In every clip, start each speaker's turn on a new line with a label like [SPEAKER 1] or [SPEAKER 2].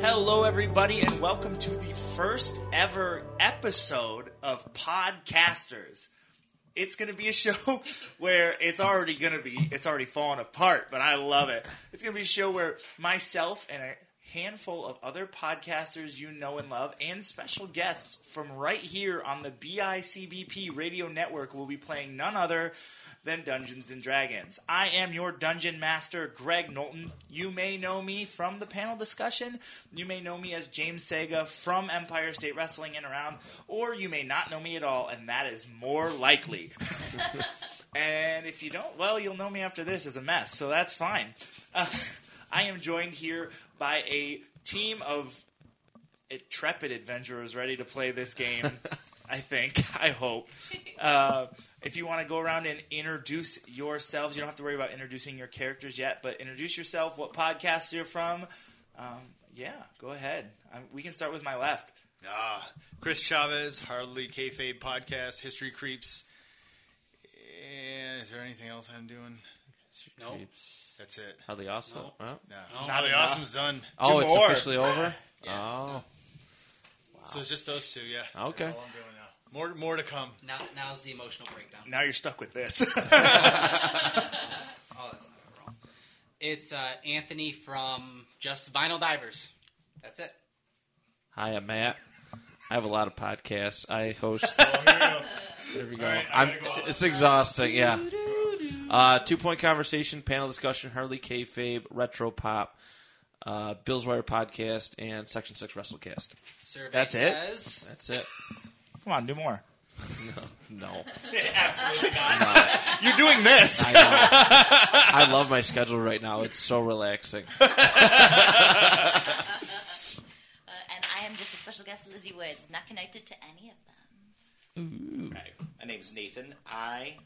[SPEAKER 1] Hello, everybody, and welcome to the first ever episode of Podcasters. It's going to be a show where it's already going to be, it's already falling apart, but I love it. It's going to be a show where myself and a handful of other podcasters you know and love and special guests from right here on the BICBP radio network will be playing none other than Dungeons and Dragons. I am your dungeon master, Greg Knowlton. You may know me from the panel discussion. You may know me as James Sega from Empire State Wrestling and around, or you may not know me at all, and that is more likely. and if you don't, well, you'll know me after this as a mess, so that's fine. Uh, I am joined here by a team of intrepid adventurers ready to play this game. I think. I hope. Uh, if you want to go around and introduce yourselves, you don't have to worry about introducing your characters yet, but introduce yourself, what podcast you're from. Um, yeah, go ahead. Um, we can start with my left.
[SPEAKER 2] Ah, Chris Chavez, Hardly Kayfabe Podcast, History Creeps. And is there anything else I'm doing?
[SPEAKER 3] No.
[SPEAKER 2] That's it.
[SPEAKER 3] Hardly awesome. Well,
[SPEAKER 2] No.
[SPEAKER 3] No.
[SPEAKER 2] Hardly
[SPEAKER 1] enough.
[SPEAKER 2] Awesome's done.
[SPEAKER 3] Oh,
[SPEAKER 1] Do
[SPEAKER 3] it's
[SPEAKER 1] more.
[SPEAKER 3] officially over. Oh,
[SPEAKER 2] So it's just those two, yeah.
[SPEAKER 3] Okay.
[SPEAKER 2] That's all I'm doing now. More, more to come.
[SPEAKER 4] Now, now's the emotional breakdown.
[SPEAKER 1] Now you're stuck with this.
[SPEAKER 4] Oh, that's not gonna roll. It's uh, Anthony from Just Vinyl Divers. That's it.
[SPEAKER 3] hi, I'm Matt. I have a lot of podcasts. I host.
[SPEAKER 2] Oh, here we go.
[SPEAKER 3] there we go.
[SPEAKER 2] right, I
[SPEAKER 3] I'm,
[SPEAKER 2] gotta go out.
[SPEAKER 3] it's exhausting. Yeah. Uh, two point conversation, panel discussion, Harley Kayfabe, retro pop, uh, Bill's Wire podcast, and Section Six Wrestlecast.
[SPEAKER 4] Survey
[SPEAKER 3] That's it?
[SPEAKER 4] says
[SPEAKER 3] That's it.
[SPEAKER 1] Come on, do more.
[SPEAKER 3] No,
[SPEAKER 1] Absolutely not. You're doing this.
[SPEAKER 3] I, know. I love my schedule right now. It's so relaxing.
[SPEAKER 5] Uh, and I am just a special guest, Lizzie Woods, not connected to any of them.
[SPEAKER 6] Right. My name's Nathan. I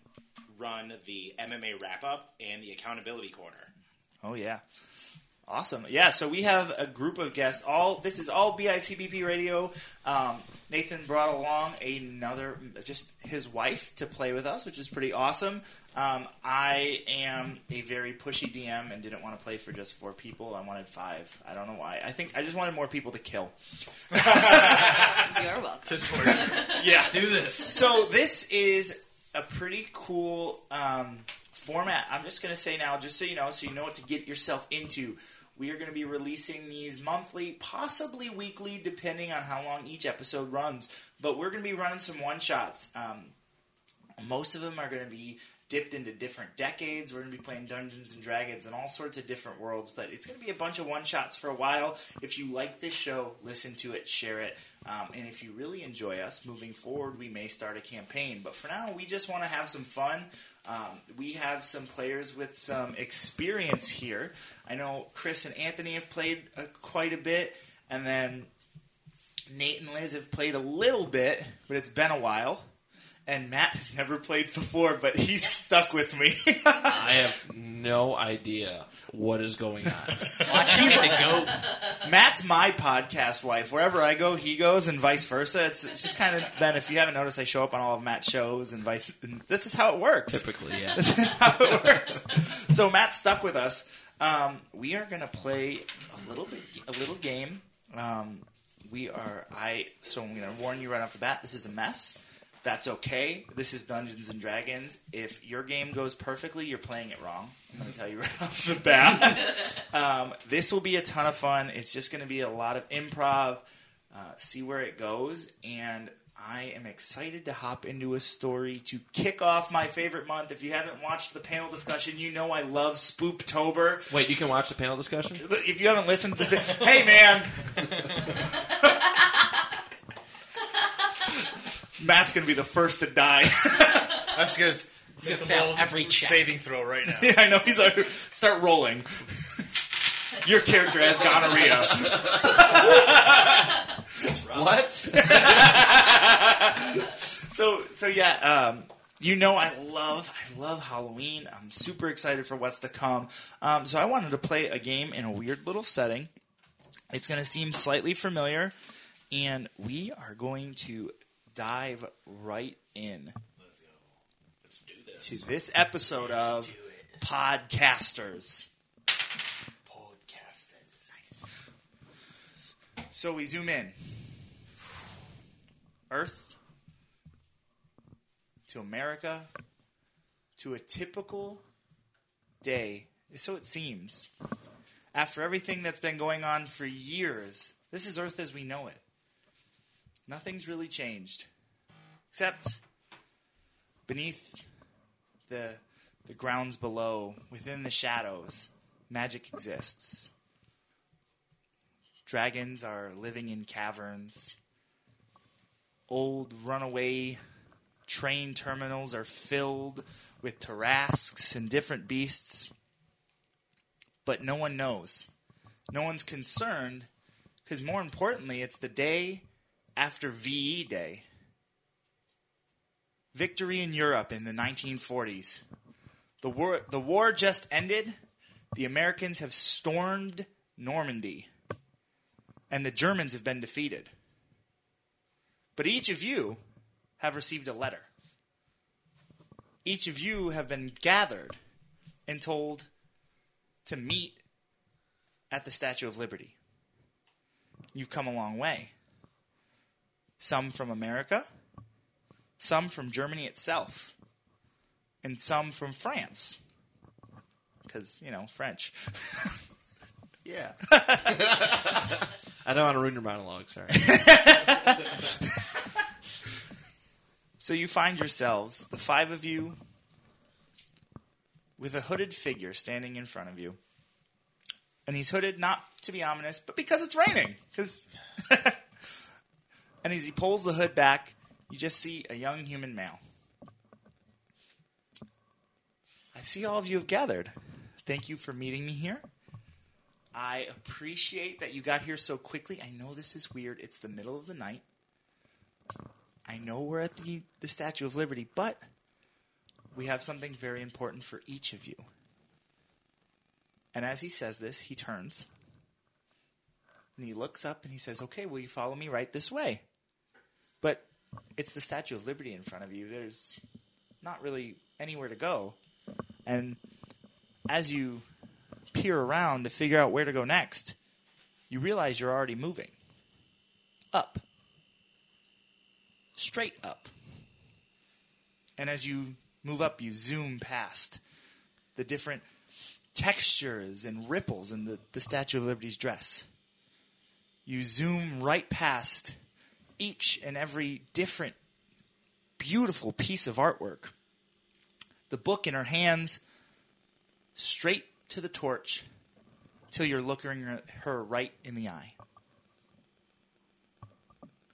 [SPEAKER 6] run the MMA wrap up and the accountability corner.
[SPEAKER 1] Oh yeah. Awesome. Yeah, so we have a group of guests. All this is all BICBP radio. Um, Nathan brought along another, just his wife to play with us, which is pretty awesome. Um, I am a very pushy DM and didn't want to play for just four people. I wanted five. I don't know why. I think I just wanted more people to kill.
[SPEAKER 5] You're welcome.
[SPEAKER 1] Yeah,
[SPEAKER 2] Do this.
[SPEAKER 1] so this is a pretty cool um, format. I'm just going to say now, just so you know, so you know what to get yourself into. We are going to be releasing these monthly, possibly weekly, depending on how long each episode runs. But we're going to be running some one shots. Um, most of them are going to be dipped into different decades. We're going to be playing Dungeons and Dragons and all sorts of different worlds, but it's going to be a bunch of one shots for a while. If you like this show, listen to it, share it, um, and if you really enjoy us moving forward, we may start a campaign. But for now, we just want to have some fun. Um, we have some players with some experience here. I know Chris and Anthony have played uh, quite a bit, and then Nate and Liz have played a little bit, but it's been a while. And Matt has never played before, but he's stuck with me.
[SPEAKER 3] I have no idea what is going on.
[SPEAKER 4] watch him to go.
[SPEAKER 1] Matt's my podcast wife. Wherever I go, he goes, and vice versa. It's, it's just kind of been, if you haven't noticed, I show up on all of Matt's shows, and vice. And this is how it works.
[SPEAKER 3] Typically, yeah.
[SPEAKER 1] This is how it works. So Matt's stuck with us. Um, we are going to play a little bit, a little game. Um, we are. I so I'm going to warn you right off the bat. This is a mess. That's okay. This is Dungeons and Dragons. If your game goes perfectly, you're playing it wrong. I'm going to tell you right off the bat. Um, this will be a ton of fun. It's just going to be a lot of improv. Uh, see where it goes, and I am excited to hop into a story to kick off my favorite month. If you haven't watched the panel discussion, you know I love Spooptober.
[SPEAKER 3] Wait, you can watch the panel discussion.
[SPEAKER 1] If you haven't listened to the, hey man, Matt's gonna be the first to die.
[SPEAKER 2] That's because it's
[SPEAKER 4] gonna fail every check.
[SPEAKER 2] saving throw right now.
[SPEAKER 1] I know he's like, start rolling. Your character has gonorrhea.
[SPEAKER 3] What?
[SPEAKER 1] So so yeah, um, you know I love I love Halloween. I'm super excited for what's to come. Um, so I wanted to play a game in a weird little setting. It's going to seem slightly familiar, and we are going to dive right in
[SPEAKER 6] Let's do
[SPEAKER 1] to
[SPEAKER 6] this.
[SPEAKER 1] this episode of Podcasters.
[SPEAKER 6] Podcasters.
[SPEAKER 1] So we zoom in. Earth to America to a typical day. So it seems. After everything that's been going on for years, this is Earth as we know it. Nothing's really changed. Except beneath the, the grounds below, within the shadows, magic exists. Dragons are living in caverns. Old runaway train terminals are filled with tarasques and different beasts. But no one knows. No one's concerned because, more importantly, it's the day after VE Day. Victory in Europe in the 1940s. The war, the war just ended. The Americans have stormed Normandy and the Germans have been defeated. But each of you have received a letter. Each of you have been gathered and told to meet at the Statue of Liberty. You've come a long way. Some from America, some from Germany itself, and some from France. Because, you know, French.
[SPEAKER 3] Yeah. I don't want to ruin your monologue. Sorry.
[SPEAKER 1] So you find yourselves, the five of you, with a hooded figure standing in front of you. And he's hooded not to be ominous, but because it's raining. Because and as he pulls the hood back, you just see a young human male. I see all of you have gathered. Thank you for meeting me here. I appreciate that you got here so quickly. I know this is weird. It's the middle of the night. I know we're at the, the Statue of Liberty, but we have something very important for each of you. And as he says this, he turns and he looks up and he says, Okay, will you follow me right this way? But it's the Statue of Liberty in front of you. There's not really anywhere to go. And as you peer around to figure out where to go next, you realize you're already moving up straight up. And as you move up, you zoom past the different textures and ripples in the, the Statue of Liberty's dress. You zoom right past each and every different beautiful piece of artwork. The book in her hands, straight to the torch, till you're looking her- her right in the eye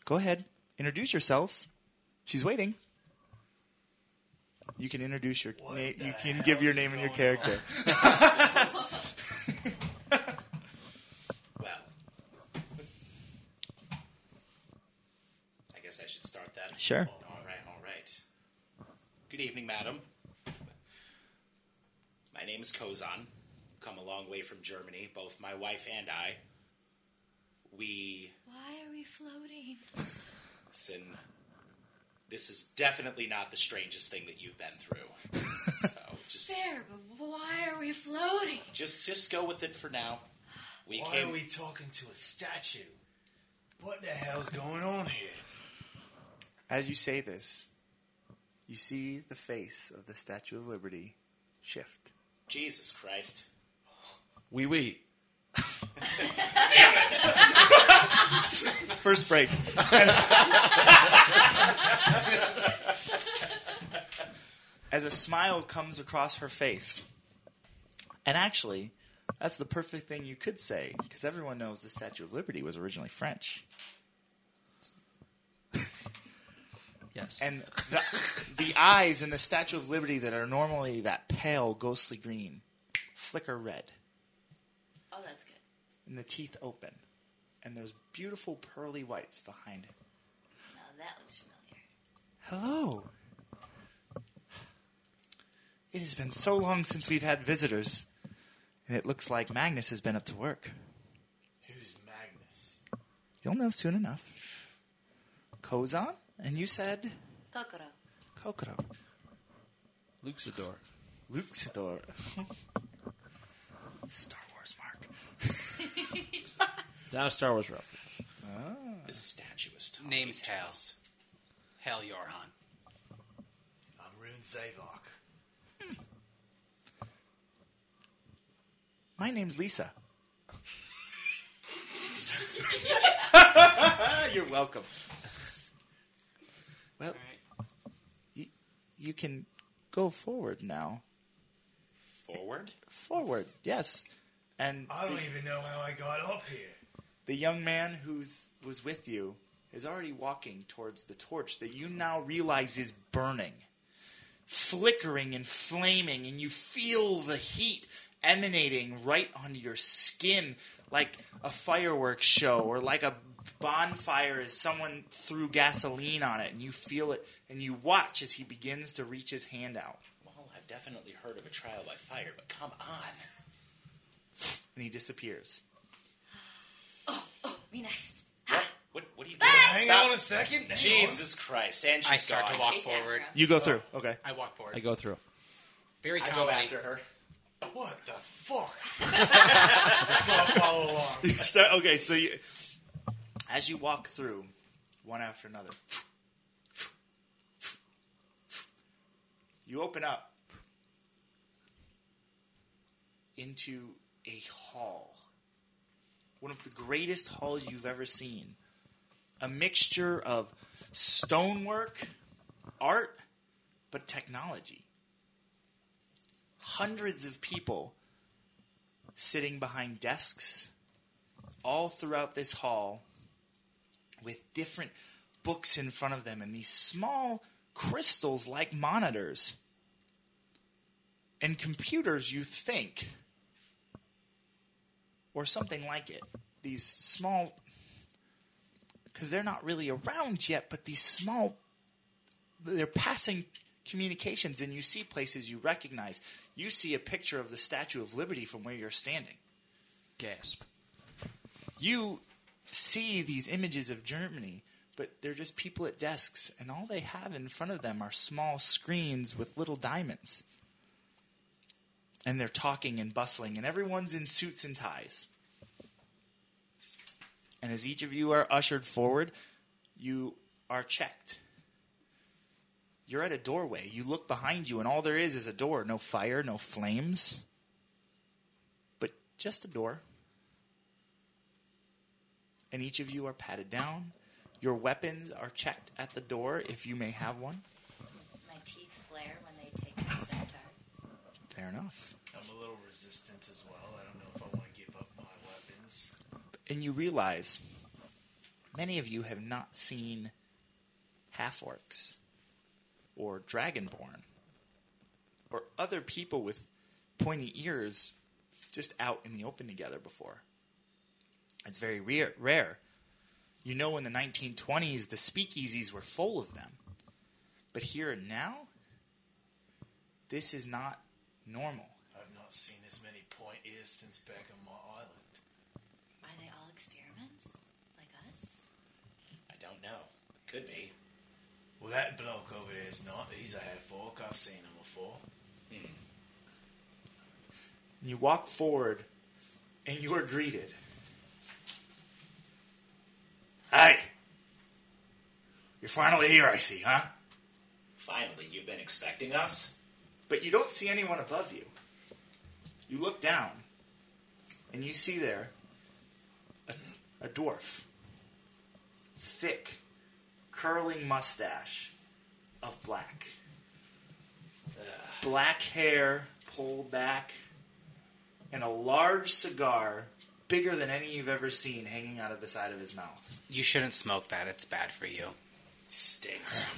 [SPEAKER 1] go ahead, introduce yourselves. She's waiting. You can introduce your na- you can give your name and your character.
[SPEAKER 6] Well, I guess I should start that.
[SPEAKER 1] Sure.
[SPEAKER 6] All right, all right. Good evening, madam. My name is Kozan. Come a long way from Germany, both my wife and I. We
[SPEAKER 7] Why are we floating?
[SPEAKER 6] listen. This is definitely not the strangest thing that you've been through. so just
[SPEAKER 7] Fair, but why are we floating?
[SPEAKER 6] just just go with it for now. We
[SPEAKER 8] Why
[SPEAKER 6] came
[SPEAKER 8] are we talking to a statue? What the hell's going on here?
[SPEAKER 1] As you say this, you see the face of the Statue of Liberty shift.
[SPEAKER 6] Jesus Christ.
[SPEAKER 3] We wait.
[SPEAKER 1] First break. As a smile comes across her face. And actually, that's the perfect thing you could say, because everyone knows the Statue of Liberty was originally French.
[SPEAKER 3] Yes.
[SPEAKER 1] And the, the eyes in the Statue of Liberty that are normally that pale, ghostly green flicker red.
[SPEAKER 5] Oh, that's good.
[SPEAKER 1] and the teeth open, and there's beautiful pearly whites behind it.
[SPEAKER 5] Now that looks familiar.
[SPEAKER 1] Hello. It has been so long since we've had visitors, and it looks like Magnus has been up to work.
[SPEAKER 9] Who's Magnus?
[SPEAKER 1] You'll know soon enough. Kozan? And you said
[SPEAKER 5] Kokoro.
[SPEAKER 1] Kokoro.
[SPEAKER 3] Luxador.
[SPEAKER 1] Luxador. Star Wars mark.
[SPEAKER 3] Not a Star Wars reference.
[SPEAKER 6] This statue is talking.
[SPEAKER 4] Name's
[SPEAKER 6] to
[SPEAKER 4] Hal.
[SPEAKER 6] us.
[SPEAKER 4] Hell, Yorhan.
[SPEAKER 9] I'm Rune Zavok.
[SPEAKER 1] My name's Lisa. You're welcome. Well,
[SPEAKER 4] All right.
[SPEAKER 1] you can go forward now.
[SPEAKER 6] Forward?
[SPEAKER 1] Forward, yes. And
[SPEAKER 9] I don't
[SPEAKER 1] the-
[SPEAKER 9] even know how I got up here.
[SPEAKER 1] the young man who's was with you is already walking towards the torch that you now realize is burning flickering and flaming and you feel the heat emanating right onto your skin like a fireworks show or like a bonfire as someone threw gasoline on it and you feel it and you watch as he begins to reach his hand out
[SPEAKER 6] Well, I've definitely heard of a trial by fire, but come on.
[SPEAKER 1] and he disappears
[SPEAKER 5] Be nice.
[SPEAKER 6] What, what are you doing?
[SPEAKER 5] Ah!
[SPEAKER 9] Hang
[SPEAKER 6] Stop.
[SPEAKER 9] on a second. Hang on.
[SPEAKER 6] Jesus Christ. And she's
[SPEAKER 4] I start
[SPEAKER 6] gone.
[SPEAKER 4] to walk
[SPEAKER 5] Chase
[SPEAKER 4] forward.
[SPEAKER 5] after him.
[SPEAKER 1] you go through okay
[SPEAKER 4] I walk forward.
[SPEAKER 3] I go through.
[SPEAKER 4] Very
[SPEAKER 6] I
[SPEAKER 4] calmly.
[SPEAKER 6] go after her.
[SPEAKER 9] What the fuck? so I follow along.
[SPEAKER 1] You start- okay, so you, as you walk through, one after another, you open up into a hall. One of the greatest halls you've ever seen. A mixture of stonework, art, but technology. Hundreds of people sitting behind desks all throughout this hall with different books in front of them and these small crystals like monitors and computers you think or something like it these small because they're not really around yet but these small they're passing communications and you see places you recognize you see a picture of the statue of liberty from where you're standing
[SPEAKER 3] Gasp.
[SPEAKER 1] you see these images of Germany, but they're just people at desks, and all they have in front of them are small screens with little diamonds. And they're talking and bustling, and everyone's in suits and ties. And as each of you are ushered forward, you are checked. You're at a doorway. You look behind you, and all there is is a door. No fire, no flames, but just a door and each of you are patted down. Your weapons are checked at the door if you may have one.
[SPEAKER 5] My teeth flare when they take my scimitar.
[SPEAKER 1] Fair enough.
[SPEAKER 9] I'm a little resistant as well. I don't know if I want to give up my weapons.
[SPEAKER 1] And you realize many of you have not seen half orcs or dragonborn or other people with pointy ears just out in the open together before. It's very rare. rare. You know, in the 1920s, the speakeasies were full of them. But here and now, this is not normal.
[SPEAKER 9] I've not seen as many point ears since back on my island.
[SPEAKER 5] Are they all experiments? Like us?
[SPEAKER 6] I don't know. Could be.
[SPEAKER 9] Well, that bloke over there is not. He's a half orc. I've seen him before.
[SPEAKER 1] And you walk forward, and you are greeted. Hey! You're finally here, I see, huh?
[SPEAKER 6] Finally, you've been expecting us?
[SPEAKER 1] But you don't see anyone above you. You look down, and you see there a, a dwarf. Thick, curling mustache of black. Black hair pulled back, and a large cigar, bigger than any you've ever seen, hanging out of the side of his mouth.
[SPEAKER 4] You shouldn't smoke that. It's bad for you.
[SPEAKER 6] Stinks.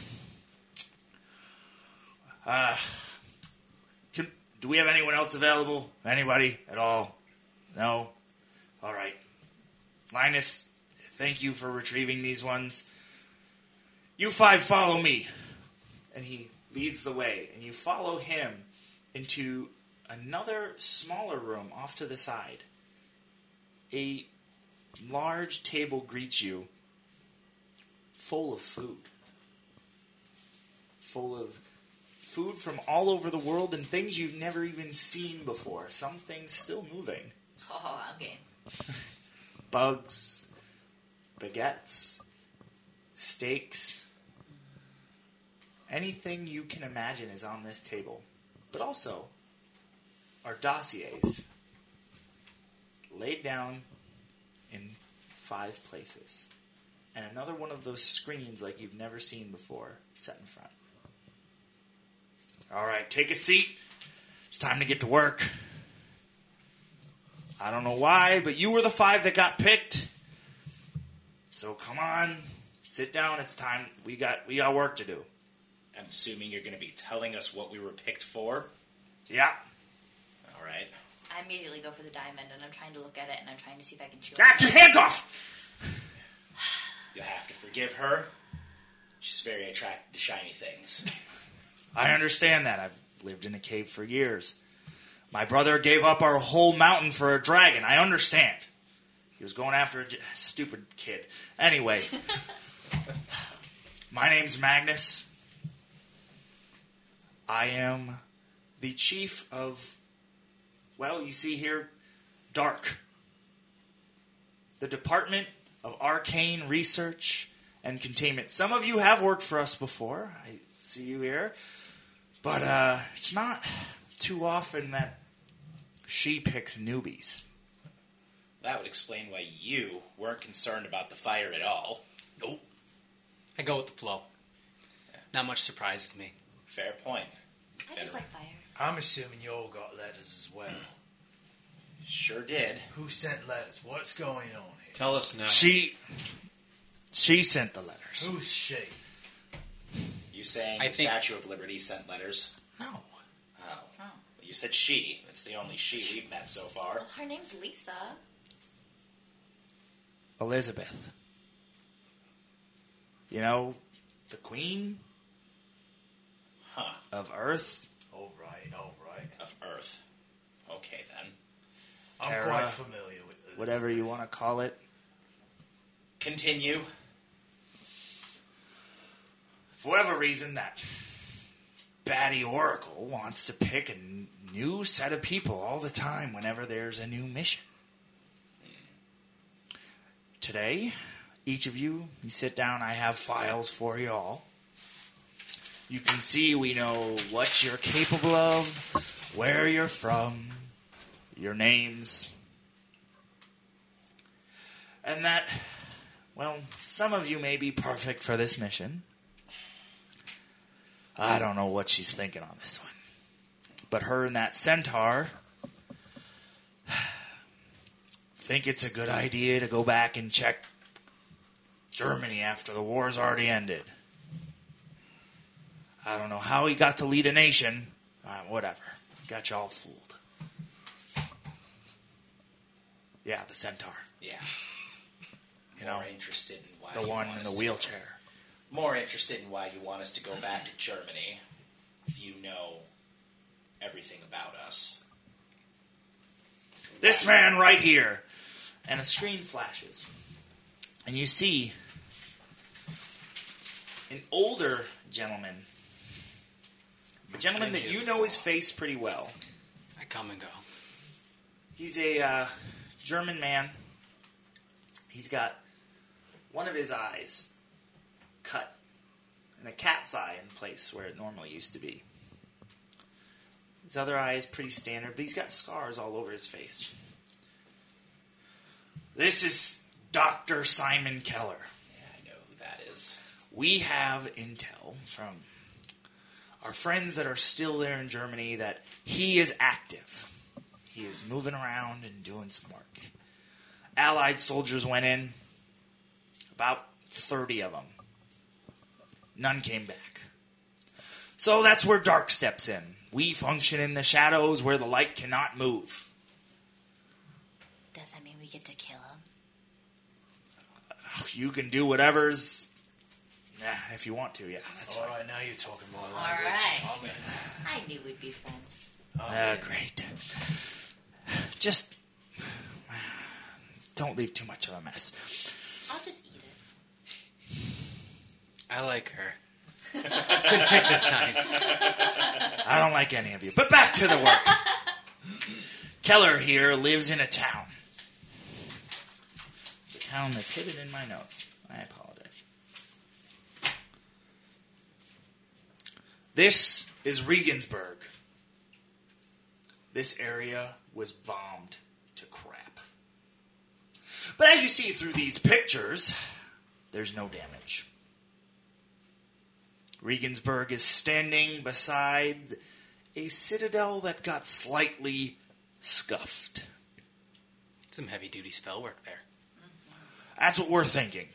[SPEAKER 1] Can, do we have anyone else available? Anybody at all? No? Linus, thank you for retrieving these ones. You five follow me. And he leads the way, and you follow him into another smaller room off to the side. A large table greets you, full of food. Full of food from all over the world and things you've never even seen before. Some things still moving
[SPEAKER 5] Oh, okay.
[SPEAKER 1] bugs, baguettes, steaks, anything you can imagine is on this table. But also, our dossiers laid down in five places. And another one of those screens like you've never seen before set in front. All right, take a seat. It's time to get to work. I don't know why, but you were the five that got picked. So come on, sit down. It's time. We got we got work to do.
[SPEAKER 6] I'm assuming you're going to be telling us what we were picked for.
[SPEAKER 1] Yeah.
[SPEAKER 6] All right.
[SPEAKER 5] I immediately go for the diamond, and I'm trying to look at it, and I'm trying to see if I can chew
[SPEAKER 1] Ah,
[SPEAKER 5] it.
[SPEAKER 1] get your hands off.
[SPEAKER 6] You'll have to forgive her. She's very attracted to shiny things.
[SPEAKER 1] I understand that. I've lived in a cave for years. My brother gave up our whole mountain for a dragon. I understand. He was going after a j- stupid kid. Anyway, my name's Magnus. I am the chief of, well, you see here, Dark, the Department of Arcane Research and Containment. Some of you have worked for us before. I see you here. But uh, it's not too often that she picks newbies.
[SPEAKER 6] That would explain why you weren't concerned about the fire at all. Nope.
[SPEAKER 4] I go with the flow. Not much surprises me.
[SPEAKER 6] Fair point.
[SPEAKER 5] I just like fire.
[SPEAKER 10] I'm assuming you all got letters as well.
[SPEAKER 6] Sure did.
[SPEAKER 10] Who sent letters? What's going on here?
[SPEAKER 11] Tell us now.
[SPEAKER 1] She she sent the letters.
[SPEAKER 10] Who's she?
[SPEAKER 6] You saying
[SPEAKER 4] I
[SPEAKER 6] the
[SPEAKER 4] think-
[SPEAKER 6] Statue of Liberty sent letters?
[SPEAKER 1] No.
[SPEAKER 6] Oh.
[SPEAKER 5] Oh.
[SPEAKER 6] You said she. It's the only she we've met so far.
[SPEAKER 5] Well, her name's Lisa.
[SPEAKER 1] Elizabeth. You know, the queen
[SPEAKER 6] Huh.
[SPEAKER 1] of Earth.
[SPEAKER 10] All right, all right.
[SPEAKER 6] Of Earth. Okay then.
[SPEAKER 10] I'm
[SPEAKER 1] Tara,
[SPEAKER 10] quite familiar with this.
[SPEAKER 1] Whatever you want to call it.
[SPEAKER 6] Continue.
[SPEAKER 1] For whatever reason, that batty oracle wants to pick a n- new set of people all the time whenever there's a new mission. Today, each of you, you sit down, I have files for you all. You can see we know what you're capable of, where you're from, your names. And that, well, some of you may be perfect for this mission. I don't know what she's thinking on this one. But her and that centaur think it's a good idea to go back and check Germany after the war's already ended. I don't know how he got to lead a nation. All right, whatever. Got y'all fooled. Yeah, the centaur.
[SPEAKER 6] Yeah.
[SPEAKER 1] You
[SPEAKER 6] More
[SPEAKER 1] know,
[SPEAKER 6] interested in why
[SPEAKER 1] the
[SPEAKER 6] you
[SPEAKER 1] one
[SPEAKER 6] want
[SPEAKER 1] in
[SPEAKER 6] us
[SPEAKER 1] the
[SPEAKER 6] to-
[SPEAKER 1] wheelchair.
[SPEAKER 6] More interested in why you want us to go back to Germany if you know everything about us.
[SPEAKER 1] this man right here. And a screen flashes. And you see an older gentleman. A gentleman that you know his face pretty well.
[SPEAKER 4] I come and go.
[SPEAKER 1] He's a uh, German man. He's got one of his eyes cut and a cat's eye in place where it normally used to be. His other eye is pretty standard, but he's got scars all over his face. This is Dr. Simon Keller.
[SPEAKER 6] Yeah, I know who that is.
[SPEAKER 1] We have intel from our friends that are still there in Germany that he is active. He is moving around and doing some work. Allied soldiers went in, about 30 of them. None came back. So that's where dark steps in. We function in the shadows where the light cannot move.
[SPEAKER 5] Does that mean we get to kill him?
[SPEAKER 1] you can do whatever's nah, if you want to. Yeah, that's
[SPEAKER 6] Oh,
[SPEAKER 12] All
[SPEAKER 1] fine.
[SPEAKER 12] right, now you're talking my
[SPEAKER 5] All
[SPEAKER 12] language.
[SPEAKER 5] right.
[SPEAKER 12] I'm in.
[SPEAKER 5] I knew we'd be friends.
[SPEAKER 1] Uh, great. Just don't leave too much of a mess.
[SPEAKER 5] I'll just eat it.
[SPEAKER 4] I like her. Good pick this time.
[SPEAKER 1] I don't like any of you. But back to the work. Keller here lives in a town. The town that's hidden in my notes. I apologize. This is Regensburg. This area was bombed to crap. But as you see through these pictures, there's no damage. Regensburg is standing beside a citadel that got slightly scuffed.
[SPEAKER 4] Some heavy duty spell work there.
[SPEAKER 1] That's what we're thinking.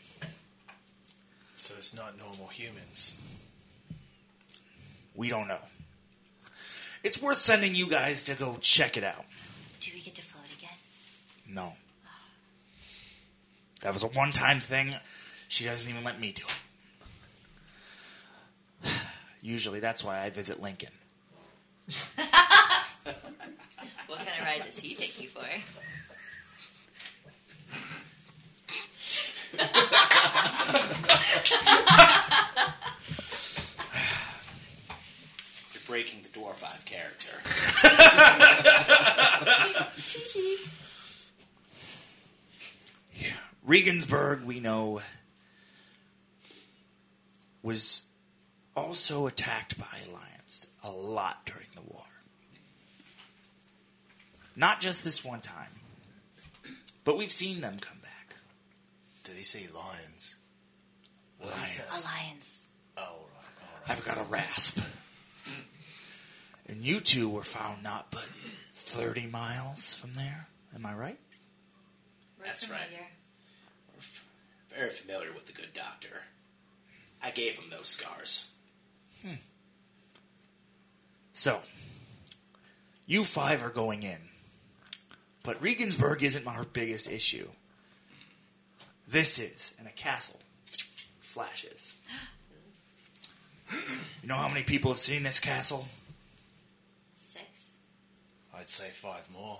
[SPEAKER 12] So it's not normal humans.
[SPEAKER 1] We don't know. It's worth sending you guys to go check it out.
[SPEAKER 5] Do we get to float again?
[SPEAKER 1] No. That was a one time thing. She doesn't even let me do it. Usually that's why I visit Lincoln.
[SPEAKER 5] What kind of ride does he take you for?
[SPEAKER 6] You're breaking the dwarf out of character.
[SPEAKER 1] Regensburg, we know, was also attacked by Alliance a lot during the war. Not just this one time, but we've seen them come back.
[SPEAKER 12] Did he say lions?
[SPEAKER 1] Alliance.
[SPEAKER 5] Alliance.
[SPEAKER 12] Oh, all right, all right.
[SPEAKER 1] I've got a rasp. And you two were found not but 30 miles from there. Am I right?
[SPEAKER 5] We're
[SPEAKER 6] That's right.
[SPEAKER 5] familiar.
[SPEAKER 6] Very familiar with the good doctor. I gave him those scars.
[SPEAKER 1] So, you five are going in. But Regensburg isn't our biggest issue. This is, and a castle flashes. You know how many people have seen this castle?
[SPEAKER 5] Six.
[SPEAKER 12] I'd say five more.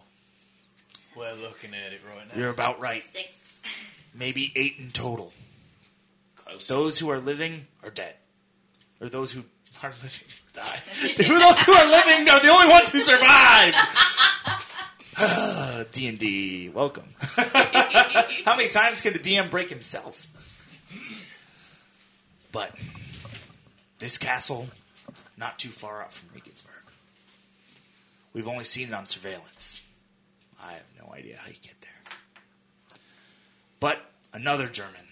[SPEAKER 12] We're looking at it right now.
[SPEAKER 1] You're about right.
[SPEAKER 5] Six.
[SPEAKER 1] Maybe eight in total.
[SPEAKER 6] Close.
[SPEAKER 1] Those who are living are dead. Or those who are living die. those who are living are the only ones who survive! D&D, welcome. How many times can the DM break himself? But this castle, not too far out from Regensburg. We've only seen it on surveillance. I have no idea how you get there. But another German,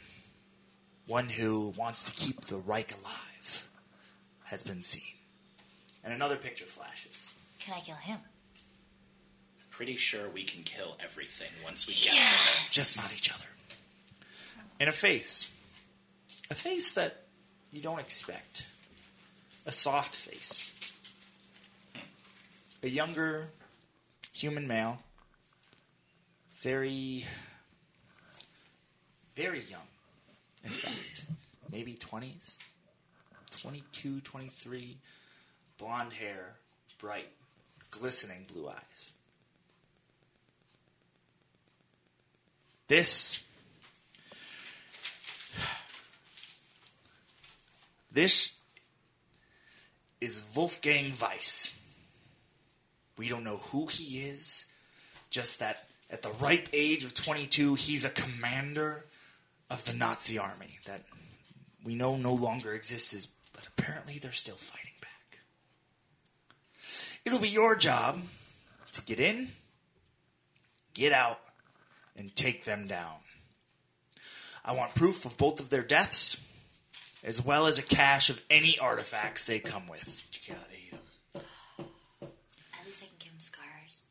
[SPEAKER 1] one who wants to keep the Reich alive, has been seen. And another picture flashes.
[SPEAKER 5] Can I kill him?
[SPEAKER 6] Pretty sure we can kill everything once we get there.
[SPEAKER 5] Yes.
[SPEAKER 1] just not each other. And a face. A face that you don't expect. A soft face. A younger human male. Very, very young, in fact. Maybe 20s. 22, 23. Blonde hair, bright, glistening blue eyes. this this is wolfgang weiss we don't know who he is just that at the ripe age of 22 he's a commander of the nazi army that we know no longer exists is, but apparently they're still fighting back it'll be your job to get in get out and take them down. I want proof of both of their deaths, as well as a cache of any artifacts they come with.
[SPEAKER 12] You can't eat them.
[SPEAKER 5] At least I can give him scars.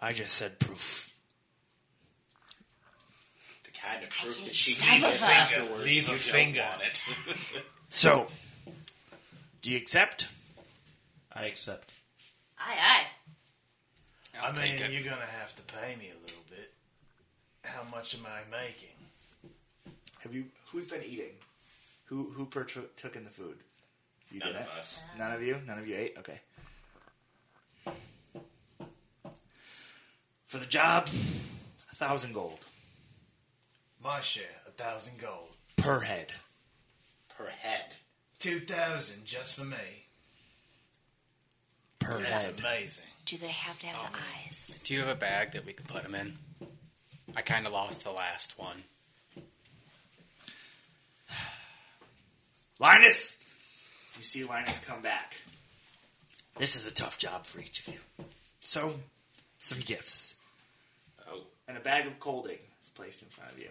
[SPEAKER 1] I just said proof.
[SPEAKER 6] The kind of proof
[SPEAKER 5] can
[SPEAKER 6] that she
[SPEAKER 5] stab
[SPEAKER 6] can
[SPEAKER 5] a
[SPEAKER 6] give
[SPEAKER 5] finger.
[SPEAKER 6] afterwards.
[SPEAKER 12] Leave
[SPEAKER 6] you
[SPEAKER 12] a
[SPEAKER 6] don't
[SPEAKER 12] finger.
[SPEAKER 6] want it.
[SPEAKER 1] So, do you accept?
[SPEAKER 13] I accept.
[SPEAKER 5] Aye, aye.
[SPEAKER 12] I
[SPEAKER 14] I'll
[SPEAKER 12] mean,
[SPEAKER 14] take it.
[SPEAKER 12] you're gonna have to pay me a little bit. How much am I making?
[SPEAKER 1] Have you? Who's been eating? Who who partro- took in the food? You
[SPEAKER 6] None
[SPEAKER 1] didn't?
[SPEAKER 6] of us.
[SPEAKER 1] None of you. None of you ate. Okay. For the job, a thousand gold
[SPEAKER 12] My share, a thousand gold.
[SPEAKER 1] per head.
[SPEAKER 6] Per head.
[SPEAKER 12] Two thousand just for me.
[SPEAKER 1] Per
[SPEAKER 12] That's
[SPEAKER 1] head.
[SPEAKER 12] amazing.
[SPEAKER 5] Do they have to have the eyes?
[SPEAKER 4] Do you have a bag that we could put him in? I kind of lost the last one.
[SPEAKER 1] Linus! You see Linus come back. This is a tough job for each of you. So, some gifts.
[SPEAKER 6] Oh.
[SPEAKER 1] And a bag of colding is placed in front of you.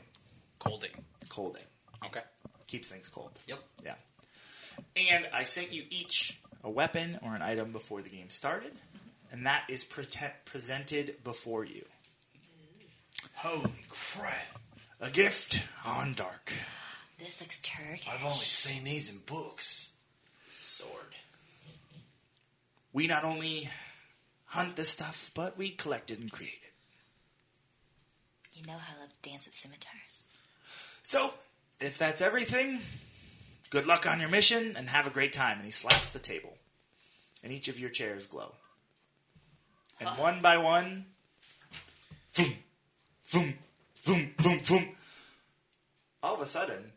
[SPEAKER 4] Colding.
[SPEAKER 1] Colding.
[SPEAKER 4] Okay.
[SPEAKER 1] Keeps things cold.
[SPEAKER 4] Yep.
[SPEAKER 1] Yeah. And I sent you each a weapon or an item before the game started, and that is prete- presented before you.
[SPEAKER 12] Holy crap!
[SPEAKER 1] A gift on dark.
[SPEAKER 5] This looks turkey.
[SPEAKER 12] I've only seen these in books.
[SPEAKER 6] Sword.
[SPEAKER 1] We not only hunt the stuff, but we collect it and create it.
[SPEAKER 5] You know how I love to dance at scimitars.
[SPEAKER 1] So, if that's everything, good luck on your mission and have a great time. And he slaps the table. And each of your chairs glow. And one by one, boom, boom, boom, boom, boom. All of a sudden,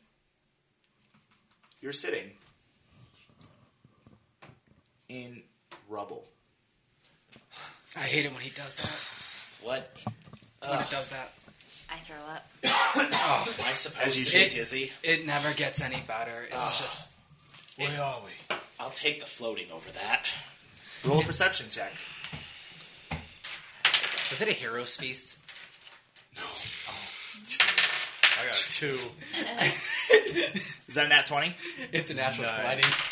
[SPEAKER 1] you're sitting in rubble.
[SPEAKER 4] I hate it when he does that.
[SPEAKER 6] What?
[SPEAKER 4] When it does that.
[SPEAKER 5] I throw up.
[SPEAKER 6] Am I
[SPEAKER 1] As you
[SPEAKER 6] supposed to be
[SPEAKER 4] should.
[SPEAKER 6] dizzy?
[SPEAKER 4] It never gets any better. It's just.
[SPEAKER 12] Where are we?
[SPEAKER 6] I'll take the floating over that.
[SPEAKER 1] Roll a perception check.
[SPEAKER 4] Is it a hero's feast? Oh.
[SPEAKER 15] I got a two.
[SPEAKER 1] Is that a nat 20?
[SPEAKER 4] It's a natural 20s.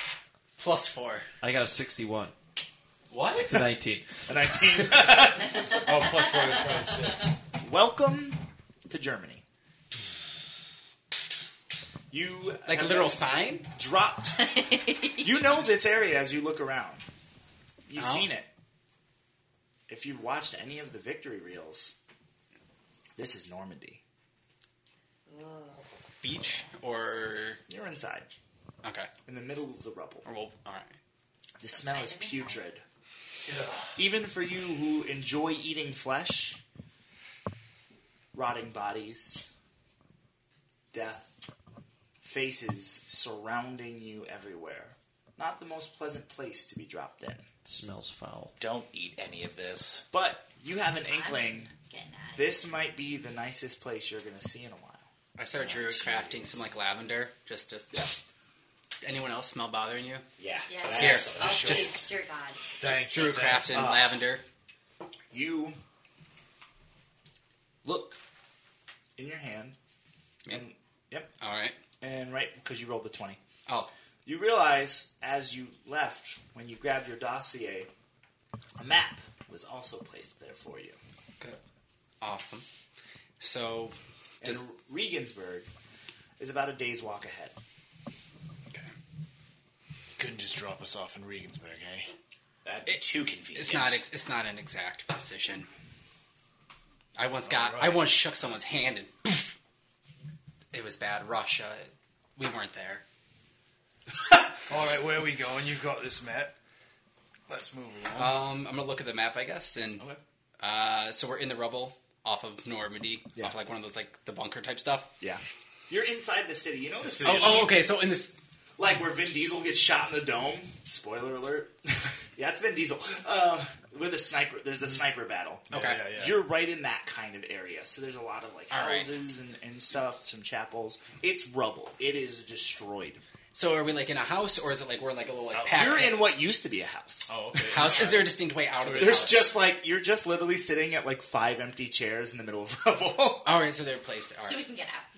[SPEAKER 4] Plus four.
[SPEAKER 3] I got a 61.
[SPEAKER 4] What?
[SPEAKER 3] It's a 19.
[SPEAKER 1] A 19.
[SPEAKER 15] Oh, plus four to twenty-six.
[SPEAKER 1] Welcome to Germany. You
[SPEAKER 4] Like a
[SPEAKER 1] have
[SPEAKER 4] literal sign?
[SPEAKER 1] dropped. you know this area as you look around. You've
[SPEAKER 4] No.
[SPEAKER 1] seen it. If you've watched any of the victory reels, this is Normandy.
[SPEAKER 4] Beach or
[SPEAKER 1] You're inside,
[SPEAKER 4] okay?
[SPEAKER 1] in the middle of the rubble.
[SPEAKER 4] Or well, all right.
[SPEAKER 1] The smell is putrid. Even for you who enjoy eating flesh, rotting bodies, death, faces surrounding you everywhere. Not the most pleasant place to be dropped in.
[SPEAKER 3] smells foul.
[SPEAKER 6] Don't eat any of this.
[SPEAKER 1] But you have an inkling
[SPEAKER 5] Getting out.
[SPEAKER 1] this might be the nicest place you're going to see in a while.
[SPEAKER 4] I started Drew crafting some like lavender. Just, just. Anyone else smell bothering you?
[SPEAKER 6] Yeah.
[SPEAKER 5] Yes.
[SPEAKER 6] that's
[SPEAKER 4] Here.
[SPEAKER 6] for
[SPEAKER 5] Oh,
[SPEAKER 6] sure.
[SPEAKER 5] please, dear God.
[SPEAKER 12] Thank
[SPEAKER 4] Drew
[SPEAKER 12] you, thank
[SPEAKER 4] crafting lavender.
[SPEAKER 1] You look in your hand, and yep,
[SPEAKER 4] All right.
[SPEAKER 1] and right because you rolled the 20.
[SPEAKER 4] Oh,
[SPEAKER 1] You realize as you left, when you grabbed your dossier, a map was also placed there for you.
[SPEAKER 4] awesome. So, does
[SPEAKER 1] and Regensburg is about a day's walk ahead.
[SPEAKER 12] Couldn't just drop us off in Regensburg, eh?
[SPEAKER 6] That'd be too convenient.
[SPEAKER 4] it's not ex- it's not an exact precision. I once got I
[SPEAKER 12] right.
[SPEAKER 4] once shook someone's hand and poof, it was bad. Russia, we weren't there.
[SPEAKER 12] All right, where are we going? You've got this map. Let's move along.
[SPEAKER 4] Um, I'm gonna look at the map, I guess, and uh, so we're in the rubble off of Normandy, off like one of those like the bunker type stuff.
[SPEAKER 1] Yeah. You're inside the city. You know the city?
[SPEAKER 4] Oh, oh, okay. So in this,
[SPEAKER 1] Like where Vin Diesel gets shot in the dome. Spoiler alert. yeah, it's Vin Diesel. Uh, with a sniper. There's a sniper battle.
[SPEAKER 4] okay,
[SPEAKER 12] Yeah, yeah, yeah.
[SPEAKER 1] You're right in that kind of area. So there's a lot of like
[SPEAKER 4] All right.
[SPEAKER 1] houses and, and stuff, some chapels. It's rubble. It is destroyed.
[SPEAKER 4] so are we like in a house, or is it like we're in like a little like pack
[SPEAKER 1] You're in what used to be a house.
[SPEAKER 12] Oh, okay.
[SPEAKER 4] house? Is there a distinct way out of this?
[SPEAKER 1] There's
[SPEAKER 4] house?
[SPEAKER 1] just like you're just literally sitting at like five empty chairs in the middle of rubble.
[SPEAKER 4] all right. So they're placed. All
[SPEAKER 5] So we
[SPEAKER 4] right.
[SPEAKER 5] can get out.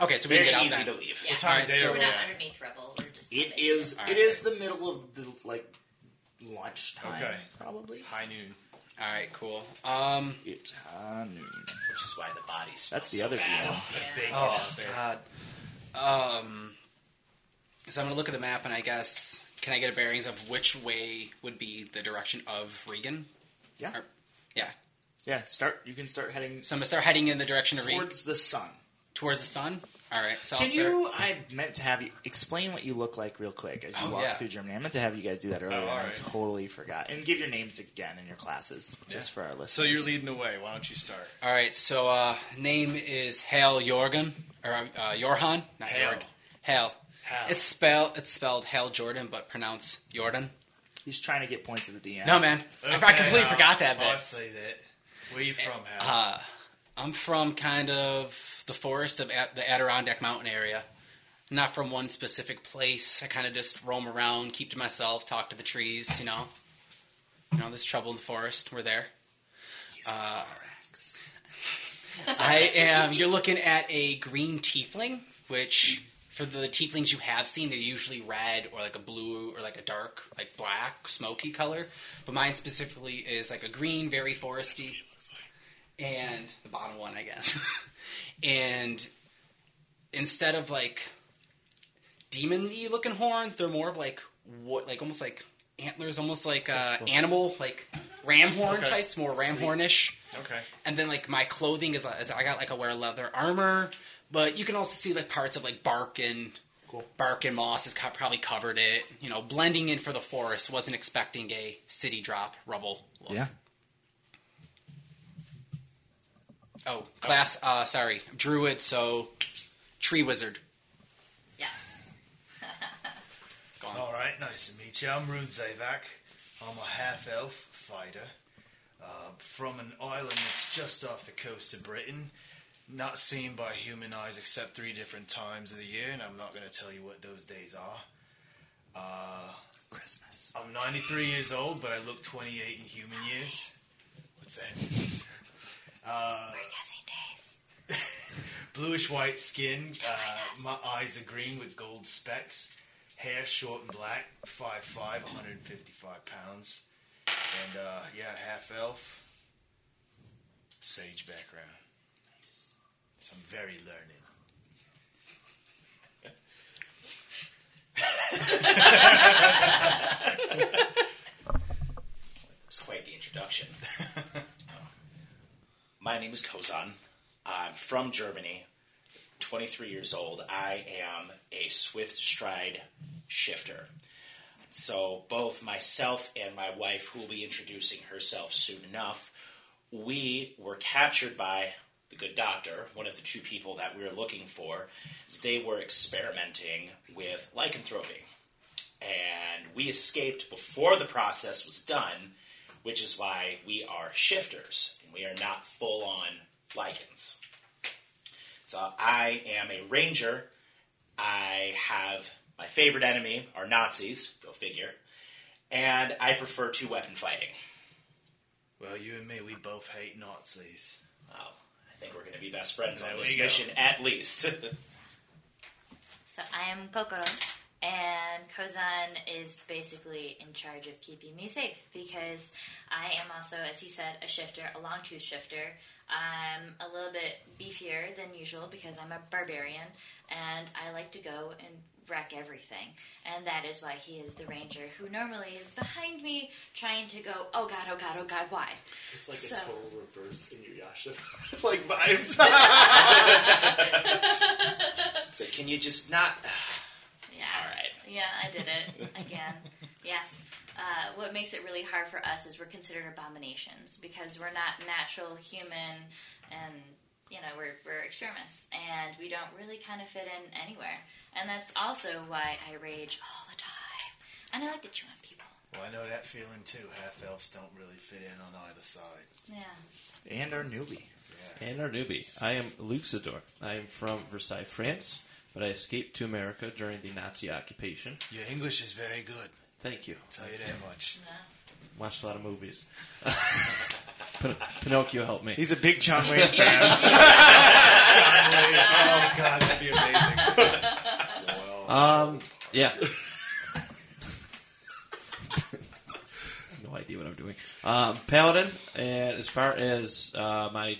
[SPEAKER 4] Okay, so we can
[SPEAKER 6] Very
[SPEAKER 4] get out
[SPEAKER 6] easy
[SPEAKER 4] then.
[SPEAKER 6] to leave.
[SPEAKER 5] Yeah.
[SPEAKER 4] time of day
[SPEAKER 5] so
[SPEAKER 4] are
[SPEAKER 5] we're
[SPEAKER 4] we
[SPEAKER 5] not
[SPEAKER 4] at?
[SPEAKER 5] underneath rubble. We're just. in the
[SPEAKER 1] It
[SPEAKER 5] basement.
[SPEAKER 1] is
[SPEAKER 4] All right.
[SPEAKER 1] it is the middle of the like lunchtime
[SPEAKER 12] Okay.
[SPEAKER 1] probably.
[SPEAKER 12] High noon.
[SPEAKER 4] All right, cool. Um,
[SPEAKER 1] It's high noon.
[SPEAKER 6] Which is why the body smells
[SPEAKER 1] That's the
[SPEAKER 6] so
[SPEAKER 1] other
[SPEAKER 6] bad.
[SPEAKER 1] view.
[SPEAKER 5] Yeah.
[SPEAKER 4] oh god. Um, so I'm gonna look at the map, and I guess can I get a bearings of which way would be the direction of Regan?
[SPEAKER 1] Yeah.
[SPEAKER 4] Or- yeah.
[SPEAKER 1] Yeah, start you can start heading
[SPEAKER 4] So I'm gonna start heading in the direction of Regan
[SPEAKER 1] towards the sun.
[SPEAKER 4] towards the sun. All right, so I'll
[SPEAKER 16] Can
[SPEAKER 4] start.
[SPEAKER 16] you? I meant to have you explain what you look like real quick as you
[SPEAKER 4] Oh,
[SPEAKER 16] walk
[SPEAKER 4] yeah.
[SPEAKER 16] through Germany. I meant to have you guys do that earlier, and I
[SPEAKER 2] alright.
[SPEAKER 16] totally forgot. And give your names again in your classes, just for our listeners.
[SPEAKER 2] So you're leading the way. Why don't you start?
[SPEAKER 4] All right, so uh, name is Hale Jorgen or uh, Jorhan, not
[SPEAKER 2] Hale.
[SPEAKER 4] Jorg. Hale.
[SPEAKER 2] Hale.
[SPEAKER 4] It's spell it's spelled Hale Jordan, but pronounced Jordan.
[SPEAKER 16] He's trying to get points at the DM.
[SPEAKER 4] No man, I, I completely
[SPEAKER 2] now,
[SPEAKER 4] forgot
[SPEAKER 12] Oh,
[SPEAKER 4] that
[SPEAKER 2] I'll
[SPEAKER 4] bit.
[SPEAKER 2] say that. Where you from, Hal?
[SPEAKER 4] Uh, I'm from kind of the forest of at the Adirondack Mountain area. Not from one specific place. I kind of just roam around, keep to myself, talk to the trees. You know, you know, there's trouble in the forest. We're there. Uh, I am. You're looking at a green tiefling, which for the tieflings you have seen, they're usually red or like a blue or like a dark, like black, smoky color. But mine specifically is like a green, very foresty and the bottom one, I guess. and instead of like demon-y looking horns, they're more of like what, like almost like antlers, almost like uh, animal, like ram horn
[SPEAKER 2] Okay.
[SPEAKER 4] types, more ram hornish.
[SPEAKER 2] Okay.
[SPEAKER 4] And then like my clothing is, is- I got like I wear leather armor, but you can also see like parts of like bark and. Bark and moss has co- probably covered it. You know, blending in for the forest. Wasn't expecting a city drop rubble look.
[SPEAKER 17] Yeah.
[SPEAKER 4] Oh, class. Uh, sorry, druid. So, tree wizard.
[SPEAKER 5] Yes.
[SPEAKER 12] All right, nice to meet you. I'm Rune Zavak. I'm a half elf fighter uh, from an island that's just off the coast of Britain, not seen by human eyes except three different times of the year, and I'm not going to tell you what those days are. Uh,
[SPEAKER 16] Christmas.
[SPEAKER 12] I'm 93 years old, but I look 28 in human years. What's that?
[SPEAKER 5] We're guessing days.
[SPEAKER 12] Bluish white skin. Uh, my eyes are green with gold specks. Hair short and black. 5'5", 155 pounds. And uh, yeah, half elf. Sage background. So I'm very learned.
[SPEAKER 6] It's quite the introduction. My name is Kozan. I'm from Germany, 23 years old. I am a swift stride shifter. So, both myself and my wife, who will be introducing herself soon enough, we were captured by the good doctor, one of the two people that we were looking for. as They were experimenting with lycanthropy and we escaped before the process was done, which is why we are shifters and we are not full on lichens. So I am a ranger. I have my favorite enemy are Nazis, go figure, and I prefer two weapon fighting.
[SPEAKER 12] Well, you and me, we both hate Nazis.
[SPEAKER 6] Wow, I think we're going to be best friends
[SPEAKER 12] There
[SPEAKER 6] on
[SPEAKER 12] we
[SPEAKER 6] this
[SPEAKER 12] go.
[SPEAKER 6] mission at least.
[SPEAKER 5] So I am Kokoro, and Kozan is basically in charge of keeping me safe because I am also, as he said, a shifter, a long tooth shifter. I'm a little bit beefier than usual because I'm a barbarian and I like to go and wreck everything. And that is why he is the ranger who normally is behind me trying to go, oh god, oh god, oh god, why?
[SPEAKER 16] It's
[SPEAKER 5] like a So-
[SPEAKER 16] total reverse in your Yasha like vibes.
[SPEAKER 6] so can you just not?
[SPEAKER 5] Yeah.
[SPEAKER 6] All right.
[SPEAKER 5] Yeah, I did it again. yes. Uh, what makes it really hard for us is we're considered abominations because we're not natural human, and you know we're we're experiments, and we don't really kind of fit in anywhere. And that's also why I rage all the time, and I like to chew on people.
[SPEAKER 12] Well, I know that feeling too. Half elves don't really fit in on either side.
[SPEAKER 5] Yeah.
[SPEAKER 16] and our newbie.
[SPEAKER 3] And our newbie, I am Luke Sador. I am from Versailles, France, but I escaped to America during the Nazi occupation.
[SPEAKER 12] Your English is very good.
[SPEAKER 3] Thank you.
[SPEAKER 12] Tell you that much.
[SPEAKER 3] Watched a lot of movies. Pin- Pinocchio helped me.
[SPEAKER 16] He's a big John Wayne fan.
[SPEAKER 12] oh God, that'd be amazing.
[SPEAKER 3] Um, yeah. no idea what I'm doing. Um, Paladin, and as far as uh, my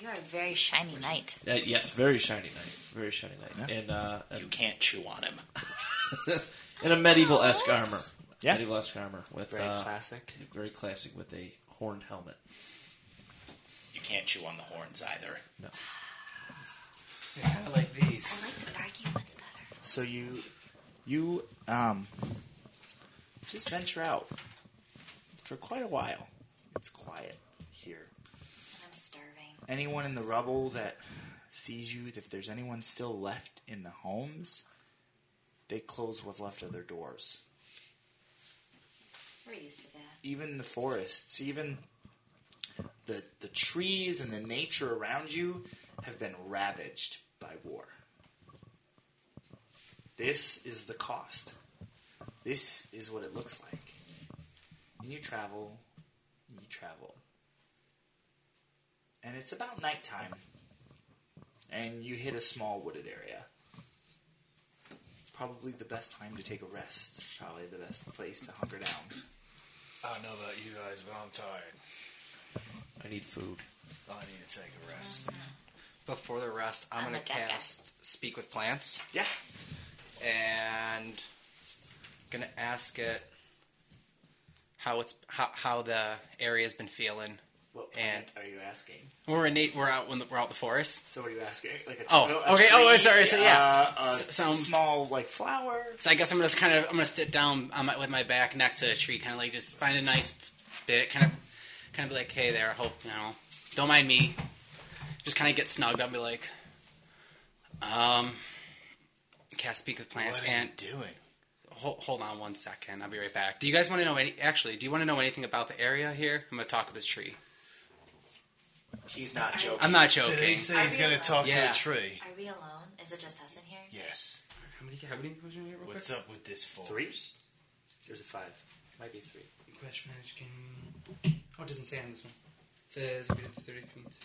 [SPEAKER 5] You are a very shiny knight.
[SPEAKER 3] uh, yes, very shiny knight, very shiny knight, and uh,
[SPEAKER 6] You can't chew on him.
[SPEAKER 3] in a medieval esque armor,
[SPEAKER 16] Yeah.
[SPEAKER 3] medieval esque armor with
[SPEAKER 16] Very
[SPEAKER 3] uh,
[SPEAKER 16] classic.
[SPEAKER 3] very classic with a horned helmet.
[SPEAKER 6] You can't chew on the horns either.
[SPEAKER 3] No.
[SPEAKER 4] kind of like
[SPEAKER 5] I
[SPEAKER 4] these.
[SPEAKER 5] like the barking ones better.
[SPEAKER 1] So you, you, um, just venture out for quite a while. It's quiet here.
[SPEAKER 5] I'm starving.
[SPEAKER 1] Anyone in the rubble that sees you, if there's anyone still left in the homes, they close what's left of their doors.
[SPEAKER 5] We're used to that.
[SPEAKER 1] Even the forests, even the the trees and the nature around you have been ravaged by war. This is the cost. This is what it looks like. And you travel, you travel. And it's about nighttime. And you hit a small wooded area. Probably the best time to take a rest. Probably the best place to hunker down.
[SPEAKER 12] I don't know about you guys, but I'm tired.
[SPEAKER 3] I need food.
[SPEAKER 12] I need to take a rest.
[SPEAKER 4] Before the rest, I'm,
[SPEAKER 5] I'm
[SPEAKER 4] gonna
[SPEAKER 5] a gaga.
[SPEAKER 4] cast Speak with Plants
[SPEAKER 1] Yeah.
[SPEAKER 4] and gonna ask it how it's how, how the area's been feeling.
[SPEAKER 1] What
[SPEAKER 4] And-
[SPEAKER 1] plant are you asking?
[SPEAKER 4] We're in Nate. We're out when the, we're out in the forest.
[SPEAKER 1] So what are you asking? Like a
[SPEAKER 4] Oh,
[SPEAKER 1] no, a
[SPEAKER 4] okay. Oh,
[SPEAKER 1] tree,
[SPEAKER 4] sorry, so, yeah.
[SPEAKER 1] Uh, a
[SPEAKER 4] S- some-
[SPEAKER 1] small like flower.
[SPEAKER 4] So I guess I'm gonna kind of I'm gonna sit down on my, with my back next to a tree, kind of like just find a nice bit, kind of kind of be like, hey there, I hope you know, don't mind me. Just kind of get snugged. I'll be like, um, cast speak with plants
[SPEAKER 12] What
[SPEAKER 4] and
[SPEAKER 12] are you doing?
[SPEAKER 4] Hol- hold on one second. I'll be right back. Do you guys want to know any? Actually, do you want to know anything about the area here? I'm gonna talk with this tree.
[SPEAKER 1] He's not joking.
[SPEAKER 4] I'm not
[SPEAKER 12] Did he
[SPEAKER 4] joking.
[SPEAKER 12] say he's
[SPEAKER 5] I
[SPEAKER 12] going to
[SPEAKER 5] realize-
[SPEAKER 12] talk to
[SPEAKER 4] Yeah.
[SPEAKER 12] a tree?
[SPEAKER 5] Are we alone? Is it just us in here?
[SPEAKER 12] Yes.
[SPEAKER 4] How many? How many? questions you got real quick?
[SPEAKER 12] What's up with this force?
[SPEAKER 1] Three? There's a five. Might be three.
[SPEAKER 4] Crash Manage can. Oh, it doesn't say on this one. It says we did the 30 minutes.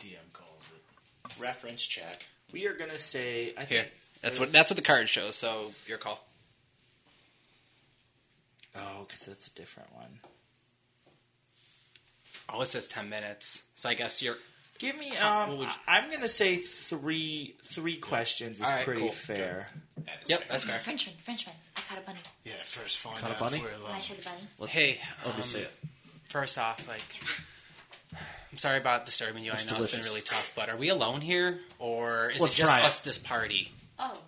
[SPEAKER 12] DM calls it.
[SPEAKER 1] Reference check. We are gonna say. I think
[SPEAKER 4] Here, that's what that's what the card shows. So your call.
[SPEAKER 1] Oh, because that's a different one.
[SPEAKER 4] Oh, it says 10 minutes. So I guess you're.
[SPEAKER 1] Give me.
[SPEAKER 4] How-
[SPEAKER 1] Um,
[SPEAKER 4] what would you-
[SPEAKER 1] I- I'm gonna say three. Three questions is
[SPEAKER 4] All right,
[SPEAKER 1] pretty
[SPEAKER 4] cool.
[SPEAKER 1] fair. That is
[SPEAKER 4] Yep, that's fair.
[SPEAKER 5] Frenchman, Frenchman. I caught a bunny.
[SPEAKER 12] Yeah, first find
[SPEAKER 3] Caught a
[SPEAKER 12] out um,
[SPEAKER 3] bunny?
[SPEAKER 12] if we're alone.
[SPEAKER 5] I should a bunny.
[SPEAKER 4] Hey,
[SPEAKER 16] Oh,
[SPEAKER 3] Let me
[SPEAKER 4] um,
[SPEAKER 3] see it.
[SPEAKER 4] first off, like, I'm sorry about disturbing you. I
[SPEAKER 3] It's
[SPEAKER 4] know it's
[SPEAKER 3] delicious.
[SPEAKER 4] been really tough, but are we alone here, or is
[SPEAKER 3] Let's
[SPEAKER 4] it just
[SPEAKER 3] try it.
[SPEAKER 4] us this party?
[SPEAKER 5] Oh,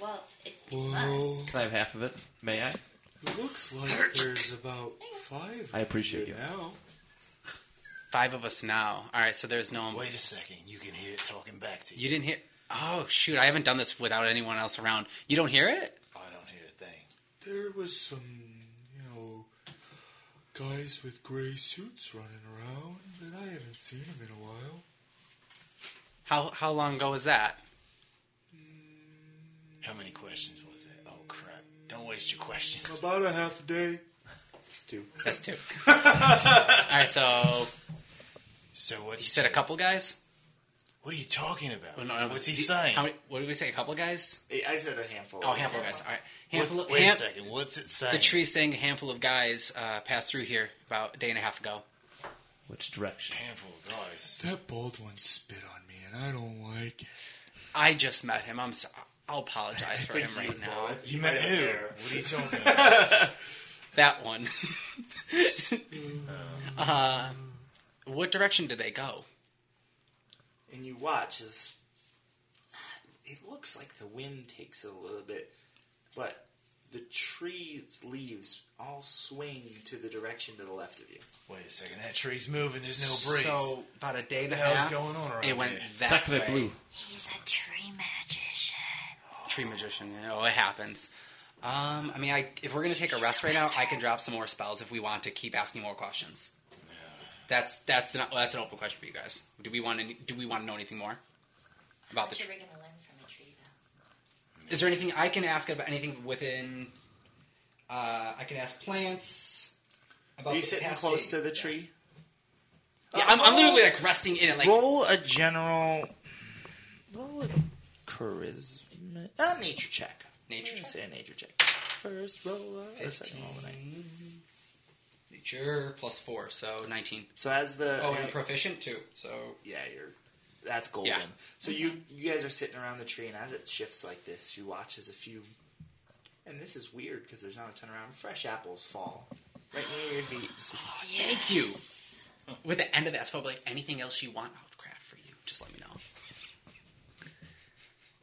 [SPEAKER 5] well, if you must.
[SPEAKER 3] Can I have half of it? May I?
[SPEAKER 12] Looks like there's about five.
[SPEAKER 3] I appreciate you.
[SPEAKER 12] Now.
[SPEAKER 4] Five of us now. All right, so there's no.
[SPEAKER 12] Wait a second. You can hear it talking back to you.
[SPEAKER 4] You didn't hear. Oh shoot! I haven't done this without anyone else around. You don't hear it?
[SPEAKER 12] I don't hear a thing. There was some, you know, guys with gray suits running around, but I haven't seen them in a while.
[SPEAKER 4] How how long ago was that?
[SPEAKER 12] How many questions was it? Oh crap! Don't waste your questions. About a half a day.
[SPEAKER 1] It's two.
[SPEAKER 4] That's two. All right, so
[SPEAKER 12] So what?
[SPEAKER 4] you said a couple guys.
[SPEAKER 12] What are you talking about?
[SPEAKER 4] Well, no, no,
[SPEAKER 12] What's he
[SPEAKER 4] you-
[SPEAKER 12] saying?
[SPEAKER 4] How many, what did we say? A couple guys?
[SPEAKER 1] I- I said a handful.
[SPEAKER 4] Oh, a handful of guys. All right,
[SPEAKER 12] What-
[SPEAKER 4] handful. of
[SPEAKER 12] wait
[SPEAKER 4] ham-
[SPEAKER 12] a second. What's it saying?
[SPEAKER 4] The tree saying a handful of guys uh, passed through here about a day and a half ago.
[SPEAKER 3] Which direction?
[SPEAKER 12] Handful of guys.
[SPEAKER 18] That bald one spit on me, and I don't like it.
[SPEAKER 4] I just met him. I'm. So- I'll apologize for him right now.
[SPEAKER 12] You met who? What are you talking about?
[SPEAKER 4] That one. uh, what direction did they go?
[SPEAKER 1] and you watch as it looks like the wind takes it a little bit, but the tree's leaves all swing to the direction to the left of you.
[SPEAKER 12] Wait a second. That tree's moving. There's no breeze.
[SPEAKER 4] So about a day and a
[SPEAKER 12] What the hell's
[SPEAKER 4] half.
[SPEAKER 12] going on around
[SPEAKER 4] It went
[SPEAKER 12] here?
[SPEAKER 4] that
[SPEAKER 3] Suck for
[SPEAKER 4] way.
[SPEAKER 3] that blue.
[SPEAKER 5] He's a tree magician.
[SPEAKER 4] Tree magician. You know, it happens. Um, I mean, I, if we're gonna take a rest right now, I can drop some more spells if we want to keep asking more questions. That's that's an, that's an open question for you guys. Do we want to do we want to know anything more about the?
[SPEAKER 5] What
[SPEAKER 4] Tree?
[SPEAKER 5] are we gonna learn from a tree, though?
[SPEAKER 4] Is there anything I can ask about anything within? Uh, I can ask plants. About
[SPEAKER 1] Are you
[SPEAKER 4] the
[SPEAKER 1] sitting
[SPEAKER 4] past
[SPEAKER 1] close
[SPEAKER 4] day.
[SPEAKER 1] to the tree?
[SPEAKER 4] Yeah, I'm, I'm literally like resting in it. Like
[SPEAKER 1] Roll a general. Roll a charisma. A nature check.
[SPEAKER 4] Nature
[SPEAKER 1] Yeah,
[SPEAKER 4] check.
[SPEAKER 1] Say a nature check. First roll of. Or second roll of the night.
[SPEAKER 4] Nature plus four, so nineteen.
[SPEAKER 1] So as the.
[SPEAKER 4] Oh, and I'm proficient too, so
[SPEAKER 1] yeah, you're. That's golden.
[SPEAKER 4] Yeah.
[SPEAKER 1] So you you guys are sitting around the tree, and as it shifts like this, you watch as a few. And this is weird because there's not a ton around. Fresh apples fall right near your feet.
[SPEAKER 4] Thank you. With the end of that spell, I'll be like anything else you want, I'll craft for you. Just let me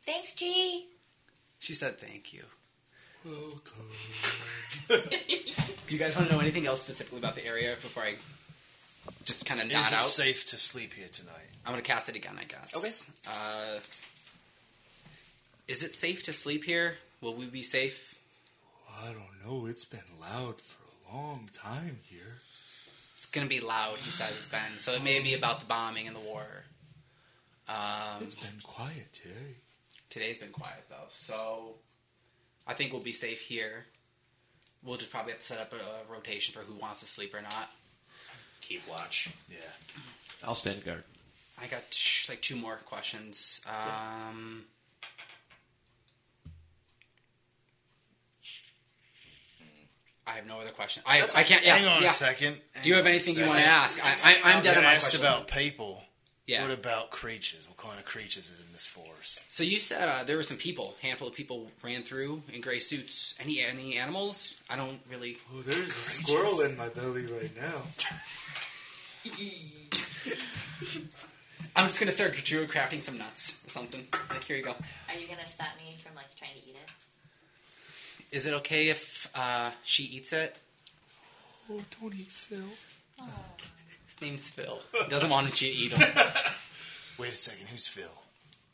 [SPEAKER 5] Thanks, G.
[SPEAKER 4] She said thank you.
[SPEAKER 12] Welcome.
[SPEAKER 4] Do you guys want to know anything else specifically about the area before I just kind of
[SPEAKER 19] Is
[SPEAKER 4] nod
[SPEAKER 19] it
[SPEAKER 4] out?
[SPEAKER 19] safe to sleep here tonight?
[SPEAKER 4] I'm gonna cast it again, I guess.
[SPEAKER 19] Okay.
[SPEAKER 4] Uh, is it safe to sleep here? Will we be safe?
[SPEAKER 12] I don't know. It's been loud for a long time here.
[SPEAKER 4] It's gonna be loud. He says it's been so. It may be about the bombing and the war. Um,
[SPEAKER 12] It's been quiet today.
[SPEAKER 4] today's been quiet though, so I think we'll be safe here. We'll just probably have to set up a, a rotation for who wants to sleep or not.
[SPEAKER 1] Keep watch.
[SPEAKER 3] I'll stand guard.
[SPEAKER 4] I got sh- like two more questions. Um, I have no other questions. I, I can't. Yeah,
[SPEAKER 19] Hang on
[SPEAKER 4] yeah.
[SPEAKER 19] a second.
[SPEAKER 4] Do you have anything you want to ask? I, I, I'm
[SPEAKER 19] I'm
[SPEAKER 4] dead on my
[SPEAKER 19] asked
[SPEAKER 4] question.
[SPEAKER 19] about people.
[SPEAKER 4] yeah.
[SPEAKER 19] What about creatures? What kind of creatures is in this forest?
[SPEAKER 4] so you said uh, there were some people, handful of people ran through in gray suits. Any any animals? I don't really.
[SPEAKER 12] Oh, there's a squirrel in my belly right now.
[SPEAKER 4] I'm just gonna start druid crafting some nuts or something. Like here you go.
[SPEAKER 5] Are you gonna stop me from like trying to eat it?
[SPEAKER 4] Is it okay if uh, she eats it?
[SPEAKER 12] Oh, don't eat Phil.
[SPEAKER 4] His name's Phil. He doesn't want you to eat him.
[SPEAKER 19] Wait a second. Who's Phil?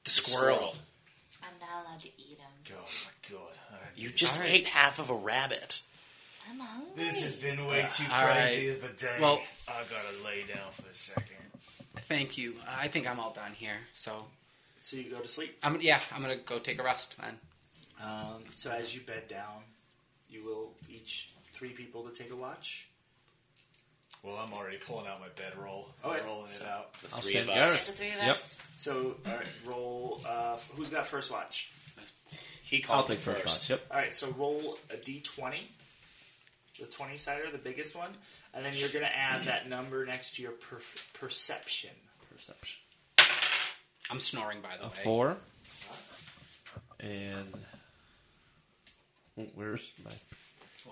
[SPEAKER 1] The squirrel.
[SPEAKER 5] I'm not allowed to eat them.
[SPEAKER 19] Oh my god. All right.
[SPEAKER 1] You just
[SPEAKER 4] All right.
[SPEAKER 1] ate half of a rabbit.
[SPEAKER 5] I'm hungry.
[SPEAKER 20] This has been way too
[SPEAKER 4] all right.
[SPEAKER 20] crazy of a day.
[SPEAKER 4] Well-
[SPEAKER 20] I gotta lay down for a second.
[SPEAKER 4] Thank you. I think I'm all done here. So
[SPEAKER 1] So you go to sleep.
[SPEAKER 4] I'm yeah. I'm gonna go take a rest, man.
[SPEAKER 1] Um, so as you bed down, you will each three people to take a watch.
[SPEAKER 20] Well, I'm already pulling out my bedroll.
[SPEAKER 1] All right.
[SPEAKER 20] I'm rolling
[SPEAKER 1] So-
[SPEAKER 20] it out.
[SPEAKER 1] The
[SPEAKER 3] I'll
[SPEAKER 1] three
[SPEAKER 3] stand
[SPEAKER 1] of us.
[SPEAKER 5] the three of us.
[SPEAKER 1] So all right, roll. Uh, who's got first watch? He
[SPEAKER 3] I'll
[SPEAKER 1] called
[SPEAKER 3] take
[SPEAKER 1] it
[SPEAKER 3] first watch. Yep.
[SPEAKER 1] All right, so roll a d20, the 20 sider, the biggest one, and then you're going to add that number next to your per- perception.
[SPEAKER 3] Perception.
[SPEAKER 4] I'm snoring by the
[SPEAKER 3] A
[SPEAKER 4] way.
[SPEAKER 3] four. And oh, where's my?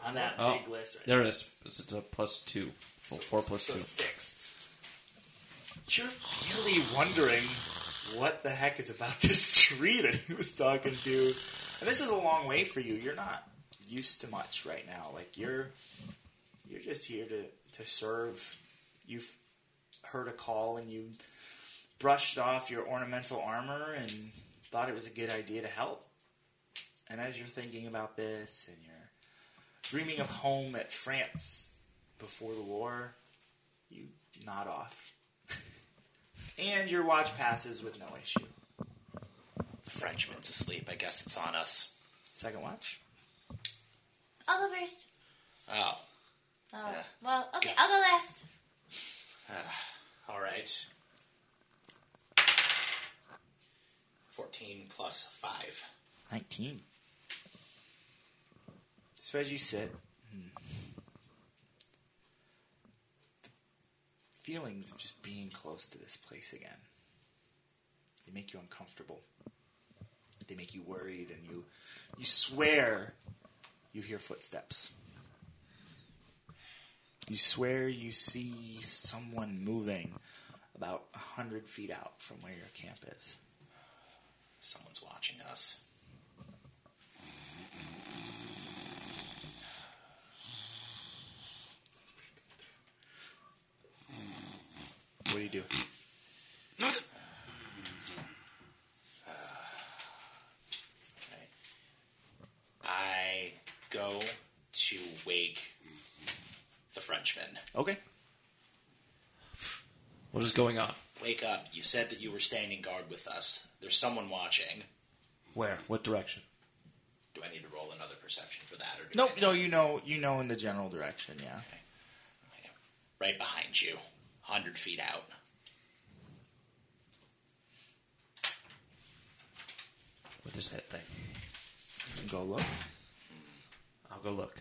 [SPEAKER 1] On that
[SPEAKER 3] Oh,
[SPEAKER 1] big list, right?
[SPEAKER 3] There it is. It's, it's a plus two. Four, four plus
[SPEAKER 1] so
[SPEAKER 3] two.
[SPEAKER 1] six.
[SPEAKER 20] You're really wondering
[SPEAKER 1] What the heck is about this tree that he was talking to? And this is a long way for you. You're not used to much right now. Like you're, you're just here to to serve. You've heard a call and you brushed off your ornamental armor and thought it was a good idea to help. And as you're thinking about this and you're dreaming of home at France before the war, you nod off. and your watch passes with no issue.
[SPEAKER 6] The Frenchman's asleep. I guess it's on us.
[SPEAKER 1] Second watch?
[SPEAKER 5] Oliver's.
[SPEAKER 6] Oh,
[SPEAKER 5] Oh,
[SPEAKER 6] Yeah.
[SPEAKER 5] well, okay, I'll go last.
[SPEAKER 6] all right.
[SPEAKER 1] 14 plus 5. 19. So as you sit, the feelings of just being close to this place again. They make you uncomfortable. They make you worried and you you swear you hear footsteps. You swear you see someone moving about a hundred feet out from where your camp is.
[SPEAKER 6] Someone's watching us.
[SPEAKER 1] What do you do?
[SPEAKER 6] I go to wake the Frenchman.
[SPEAKER 1] Okay.
[SPEAKER 3] What is going on?
[SPEAKER 6] Wake up. You said that you were standing guard with us. There's someone watching.
[SPEAKER 3] Where? What direction?
[SPEAKER 6] Do I need to roll another perception for that? Or do
[SPEAKER 1] Nope.
[SPEAKER 6] I know?
[SPEAKER 1] No, you know, you know, in the general direction. Yeah.
[SPEAKER 6] Right behind you. 100 feet out.
[SPEAKER 3] What is that thing?
[SPEAKER 1] You can go look.
[SPEAKER 3] I'll go look.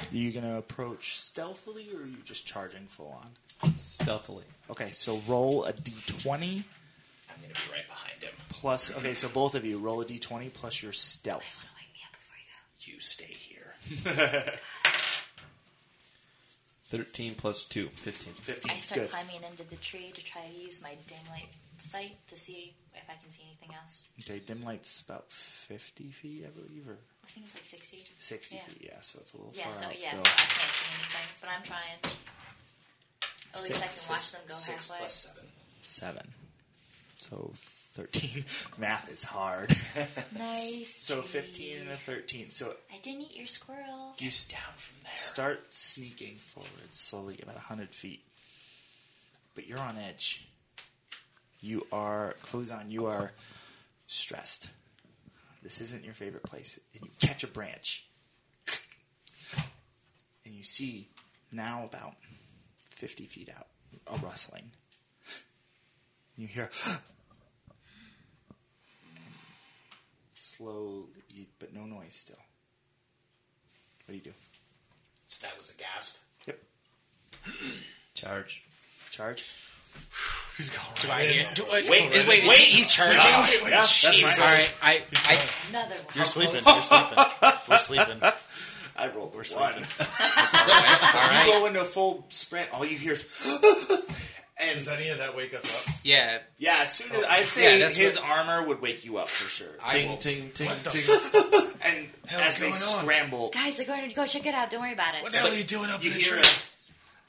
[SPEAKER 1] Are you gonna approach stealthily, or are you just charging full on?
[SPEAKER 3] Stealthily.
[SPEAKER 1] Okay, so roll a d20
[SPEAKER 6] I'm going to be right behind him.
[SPEAKER 1] plus. Okay, so both of you roll a d20 plus your stealth.
[SPEAKER 5] Wake me up before you go.
[SPEAKER 6] You stay here.
[SPEAKER 3] 13 plus 2, 15.
[SPEAKER 1] 15.
[SPEAKER 5] I start
[SPEAKER 1] Good.
[SPEAKER 5] climbing into the tree to try to use my dim light sight to see if I can see anything else.
[SPEAKER 1] Okay, dim light's about 50 feet, I believe, or
[SPEAKER 5] I think it's like 60.
[SPEAKER 1] 60
[SPEAKER 5] yeah.
[SPEAKER 1] feet, yeah, so it's a little
[SPEAKER 5] Yeah,
[SPEAKER 1] far
[SPEAKER 5] so
[SPEAKER 1] out.
[SPEAKER 5] yeah, so.
[SPEAKER 1] still.
[SPEAKER 5] I can't see anything, but I'm trying. At least I
[SPEAKER 1] Six
[SPEAKER 5] can watch them go
[SPEAKER 6] Six
[SPEAKER 5] halfway.
[SPEAKER 6] plus seven.
[SPEAKER 1] Seven. So 13. Math is hard.
[SPEAKER 5] Nice.
[SPEAKER 1] so 15 and a 13. So
[SPEAKER 5] I didn't eat your squirrel.
[SPEAKER 1] you s- down from there. Start sneaking forward slowly, about 100 feet. But you're on edge. You are, clothes on, you are stressed. This isn't your favorite place. And you catch a branch. And you see now about 50 feet out a rustling. You hear. Slowly, but no noise still. What do you do?
[SPEAKER 6] So that was a gasp.
[SPEAKER 1] Yep.
[SPEAKER 3] Charge.
[SPEAKER 1] Charge.
[SPEAKER 4] Do I get? Do, wait,
[SPEAKER 6] Wait,
[SPEAKER 4] wait, wait,
[SPEAKER 6] wait.
[SPEAKER 4] he's charging.
[SPEAKER 1] Oh, Yeah, that's
[SPEAKER 4] All right, I, I,
[SPEAKER 5] Another one.
[SPEAKER 21] You're sleeping. You're sleeping. We're sleeping.
[SPEAKER 1] I rolled. We're one.
[SPEAKER 4] all
[SPEAKER 1] You
[SPEAKER 4] right.
[SPEAKER 1] go into full sprint. All you hear is
[SPEAKER 12] Does any of that wake us up?
[SPEAKER 4] Yeah,
[SPEAKER 1] yeah. As soon as I'd
[SPEAKER 4] Yeah,
[SPEAKER 1] say
[SPEAKER 4] that's
[SPEAKER 1] his
[SPEAKER 4] what-
[SPEAKER 1] armor would wake you up for sure.
[SPEAKER 4] I will.
[SPEAKER 3] ting, ting, ting.
[SPEAKER 1] And as they
[SPEAKER 12] going on?
[SPEAKER 1] scramble,
[SPEAKER 5] Guys, they're going to go check it out. Don't worry about it.
[SPEAKER 12] What the hell are you doing up
[SPEAKER 1] you
[SPEAKER 12] in the
[SPEAKER 1] hear
[SPEAKER 12] tree?
[SPEAKER 1] it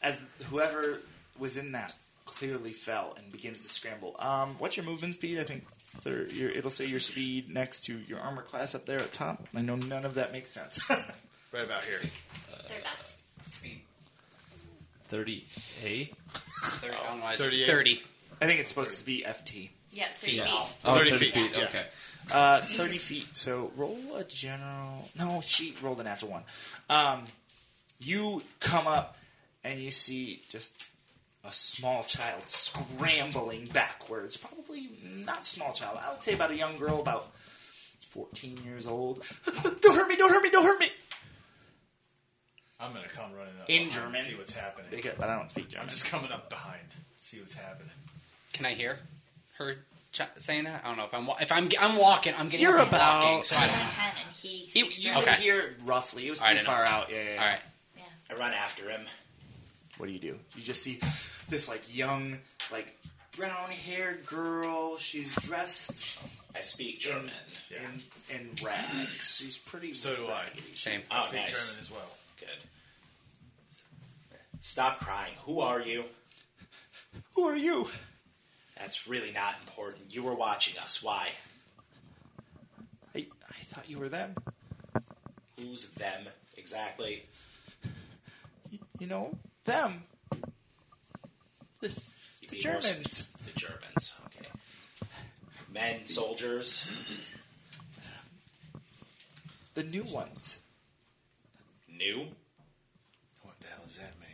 [SPEAKER 1] as whoever was in that clearly fell and begins to scramble. Um, what's your movement speed? I think thir- your, it'll say your speed next to your armor class up there at top. I know none of that makes sense.
[SPEAKER 12] Right about here.
[SPEAKER 5] They're not.
[SPEAKER 3] 30A.
[SPEAKER 4] 30,
[SPEAKER 3] Oh,
[SPEAKER 4] I don't know why I said
[SPEAKER 22] 38.
[SPEAKER 4] 30.
[SPEAKER 1] I think it's supposed to be FT.
[SPEAKER 5] Yeah, three
[SPEAKER 3] Yeah.
[SPEAKER 5] feet.
[SPEAKER 3] Oh,
[SPEAKER 22] 30
[SPEAKER 3] 30,
[SPEAKER 22] feet,
[SPEAKER 3] feet.
[SPEAKER 22] yeah.
[SPEAKER 3] Okay.
[SPEAKER 1] Uh, 30 feet. So roll a general. No, she rolled a natural one. Um, you come up and you see just a small child scrambling backwards. Probably not small child. I would say about a young girl, about 14 years old. don't hurt me! Don't hurt me! Don't hurt me!
[SPEAKER 12] I'm gonna come running up
[SPEAKER 1] In
[SPEAKER 12] behind,
[SPEAKER 1] German.
[SPEAKER 12] See what's happening.
[SPEAKER 1] They get- But I don't speak German.
[SPEAKER 12] I'm just coming up behind. See what's happening.
[SPEAKER 4] Can I hear her ch- saying that? I don't know if I'm wa- if I'm I'm walking. I'm getting
[SPEAKER 1] You're
[SPEAKER 4] up, I'm
[SPEAKER 1] about-
[SPEAKER 4] walking, so I
[SPEAKER 5] Because
[SPEAKER 4] don't
[SPEAKER 5] I
[SPEAKER 4] know.
[SPEAKER 5] can, and he.
[SPEAKER 1] You,
[SPEAKER 5] sneaks
[SPEAKER 1] you
[SPEAKER 5] around.
[SPEAKER 4] Okay.
[SPEAKER 1] would hear roughly. It was
[SPEAKER 4] All right,
[SPEAKER 1] pretty
[SPEAKER 4] I
[SPEAKER 1] far
[SPEAKER 4] know.
[SPEAKER 1] out. Yeah, yeah, yeah.
[SPEAKER 4] All right.
[SPEAKER 5] Yeah.
[SPEAKER 6] I run after him.
[SPEAKER 1] What do you do? You just see this like young, like brown haired girl. She's dressed
[SPEAKER 6] I speak German.
[SPEAKER 1] in, in rags. She's pretty.
[SPEAKER 12] So do I.
[SPEAKER 4] Same.
[SPEAKER 6] Oh,
[SPEAKER 12] Speak
[SPEAKER 6] nice.
[SPEAKER 12] German as well.
[SPEAKER 6] Good. Stop crying. Who are you?
[SPEAKER 1] Who are you?
[SPEAKER 6] That's really not important. You were watching us. Why?
[SPEAKER 1] I, I thought you were them.
[SPEAKER 6] Who's them exactly?
[SPEAKER 1] Y- You know them. The,
[SPEAKER 6] You'd
[SPEAKER 1] the
[SPEAKER 6] be more sp-
[SPEAKER 1] Germans.
[SPEAKER 6] the Germans. Okay. Men, soldiers,
[SPEAKER 1] The new ones.
[SPEAKER 6] new.
[SPEAKER 12] What the hell does that mean?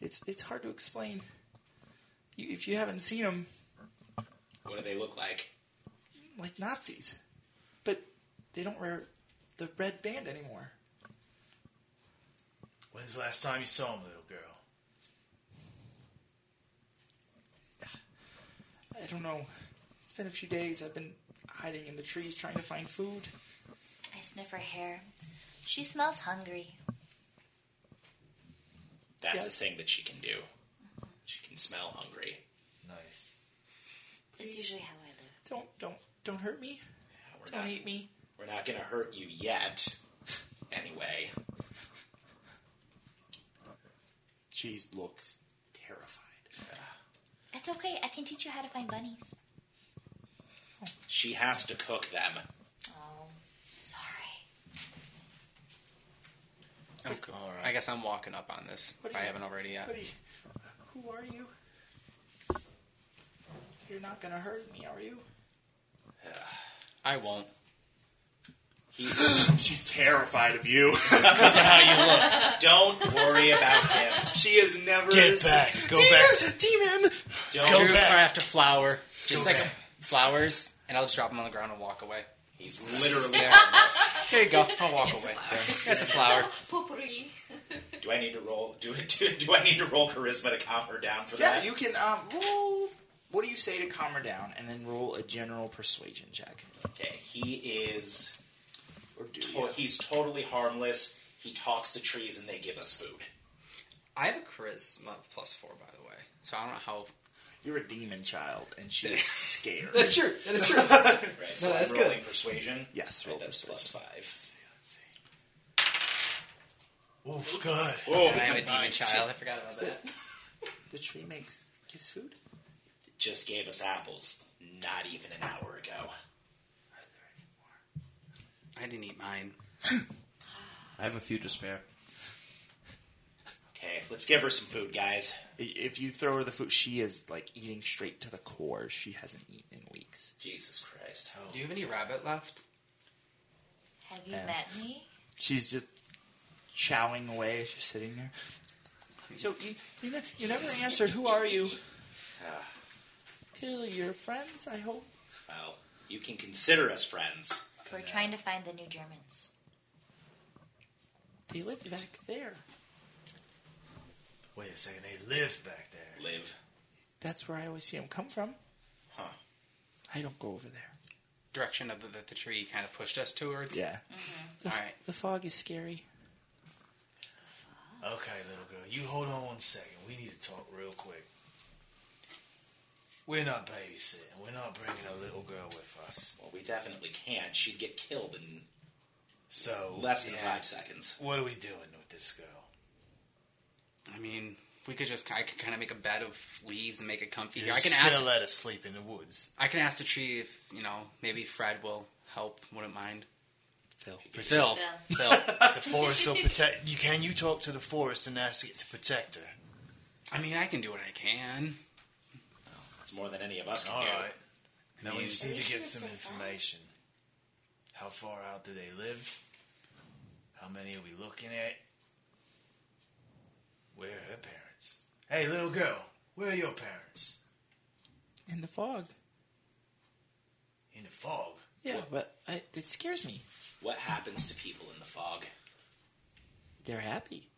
[SPEAKER 1] It's it's hard to explain. You, if you haven't seen them,
[SPEAKER 6] What do they look like?
[SPEAKER 1] like Nazis, but they don't wear the red band anymore.
[SPEAKER 12] When's the last time you saw him, little girl?
[SPEAKER 1] I don't know. It's been a few days. I've been hiding in the trees trying to find food.
[SPEAKER 5] I sniff her hair. She smells hungry.
[SPEAKER 6] That's a
[SPEAKER 1] Yes.
[SPEAKER 6] thing that she can do. She can smell hungry.
[SPEAKER 12] Nice.
[SPEAKER 5] That's usually how I live.
[SPEAKER 1] Don't don't don't hurt me.
[SPEAKER 6] Yeah, we're
[SPEAKER 1] Don't
[SPEAKER 6] not,
[SPEAKER 1] eat me.
[SPEAKER 6] we're not going to hurt you yet. Anyway,
[SPEAKER 1] She looks terrified.
[SPEAKER 5] It's okay. I can teach you how to find bunnies.
[SPEAKER 6] she has to cook them.
[SPEAKER 5] Oh, sorry.
[SPEAKER 4] I'm, I guess I'm walking up on this
[SPEAKER 1] What
[SPEAKER 4] if
[SPEAKER 1] do
[SPEAKER 4] I
[SPEAKER 1] you-
[SPEAKER 4] haven't already yet.
[SPEAKER 1] Buddy, who are you? You're not gonna hurt me, are you?
[SPEAKER 4] I won't.
[SPEAKER 6] He's,
[SPEAKER 1] She's terrified of you.
[SPEAKER 6] don't worry about him.
[SPEAKER 1] she has never
[SPEAKER 12] Get back. Go back.
[SPEAKER 1] demon.
[SPEAKER 6] Don't
[SPEAKER 4] Drew
[SPEAKER 12] back.
[SPEAKER 4] cry after flower, just like flowers, and I'll just drop them on the ground and walk away.
[SPEAKER 6] He's literally
[SPEAKER 4] There you go. I'll walk away. There. That's a flower.
[SPEAKER 5] Potpourri.
[SPEAKER 6] Do I need to roll? Do, do, do I need to roll charisma to calm her down for
[SPEAKER 1] Yeah,
[SPEAKER 6] that?
[SPEAKER 1] you can um, roll. What do you say to calm her down, and then roll a general persuasion check?
[SPEAKER 6] Okay, he is.
[SPEAKER 1] Or do
[SPEAKER 6] to- He's totally harmless. He talks to trees and they give us food.
[SPEAKER 4] I have a charisma of plus four, by the way. So I don't know how.
[SPEAKER 1] You're a demon child, and she is scared.
[SPEAKER 4] That's true. That is true.
[SPEAKER 6] right, so
[SPEAKER 4] No, that's
[SPEAKER 6] I'm rolling
[SPEAKER 4] good.
[SPEAKER 6] persuasion.
[SPEAKER 1] Yes,
[SPEAKER 6] right,
[SPEAKER 1] roll
[SPEAKER 6] that's plus five.
[SPEAKER 12] Oh, good.
[SPEAKER 6] Whoa,
[SPEAKER 4] I am Oh, a
[SPEAKER 6] it's
[SPEAKER 4] demon
[SPEAKER 6] nice.
[SPEAKER 4] child. I forgot about that.
[SPEAKER 1] The tree makes gives food.
[SPEAKER 6] Just gave us apples not even an hour ago.
[SPEAKER 4] I didn't eat mine.
[SPEAKER 3] I have a few to spare.
[SPEAKER 6] Okay, let's give her some food, guys.
[SPEAKER 1] I- If you throw her the food, she is like eating straight to the core. She hasn't eaten in weeks.
[SPEAKER 6] Jesus Christ. Oh.
[SPEAKER 4] Do you have any rabbit left?
[SPEAKER 5] Have you
[SPEAKER 1] Yeah.
[SPEAKER 5] met me?
[SPEAKER 1] She's just chowing away as you're sitting there. So you you, ne- you never answered. Who are you? Till your friends, I hope.
[SPEAKER 6] Well, you can consider us friends.
[SPEAKER 5] We're trying to find the new Germans.
[SPEAKER 1] They live back there.
[SPEAKER 12] Wait a second, they live back there.
[SPEAKER 6] Live.
[SPEAKER 1] That's where I always see them come from.
[SPEAKER 6] Huh.
[SPEAKER 1] I don't go over there.
[SPEAKER 4] Direction of the, that the tree kind of pushed us towards.
[SPEAKER 1] Yeah.
[SPEAKER 4] All right.
[SPEAKER 1] The fog is scary.
[SPEAKER 12] Okay, little girl, you hold on one second. We need to talk real quick. We're not babysitting. We're not bringing a little girl with us.
[SPEAKER 6] Well, we definitely can't. She'd get killed in
[SPEAKER 12] So
[SPEAKER 6] less than
[SPEAKER 12] yeah,
[SPEAKER 6] five seconds.
[SPEAKER 12] What are we doing with this girl?
[SPEAKER 4] I mean, we could just. I could kind of make a bed of leaves and make it comfy
[SPEAKER 1] You're
[SPEAKER 4] here. I can
[SPEAKER 1] just
[SPEAKER 4] ask.
[SPEAKER 1] gonna
[SPEAKER 12] Let us sleep in the woods.
[SPEAKER 4] I can ask the tree if you know maybe Fred will help. Wouldn't mind.
[SPEAKER 1] Phil.
[SPEAKER 4] Phil. Phil.
[SPEAKER 5] Phil.
[SPEAKER 12] The forest will protect. You can you talk to the forest and ask it to protect her?
[SPEAKER 4] I mean, I can do what I can.
[SPEAKER 6] It's more than any of us can
[SPEAKER 12] All
[SPEAKER 6] do.
[SPEAKER 12] right.
[SPEAKER 4] I
[SPEAKER 12] Now we
[SPEAKER 4] mean,
[SPEAKER 12] just need
[SPEAKER 5] We
[SPEAKER 12] to
[SPEAKER 5] should
[SPEAKER 12] get
[SPEAKER 5] have
[SPEAKER 12] some
[SPEAKER 5] said that.
[SPEAKER 12] information. How far out do they live? How many are we looking at? Where are her parents? Hey, little girl, where are your parents?
[SPEAKER 1] In the fog.
[SPEAKER 12] In the fog.
[SPEAKER 1] Yeah, but I, it scares me.
[SPEAKER 6] What happens to people in the fog?
[SPEAKER 1] They're happy.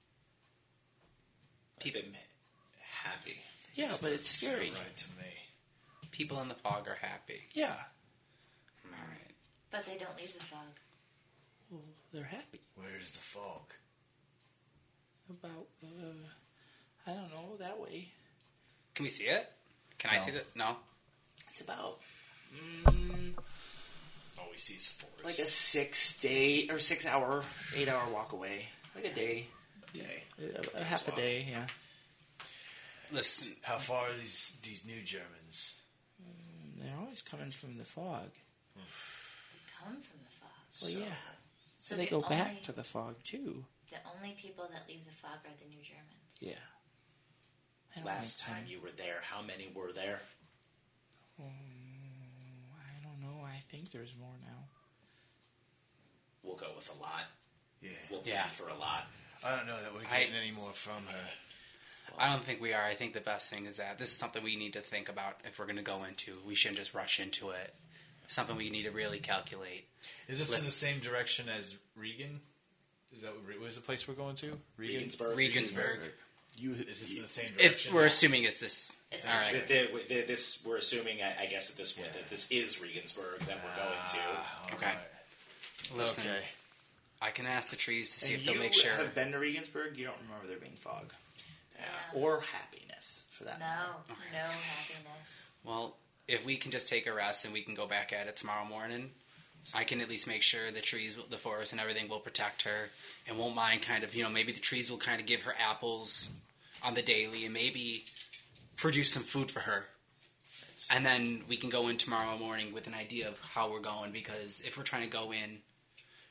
[SPEAKER 6] People happy.
[SPEAKER 1] Yeah,
[SPEAKER 12] This
[SPEAKER 1] but it's
[SPEAKER 12] doesn't sound
[SPEAKER 1] scary.
[SPEAKER 12] Right to me.
[SPEAKER 4] people in the fog are happy.
[SPEAKER 1] Yeah.
[SPEAKER 4] All right.
[SPEAKER 5] But they don't leave the fog.
[SPEAKER 1] Well, they're happy.
[SPEAKER 12] Where's the fog?
[SPEAKER 1] About, uh, I don't know, that way.
[SPEAKER 4] Can we see it? Can I see that? No.
[SPEAKER 1] It's about, mm,
[SPEAKER 12] All we see is forest.
[SPEAKER 1] like a six day, or six hour, eight hour walk away. Like a day.
[SPEAKER 6] Okay.
[SPEAKER 1] A, a half a day, yeah.
[SPEAKER 4] Listen,
[SPEAKER 12] How far are these these new Germans?
[SPEAKER 1] They're always coming from the fog.
[SPEAKER 5] They come from the fog.
[SPEAKER 1] Well,
[SPEAKER 12] So-
[SPEAKER 1] yeah. So
[SPEAKER 5] So
[SPEAKER 1] they
[SPEAKER 5] the
[SPEAKER 1] go
[SPEAKER 5] only-
[SPEAKER 1] back to the fog, too.
[SPEAKER 5] The only people that leave the fog are the new Germans.
[SPEAKER 1] Yeah. I don't
[SPEAKER 6] Last
[SPEAKER 1] like
[SPEAKER 6] time
[SPEAKER 1] them.
[SPEAKER 6] you were there, how many were there?
[SPEAKER 1] I don't know. I think there's more now.
[SPEAKER 6] We'll go with a lot.
[SPEAKER 12] Yeah.
[SPEAKER 6] We'll plan
[SPEAKER 4] Yeah.
[SPEAKER 6] for a lot.
[SPEAKER 12] I don't know that we're
[SPEAKER 4] I-
[SPEAKER 12] getting any more from her.
[SPEAKER 4] I don't think we are. I think the best thing is that this is something we need to think about if we're going to go into. We shouldn't just rush into it. Something we need to really calculate.
[SPEAKER 12] Is this
[SPEAKER 4] Let's-
[SPEAKER 12] in the same direction as Regan? Is that what- where's the place we're going to? Regan.
[SPEAKER 6] Regensburg.
[SPEAKER 4] Regensburg.
[SPEAKER 12] You, is this in the same direction?
[SPEAKER 4] It's. We're assuming it's this.
[SPEAKER 5] It's
[SPEAKER 4] All right.
[SPEAKER 6] Th- th- th- this, we're assuming, I, I guess, at this point,
[SPEAKER 12] Yeah.
[SPEAKER 6] that this is Regensburg that we're going to.
[SPEAKER 12] Ah, all
[SPEAKER 4] Okay.
[SPEAKER 12] right.
[SPEAKER 4] Listen,
[SPEAKER 12] Okay.
[SPEAKER 4] I can ask the trees to see
[SPEAKER 1] And
[SPEAKER 4] if they'll
[SPEAKER 1] you
[SPEAKER 4] make sure.
[SPEAKER 1] have been to Regensburg, you don't remember there being fog.
[SPEAKER 5] Yeah.
[SPEAKER 1] Or happiness, for that matter.
[SPEAKER 5] No, no happiness.
[SPEAKER 4] Well, if we can just take a rest and we can go back at it tomorrow morning, I can at least make sure the trees, the forest, and everything will protect her and won't mind. Kind of, you know, maybe the trees will kind of give her apples on the daily and maybe produce some food for her. And then we can go in tomorrow morning with an idea of how we're going because if we're trying to go in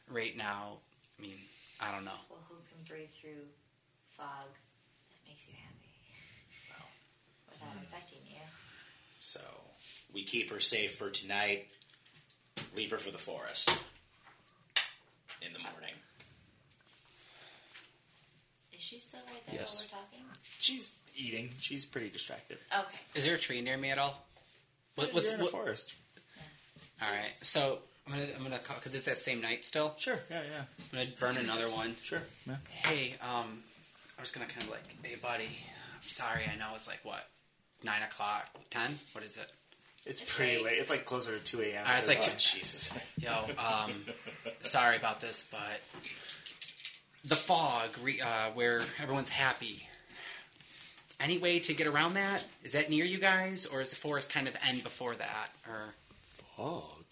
[SPEAKER 4] right now, I mean, I don't know.
[SPEAKER 5] Well, who can breathe through fog that makes you happy? Without
[SPEAKER 1] hmm.
[SPEAKER 5] affecting you.
[SPEAKER 6] So we keep her safe for tonight, leave her for the forest in the morning.
[SPEAKER 5] Is she still right there
[SPEAKER 1] Yes.
[SPEAKER 5] while we're talking?
[SPEAKER 1] She's eating. She's pretty distracted.
[SPEAKER 5] Okay.
[SPEAKER 4] Is there a tree near me at all? What,
[SPEAKER 1] You're
[SPEAKER 4] what's
[SPEAKER 1] in a
[SPEAKER 4] what, all
[SPEAKER 1] forest.
[SPEAKER 4] right? So I'm gonna I'm gonna call because it's that same night still.
[SPEAKER 1] Sure. Yeah, yeah.
[SPEAKER 4] I'm gonna burn another one.
[SPEAKER 1] Sure. Yeah.
[SPEAKER 4] Hey, um, I'm just gonna kind of like, hey, buddy, I'm sorry. I know it's like what, nine o'clock, ten? What is it?
[SPEAKER 1] It's,
[SPEAKER 5] It's
[SPEAKER 1] pretty
[SPEAKER 5] late.
[SPEAKER 1] late. It's like closer to 2 a.m.
[SPEAKER 4] Uh, it's like
[SPEAKER 1] There's
[SPEAKER 4] two-
[SPEAKER 1] lunch.
[SPEAKER 6] Jesus.
[SPEAKER 4] Yo, um, sorry about this, but the fog re, uh, where everyone's happy. Any way to get around that? Is that near you guys, or is the forest kind of end before that? Or
[SPEAKER 23] Fog?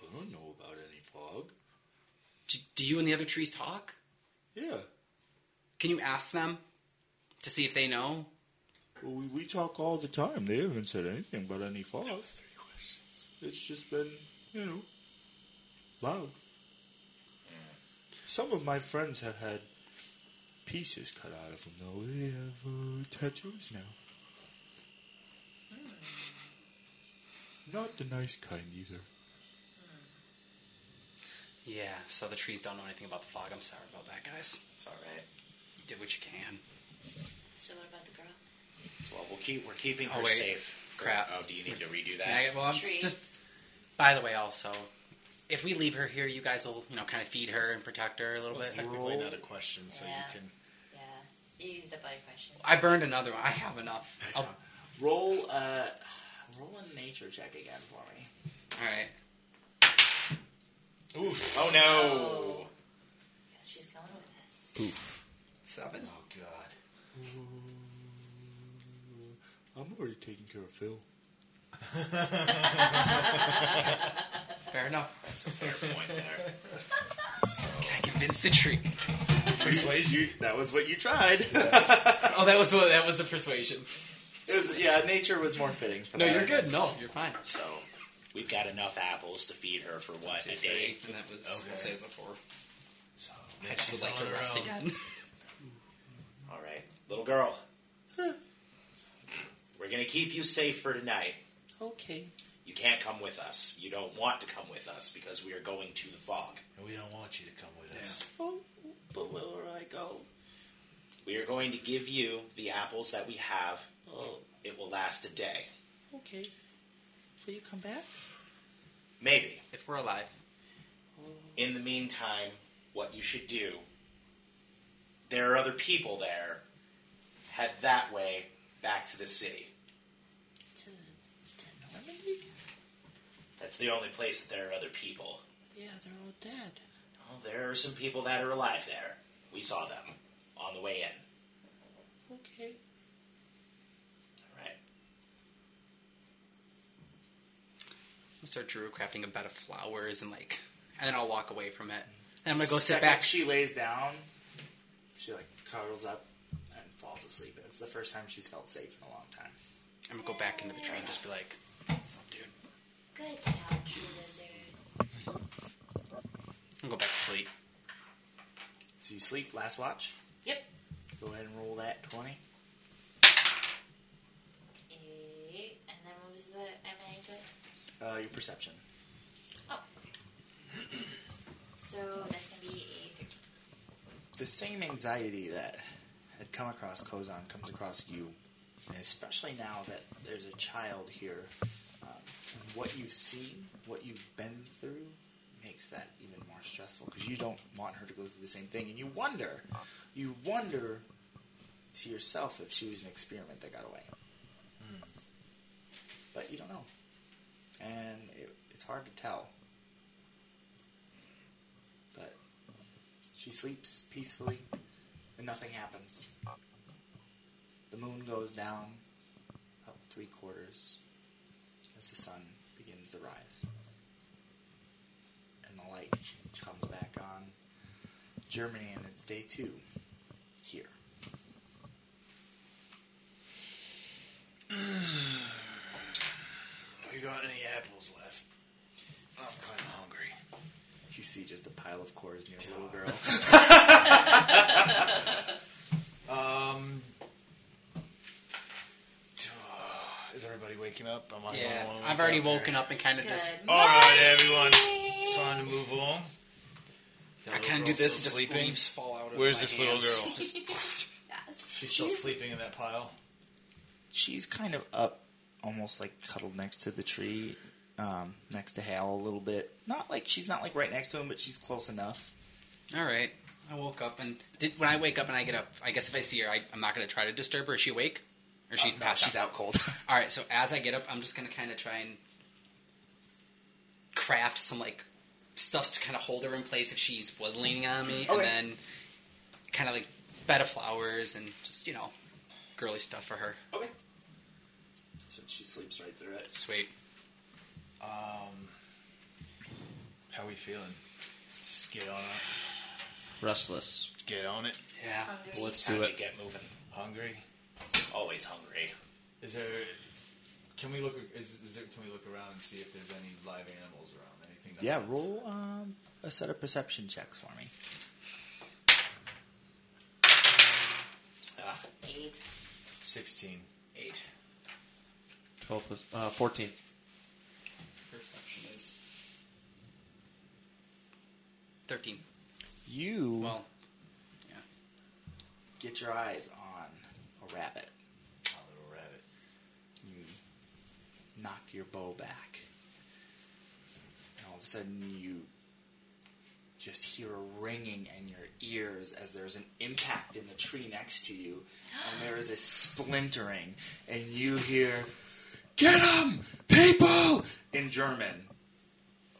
[SPEAKER 23] I don't know about any fog.
[SPEAKER 4] do, do you and the other trees talk?
[SPEAKER 23] Yeah.
[SPEAKER 4] Can you ask them to see if they know?
[SPEAKER 23] Well, we, we talk all the time. They haven't said anything about any fog. It's just been, you know, loud. Some of my friends have had pieces cut out of them, though. They have uh, tattoos now. Not the nice kind either.
[SPEAKER 4] Yeah, so the trees don't know anything about the fog. I'm sorry about that, guys. It's all right. You did what you can.
[SPEAKER 5] So what about the girl?
[SPEAKER 6] Well, we'll keep, we're keeping
[SPEAKER 4] Oh,
[SPEAKER 6] her
[SPEAKER 4] wait.
[SPEAKER 6] safe.
[SPEAKER 4] Crap.
[SPEAKER 6] Oh, do you need to redo that?
[SPEAKER 4] Yeah, well, I'm
[SPEAKER 5] Trees.
[SPEAKER 4] just. By the way, also, if we leave her here, you guys will, you know, kind of feed her and protect her a little
[SPEAKER 12] Well, it's
[SPEAKER 4] bit.
[SPEAKER 12] technically not a question, so
[SPEAKER 5] Yeah.
[SPEAKER 12] you can.
[SPEAKER 5] Yeah, you used up all your questions.
[SPEAKER 4] I burned another one. I have enough. Oh, I'll-
[SPEAKER 1] Roll, uh, roll a nature check again for me.
[SPEAKER 4] all right.
[SPEAKER 6] Oh no!
[SPEAKER 5] Yeah, she's going with us.
[SPEAKER 4] Seven.
[SPEAKER 12] Oh God.
[SPEAKER 23] I'm already taking care of Phil.
[SPEAKER 4] Fair enough.
[SPEAKER 6] That's a fair point there.
[SPEAKER 4] Can I convince the tree?
[SPEAKER 12] Persuasion. you- That was what you tried.
[SPEAKER 4] Oh, that was what, that was the persuasion.
[SPEAKER 1] It was, yeah, nature was more fitting for
[SPEAKER 4] No,
[SPEAKER 1] that.
[SPEAKER 4] you're good. No, you're fine.
[SPEAKER 6] So we've got enough apples to feed her for what a day.
[SPEAKER 4] Three, and that was I'd say it was a four.
[SPEAKER 6] So
[SPEAKER 4] I just would like to rest again.
[SPEAKER 6] all right, little girl, we're gonna keep you safe for tonight.
[SPEAKER 1] Okay.
[SPEAKER 6] You can't come with us. You don't want to come with us because we are going to the fog.
[SPEAKER 12] And we don't want you to come with us.
[SPEAKER 1] Oh, but where will I go?
[SPEAKER 6] We are going to give you the apples that we have.
[SPEAKER 1] Oh,
[SPEAKER 6] It will last a day,
[SPEAKER 1] okay. Will you come back?
[SPEAKER 6] maybe.
[SPEAKER 4] if we're alive.
[SPEAKER 6] In the meantime, what you should do, there are other people there. Head that way back to the city.
[SPEAKER 1] To, to Normandy?
[SPEAKER 6] That's the only place that there are other people.
[SPEAKER 1] Yeah, they're all dead.
[SPEAKER 6] Well, there are some people that are alive there. We saw them on the way in.
[SPEAKER 1] Okay.
[SPEAKER 6] All right.
[SPEAKER 4] I'll start Drew crafting a bed of flowers and like, and then I'll walk away from it. And I'm gonna go sit
[SPEAKER 1] Second
[SPEAKER 4] back.
[SPEAKER 1] She lays down. She like curls up and falls asleep. It's the first time she's felt safe in a long time.
[SPEAKER 4] I'm gonna go back into the tree and just be like, "What's up, dude?"
[SPEAKER 5] Good job, tree lizard.
[SPEAKER 4] And go back to sleep.
[SPEAKER 1] So you sleep. Last watch.
[SPEAKER 5] Yep.
[SPEAKER 1] Go ahead and roll that twenty.
[SPEAKER 5] Eight. And then what was the am I into it?
[SPEAKER 1] Uh, your perception.
[SPEAKER 5] Oh. okay. So that's gonna be a thirteen.
[SPEAKER 1] The same anxiety that had come across Kozan comes across you, and especially now that there's a child here. Um, what you've seen, what you've been through, makes that even more stressful because you don't want her to go through the same thing, and you wonder, you wonder to yourself if she was an experiment that got away. But you don't know, and it, it's hard to tell. But she sleeps peacefully, and nothing happens. The moon goes down about three quarters as the sun begins to rise. And the light comes back on Germany, and it's day two here.
[SPEAKER 12] We got any apples left? I'm kind of hungry.
[SPEAKER 1] You see just a pile of cores near the little girl.
[SPEAKER 12] Um. Is everybody waking up? Am I
[SPEAKER 4] Yeah, I've already woken up and kind of just.
[SPEAKER 5] Good.
[SPEAKER 12] All right, everyone. It's time to move on.
[SPEAKER 4] I kind of do this. and Just leaves fall out. Of
[SPEAKER 2] Where's
[SPEAKER 4] my
[SPEAKER 2] this
[SPEAKER 4] hands.
[SPEAKER 2] little girl?
[SPEAKER 12] She's still sleeping in that pile.
[SPEAKER 1] She's kind of up, almost like cuddled next to the tree, um, next to Hal a little bit. Not like she's not like right next to him, but she's close enough.
[SPEAKER 4] All right. I woke up and did, when I wake up and I get up, I guess if I see her, I, I'm not gonna try to disturb her. Is she awake? Or she
[SPEAKER 1] Uh, no,
[SPEAKER 4] passed
[SPEAKER 1] she's out cold.
[SPEAKER 4] All right. So as I get up, I'm just gonna kind of try and craft some like stuff to kind of hold her in place if she's was leaning on me,
[SPEAKER 1] Okay.
[SPEAKER 4] and then kind of like bed of flowers and just you know girly stuff for her.
[SPEAKER 6] Okay. So she sleeps right through it.
[SPEAKER 4] Sweet.
[SPEAKER 12] Um, how we feeling? Just get on it.
[SPEAKER 3] Restless.
[SPEAKER 12] Get on it.
[SPEAKER 4] Yeah.
[SPEAKER 6] Well, let's do it. Get moving.
[SPEAKER 12] Hungry.
[SPEAKER 6] Always hungry.
[SPEAKER 12] Is there? Can we look? Is, is there? Can we look around and see if there's any live animals around? Anything? that-
[SPEAKER 1] Yeah, roll um, a set of perception checks for me.
[SPEAKER 6] Ah,
[SPEAKER 5] Eight.
[SPEAKER 12] Sixteen.
[SPEAKER 6] eight.
[SPEAKER 3] 12 plus, uh, 14.
[SPEAKER 4] Perception is thirteen.
[SPEAKER 1] You
[SPEAKER 4] Well,
[SPEAKER 1] get your eyes on a rabbit.
[SPEAKER 12] Oh, little rabbit.
[SPEAKER 1] You knock your bow back. And all of a sudden, you just hear a ringing in your ears as there's an impact in the tree next to you, and there is a splintering, and you hear, Get 'em, people! in German.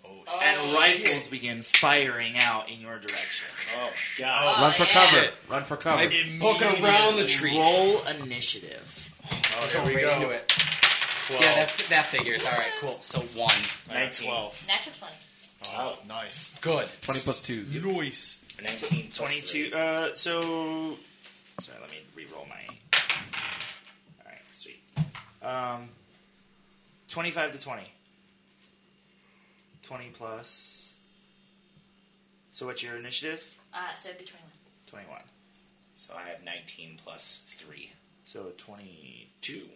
[SPEAKER 12] Oh,
[SPEAKER 1] and rifles begin firing out in your direction.
[SPEAKER 6] Oh God.
[SPEAKER 3] Run for cover. Run for cover.
[SPEAKER 4] I poke around the tree.
[SPEAKER 1] Roll initiative.
[SPEAKER 12] Oh,
[SPEAKER 4] Go
[SPEAKER 12] here we
[SPEAKER 4] right
[SPEAKER 12] go.
[SPEAKER 4] into it.
[SPEAKER 12] Twelve.
[SPEAKER 4] Yeah, that, that figures. All right, cool. So one.
[SPEAKER 6] Nineteen.
[SPEAKER 12] Twelve.
[SPEAKER 5] Natural 20.
[SPEAKER 12] Oh, nice.
[SPEAKER 4] Good.
[SPEAKER 3] 20 plus 2. Yep.
[SPEAKER 12] Noise.
[SPEAKER 6] Nineteen. plus
[SPEAKER 1] Twenty-two.
[SPEAKER 6] three.
[SPEAKER 1] Uh, so
[SPEAKER 6] Sorry, let me re-roll my.
[SPEAKER 1] all right, sweet. Um, twenty-five to twenty. Twenty plus. So what's your initiative?
[SPEAKER 5] Uh, so it'd be 21.
[SPEAKER 1] Twenty-one.
[SPEAKER 6] So I have nineteen plus three.
[SPEAKER 1] So twenty-two.
[SPEAKER 6] Two.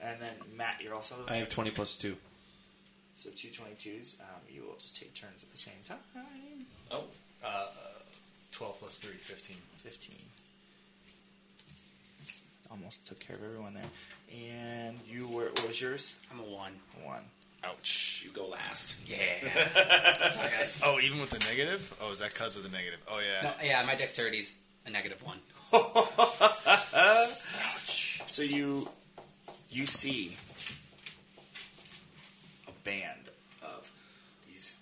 [SPEAKER 1] And then Matt, you're also
[SPEAKER 3] I have 20 plus 2.
[SPEAKER 1] so two 22s. Um, you will just take turns at the same time.
[SPEAKER 6] Oh.
[SPEAKER 12] Twelve plus three. Fifteen.
[SPEAKER 1] Fifteen. Almost took care of everyone there. And you were what was yours?
[SPEAKER 4] I'm a one.
[SPEAKER 1] One.
[SPEAKER 6] Ouch. You go last.
[SPEAKER 1] Yeah.
[SPEAKER 12] Oh, even with the negative? Oh, is that because of the negative? Oh, yeah.
[SPEAKER 4] No, yeah, my dexterity's a negative one.
[SPEAKER 1] So you you see a band of these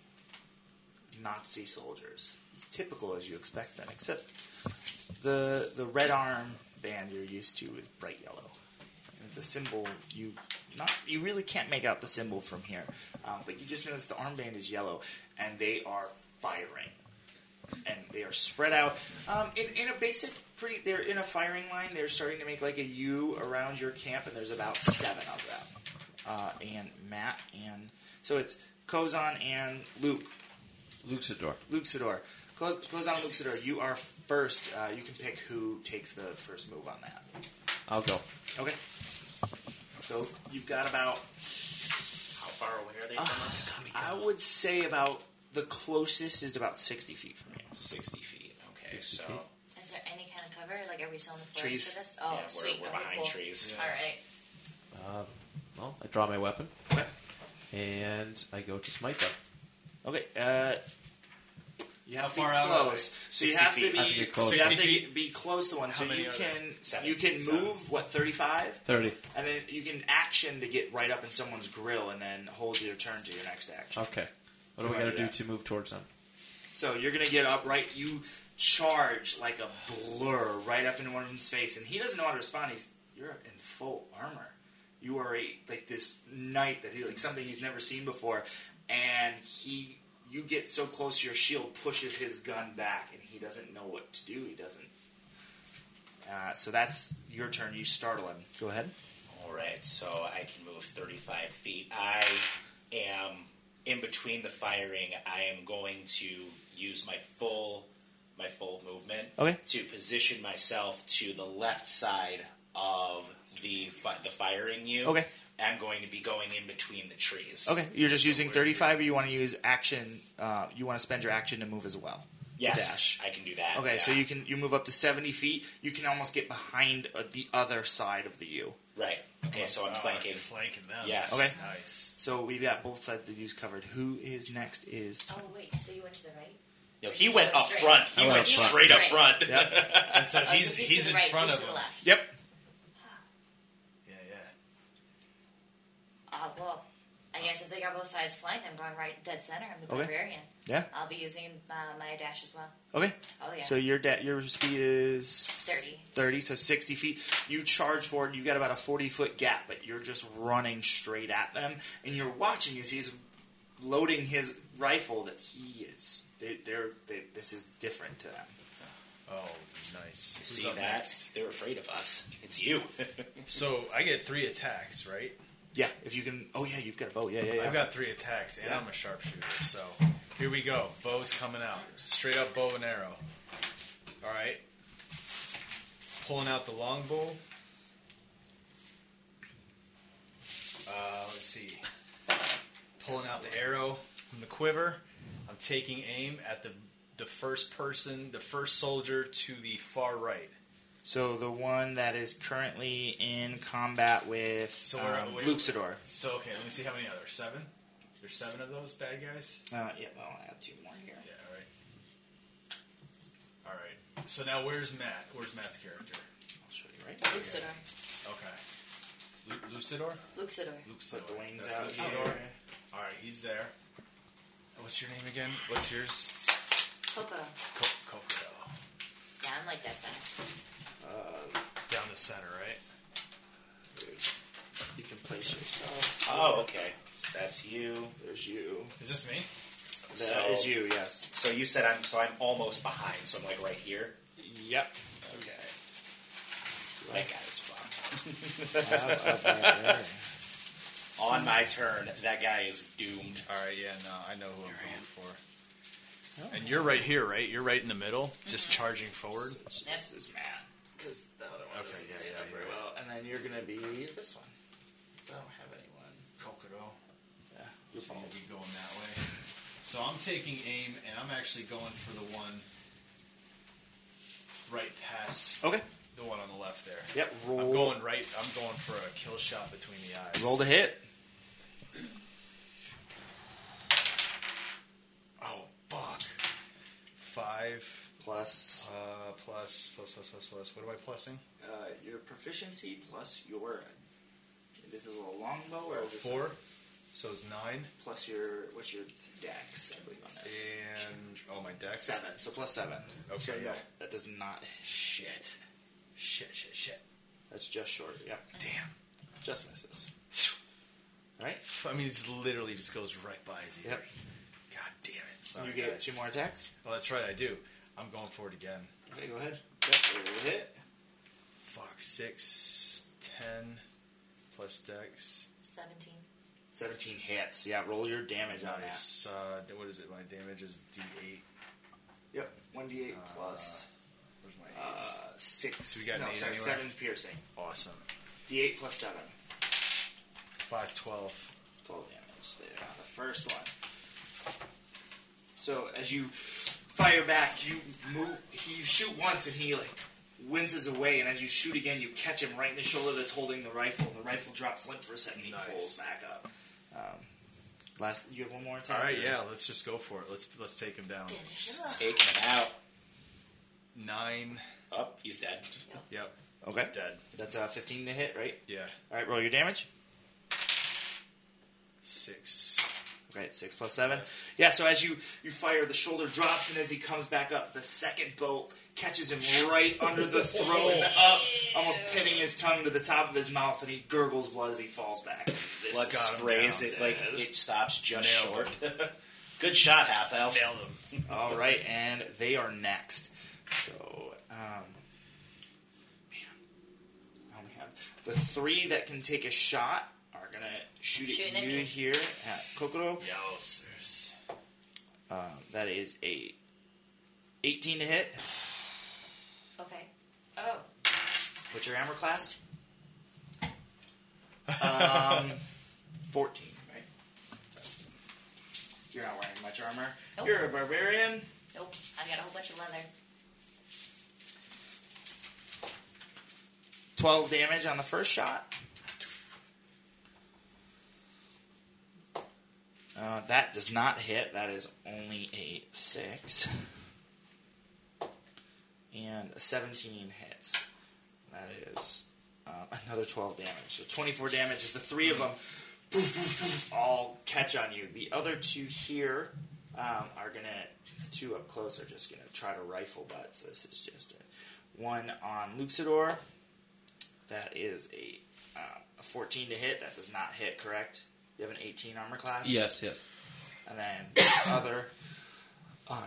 [SPEAKER 1] Nazi soldiers. It's typical as you expect them, except the the red arm band you're used to is bright yellow. And it's a symbol you not you really can't make out the symbol from here, um, but you just notice the armband is yellow, and they are firing and they are spread out um, in, in a basic pretty they're in a firing line they're starting to make like a u around your camp and there's about seven of them uh, and matt and so it's kozan and luke
[SPEAKER 3] Luxador.
[SPEAKER 1] luke sidor Ko- kozan and luke sidor you are first uh, you can pick who takes the first move on that
[SPEAKER 3] I'll go.
[SPEAKER 1] okay so you've got about
[SPEAKER 6] How far away are they from
[SPEAKER 12] Ah,
[SPEAKER 6] us?
[SPEAKER 1] i would say about the closest is about 60 feet from you
[SPEAKER 6] Sixty feet. Okay. So
[SPEAKER 5] Is there any kind of cover? Like, are we still in the forest
[SPEAKER 1] Trees.
[SPEAKER 5] for this? Oh,
[SPEAKER 6] yeah,
[SPEAKER 5] sweet.
[SPEAKER 6] we're, we're
[SPEAKER 5] Okay,
[SPEAKER 6] behind
[SPEAKER 5] cool.
[SPEAKER 6] trees.
[SPEAKER 5] All right.
[SPEAKER 3] Well, I draw my weapon. And I go to smite them.
[SPEAKER 1] Okay. Uh, you have to be
[SPEAKER 12] far out are
[SPEAKER 1] close.
[SPEAKER 12] they?
[SPEAKER 1] So you
[SPEAKER 6] 60
[SPEAKER 1] have to
[SPEAKER 6] feet.
[SPEAKER 1] be,
[SPEAKER 3] I have to get close.
[SPEAKER 1] You have to
[SPEAKER 12] 60 feet?
[SPEAKER 1] be close to one. so
[SPEAKER 12] many
[SPEAKER 1] you
[SPEAKER 12] are
[SPEAKER 1] can
[SPEAKER 6] Seven.
[SPEAKER 1] you can
[SPEAKER 6] Seven.
[SPEAKER 1] move what thirty five,
[SPEAKER 3] 30.
[SPEAKER 1] and then you can action to get right up in someone's grill, and then hold your turn to your next action.
[SPEAKER 3] Okay. What do
[SPEAKER 1] So
[SPEAKER 3] we
[SPEAKER 1] I
[SPEAKER 3] got to
[SPEAKER 1] do
[SPEAKER 3] do
[SPEAKER 1] that.
[SPEAKER 3] to move towards them?
[SPEAKER 1] So you're gonna get up right. You charge like a blur right up into one of them's face, and he doesn't know how to respond. He's you're in full armor. You are a like this knight that he like something he's never seen before, and he you get so close your shield pushes his gun back, and he doesn't know what to do. He doesn't. Uh, so that's your turn. You startle him. Go ahead.
[SPEAKER 6] All right. So I can move thirty-five feet. I am in between the firing. I am going to use my full my full movement
[SPEAKER 1] Okay.
[SPEAKER 6] to position myself to the left side of the fi- the firing you.
[SPEAKER 1] Okay.
[SPEAKER 6] I'm going to be going in between the trees.
[SPEAKER 1] Okay. You're just using thirty five, or you want to use action? Uh, you want to spend your action to move as well?
[SPEAKER 6] Yes,
[SPEAKER 1] Dash.
[SPEAKER 6] I can do that.
[SPEAKER 1] Okay, so
[SPEAKER 6] yeah.
[SPEAKER 1] you can you move up to seventy feet. You can almost get behind uh, the other side of the U.
[SPEAKER 6] right. Okay, so I'm
[SPEAKER 12] Oh,
[SPEAKER 6] flanking.
[SPEAKER 12] Flanking them.
[SPEAKER 6] Yes.
[SPEAKER 1] Okay.
[SPEAKER 12] Nice.
[SPEAKER 1] So we've got both sides of the U's covered. Who is next? Is
[SPEAKER 5] Oh, wait. So you went to the right?
[SPEAKER 6] No, he went up
[SPEAKER 5] Straight.
[SPEAKER 6] front. He
[SPEAKER 3] I
[SPEAKER 6] went,
[SPEAKER 3] went up front.
[SPEAKER 6] straight up
[SPEAKER 5] Straight.
[SPEAKER 6] front.
[SPEAKER 1] Yep.
[SPEAKER 12] And so
[SPEAKER 5] Oh, so
[SPEAKER 12] he's, he's,
[SPEAKER 5] to the
[SPEAKER 12] in
[SPEAKER 5] right,
[SPEAKER 12] front
[SPEAKER 5] he's
[SPEAKER 12] of
[SPEAKER 5] to the
[SPEAKER 12] him.
[SPEAKER 5] left.
[SPEAKER 1] yep.
[SPEAKER 12] Yeah, yeah.
[SPEAKER 5] Uh, well, Oh, I guess if they got double sized flank. I'm going right dead center. I'm the
[SPEAKER 1] Okay.
[SPEAKER 5] barbarian.
[SPEAKER 1] Yeah.
[SPEAKER 5] I'll be using uh, my dash as well.
[SPEAKER 1] Okay.
[SPEAKER 5] Oh yeah.
[SPEAKER 1] So your da- your speed is
[SPEAKER 5] 30.
[SPEAKER 1] Thirty, so sixty feet. You charge forward. You've got about a forty foot gap, but you're just running straight at them, and you're watching as he's loading his rifle. That he is. They, they're. They, this is different to them.
[SPEAKER 2] Oh, nice.
[SPEAKER 1] You
[SPEAKER 2] Who's
[SPEAKER 1] see
[SPEAKER 2] up
[SPEAKER 1] that?
[SPEAKER 2] next?
[SPEAKER 6] They're afraid of us. It's you.
[SPEAKER 2] so I get three attacks, right?
[SPEAKER 1] Yeah. If you can. Oh yeah, you've got a bow. Yeah, yeah, yeah.
[SPEAKER 2] I've got three attacks, and
[SPEAKER 1] Yeah.
[SPEAKER 2] I'm a sharpshooter. So here we go. Bow's coming out. Straight up bow and arrow. All right. Pulling out the longbow. Uh, let's see. Pulling out the arrow from the quiver. I'm taking aim at the the first person, the first soldier to the far right.
[SPEAKER 1] So the one that is currently in combat with
[SPEAKER 2] So we're-
[SPEAKER 1] um,
[SPEAKER 2] we're-
[SPEAKER 1] Luxador.
[SPEAKER 2] So okay, let me see how many others. Seven. There's seven of those bad guys.
[SPEAKER 1] Uh, yeah. Well, I have two more here.
[SPEAKER 2] Yeah, all right. All right. So now where's Matt? Where's Matt's character?
[SPEAKER 1] I'll show you right.
[SPEAKER 5] Luxador.
[SPEAKER 2] Okay. Lu- Lucidor?
[SPEAKER 5] Luxador.
[SPEAKER 2] Luxador.
[SPEAKER 1] the wings
[SPEAKER 2] Oh, That's
[SPEAKER 1] out
[SPEAKER 2] Lucidor.
[SPEAKER 1] here.
[SPEAKER 2] All right, he's there. What's your name again? What's yours?
[SPEAKER 5] Kokoro.
[SPEAKER 2] Co- Kokoro.
[SPEAKER 5] Yeah, I'm like dead center.
[SPEAKER 2] Down the center, right?
[SPEAKER 1] You can place yourself.
[SPEAKER 6] Oh, okay. That's you.
[SPEAKER 1] There's you.
[SPEAKER 2] Is this me?
[SPEAKER 1] That is
[SPEAKER 6] So-
[SPEAKER 1] you. Yes.
[SPEAKER 6] So you said I'm. So I'm almost behind. So I'm like right here.
[SPEAKER 1] Yep.
[SPEAKER 6] Okay. That guy's fucked. On my turn, that guy is doomed.
[SPEAKER 2] All right, yeah, no, I know who I'm going for. And you're right here, right? You're right in the middle, just charging forward.
[SPEAKER 1] This is Matt. Because the other one
[SPEAKER 2] Okay,
[SPEAKER 1] doesn't
[SPEAKER 2] yeah,
[SPEAKER 1] stand
[SPEAKER 2] yeah,
[SPEAKER 1] up very
[SPEAKER 2] yeah.
[SPEAKER 1] well. And then you're going to be this one. I don't have anyone.
[SPEAKER 2] Kokoro.
[SPEAKER 1] Yeah. You're
[SPEAKER 2] So
[SPEAKER 1] bald.
[SPEAKER 2] you'd be going that way. So I'm taking aim, and I'm actually going for the one right past
[SPEAKER 1] Okay.
[SPEAKER 2] the one on the left there.
[SPEAKER 1] Yep. Roll.
[SPEAKER 2] I'm going right. I'm going for a kill shot between the eyes.
[SPEAKER 1] Roll to hit.
[SPEAKER 2] Oh fuck. Five
[SPEAKER 1] Plus
[SPEAKER 2] uh, plus plus plus plus plus. What am I plussing?
[SPEAKER 1] uh, your proficiency plus your. This is a longbow or is this a-
[SPEAKER 2] Four. So it's nine
[SPEAKER 1] plus your what's your dex? I believe on this.
[SPEAKER 2] and oh my dex
[SPEAKER 1] Seven. So plus seven.
[SPEAKER 2] Okay,
[SPEAKER 1] So no,
[SPEAKER 2] yeah.
[SPEAKER 1] that does not. Shit.
[SPEAKER 2] Shit, shit, shit.
[SPEAKER 1] That's just short. Yep.
[SPEAKER 2] Damn.
[SPEAKER 1] Just misses. Right.
[SPEAKER 2] I mean, it just literally just goes right by his ear.
[SPEAKER 1] Yep.
[SPEAKER 2] God damn it!
[SPEAKER 1] And
[SPEAKER 2] Sorry,
[SPEAKER 1] you get
[SPEAKER 2] guys.
[SPEAKER 1] two more attacks.
[SPEAKER 2] Oh, that's right, I do. I'm going for it again.
[SPEAKER 1] Okay, go ahead. Yep, roll to hit.
[SPEAKER 2] Fuck, six, ten, plus dex.
[SPEAKER 5] 17.
[SPEAKER 1] 17 hits. Yeah, roll your damage on that.
[SPEAKER 2] Nice. Uh, what is it? My damage is D8.
[SPEAKER 1] Yep, 1d8 plus
[SPEAKER 2] Where's my
[SPEAKER 1] uh,
[SPEAKER 2] eights?
[SPEAKER 1] 6.
[SPEAKER 2] So we got an
[SPEAKER 1] no,
[SPEAKER 2] eight
[SPEAKER 1] sorry,
[SPEAKER 2] anyway?
[SPEAKER 1] 7 piercing.
[SPEAKER 2] awesome.
[SPEAKER 1] d8 plus 7.
[SPEAKER 2] Five, twelve.
[SPEAKER 1] 12 damage there. on The first one. So as you fire back, you move. You shoot once, and he like winces away. And as you shoot again, you catch him right in the shoulder that's holding the rifle. The rifle drops limp for a second. He
[SPEAKER 2] Nice.
[SPEAKER 1] pulls back up. Um, last, you have one more
[SPEAKER 2] All
[SPEAKER 1] attack.
[SPEAKER 2] right,
[SPEAKER 1] or-
[SPEAKER 2] yeah. Let's just go for it. Let's let's take him down.
[SPEAKER 6] Taking him out.
[SPEAKER 2] Nine.
[SPEAKER 6] Up. He's dead.
[SPEAKER 2] Yep.
[SPEAKER 1] Okay,
[SPEAKER 2] Dead.
[SPEAKER 1] that's uh, 15 to hit, right?
[SPEAKER 2] Yeah.
[SPEAKER 1] All right, roll your damage.
[SPEAKER 2] Six.
[SPEAKER 1] Right, six plus seven. Yeah, so as you you fire, the shoulder drops, and as he comes back up, the second bolt catches him right under the throat and up, almost pinning his tongue to the top of his mouth, and he gurgles blood as he falls back. This
[SPEAKER 6] Blood
[SPEAKER 2] got him
[SPEAKER 6] sprays
[SPEAKER 2] down,
[SPEAKER 6] it like
[SPEAKER 1] dude.
[SPEAKER 6] it stops just
[SPEAKER 2] Nailed
[SPEAKER 6] short. Good shot, half elf.
[SPEAKER 1] All right, and they are next. So, um, man, I only have the three that can take a shot are gonna shoot,
[SPEAKER 5] Shooting
[SPEAKER 1] at
[SPEAKER 5] at
[SPEAKER 1] you
[SPEAKER 5] me.
[SPEAKER 1] here at Kokoro.
[SPEAKER 2] Yowzers.
[SPEAKER 1] Um, that is a 18 to hit.
[SPEAKER 5] Okay. Oh.
[SPEAKER 1] What's your armor class? Um, 14, right? You're not wearing much armor.
[SPEAKER 5] Nope.
[SPEAKER 1] You're a barbarian.
[SPEAKER 5] Nope. I've got a whole bunch of leather.
[SPEAKER 1] 12 damage on the first shot. Uh, that does not hit. That is only a 6. And a 17 hits. That is uh, another 12 damage. So 24 damage as the three of them poof, poof, poof, all catch on you. The other two here um, are gonna the two up close are just gonna try to rifle butts. This is just a, one on Luxador. That is a uh, a 14 to hit. That does not hit. Correct. You have an 18 armor class.
[SPEAKER 3] Yes, yes.
[SPEAKER 1] And then the other on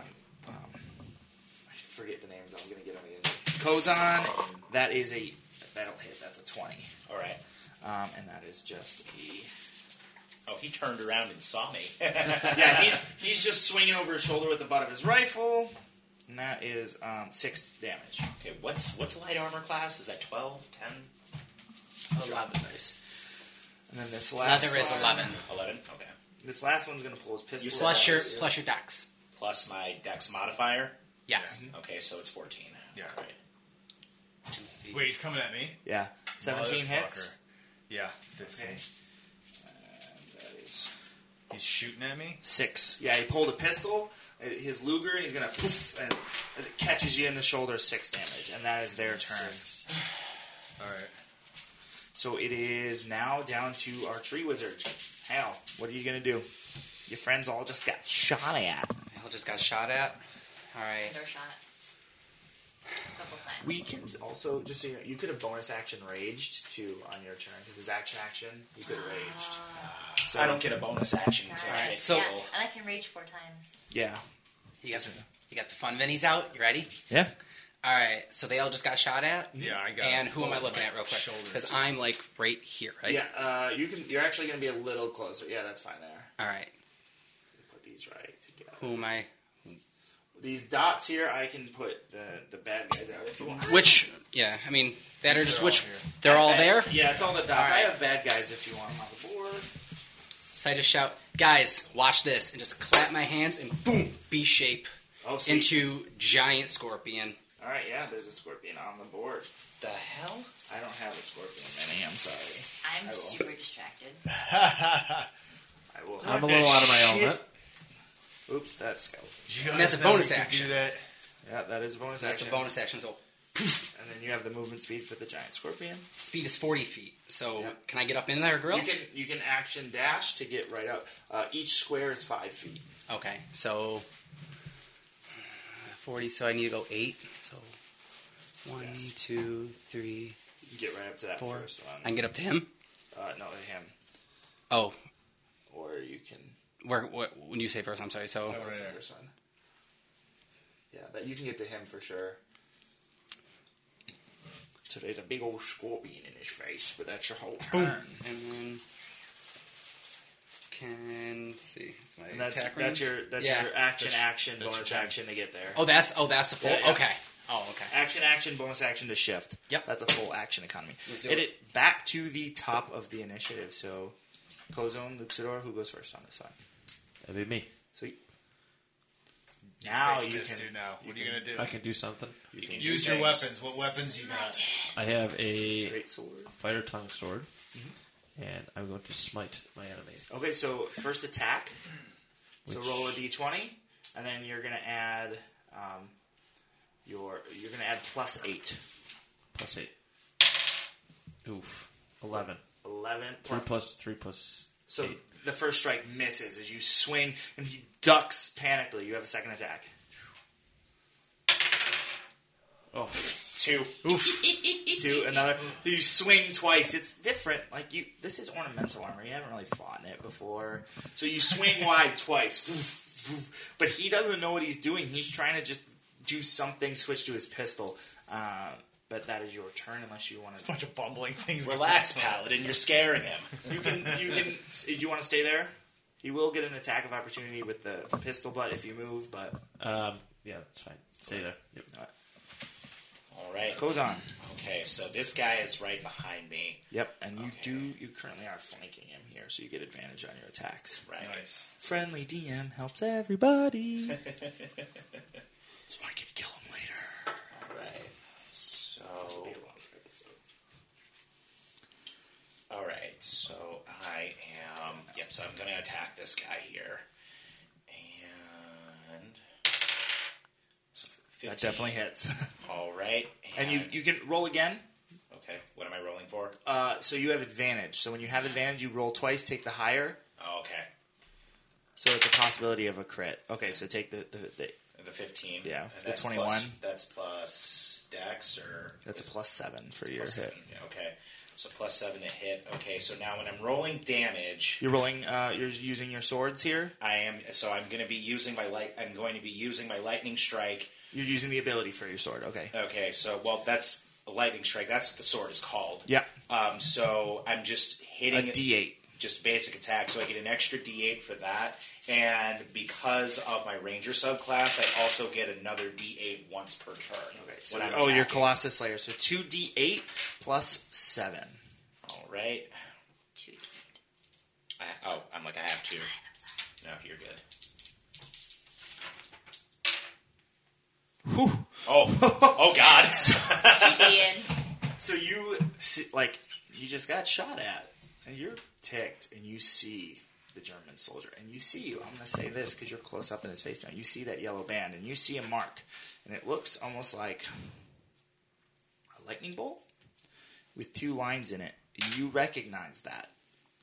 [SPEAKER 1] um, I forget the names. I'm gonna get them again. Kozan. That is a that'll hit. That's a 20.
[SPEAKER 6] All right.
[SPEAKER 1] Um, and that is just a.
[SPEAKER 6] Oh, he turned around and saw me.
[SPEAKER 1] yeah, he's, he's just swinging over his shoulder with the butt of his rifle, and that is um, six damage.
[SPEAKER 6] Okay, what's what's light armor class? Is that 12, 10?
[SPEAKER 1] A lot of dice. And then this last
[SPEAKER 4] Leather is
[SPEAKER 1] one-
[SPEAKER 4] 11.
[SPEAKER 6] 11? Okay.
[SPEAKER 1] This last one's gonna pull his pistol.
[SPEAKER 6] You
[SPEAKER 4] Plus your
[SPEAKER 1] out.
[SPEAKER 4] plus your dex.
[SPEAKER 6] Plus my dex modifier?
[SPEAKER 4] Yes.
[SPEAKER 6] Okay, so it's 14.
[SPEAKER 12] Yeah.
[SPEAKER 6] All right.
[SPEAKER 2] Wait, he's coming at me.
[SPEAKER 1] Yeah, seventeen hits.
[SPEAKER 12] Motherfucker. Yeah, 15.
[SPEAKER 1] That is
[SPEAKER 12] He's shooting at me.
[SPEAKER 1] Six. Yeah, he pulled a pistol, uh, his Luger, and he's gonna poof, and as it catches you in the shoulder, six damage, and that is their turn.
[SPEAKER 12] All right.
[SPEAKER 1] So it is now down to our tree wizard. Hal, what are you gonna do? Your friends all just got shot at.
[SPEAKER 4] Hell just got shot at. All right.
[SPEAKER 5] Their shot. A couple times.
[SPEAKER 1] We can also just so you, know, you could have bonus action raged too on your turn because there's action action. You could have raged. So
[SPEAKER 6] I don't get a bonus action
[SPEAKER 5] Got
[SPEAKER 6] until
[SPEAKER 5] it.
[SPEAKER 6] I hit
[SPEAKER 4] so-
[SPEAKER 5] yeah,
[SPEAKER 6] roll.
[SPEAKER 5] and I can rage four times.
[SPEAKER 1] Yeah.
[SPEAKER 4] You guys, you got the fun minis out. You ready?
[SPEAKER 17] Yeah.
[SPEAKER 4] All right. So they all just got shot at.
[SPEAKER 2] Yeah, I got.
[SPEAKER 4] And who am I
[SPEAKER 2] both
[SPEAKER 4] looking
[SPEAKER 2] my
[SPEAKER 4] at real quick?
[SPEAKER 2] shoulders.
[SPEAKER 4] Because I'm like right here, right?
[SPEAKER 1] Yeah. Uh, you can. You're actually gonna be a little closer. Yeah, that's fine there.
[SPEAKER 4] All right.
[SPEAKER 1] Put these right together.
[SPEAKER 4] Who am I?
[SPEAKER 1] These dots here, I can put the the bad guys out if you want.
[SPEAKER 4] Which? Yeah. I mean, that are just
[SPEAKER 12] all
[SPEAKER 4] which?
[SPEAKER 12] here.
[SPEAKER 4] They're all
[SPEAKER 1] Bad-
[SPEAKER 4] there.
[SPEAKER 1] Yeah, it's all the dots. I
[SPEAKER 4] right.
[SPEAKER 1] have bad guys if you want them on the board.
[SPEAKER 4] So I just shout, guys, watch this, and just clap my hands and boom, B shape
[SPEAKER 1] Oh, sweet.
[SPEAKER 4] into giant scorpion.
[SPEAKER 1] All right, yeah. There's a scorpion on the board.
[SPEAKER 6] The hell?
[SPEAKER 1] I don't have a scorpion mini. I'm sorry.
[SPEAKER 5] I'm
[SPEAKER 1] will.
[SPEAKER 5] super distracted.
[SPEAKER 1] I will.
[SPEAKER 3] I'm a little out of my element.
[SPEAKER 1] Oops, that's skeleton.
[SPEAKER 12] You
[SPEAKER 4] And that's a
[SPEAKER 12] guys know
[SPEAKER 4] bonus
[SPEAKER 12] we could
[SPEAKER 4] action.
[SPEAKER 12] Do that.
[SPEAKER 1] Yeah, that is a bonus
[SPEAKER 4] So that's a
[SPEAKER 1] action.
[SPEAKER 4] bonus action. So
[SPEAKER 1] And then you have the movement speed for the giant scorpion.
[SPEAKER 4] speed is 40 feet. So
[SPEAKER 1] Yep.
[SPEAKER 4] can I get up in there, Grill?
[SPEAKER 1] You can you can action dash to get right up. Uh, each square is five feet.
[SPEAKER 4] Okay, so 40, so I need to go 8. So one,
[SPEAKER 1] Yes.
[SPEAKER 4] two, three,
[SPEAKER 1] You get right up to that
[SPEAKER 4] four.
[SPEAKER 1] first
[SPEAKER 4] I
[SPEAKER 1] one.
[SPEAKER 4] can get up to him?
[SPEAKER 1] Uh, no, him.
[SPEAKER 4] Oh,
[SPEAKER 1] Or you can.
[SPEAKER 4] where, where, when you say first, I'm sorry. So
[SPEAKER 1] What's the first one? Yeah, that you can get to him for sure. So there's a big old scorpion in his face, but that's your whole turn.
[SPEAKER 4] And then can let's see. That's my
[SPEAKER 1] And that's
[SPEAKER 4] attack
[SPEAKER 1] that's
[SPEAKER 4] range.
[SPEAKER 1] your that's
[SPEAKER 4] Yeah.
[SPEAKER 1] your action action
[SPEAKER 2] that's your
[SPEAKER 1] bonus
[SPEAKER 2] turn.
[SPEAKER 1] action to get there.
[SPEAKER 4] Oh, that's oh, that's the full.
[SPEAKER 1] Yeah, yeah.
[SPEAKER 4] Okay. Oh, okay.
[SPEAKER 1] Action action bonus action to shift.
[SPEAKER 4] Yep.
[SPEAKER 1] that's a full action economy.
[SPEAKER 4] Let's do
[SPEAKER 1] Hit
[SPEAKER 4] it.
[SPEAKER 1] it back to the top of the initiative. So, Kozone, Luxador, who goes first on this one?
[SPEAKER 3] That'd be me.
[SPEAKER 1] So you- now
[SPEAKER 2] Face
[SPEAKER 1] you
[SPEAKER 2] this
[SPEAKER 1] can
[SPEAKER 2] dude now. What are you gonna do?
[SPEAKER 3] I can do something.
[SPEAKER 6] You can
[SPEAKER 2] Use
[SPEAKER 6] do
[SPEAKER 2] your
[SPEAKER 6] things.
[SPEAKER 2] weapons. What weapons you got?
[SPEAKER 3] I have a
[SPEAKER 1] great sword.
[SPEAKER 3] fighter tongue sword, and I'm going to smite my enemy.
[SPEAKER 1] Okay, so first attack. So
[SPEAKER 3] Which-
[SPEAKER 1] roll a d20, and then you're gonna add um, your you're gonna add plus eight.
[SPEAKER 3] Plus eight. Oof. Eleven.
[SPEAKER 1] 11
[SPEAKER 3] Three
[SPEAKER 1] plus
[SPEAKER 3] plus three plus.
[SPEAKER 1] So
[SPEAKER 3] eight.
[SPEAKER 1] the first strike misses as you swing and he ducks panically. You have a second attack.
[SPEAKER 3] Oh,
[SPEAKER 1] Two. Two. Another. You swing twice. It's different. Like you this is ornamental armor. You haven't really fought in it before. So you swing wide twice. But he doesn't know what he's doing. He's trying to just do something, switch to his pistol. Um, but that is your turn unless you want to
[SPEAKER 2] bunch of bumbling things.
[SPEAKER 6] Relax, paladin. You're scaring him.
[SPEAKER 1] you can you can do you want to stay there? He will get an attack of opportunity with the pistol butt if you move, but
[SPEAKER 3] um, yeah, that's fine. Stay there. Yep.
[SPEAKER 6] All right.
[SPEAKER 1] goes on.
[SPEAKER 6] Okay, so this guy is right behind me.
[SPEAKER 1] Yep, and you
[SPEAKER 6] Okay.
[SPEAKER 1] do you currently are flanking him here, so you get advantage on your attacks.
[SPEAKER 6] Right.
[SPEAKER 2] Nice.
[SPEAKER 1] Friendly DM helps everybody. so I can kill him later.
[SPEAKER 6] All right. So. All right. So I am. Yep. So I'm going to attack this guy here. And. so
[SPEAKER 1] That
[SPEAKER 6] 15.
[SPEAKER 1] definitely hits.
[SPEAKER 6] All right.
[SPEAKER 1] and you you can roll again.
[SPEAKER 6] Okay. What am I rolling for?
[SPEAKER 1] Uh, so you have advantage. So when you have advantage, you roll twice, take the higher.
[SPEAKER 6] Oh, okay.
[SPEAKER 1] So it's a possibility of a crit. Okay, so take the the, the,
[SPEAKER 6] The 15.
[SPEAKER 1] Yeah,
[SPEAKER 6] And
[SPEAKER 1] the
[SPEAKER 6] that's
[SPEAKER 1] 21.
[SPEAKER 6] plus- that's plus dex or.
[SPEAKER 1] that's a plus seven for your
[SPEAKER 6] plus
[SPEAKER 1] hit.
[SPEAKER 6] seven, yeah, okay. So plus 7 to hit. Okay, so now when I'm rolling damage.
[SPEAKER 1] You're rolling. Uh, you're using your swords here.
[SPEAKER 6] I am so I'm going to be using my light. I'm going to be using my lightning strike.
[SPEAKER 1] You're using the ability for your sword. Okay.
[SPEAKER 6] Okay, so well, that's a lightning strike. That's what the sword is called.
[SPEAKER 1] Yeah.
[SPEAKER 6] Um, so I'm just hitting
[SPEAKER 1] A D8.
[SPEAKER 6] just basic attack. So I get an extra D8 for that, and because of my ranger subclass, I also get another D8 once per turn. Okay.
[SPEAKER 1] So you- oh, your Colossus Slayer. So two D eight plus seven.
[SPEAKER 6] All right. I, oh, I'm like I have two. No, you're good. Oh, oh God!
[SPEAKER 1] So you see, like you just got shot at, and you're ticked, and you see the German soldier, and you see. I'm gonna say this because you're close up in his face now. You see that yellow band, and you see a mark, and it looks almost like a lightning bolt with two lines in it. You recognize that.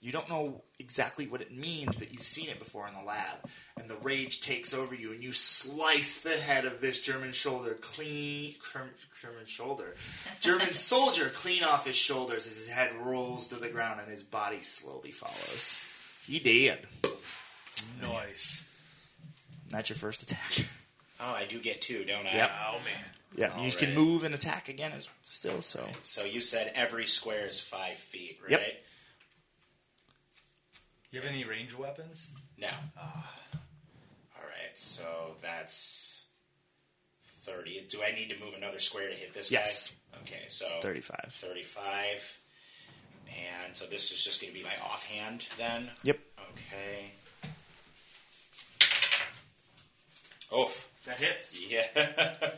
[SPEAKER 1] You don't know exactly what it means, but you've seen it before in the lab. And the rage takes over you, and you slice the head of this German shoulder clean. Germ- German shoulder. German soldier clean off his shoulders as his head rolls to the ground and his body slowly follows. He did.
[SPEAKER 2] Nice.
[SPEAKER 1] That's your first attack.
[SPEAKER 6] Oh, I do get two, don't I?
[SPEAKER 1] Yep.
[SPEAKER 6] Oh man.
[SPEAKER 1] Yeah, you can
[SPEAKER 6] Alright.
[SPEAKER 1] move and attack again as still so.
[SPEAKER 6] So you said every square is five feet, right?
[SPEAKER 1] Yep.
[SPEAKER 2] You have any range weapons? Ah.
[SPEAKER 6] No. All right, so that's thirty. Do I need to move another square to hit this
[SPEAKER 1] Yes.
[SPEAKER 6] guy? Okay, so
[SPEAKER 1] Oh. 35.
[SPEAKER 6] Thirty-five, and so this is just going to be my offhand then.
[SPEAKER 1] Yep.
[SPEAKER 6] Okay. Oof.
[SPEAKER 1] That hits.
[SPEAKER 6] Oh. Yeah.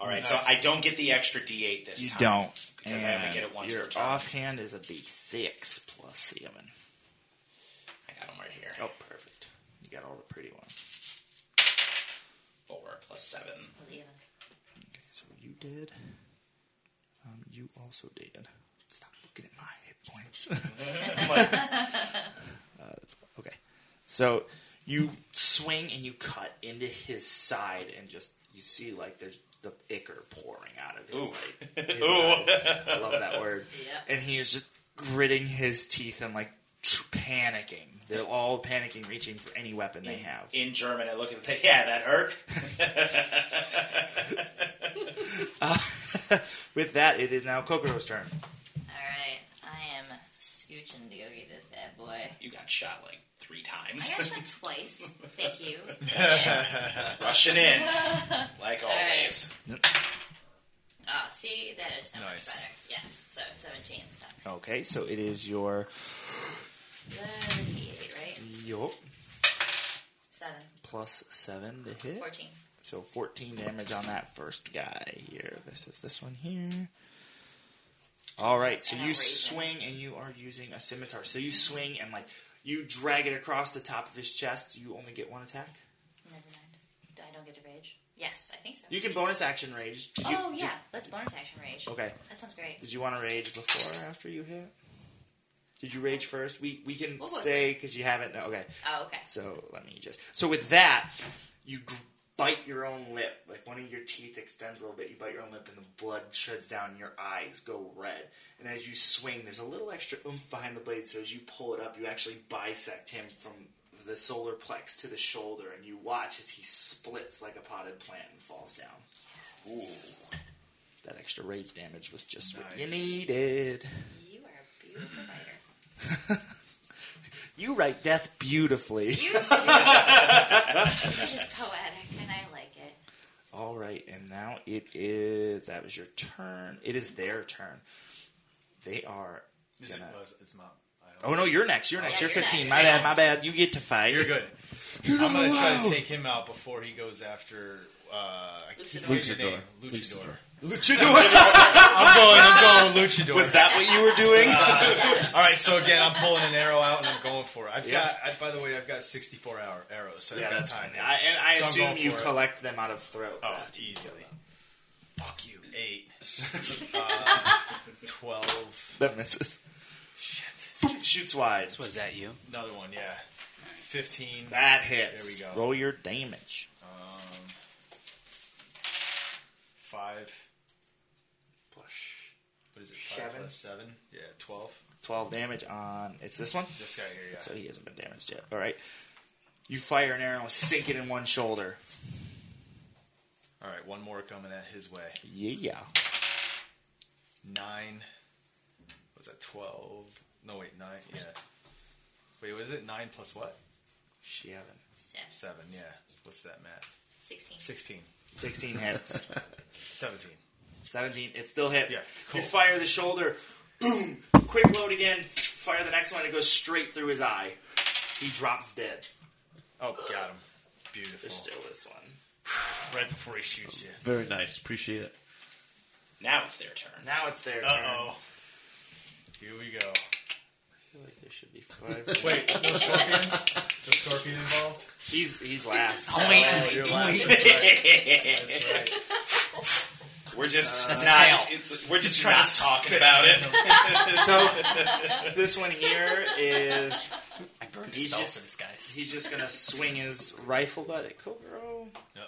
[SPEAKER 6] All right, so I don't get the extra D8 this
[SPEAKER 1] You
[SPEAKER 6] time.
[SPEAKER 1] don't.
[SPEAKER 6] because I only get it once
[SPEAKER 1] Your
[SPEAKER 6] per turn.
[SPEAKER 1] offhand is a D6 plus 7.
[SPEAKER 6] I got them right here.
[SPEAKER 1] Oh, perfect. You got all the pretty ones.
[SPEAKER 6] Four plus seven.
[SPEAKER 1] Okay, so you did. Um, you also did. Stop looking at my hit points. I'm like- uh, that's, okay. So you swing and you cut into his side, and just you see like there's the ichor pouring out of his.
[SPEAKER 6] Oof.
[SPEAKER 1] Like, his
[SPEAKER 6] Ooh.
[SPEAKER 1] side. I love that word.
[SPEAKER 6] Yeah.
[SPEAKER 1] And he is just gritting his teeth and like tr- panicking. They're all panicking, reaching for any weapon they have.
[SPEAKER 6] In German, I look at the yeah, that hurt.
[SPEAKER 1] Uh, with that, it is now Kokoro's turn.
[SPEAKER 5] Alright, I am scooching to go get this bad boy.
[SPEAKER 6] You got shot like three
[SPEAKER 5] I
[SPEAKER 6] times.
[SPEAKER 5] got shot twice. Thank you.
[SPEAKER 6] Rushing in, like
[SPEAKER 5] All right.
[SPEAKER 6] always.
[SPEAKER 5] Ah, see, that is so
[SPEAKER 1] Nice.
[SPEAKER 5] much better. Yes, so 17. So
[SPEAKER 1] Okay, so it is your.
[SPEAKER 5] 38, right?
[SPEAKER 1] Yup.
[SPEAKER 5] 7.
[SPEAKER 1] Plus 7 to hit.
[SPEAKER 5] 14.
[SPEAKER 1] So 14 damage on that first guy here. This is this one here. All right, so you swing and you are using a scimitar. So you swing and like you drag it across the top of his chest. You only get one attack.
[SPEAKER 5] Never mind. Do I don't get to rage? Yes, I think so.
[SPEAKER 1] You can bonus action rage. Did you,
[SPEAKER 5] oh,
[SPEAKER 1] did-
[SPEAKER 5] yeah. Let's bonus action rage.
[SPEAKER 1] okay.
[SPEAKER 5] That sounds great.
[SPEAKER 1] Did you want to rage before or after you hit? Did you rage first? We we can
[SPEAKER 5] We'll go with
[SPEAKER 1] say because you haven't. No, okay.
[SPEAKER 5] Oh, okay.
[SPEAKER 1] So let me just. So with that, you gr- bite your own lip. Like one of your teeth extends a little bit. You bite your own lip, and the blood shreds down, and your eyes go red. And as you swing, there's a little extra oomph behind the blade. So as you pull it up, you actually bisect him from the solar plex to the shoulder, and you watch as he splits like a potted plant and falls down. Ooh. That extra rage damage was just what you
[SPEAKER 5] Nice.
[SPEAKER 1] needed.
[SPEAKER 5] You are a beautiful writer.
[SPEAKER 1] You write death beautifully.
[SPEAKER 5] You do. This is poetic, and I like it.
[SPEAKER 1] All right, and now it is. That was your turn. It is their turn. They are.
[SPEAKER 12] Is it-
[SPEAKER 1] gonna-
[SPEAKER 12] well, it's- it's not- I
[SPEAKER 1] oh
[SPEAKER 12] don't-
[SPEAKER 1] no, you're next. You're next.
[SPEAKER 12] Yeah,
[SPEAKER 1] you're
[SPEAKER 12] you're
[SPEAKER 1] 15.
[SPEAKER 12] next,
[SPEAKER 1] My
[SPEAKER 12] you're
[SPEAKER 1] bad. My
[SPEAKER 12] next.
[SPEAKER 1] bad. You get to fight. You're
[SPEAKER 12] good.
[SPEAKER 1] You're
[SPEAKER 12] I'm
[SPEAKER 1] not
[SPEAKER 12] gonna try to
[SPEAKER 1] allowed.
[SPEAKER 12] take him out before he goes after. Uh, I keep
[SPEAKER 1] Luchador.
[SPEAKER 12] forgetting your name.
[SPEAKER 1] Luchador.
[SPEAKER 12] Luchador.
[SPEAKER 1] Luchador.
[SPEAKER 12] I'm going. I'm going. with Luchador.
[SPEAKER 1] Was that what you were doing?
[SPEAKER 12] all right. So again, I'm pulling an arrow out and I'm going for it. I've
[SPEAKER 1] Yeah.
[SPEAKER 12] got. I, by the way, I've got 64 hour arrows. So I've
[SPEAKER 1] yeah,
[SPEAKER 12] got
[SPEAKER 1] that's
[SPEAKER 12] time.
[SPEAKER 1] fine. I, and I
[SPEAKER 12] So I'm
[SPEAKER 1] assume
[SPEAKER 12] going
[SPEAKER 1] you
[SPEAKER 12] for it.
[SPEAKER 1] collect them out of throats.
[SPEAKER 12] Oh,
[SPEAKER 1] after you kill them.
[SPEAKER 12] Fuck you. Eight. uh, Twelve.
[SPEAKER 23] That misses.
[SPEAKER 12] Shit. Shoots wide.
[SPEAKER 4] Was that you?
[SPEAKER 12] Another one, yeah. Fifteen.
[SPEAKER 6] That hits.
[SPEAKER 12] There we go.
[SPEAKER 1] Roll your damage.
[SPEAKER 12] Um, five plus. What is it? Five
[SPEAKER 1] Seven.
[SPEAKER 12] plus seven. Yeah, twelve.
[SPEAKER 1] 12 damage on. It's this one?
[SPEAKER 12] This guy here, yeah.
[SPEAKER 1] So he hasn't been damaged yet. All right. You fire an arrow, sink it in one shoulder.
[SPEAKER 12] All right, one more coming at his way.
[SPEAKER 1] Yeah.
[SPEAKER 12] Nine. Was that twelve? No, wait, nine. Yeah. Wait, what is it? Nine plus what?
[SPEAKER 1] Seven.
[SPEAKER 12] Seven. Yeah. What's that, Matt?
[SPEAKER 5] 16.
[SPEAKER 12] Sixteen.
[SPEAKER 1] 16 hits.
[SPEAKER 12] Seventeen.
[SPEAKER 1] 17. It still hits.
[SPEAKER 12] Yeah, cool.
[SPEAKER 1] You fire the shoulder. Boom. Quick load again. Fire the next one. It goes straight through his eye. He drops dead.
[SPEAKER 12] Oh, got him. Beautiful.
[SPEAKER 1] There's
[SPEAKER 6] uh,
[SPEAKER 1] still this one.
[SPEAKER 12] Right before he shoots you.
[SPEAKER 3] Very nice. Appreciate it.
[SPEAKER 6] Now it's their turn.
[SPEAKER 1] Now it's their turn.
[SPEAKER 12] Uh oh. Here we go.
[SPEAKER 1] I feel like there should be five.
[SPEAKER 12] Wait, no scorpion? No scorpion involved?
[SPEAKER 1] he's he's last.
[SPEAKER 12] You're last. That's right. That's right.
[SPEAKER 6] We're just
[SPEAKER 1] That's a
[SPEAKER 6] not.
[SPEAKER 1] tail.
[SPEAKER 6] It's, we're just not talking about it.
[SPEAKER 1] so this one here is
[SPEAKER 4] I burned a
[SPEAKER 1] He's
[SPEAKER 4] spell
[SPEAKER 1] just-
[SPEAKER 4] for this guy.
[SPEAKER 1] he's just gonna swing his rifle butt at Kogoro.
[SPEAKER 12] Uh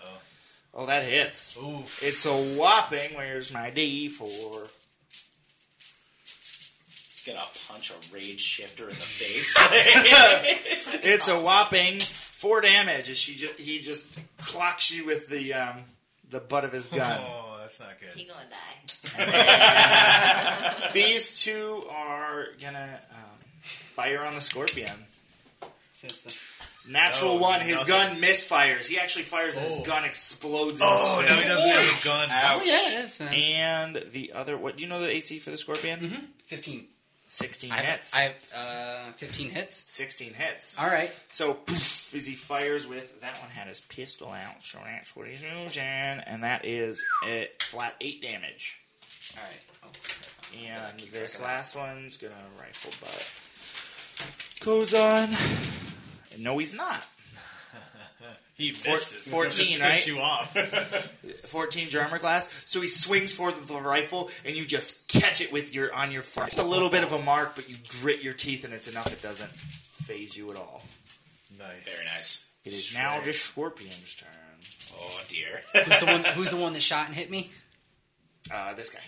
[SPEAKER 1] Oh, that hits.
[SPEAKER 12] oh. Oof.
[SPEAKER 1] It's a whopping. Where's my D for?
[SPEAKER 6] Gonna punch a rage shifter in the face.
[SPEAKER 1] It's a whopping four damage. As she ju- he just clocks you with the um, the butt of his gun.
[SPEAKER 12] Oh, that's not good.
[SPEAKER 5] He gonna die.
[SPEAKER 1] These two are gonna um, fire on the scorpion.
[SPEAKER 4] Since the-
[SPEAKER 1] Natural
[SPEAKER 12] No,
[SPEAKER 1] one. His
[SPEAKER 12] Oh, nothing.
[SPEAKER 1] gun misfires. He actually fires, and
[SPEAKER 12] Oh.
[SPEAKER 1] his gun explodes. In
[SPEAKER 12] Oh,
[SPEAKER 1] his
[SPEAKER 12] now
[SPEAKER 1] face.
[SPEAKER 12] he doesn't have a gun.
[SPEAKER 4] Oh yeah, that's uh,
[SPEAKER 1] And the other, what do you know the AC for the scorpion?
[SPEAKER 4] Mm-hmm. fifteen.
[SPEAKER 1] 16
[SPEAKER 4] I have,
[SPEAKER 1] hits.
[SPEAKER 4] I have uh, fifteen hits.
[SPEAKER 1] 16 hits.
[SPEAKER 4] All right.
[SPEAKER 1] So, poof, as he fires with, that one had his pistol out, so that's what he's using, and that is a flat 8 damage.
[SPEAKER 4] All right. Oh,
[SPEAKER 1] And
[SPEAKER 4] keep
[SPEAKER 1] this
[SPEAKER 4] track
[SPEAKER 1] last one's gonna rifle butt. Goes on. No, he's not.
[SPEAKER 12] He
[SPEAKER 1] Four-
[SPEAKER 12] missed it.
[SPEAKER 1] 14,
[SPEAKER 12] Just
[SPEAKER 1] right?
[SPEAKER 12] Piss you off.
[SPEAKER 1] 14 your armor class. So he swings forward with the rifle, and you just catch it with your on your far. It's a little bit of a mark, but you grit your teeth, and it's enough. It doesn't phase you at all.
[SPEAKER 12] nice.
[SPEAKER 6] Very nice.
[SPEAKER 1] It is now the scorpion's turn.
[SPEAKER 6] Oh dear.
[SPEAKER 4] that. Who's the one? Who's the one that shot and hit me?
[SPEAKER 1] Uh, this guy.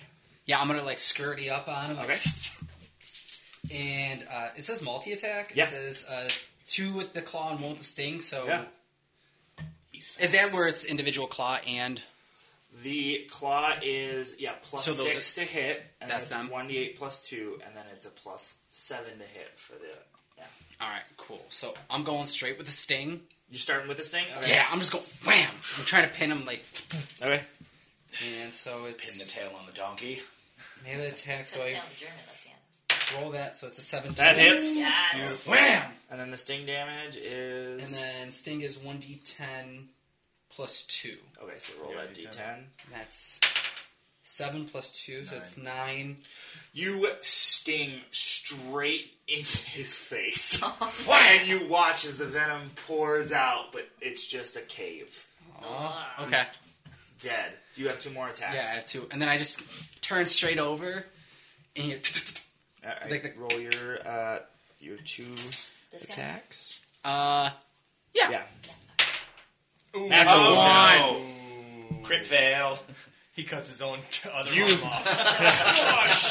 [SPEAKER 4] Yeah, I'm gonna like scurry up on him. like,
[SPEAKER 1] Okay.
[SPEAKER 4] And uh, it says multi attack.
[SPEAKER 1] Yeah.
[SPEAKER 4] It says uh, two with the claw and one with the sting. So
[SPEAKER 1] Yeah.
[SPEAKER 6] He's fast.
[SPEAKER 4] is that where it's individual claw and
[SPEAKER 1] The claw is yeah plus
[SPEAKER 4] So those
[SPEAKER 1] six to hit, and
[SPEAKER 4] That's
[SPEAKER 1] that's
[SPEAKER 4] done.
[SPEAKER 1] one d eight plus two, and then it's a plus seven to hit for the. Yeah,
[SPEAKER 4] all right, cool. So I'm going straight with the sting.
[SPEAKER 1] you starting with this thing? Okay.
[SPEAKER 4] Yeah, I'm just going wham. I'm trying to pin him like,
[SPEAKER 1] Okay.
[SPEAKER 4] and so
[SPEAKER 6] Pin the
[SPEAKER 4] it's
[SPEAKER 6] tail on the donkey.
[SPEAKER 4] melee attack. So
[SPEAKER 5] So
[SPEAKER 4] I
[SPEAKER 5] German at the end.
[SPEAKER 4] roll that. So it's a seventeen.
[SPEAKER 1] That hits.
[SPEAKER 5] Yes.
[SPEAKER 4] Wham.
[SPEAKER 1] And then the sting damage is.
[SPEAKER 4] And then sting is one d10 plus two.
[SPEAKER 1] okay, so roll
[SPEAKER 12] Yeah,
[SPEAKER 1] that d10.
[SPEAKER 12] D10.
[SPEAKER 4] That's seven plus two, so it's nine.
[SPEAKER 1] You sting straight in his face, and you watch as the venom pours out, but it's just a cave.
[SPEAKER 4] Oh, okay.
[SPEAKER 1] Dead. You have two more attacks.
[SPEAKER 4] Yeah, I have two, and then I just turn straight over, and you
[SPEAKER 1] All right,
[SPEAKER 4] Like the-
[SPEAKER 1] roll your uh, your two
[SPEAKER 5] This guy?
[SPEAKER 1] attacks.
[SPEAKER 4] uh,
[SPEAKER 1] Yeah.
[SPEAKER 6] That's
[SPEAKER 4] Oh,
[SPEAKER 6] a
[SPEAKER 4] one.
[SPEAKER 6] Crit fail.
[SPEAKER 12] He cuts his own t- other
[SPEAKER 1] You-
[SPEAKER 12] arm off.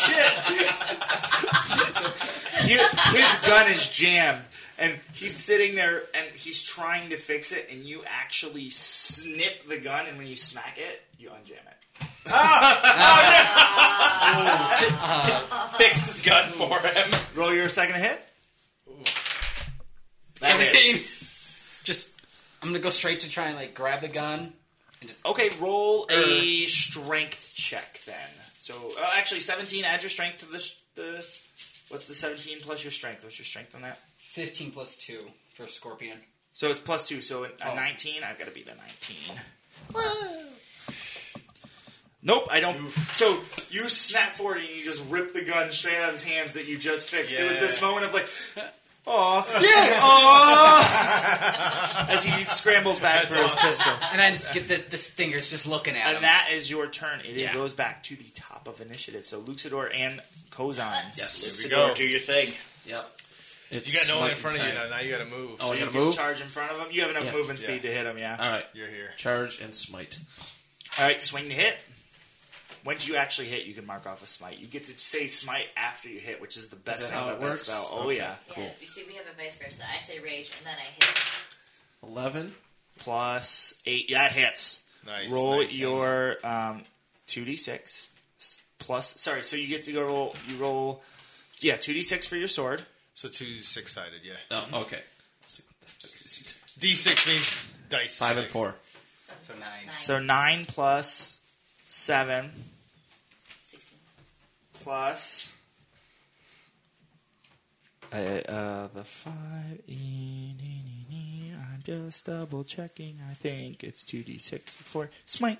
[SPEAKER 1] He- his gun is jammed, and he's sitting there, and he's trying to fix it, and you actually snip the gun, and when you smack it, you unjam it.
[SPEAKER 6] Fixed his gun for him.
[SPEAKER 1] Roll your second hit.
[SPEAKER 4] seventeen. Just, I'm gonna go straight to try and like grab the gun.
[SPEAKER 1] Okay, roll a strength check then. So, uh, actually, seventeen. Add your strength to the, s- the. What's the seventeen plus your strength? What's your strength on that?
[SPEAKER 4] Fifteen plus two for scorpion.
[SPEAKER 1] So it's plus two. So a
[SPEAKER 4] Oh.
[SPEAKER 1] nineteen. I've got to beat a nineteen. Nope, I don't. So you snap forward and you just rip the gun straight out of his hands that you just fixed. It was this
[SPEAKER 12] Yeah.
[SPEAKER 1] moment of like, Aw.
[SPEAKER 4] Yeah,
[SPEAKER 1] aw. As he scrambles back for his pistol.
[SPEAKER 4] And I just get the, the stingers just looking at
[SPEAKER 1] And
[SPEAKER 4] him.
[SPEAKER 1] that is your turn. It
[SPEAKER 4] Yeah.
[SPEAKER 1] goes back to the top of initiative. So Luxador and Kozan.
[SPEAKER 12] Yes.
[SPEAKER 1] Luxador,
[SPEAKER 12] Here we go.
[SPEAKER 1] do your thing.
[SPEAKER 3] Yep.
[SPEAKER 12] you got no one in front of you now. Now you got to move.
[SPEAKER 3] Oh, I
[SPEAKER 1] you
[SPEAKER 3] gotta
[SPEAKER 1] can
[SPEAKER 3] move?
[SPEAKER 1] charge in front of him. You have enough
[SPEAKER 3] Yeah.
[SPEAKER 1] movement
[SPEAKER 3] Yeah.
[SPEAKER 1] speed to hit him, yeah.
[SPEAKER 3] All right.
[SPEAKER 12] You're here.
[SPEAKER 3] Charge and smite.
[SPEAKER 1] All right, swing to hit. Once you actually hit, you can mark off a smite. You get to say smite after you hit, which is the best
[SPEAKER 3] that
[SPEAKER 1] thing
[SPEAKER 3] how
[SPEAKER 1] about
[SPEAKER 3] it
[SPEAKER 1] that
[SPEAKER 3] works?
[SPEAKER 1] spell. Oh,
[SPEAKER 3] Okay.
[SPEAKER 1] yeah.
[SPEAKER 5] Yeah, you see, we have a vice versa. I say rage, and then I hit.
[SPEAKER 3] 11.
[SPEAKER 1] Plus 8. That hits.
[SPEAKER 12] Nice.
[SPEAKER 1] Roll
[SPEAKER 12] nice, nice.
[SPEAKER 1] your um, 2d6 plus. Sorry, so you get to go roll. You roll. Yeah, 2d6 for your sword.
[SPEAKER 12] So two six sided, yeah.
[SPEAKER 3] Oh, okay.
[SPEAKER 12] D six means dice.
[SPEAKER 3] Five and
[SPEAKER 12] six.
[SPEAKER 3] four.
[SPEAKER 4] so nine.
[SPEAKER 1] So 9 plus 7
[SPEAKER 5] Sixteen.
[SPEAKER 1] plus. Uh, uh, the five. e, I'm just double checking. I think it's 2d6 for smite.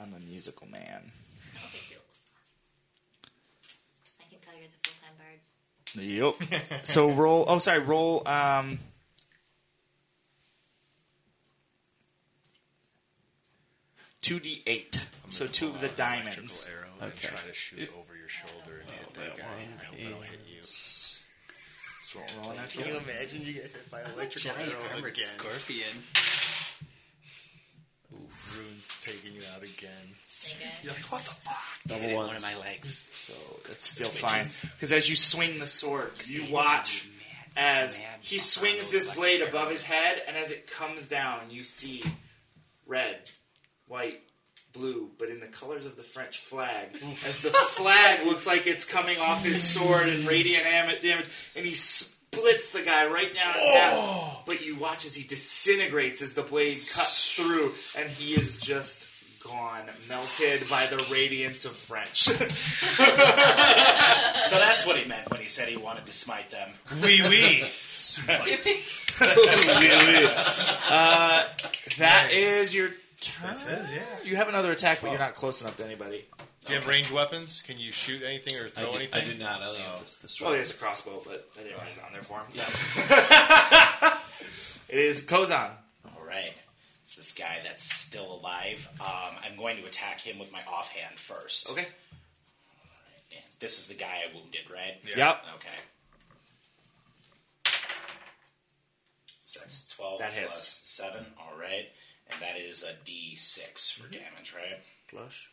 [SPEAKER 1] I'm a musical man.
[SPEAKER 5] I don't think you're I can tell you're the full-time bard.
[SPEAKER 1] Yep. so roll. Oh, sorry. Roll. Um. Two d eight. So two of the diamonds. Oh,
[SPEAKER 12] Electrical arrow and
[SPEAKER 3] Okay.
[SPEAKER 12] try to shoot over your shoulder and hit that guy. I hope I don't hit you.
[SPEAKER 1] Can
[SPEAKER 12] you imagine you get hit by electrical
[SPEAKER 4] Giant armored scorpion.
[SPEAKER 12] Rune's taking you out again.
[SPEAKER 5] Snake eyes.
[SPEAKER 12] what the fuck?
[SPEAKER 3] Double ones.
[SPEAKER 4] legs.
[SPEAKER 1] So that's still fine. Because as you swing the sword, you watch as he swings this blade above his head, and as it comes down, you see red, white, blue, but in the colors of the French flag. As the flag looks like it's coming off his sword and radiant am- damage, and he splits the guy right down in half. But you watch as he disintegrates as the blade cuts through, and he is just gone, melted by the radiance of French.
[SPEAKER 6] So that's what he meant when he said he wanted to smite them.
[SPEAKER 12] Wee wee.
[SPEAKER 1] That is your turn.
[SPEAKER 12] says, yeah.
[SPEAKER 1] You have another attack, but you're not close enough to anybody.
[SPEAKER 12] Do you have range weapons? Can you shoot anything or
[SPEAKER 3] I
[SPEAKER 12] throw
[SPEAKER 3] do,
[SPEAKER 12] anything?
[SPEAKER 3] I do not. I only have this, this
[SPEAKER 1] Well,
[SPEAKER 3] one.
[SPEAKER 1] he has a crossbow, but I didn't write it on there for him. it is Kozan.
[SPEAKER 6] All right. It's this guy that's still alive. Um, I'm going to attack him with my offhand first.
[SPEAKER 1] Okay.
[SPEAKER 6] Yeah, This is the guy I wounded, right?
[SPEAKER 1] Yep.
[SPEAKER 6] Okay. So that's 12
[SPEAKER 1] That hits.
[SPEAKER 6] plus 7. All right. And that is a d6 for
[SPEAKER 12] Mm-hmm.
[SPEAKER 6] damage, right?
[SPEAKER 1] Plus.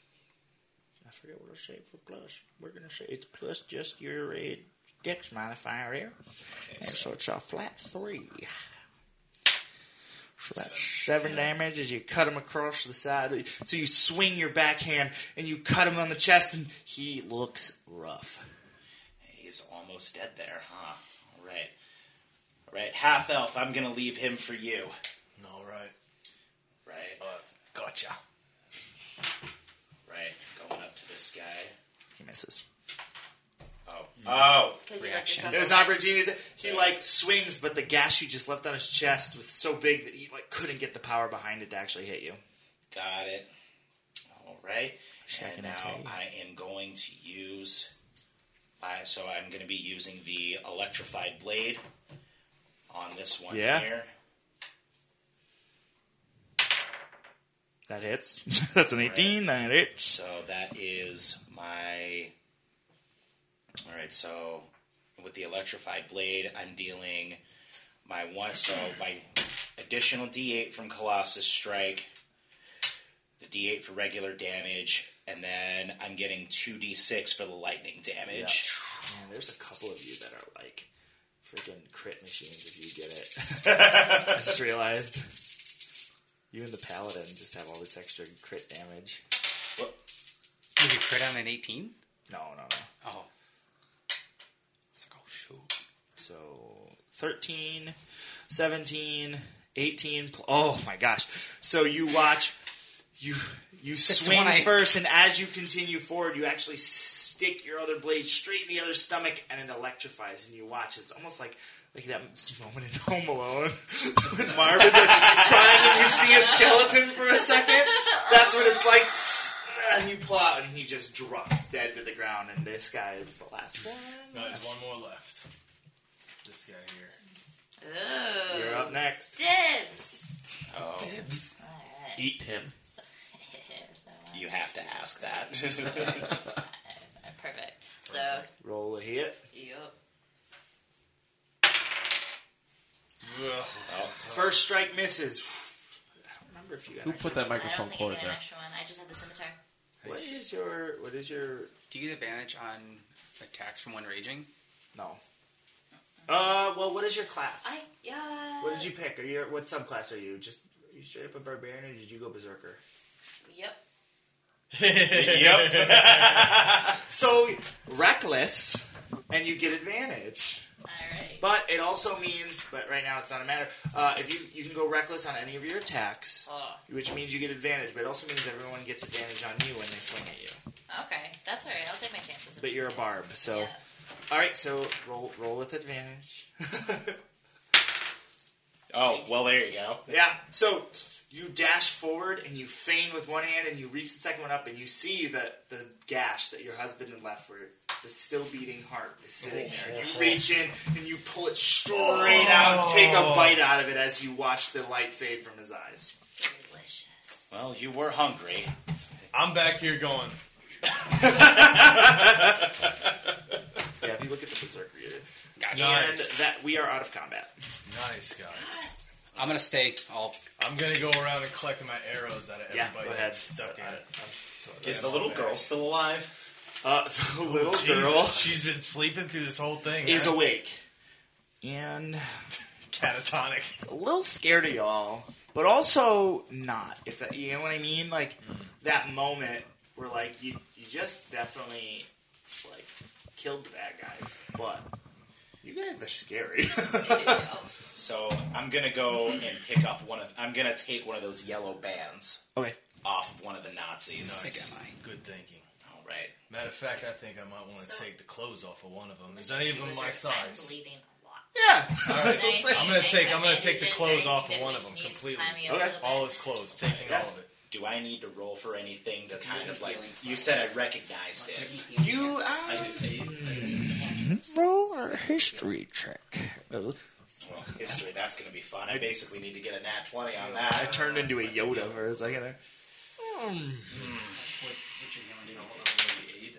[SPEAKER 1] I forget what I say for plus. We're gonna say it's plus just your uh, dex modifier here,
[SPEAKER 6] Okay,
[SPEAKER 1] and
[SPEAKER 6] so
[SPEAKER 1] so it's a flat three. So that's seven damage as you cut him across the side. So you swing your backhand and you cut him on the chest, and he looks rough.
[SPEAKER 6] he's almost dead there, huh? All right. All right, half elf, I'm going to leave him for you.
[SPEAKER 24] All right. Uh,
[SPEAKER 6] Right?
[SPEAKER 24] Gotcha.
[SPEAKER 6] Right. Going up to this guy.
[SPEAKER 1] He misses.
[SPEAKER 6] Oh. Oh.
[SPEAKER 5] Because you looked this up.
[SPEAKER 1] There's an opportunity. To, he like swings, but the gash you just left on his chest was so big that he like couldn't get the power behind it to actually hit you.
[SPEAKER 6] Got it. All right.
[SPEAKER 1] Check
[SPEAKER 6] and
[SPEAKER 1] and
[SPEAKER 6] now
[SPEAKER 1] attack.
[SPEAKER 6] I am going to use. I, so I'm going to be using the electrified blade on this one
[SPEAKER 1] Yeah.
[SPEAKER 6] here.
[SPEAKER 1] That hits. That's an 18. That hits.
[SPEAKER 6] So that is my. All right. So with the electrified blade, I'm dealing my one. So my additional D8 from Colossus Strike, the D8 for regular damage, and then I'm getting two D6 for the lightning damage.
[SPEAKER 1] Man, there's a couple of you that are like freaking crit machines if you get it. I just realized. You and the paladin just have all this extra crit damage.
[SPEAKER 4] Did you crit on an 18?
[SPEAKER 1] No, no, no.
[SPEAKER 4] Oh. It's like, oh, shoot.
[SPEAKER 1] So 13, 17, 18. Pl- oh my gosh. So you watch, you you swing
[SPEAKER 4] one I-
[SPEAKER 1] first, and as you continue forward, you actually stick your other blade straight in the other stomach, and it electrifies, and you watch. It's almost like. Like that moment in Home Alone when Marv is like crying and you see a skeleton for a second. That's what it's like. and you pull out, and he just drops dead to the ground. And this guy is the last one.
[SPEAKER 12] No, there's one more left. This guy here.
[SPEAKER 5] Ooh.
[SPEAKER 1] You're up next.
[SPEAKER 5] Dibs.
[SPEAKER 6] Oh.
[SPEAKER 5] Dibs. All right.
[SPEAKER 6] Eat him.
[SPEAKER 5] So, so, uh,
[SPEAKER 6] You have to ask that.
[SPEAKER 5] perfect. So,
[SPEAKER 1] Roll a hit.
[SPEAKER 5] yep.
[SPEAKER 1] First strike misses. I don't remember if you got
[SPEAKER 3] Who
[SPEAKER 1] extra-
[SPEAKER 3] put that
[SPEAKER 5] I
[SPEAKER 3] microphone
[SPEAKER 5] don't think I
[SPEAKER 3] cord
[SPEAKER 5] get an
[SPEAKER 3] there?
[SPEAKER 5] extra one. I just had the scimitar.
[SPEAKER 1] What is your what is your
[SPEAKER 4] Do you get advantage on attacks from one raging?
[SPEAKER 1] no? Uh, well, what is your class?
[SPEAKER 5] I yeah.
[SPEAKER 1] What did you pick? Are you what subclass are you? Just are you straight up a barbarian, or did you go berserker?
[SPEAKER 5] Yep.
[SPEAKER 1] yep. so reckless, and you get advantage.
[SPEAKER 5] All right.
[SPEAKER 1] But it also means, but right now it's not a matter. Uh, if you you can go reckless on any of your attacks,
[SPEAKER 5] Oh,
[SPEAKER 1] which means you get advantage. But it also means everyone gets advantage on you when they swing at you.
[SPEAKER 5] okay. That's all right. I'll take my chances. with
[SPEAKER 1] But you're a
[SPEAKER 5] this, yeah.
[SPEAKER 1] barb, so
[SPEAKER 5] Yeah.
[SPEAKER 1] all right. So roll roll with advantage.
[SPEAKER 6] oh, well, there you go.
[SPEAKER 1] Yeah. So you dash forward and you feign with one hand and you reach the second one up and you see the, the gash that your husband had left where the still beating heart is sitting there. You reach in and you pull it straight out and take a bite out of it as you watch the light fade from his eyes.
[SPEAKER 5] Delicious.
[SPEAKER 6] Well, you were hungry.
[SPEAKER 2] I'm back here going.
[SPEAKER 1] Yeah, if you look at the berserker, you
[SPEAKER 4] Gotcha.
[SPEAKER 1] and
[SPEAKER 2] Nice.
[SPEAKER 1] that we are out of combat.
[SPEAKER 2] Nice, guys.
[SPEAKER 5] Yes.
[SPEAKER 4] I'm gonna stay. I'll
[SPEAKER 2] I'm gonna go around and collect my arrows out of
[SPEAKER 1] Yeah,
[SPEAKER 2] everybody
[SPEAKER 1] go ahead.
[SPEAKER 2] that's stuck in
[SPEAKER 1] Uh,
[SPEAKER 2] it.
[SPEAKER 6] Is the little girl still alive?
[SPEAKER 1] Uh, the little
[SPEAKER 2] Jesus,
[SPEAKER 1] girl
[SPEAKER 2] She's been sleeping through this whole thing.
[SPEAKER 1] is
[SPEAKER 2] huh?
[SPEAKER 1] awake and
[SPEAKER 2] catatonic.
[SPEAKER 1] a little scared of y'all, but also not. If that, you know what I mean, like that moment where like you you just definitely like killed the bad guys, but you guys are scary.
[SPEAKER 6] So I'm gonna go and pick up one of. I'm gonna take one of those yellow bands
[SPEAKER 1] okay.
[SPEAKER 6] off of one of the Nazis.
[SPEAKER 4] sick am I?
[SPEAKER 12] Good thinking.
[SPEAKER 6] All right.
[SPEAKER 12] Matter of fact, I think I might want to
[SPEAKER 5] So-
[SPEAKER 12] take the clothes off of one of them. Is any of them
[SPEAKER 5] Berserk,
[SPEAKER 12] my
[SPEAKER 5] I'm
[SPEAKER 12] size?
[SPEAKER 5] bleeding a lot.
[SPEAKER 1] Yeah.
[SPEAKER 12] All right,
[SPEAKER 5] Is there
[SPEAKER 12] I'm
[SPEAKER 5] anything
[SPEAKER 12] gonna
[SPEAKER 5] that
[SPEAKER 12] take.
[SPEAKER 5] you
[SPEAKER 12] I'm gonna take the
[SPEAKER 5] advantages,
[SPEAKER 12] clothes off of
[SPEAKER 5] anything
[SPEAKER 12] one
[SPEAKER 5] that
[SPEAKER 12] of them
[SPEAKER 5] we can use to
[SPEAKER 12] completely.
[SPEAKER 5] tie me up
[SPEAKER 1] Okay.
[SPEAKER 5] a little
[SPEAKER 12] All
[SPEAKER 5] bit?
[SPEAKER 12] his clothes, taking all of it.
[SPEAKER 6] Do I need to roll for anything to kind of like?
[SPEAKER 4] healing spells.
[SPEAKER 6] You said I recognized it.
[SPEAKER 1] You
[SPEAKER 6] I did.
[SPEAKER 1] roll a history check.
[SPEAKER 6] Well, history. That's gonna be fun. I basically need to get a nat twenty on
[SPEAKER 1] I
[SPEAKER 6] that.
[SPEAKER 1] turned into a Yoda for a second there.
[SPEAKER 4] What's, what's your healing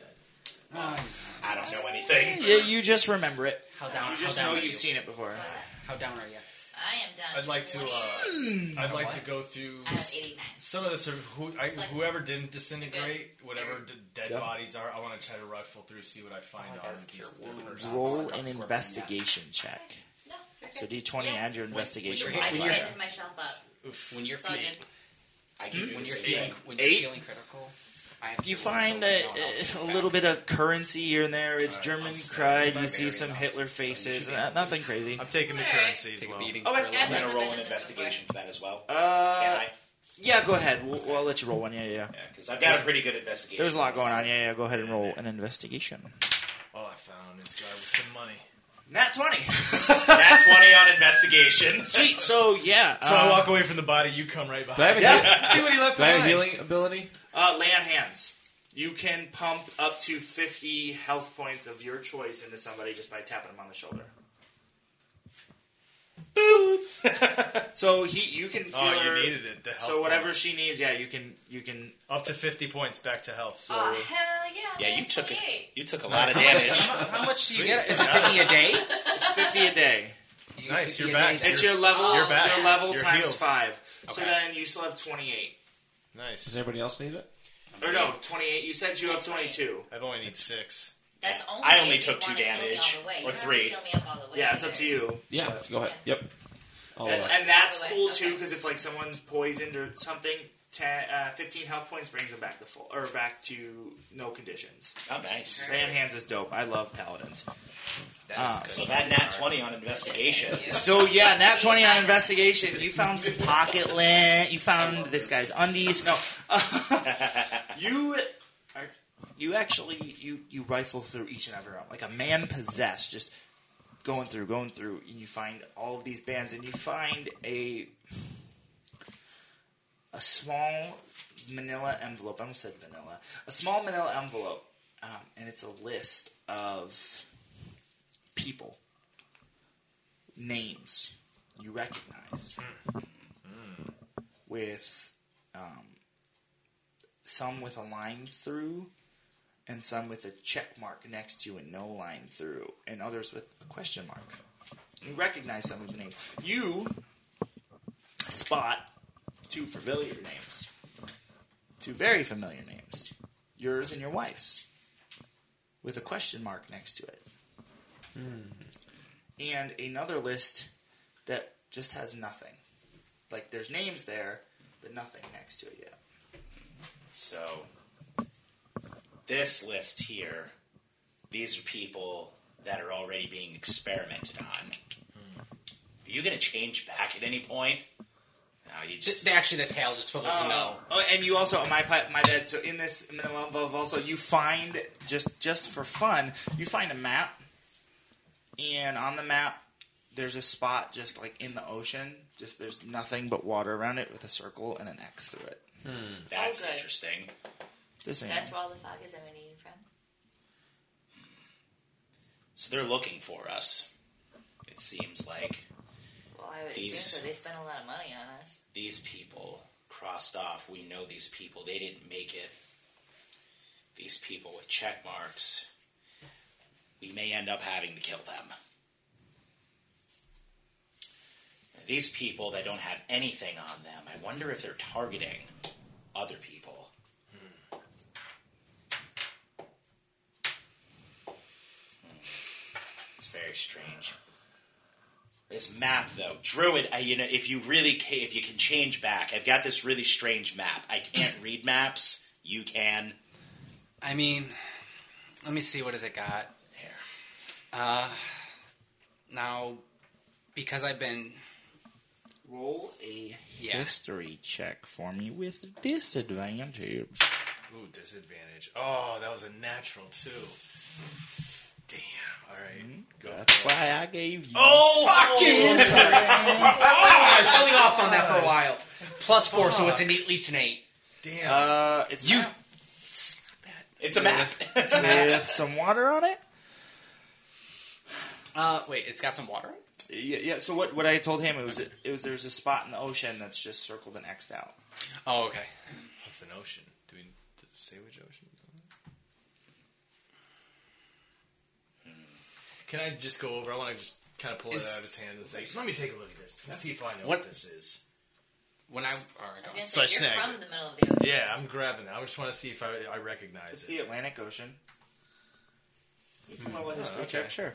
[SPEAKER 4] Uh,
[SPEAKER 6] I don't know anything.
[SPEAKER 1] Yeah, you just remember it.
[SPEAKER 4] How down?
[SPEAKER 1] You just
[SPEAKER 4] how
[SPEAKER 1] know
[SPEAKER 4] down are
[SPEAKER 1] you've
[SPEAKER 4] you?
[SPEAKER 1] seen it before.
[SPEAKER 5] What was that?
[SPEAKER 4] How down are you?
[SPEAKER 5] I am done.
[SPEAKER 2] I'd like to. Uh,
[SPEAKER 1] Mm.
[SPEAKER 2] I'd like to go through
[SPEAKER 5] I have 89.
[SPEAKER 2] some of the sort of who, I,
[SPEAKER 5] like-
[SPEAKER 2] whoever didn't disintegrate, whatever
[SPEAKER 5] They're-
[SPEAKER 2] d- dead
[SPEAKER 23] Yep.
[SPEAKER 2] bodies are. I want to try to rifle through, see what I find
[SPEAKER 1] Oh,
[SPEAKER 2] on
[SPEAKER 1] that's
[SPEAKER 2] these
[SPEAKER 4] cute.
[SPEAKER 2] different
[SPEAKER 4] Wounds.
[SPEAKER 2] person.
[SPEAKER 1] Roll
[SPEAKER 4] That's
[SPEAKER 1] an
[SPEAKER 4] working,
[SPEAKER 1] investigation check.
[SPEAKER 5] No, you're
[SPEAKER 1] So
[SPEAKER 5] good.
[SPEAKER 1] D20
[SPEAKER 5] Yeah.
[SPEAKER 1] and your investigation.
[SPEAKER 4] when you're
[SPEAKER 5] I
[SPEAKER 4] hit-
[SPEAKER 5] just
[SPEAKER 4] Fire.
[SPEAKER 5] ended myself up.
[SPEAKER 4] When you're
[SPEAKER 5] It's all
[SPEAKER 4] feeling,
[SPEAKER 5] good.
[SPEAKER 6] I can do
[SPEAKER 4] when
[SPEAKER 6] this
[SPEAKER 4] you're
[SPEAKER 6] again.
[SPEAKER 4] feeling, when you're
[SPEAKER 1] Eight.
[SPEAKER 4] feeling critical, I have
[SPEAKER 1] You
[SPEAKER 4] to-
[SPEAKER 1] find
[SPEAKER 4] so
[SPEAKER 1] a,
[SPEAKER 4] no, no,
[SPEAKER 1] a
[SPEAKER 4] no.
[SPEAKER 1] little bit of currency here and there. It's
[SPEAKER 2] Alright,
[SPEAKER 1] German
[SPEAKER 2] I'm staying.
[SPEAKER 1] cried. You
[SPEAKER 4] Barbarian
[SPEAKER 1] see some
[SPEAKER 4] now.
[SPEAKER 1] Hitler faces. uh, Nothing crazy.
[SPEAKER 2] I'm taking the
[SPEAKER 5] Alright.
[SPEAKER 2] currency as
[SPEAKER 4] Take
[SPEAKER 2] well.
[SPEAKER 4] a beating.
[SPEAKER 1] Okay.
[SPEAKER 4] for a little
[SPEAKER 6] I'm
[SPEAKER 4] bit.
[SPEAKER 6] gonna
[SPEAKER 5] I've
[SPEAKER 6] roll an
[SPEAKER 5] done this
[SPEAKER 6] investigation for that as well. Can
[SPEAKER 1] Uh,
[SPEAKER 6] I?
[SPEAKER 1] yeah, go ahead. We'll, we'll let you roll one. Yeah, yeah. yeah.
[SPEAKER 6] Yeah, because I've got a pretty good investigation.
[SPEAKER 1] There's a lot going on. Yeah, yeah. Go ahead and roll an investigation.
[SPEAKER 2] Oh, I found this guy with some money.
[SPEAKER 1] Nat twenty.
[SPEAKER 6] Nat twenty on investigation.
[SPEAKER 1] Sweet. So yeah.
[SPEAKER 2] So I
[SPEAKER 1] um,
[SPEAKER 2] walk away from the body. You come right
[SPEAKER 3] Do I have
[SPEAKER 2] behind.
[SPEAKER 3] a,
[SPEAKER 1] Yeah.
[SPEAKER 2] See what he left
[SPEAKER 3] do I have a
[SPEAKER 2] behind.
[SPEAKER 3] healing ability?
[SPEAKER 1] Uh, lay on hands. You can pump up to fifty health points of your choice into somebody just by tapping them on the shoulder. Boop. so he, you can feel
[SPEAKER 2] Oh,
[SPEAKER 1] her-
[SPEAKER 2] you needed it. The health
[SPEAKER 1] So whatever
[SPEAKER 2] points.
[SPEAKER 1] she needs, yeah, you can you can
[SPEAKER 2] Up to fifty points back to health. So
[SPEAKER 5] Oh, hell yeah.
[SPEAKER 6] Yeah, you
[SPEAKER 5] that's
[SPEAKER 6] took a,
[SPEAKER 5] 28.
[SPEAKER 6] you took a lot of damage.
[SPEAKER 4] How- How much do you get? Is it fifty a day?
[SPEAKER 1] It's fifty a day.
[SPEAKER 4] You get
[SPEAKER 2] Nice,
[SPEAKER 4] 50
[SPEAKER 2] you're
[SPEAKER 4] a day
[SPEAKER 2] back.
[SPEAKER 4] then?
[SPEAKER 1] It's your level.
[SPEAKER 5] You're back.
[SPEAKER 1] Your level
[SPEAKER 2] You're
[SPEAKER 1] times
[SPEAKER 2] healed.
[SPEAKER 1] five. So
[SPEAKER 4] Okay.
[SPEAKER 1] then you still have twenty eight.
[SPEAKER 3] Does
[SPEAKER 2] nice.
[SPEAKER 3] anybody else need it?
[SPEAKER 1] Or no, twenty eight. You said you have twenty two.
[SPEAKER 2] I've only need six.
[SPEAKER 5] That's only
[SPEAKER 6] I only
[SPEAKER 5] if you
[SPEAKER 6] took two
[SPEAKER 5] wanna heal me
[SPEAKER 6] damage,
[SPEAKER 5] all the way. You
[SPEAKER 6] or
[SPEAKER 5] don't have to
[SPEAKER 6] three.
[SPEAKER 5] heal me up all the way
[SPEAKER 1] Yeah, it's up
[SPEAKER 5] either.
[SPEAKER 1] to you.
[SPEAKER 3] Yeah, go ahead. Yep. I'll,
[SPEAKER 1] And,
[SPEAKER 3] uh,
[SPEAKER 1] and that's
[SPEAKER 5] Okay.
[SPEAKER 1] cool too, because if like someone's poisoned or something, 10, uh, fifteen health points brings them back to full or back to no conditions.
[SPEAKER 6] Oh, nice.
[SPEAKER 1] Ran hands is dope. I love paladins.
[SPEAKER 4] That is
[SPEAKER 6] So
[SPEAKER 4] good.
[SPEAKER 6] that nat twenty on investigation.
[SPEAKER 5] Thank you.
[SPEAKER 1] So yeah, nat twenty on investigation. You found some pocket lint. You found this guy's undies. No, you are, you actually you you rifle through each and every one like a man possessed, just going through, going through, and you find all of these bands, and you find a a small manila envelope. I almost said vanilla. A small manila envelope, um, and it's a list of people, names you recognize, with um, some with a line through, and some with a check mark next to and no line through, and others with a question mark. You recognize some of the names. You spot two familiar names, two very familiar names, yours and your wife's, with a question mark next to it, and another list that just has nothing. Like there's names there, but nothing next to it yet.
[SPEAKER 6] So, this list here, these are people that are already being experimented on. Are you going to change back at any point? No, you just.
[SPEAKER 4] Just, actually, the tail just swivells
[SPEAKER 1] Oh,
[SPEAKER 4] and no.
[SPEAKER 1] oh, and you also my pa- my bad. So in this manila envelope, also you find just just for fun, you find a map, and on the map there's a spot just like in the ocean. Just there's nothing but water around it with a circle and an X through it.
[SPEAKER 6] That's
[SPEAKER 5] Okay.
[SPEAKER 6] interesting.
[SPEAKER 1] Just so you
[SPEAKER 5] That's
[SPEAKER 1] know.
[SPEAKER 5] where all the fog is emanating from.
[SPEAKER 6] So they're looking for us. It seems like
[SPEAKER 5] Well, I would
[SPEAKER 6] These-
[SPEAKER 5] assume so. They spend a lot of money on us.
[SPEAKER 6] these people crossed off. We know these people. They didn't make it. These people with check marks. We may end up having to kill them. These people that don't have anything on them, I wonder if they're targeting other people. Hmm. It's very strange. This map, though, Druid. I, you know, if you really, ca- if you can change back, I've got this really strange map. I can't read maps. You can.
[SPEAKER 4] I mean, let me see. What has it got? Uh,
[SPEAKER 6] There.
[SPEAKER 4] Now, because I've been
[SPEAKER 1] Roll a
[SPEAKER 4] Yeah.
[SPEAKER 1] history check for me with disadvantage.
[SPEAKER 12] Ooh, disadvantage. Oh, that was a natural too. Damn. All right. Go.
[SPEAKER 1] Mm-hmm. That's why I gave you.
[SPEAKER 12] Oh,
[SPEAKER 4] Oh, I was holding off on that for a while. Plus four, so it's an eight, at least an eight.
[SPEAKER 12] damn.
[SPEAKER 1] Uh, it's
[SPEAKER 4] You
[SPEAKER 1] map
[SPEAKER 6] It's a map.
[SPEAKER 1] with some water on it.
[SPEAKER 4] Uh, wait, it's got some water. in it?
[SPEAKER 1] Yeah, yeah. So what? What I told him it was it was there's a spot in the ocean that's just circled and X'd out.
[SPEAKER 4] Oh, okay.
[SPEAKER 12] What's an ocean? Do we does it say which ocean? Can I just go over? I want to just kind of pull
[SPEAKER 4] Is-
[SPEAKER 12] it out of his hand and say, "Let me take a look at this. Let's see if I know what,
[SPEAKER 4] What-
[SPEAKER 12] this is."
[SPEAKER 4] When I, all right,
[SPEAKER 5] I was
[SPEAKER 4] go on.
[SPEAKER 5] gonna
[SPEAKER 12] So I
[SPEAKER 5] say, you're
[SPEAKER 12] snagged
[SPEAKER 5] from
[SPEAKER 12] it.
[SPEAKER 5] the middle of the ocean.
[SPEAKER 12] Yeah, I'm grabbing it. I just want to see if I, I recognize
[SPEAKER 1] It's
[SPEAKER 12] it.
[SPEAKER 1] the Atlantic Ocean. You can roll a history
[SPEAKER 12] okay.
[SPEAKER 1] check, Hmm. sure.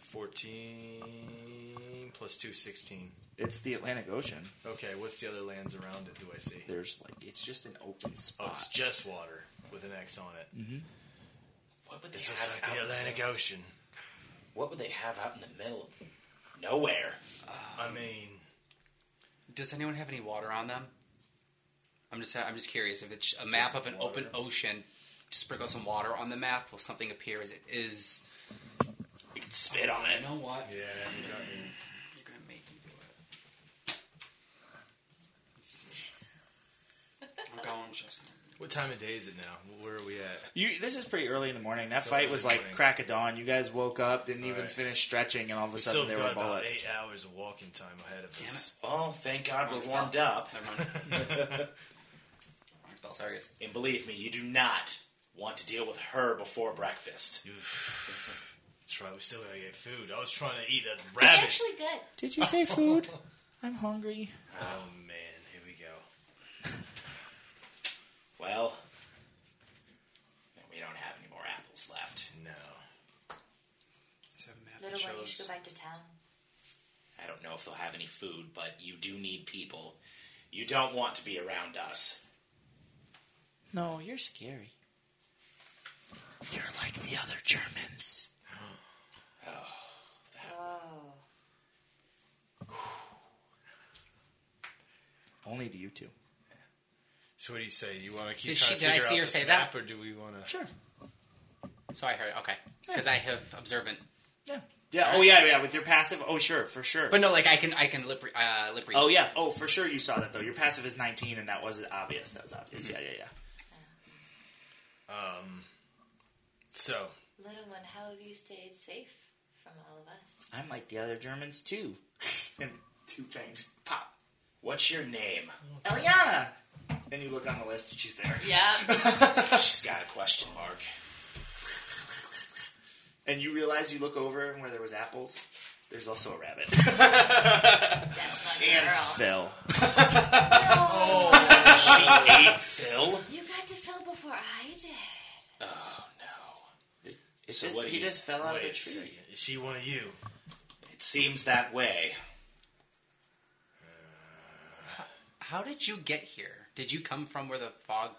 [SPEAKER 12] Fourteen plus two, sixteen.
[SPEAKER 1] It's the Atlantic Ocean.
[SPEAKER 12] Okay, what's the other lands around it? Do I see?
[SPEAKER 1] There's like it's just an open
[SPEAKER 12] Oh,
[SPEAKER 1] spot.
[SPEAKER 12] it's just water with an X on it.
[SPEAKER 6] What would they
[SPEAKER 12] This looks
[SPEAKER 6] have out
[SPEAKER 12] like the
[SPEAKER 6] in the-
[SPEAKER 12] Atlantic Ocean.
[SPEAKER 6] What would they have out in the middle of nowhere?
[SPEAKER 1] Um,
[SPEAKER 12] I mean,
[SPEAKER 4] Does anyone have any water on them? I'm just, I'm just curious if it's a map of an open ocean. Sprinkle some water on the map. Will something appear as it is?
[SPEAKER 6] We could spit on
[SPEAKER 4] You
[SPEAKER 6] it.
[SPEAKER 4] know what?
[SPEAKER 12] yeah, you know, I mean,
[SPEAKER 4] You're gonna make me do it. I'm going, Justin.
[SPEAKER 12] what time of day is it now? Where are we at?
[SPEAKER 1] You, this is pretty early in the morning. That
[SPEAKER 12] Still
[SPEAKER 1] fight was
[SPEAKER 12] early
[SPEAKER 1] like
[SPEAKER 12] morning.
[SPEAKER 1] crack of dawn. You guys woke up, didn't even
[SPEAKER 12] Alright.
[SPEAKER 1] finish stretching, and all of a sudden
[SPEAKER 12] Still
[SPEAKER 1] there
[SPEAKER 12] got
[SPEAKER 1] were
[SPEAKER 12] about
[SPEAKER 1] bullets.
[SPEAKER 12] eight hours of walking time ahead of
[SPEAKER 4] Damn
[SPEAKER 12] us.
[SPEAKER 6] Well, thank God
[SPEAKER 4] Wrong
[SPEAKER 6] we're
[SPEAKER 4] spell.
[SPEAKER 6] warmed up.
[SPEAKER 4] Never mind. Wrong spell. Sorry, guys.
[SPEAKER 6] And believe me, you do not want to deal with her before breakfast.
[SPEAKER 12] Oof. That's right. We still gotta get food. I was trying to eat a
[SPEAKER 5] It's
[SPEAKER 12] rabbit.
[SPEAKER 5] actually good.
[SPEAKER 1] Did you say food? I'm hungry.
[SPEAKER 12] oh man, here we go.
[SPEAKER 6] Well, we don't have any more apples left.
[SPEAKER 12] No.
[SPEAKER 4] So I have a map that
[SPEAKER 5] Little one, you should
[SPEAKER 4] shows.
[SPEAKER 5] go back to town.
[SPEAKER 6] I don't know if they'll have any food, but you do need people. You don't want to be around us.
[SPEAKER 1] No, you're scary. You're like the other Germans.
[SPEAKER 5] Oh.
[SPEAKER 1] Only to you two.
[SPEAKER 12] So what do you say? You want to keep
[SPEAKER 4] Did
[SPEAKER 12] trying
[SPEAKER 4] she-
[SPEAKER 12] to
[SPEAKER 4] did I
[SPEAKER 12] figure
[SPEAKER 4] see
[SPEAKER 12] out
[SPEAKER 4] her
[SPEAKER 12] this
[SPEAKER 4] say
[SPEAKER 12] map, or do we want to?
[SPEAKER 1] Sure.
[SPEAKER 4] So I heard. Okay, because I have observant.
[SPEAKER 1] Yeah.
[SPEAKER 25] Yeah. Oh yeah. Yeah. With your passive. Oh sure. For sure.
[SPEAKER 4] But no, like I can I can lip re- uh, lip read.
[SPEAKER 25] Oh yeah. Oh for sure. You saw that though. Your passive is 19, and that wasn't obvious. That was obvious.
[SPEAKER 12] Mm-hmm.
[SPEAKER 25] Yeah. Yeah.
[SPEAKER 2] Yeah. Um. So
[SPEAKER 5] Little one, how have you stayed safe from all of us?
[SPEAKER 1] I'm like the other Germans too. and two things pop. What's your name?
[SPEAKER 12] Oh,
[SPEAKER 25] Eliana.
[SPEAKER 1] Then you look on the list and she's there.
[SPEAKER 5] Yeah.
[SPEAKER 1] she's got a question mark.
[SPEAKER 25] And you realize you look over and where there was apples, there's also a rabbit.
[SPEAKER 5] That's not
[SPEAKER 25] and
[SPEAKER 5] girl.
[SPEAKER 25] Phil.
[SPEAKER 1] Oh, she ate Phil.
[SPEAKER 5] You got to Phil before I did.
[SPEAKER 1] It
[SPEAKER 6] So
[SPEAKER 1] just,
[SPEAKER 6] what
[SPEAKER 1] he
[SPEAKER 6] do you-
[SPEAKER 1] just fell out of
[SPEAKER 2] wait
[SPEAKER 1] the
[SPEAKER 2] a second.
[SPEAKER 1] tree.
[SPEAKER 2] Is she one of you?
[SPEAKER 1] It seems that way.
[SPEAKER 4] How did you get here? Did you come from where the fog,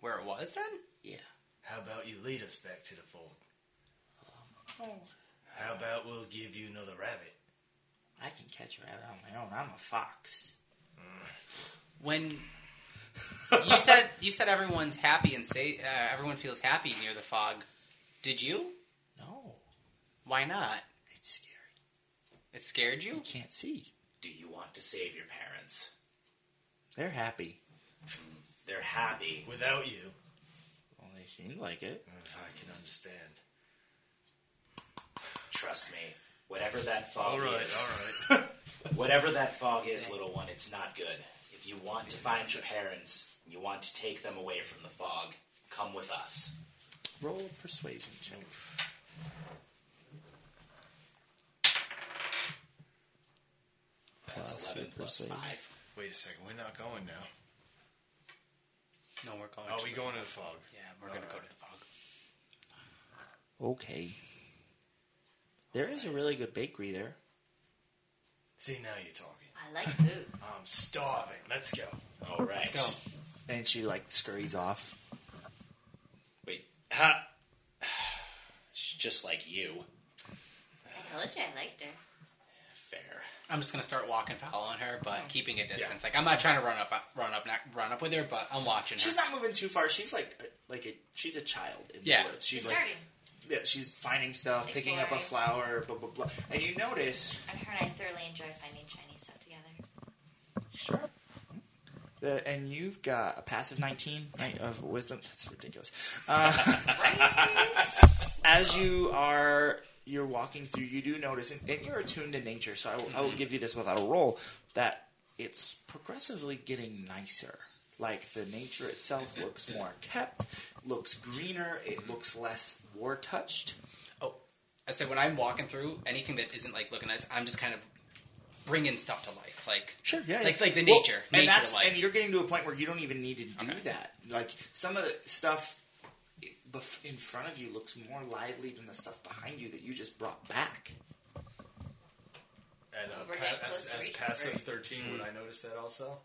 [SPEAKER 4] where it was then?
[SPEAKER 2] How about you lead us back to the fold?
[SPEAKER 1] Oh.
[SPEAKER 2] How about we'll give you another rabbit?
[SPEAKER 1] I can catch a rabbit on my own. I'm a fox.
[SPEAKER 4] When you said you said everyone's happy and say uh, everyone feels happy near the fog. Did you?
[SPEAKER 1] No,
[SPEAKER 4] Why not?
[SPEAKER 1] it's scary.
[SPEAKER 4] It scared you.
[SPEAKER 1] You can't see.
[SPEAKER 6] Do you want to save your parents?
[SPEAKER 1] They're happy.
[SPEAKER 6] They're happy.
[SPEAKER 2] Without you,
[SPEAKER 1] Well, they seem like it.
[SPEAKER 2] if I can understand.
[SPEAKER 6] Trust me. Whatever that fog
[SPEAKER 2] All right, all
[SPEAKER 6] is,
[SPEAKER 2] right.
[SPEAKER 6] whatever that fog is, little one, it's not good. If you want to find your parents, you want to take them away from the fog, come with us.
[SPEAKER 1] Roll a persuasion check.
[SPEAKER 6] That's
[SPEAKER 1] Plus your
[SPEAKER 6] eleven plus
[SPEAKER 1] persuasion.
[SPEAKER 6] five.
[SPEAKER 2] Wait a second. We're not going now.
[SPEAKER 4] No, we're going.
[SPEAKER 2] Are
[SPEAKER 4] to
[SPEAKER 2] Oh, we
[SPEAKER 4] the-
[SPEAKER 2] going to the fog?
[SPEAKER 4] Yeah, we're going to go to the fog.
[SPEAKER 1] Okay. There is a really good bakery there.
[SPEAKER 2] See, now you're talking.
[SPEAKER 5] I like food.
[SPEAKER 2] I'm starving. Let's go.
[SPEAKER 6] All right.
[SPEAKER 4] Let's go.
[SPEAKER 1] And she like scurries off.
[SPEAKER 6] Wait. Ha. She's just like you.
[SPEAKER 5] I told you I liked her.
[SPEAKER 6] Fair.
[SPEAKER 4] I'm just going to start walking, following her, but keeping a distance. Like I'm not trying to run up, uh, run up, not run up with her, but I'm watching her.
[SPEAKER 1] She's not moving too far. She's like a, like a she's a child in
[SPEAKER 4] Yeah.
[SPEAKER 1] the woods.
[SPEAKER 5] She's
[SPEAKER 1] She's like
[SPEAKER 5] starting.
[SPEAKER 1] yeah, she's finding stuff, picking up a flower, blah blah blah. And you notice
[SPEAKER 5] And her and I thoroughly enjoy finding Chinese stuff together.
[SPEAKER 1] Sure. The, and you've got a passive 19 right, of wisdom. That's ridiculous. Uh,
[SPEAKER 5] Right?
[SPEAKER 1] as you are, you're walking through. You do notice, and, and you're attuned to nature. So I will, I will give you this without a roll. That it's progressively getting nicer. Like the nature itself looks more kept, looks greener, it looks less war touched.
[SPEAKER 4] Oh, I said when I'm walking through anything that isn't like looking nice, I'm just kind of bringing stuff to life. Like
[SPEAKER 1] Sure, yeah,
[SPEAKER 4] like
[SPEAKER 1] yeah.
[SPEAKER 4] like the
[SPEAKER 1] Well,
[SPEAKER 4] nature,
[SPEAKER 1] and
[SPEAKER 4] nature
[SPEAKER 1] that's
[SPEAKER 4] to life.
[SPEAKER 1] and you're getting to a point where you don't even need to do
[SPEAKER 4] Okay.
[SPEAKER 1] that. Like some of the stuff i- bef- in front of you looks more lively than the stuff behind you that you just brought back.
[SPEAKER 2] At, uh,
[SPEAKER 5] We're
[SPEAKER 2] pa-
[SPEAKER 5] getting close
[SPEAKER 2] as,
[SPEAKER 5] to
[SPEAKER 2] as
[SPEAKER 5] reach,
[SPEAKER 2] passive
[SPEAKER 5] right?
[SPEAKER 2] 13, would
[SPEAKER 6] Hmm.
[SPEAKER 2] I notice that also?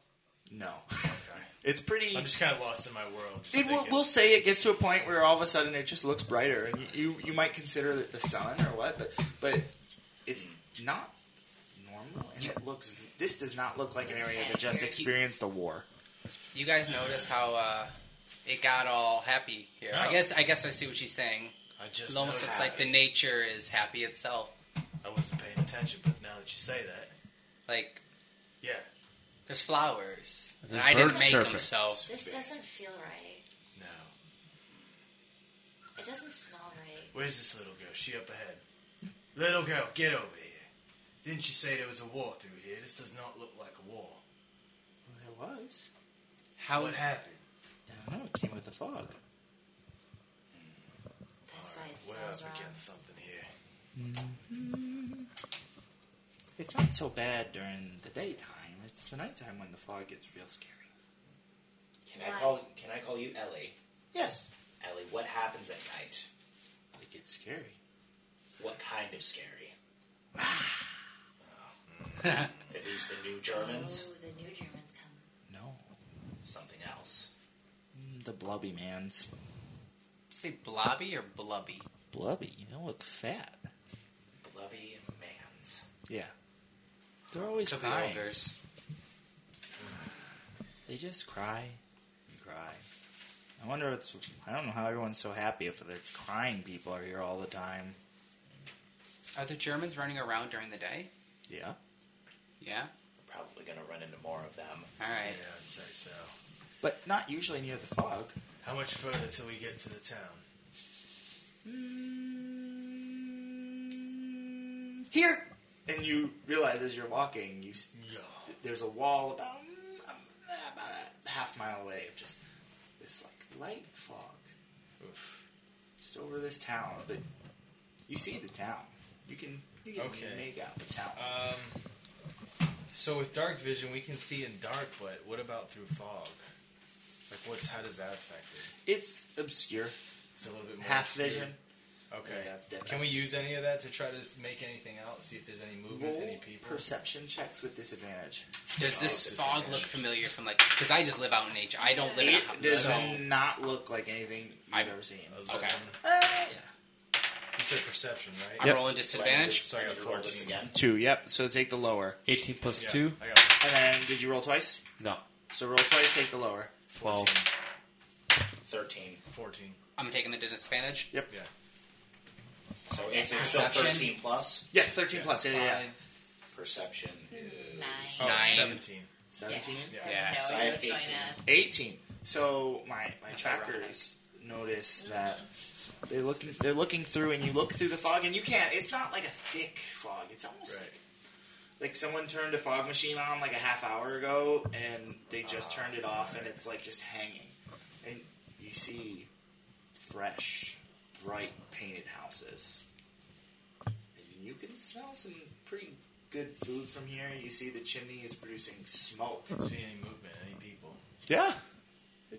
[SPEAKER 1] No,
[SPEAKER 2] Okay.
[SPEAKER 1] it's pretty.
[SPEAKER 2] I'm just kind of lost in my world. Just
[SPEAKER 1] it, will
[SPEAKER 2] thinking.
[SPEAKER 1] we'll say it gets to a point where all of a sudden it just looks brighter, and you you, you might consider it the sun or what, but but it's
[SPEAKER 4] Hmm.
[SPEAKER 1] not normal, and it looks. v- This does not look like an area that just experienced a war.
[SPEAKER 4] You guys notice how uh, it got all happy here. I
[SPEAKER 2] No.
[SPEAKER 4] guess I guess I see what she's saying.
[SPEAKER 2] I just
[SPEAKER 4] It almost looks
[SPEAKER 2] noticed
[SPEAKER 4] like the
[SPEAKER 2] it.
[SPEAKER 4] nature is happy itself.
[SPEAKER 2] I wasn't paying attention, but now that you say that,
[SPEAKER 4] Like
[SPEAKER 2] yeah,
[SPEAKER 4] there's flowers. And
[SPEAKER 3] There's
[SPEAKER 4] I didn't
[SPEAKER 3] bird
[SPEAKER 4] make them,
[SPEAKER 3] chirping.
[SPEAKER 4] so
[SPEAKER 5] this doesn't feel right.
[SPEAKER 2] no.
[SPEAKER 5] It doesn't smell right.
[SPEAKER 2] Where's this little girl? She up ahead. Little girl, get over here. Didn't you say there was a war through here? This does not look like a war.
[SPEAKER 1] There was.
[SPEAKER 4] how
[SPEAKER 2] What happened?
[SPEAKER 1] I don't know. It came with the fog.
[SPEAKER 5] That's why it
[SPEAKER 2] We're
[SPEAKER 5] smells
[SPEAKER 2] up
[SPEAKER 5] wrong.
[SPEAKER 2] against something here.
[SPEAKER 1] It's not so bad during the daytime. It's the nighttime when the fog gets real scary.
[SPEAKER 6] Can I call? Can I call you Ellie?
[SPEAKER 1] Yes.
[SPEAKER 6] Ellie, what happens at night?
[SPEAKER 1] It gets scary.
[SPEAKER 6] What kind of scary?
[SPEAKER 1] Ah.
[SPEAKER 6] At least the new Germans.
[SPEAKER 5] Oh, the new Germans come.
[SPEAKER 1] No.
[SPEAKER 6] Something else.
[SPEAKER 1] Mm, The blubby man's.
[SPEAKER 4] say blobby or blubby?
[SPEAKER 1] Blubby? You don't look fat.
[SPEAKER 6] Blubby man's.
[SPEAKER 1] Yeah. They're always
[SPEAKER 4] Took
[SPEAKER 1] crying.
[SPEAKER 4] elders.
[SPEAKER 1] They just cry and cry. I wonder what's. I don't know how everyone's so happy if they're crying people are here all the time.
[SPEAKER 4] Are the Germans running around during the day?
[SPEAKER 1] Yeah.
[SPEAKER 4] Yeah.
[SPEAKER 6] Probably going to run into more of them.
[SPEAKER 4] All right.
[SPEAKER 12] Yeah, I'd say so.
[SPEAKER 1] But not usually near the fog.
[SPEAKER 12] How much further till we get to the town?
[SPEAKER 1] Here! And you realize as you're walking, you s- there's a wall about, mm, about a half mile away of just this like light fog. Just over this town. But you see the town. You can, you can
[SPEAKER 12] Okay.
[SPEAKER 1] make out the town.
[SPEAKER 12] Um, so with dark vision, we can see in dark, but what about through fog? Like, what's how does that affect it?
[SPEAKER 1] it's obscure.
[SPEAKER 12] It's a little bit more
[SPEAKER 1] Half
[SPEAKER 12] obscure.
[SPEAKER 1] vision.
[SPEAKER 12] Okay,
[SPEAKER 1] Yeah, that's dead.
[SPEAKER 12] Can we use any of that to try to s- make anything out? See if there's any movement,
[SPEAKER 1] Roll
[SPEAKER 12] any people.
[SPEAKER 1] perception checks with disadvantage.
[SPEAKER 2] Oh,
[SPEAKER 4] Does this fog look familiar from like? Because I just live out in nature. I don't live in a
[SPEAKER 1] It
[SPEAKER 4] house.
[SPEAKER 1] does
[SPEAKER 4] So
[SPEAKER 1] not look like anything I've ever seen. Uh,
[SPEAKER 4] okay,
[SPEAKER 12] You said perception, right?
[SPEAKER 4] I'm rolling disadvantage.
[SPEAKER 12] So I got fourteen
[SPEAKER 1] Again, two. Yep. So take the lower,
[SPEAKER 3] 18 plus
[SPEAKER 12] Yeah,
[SPEAKER 3] 2?
[SPEAKER 12] I got
[SPEAKER 1] and then did you roll twice?
[SPEAKER 3] No.
[SPEAKER 1] So roll twice, take the lower.
[SPEAKER 3] 12.
[SPEAKER 6] 13.
[SPEAKER 12] fourteen.
[SPEAKER 4] I'm taking the disadvantage.
[SPEAKER 12] Yeah.
[SPEAKER 6] So is it still
[SPEAKER 4] Perception.
[SPEAKER 6] 13 plus?
[SPEAKER 1] Yes, thirteen plus. Yeah, yeah, yeah.
[SPEAKER 4] Five,
[SPEAKER 6] Perception is.
[SPEAKER 5] Nine.
[SPEAKER 12] Oh,
[SPEAKER 4] Nine.
[SPEAKER 12] Seventeen.
[SPEAKER 1] Seventeen.
[SPEAKER 5] I
[SPEAKER 4] Yeah,
[SPEAKER 5] have
[SPEAKER 6] so
[SPEAKER 5] no
[SPEAKER 6] I
[SPEAKER 5] idea
[SPEAKER 6] have
[SPEAKER 5] what's going on.
[SPEAKER 6] 18.
[SPEAKER 1] Eighteen. So my my trackers notice that they look they're looking through, and you look through the fog, and you can't. It's not like a thick fog. It's almost
[SPEAKER 12] Right.
[SPEAKER 1] like like someone turned a fog machine on like a half hour ago, and they just turned it off, and it's like just hanging, and you see fresh, bright painted houses. And You can smell some pretty good food from here. You see the chimney is producing smoke.
[SPEAKER 12] See any movement? Any people?
[SPEAKER 23] Yeah.
[SPEAKER 5] They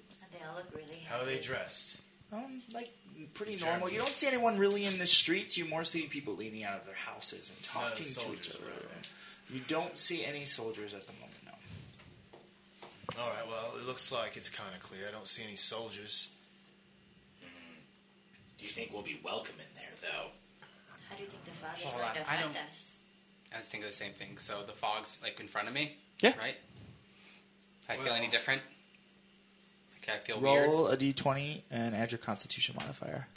[SPEAKER 5] all look really
[SPEAKER 12] How are they
[SPEAKER 5] happy.
[SPEAKER 12] dressed?
[SPEAKER 1] Um, like pretty
[SPEAKER 12] Germans.
[SPEAKER 1] normal. You don't see anyone really in the streets. You more see people leaning out of their houses and
[SPEAKER 12] None of
[SPEAKER 1] talking
[SPEAKER 12] the
[SPEAKER 1] to each
[SPEAKER 12] soldiers,
[SPEAKER 1] other.
[SPEAKER 12] right, right.
[SPEAKER 1] You don't see any soldiers at the moment. No.
[SPEAKER 12] All right. Well, it looks like it's kind of clear. I don't see any soldiers.
[SPEAKER 6] Do you think we'll be welcome in there, though?
[SPEAKER 5] How do you think the fog is
[SPEAKER 4] Hold
[SPEAKER 5] going
[SPEAKER 4] on,
[SPEAKER 5] to
[SPEAKER 4] I
[SPEAKER 5] affect
[SPEAKER 4] don't-
[SPEAKER 5] us?
[SPEAKER 4] I was thinking the same thing. So the fog's like in front of me.
[SPEAKER 1] Yeah.
[SPEAKER 4] Right. I feel any
[SPEAKER 12] Well-
[SPEAKER 4] different? Like I feel weird.
[SPEAKER 1] Roll a d20 and add your Constitution modifier.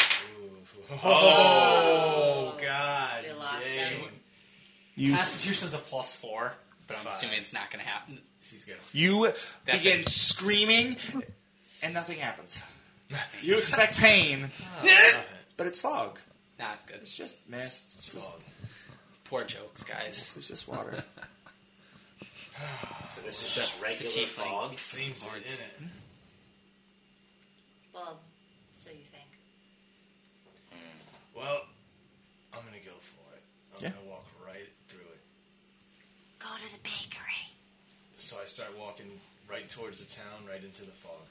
[SPEAKER 12] Oh, God!
[SPEAKER 5] We lost
[SPEAKER 12] Yay.
[SPEAKER 5] them.
[SPEAKER 1] You
[SPEAKER 4] Constitution's a plus four, but I'm
[SPEAKER 12] Five.
[SPEAKER 4] assuming it's not going to happen.
[SPEAKER 12] He's gonna
[SPEAKER 1] you
[SPEAKER 4] That's
[SPEAKER 1] begin
[SPEAKER 4] it.
[SPEAKER 1] screaming, and nothing happens. You expect pain, but it's fog.
[SPEAKER 4] Nah, it's good.
[SPEAKER 1] It's just mist. It's just,
[SPEAKER 4] Poor jokes, guys.
[SPEAKER 1] it's just water.
[SPEAKER 6] So this is just
[SPEAKER 4] It's a
[SPEAKER 6] regular
[SPEAKER 4] tiefling.
[SPEAKER 6] fog.
[SPEAKER 12] seems
[SPEAKER 4] Or
[SPEAKER 12] it
[SPEAKER 4] it's-
[SPEAKER 12] in it.
[SPEAKER 5] Well, so you think.
[SPEAKER 12] Well, I'm gonna go for it. I'm
[SPEAKER 1] Yeah.
[SPEAKER 12] gonna walk right through it.
[SPEAKER 5] Go to the bakery.
[SPEAKER 12] So I start walking right towards the town, right into the fog.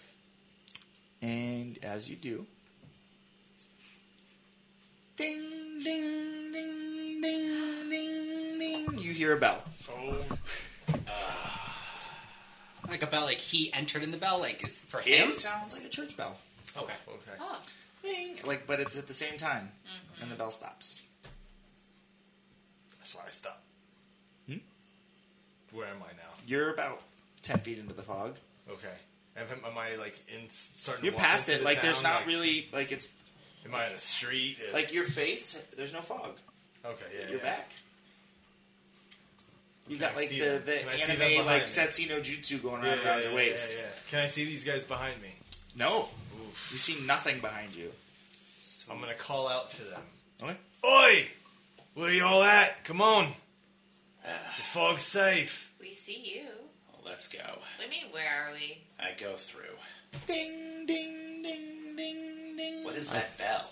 [SPEAKER 1] And as you do, ding, ding, ding, ding, ding, ding, you hear a bell.
[SPEAKER 4] Like a bell, like he entered in the bell, like is for him.
[SPEAKER 1] It sounds like a church bell.
[SPEAKER 4] Okay.
[SPEAKER 12] Okay.
[SPEAKER 5] Oh,
[SPEAKER 1] Ding. Like, but it's at the same time, and the bell stops.
[SPEAKER 12] So I stop. Where am I now?
[SPEAKER 1] Hmm? You're about ten feet into the fog.
[SPEAKER 12] Okay. Am, am I like in starting?
[SPEAKER 1] You're
[SPEAKER 12] to walk
[SPEAKER 1] past
[SPEAKER 12] into
[SPEAKER 1] it.
[SPEAKER 12] the
[SPEAKER 1] Like, there's
[SPEAKER 12] town?
[SPEAKER 1] not
[SPEAKER 12] Like,
[SPEAKER 1] really like it's
[SPEAKER 12] Am I in a street? Uh,
[SPEAKER 1] like your face. There's no fog.
[SPEAKER 12] Okay. Yeah.
[SPEAKER 1] You're
[SPEAKER 12] yeah.
[SPEAKER 1] back. You
[SPEAKER 12] Can
[SPEAKER 1] got
[SPEAKER 12] I
[SPEAKER 1] like
[SPEAKER 12] see
[SPEAKER 1] the
[SPEAKER 12] them?
[SPEAKER 1] the
[SPEAKER 12] Can I see them
[SPEAKER 1] anime
[SPEAKER 12] behind
[SPEAKER 1] like
[SPEAKER 12] me?
[SPEAKER 1] Setsuno Jutsu going
[SPEAKER 12] Yeah,
[SPEAKER 1] around
[SPEAKER 12] yeah,
[SPEAKER 1] around
[SPEAKER 12] yeah,
[SPEAKER 1] your waist.
[SPEAKER 12] yeah, yeah. Can I see these guys behind me?
[SPEAKER 1] No, you see nothing behind you.
[SPEAKER 12] I'm gonna call out to them.
[SPEAKER 1] Okay.
[SPEAKER 12] Oi! Where y'all at? Come on! The fog's safe.
[SPEAKER 5] we see you.
[SPEAKER 6] Well, let's go.
[SPEAKER 5] What do you mean, where are we?
[SPEAKER 6] I go through.
[SPEAKER 1] Ding, ding, ding, ding, ding.
[SPEAKER 6] What is that bell?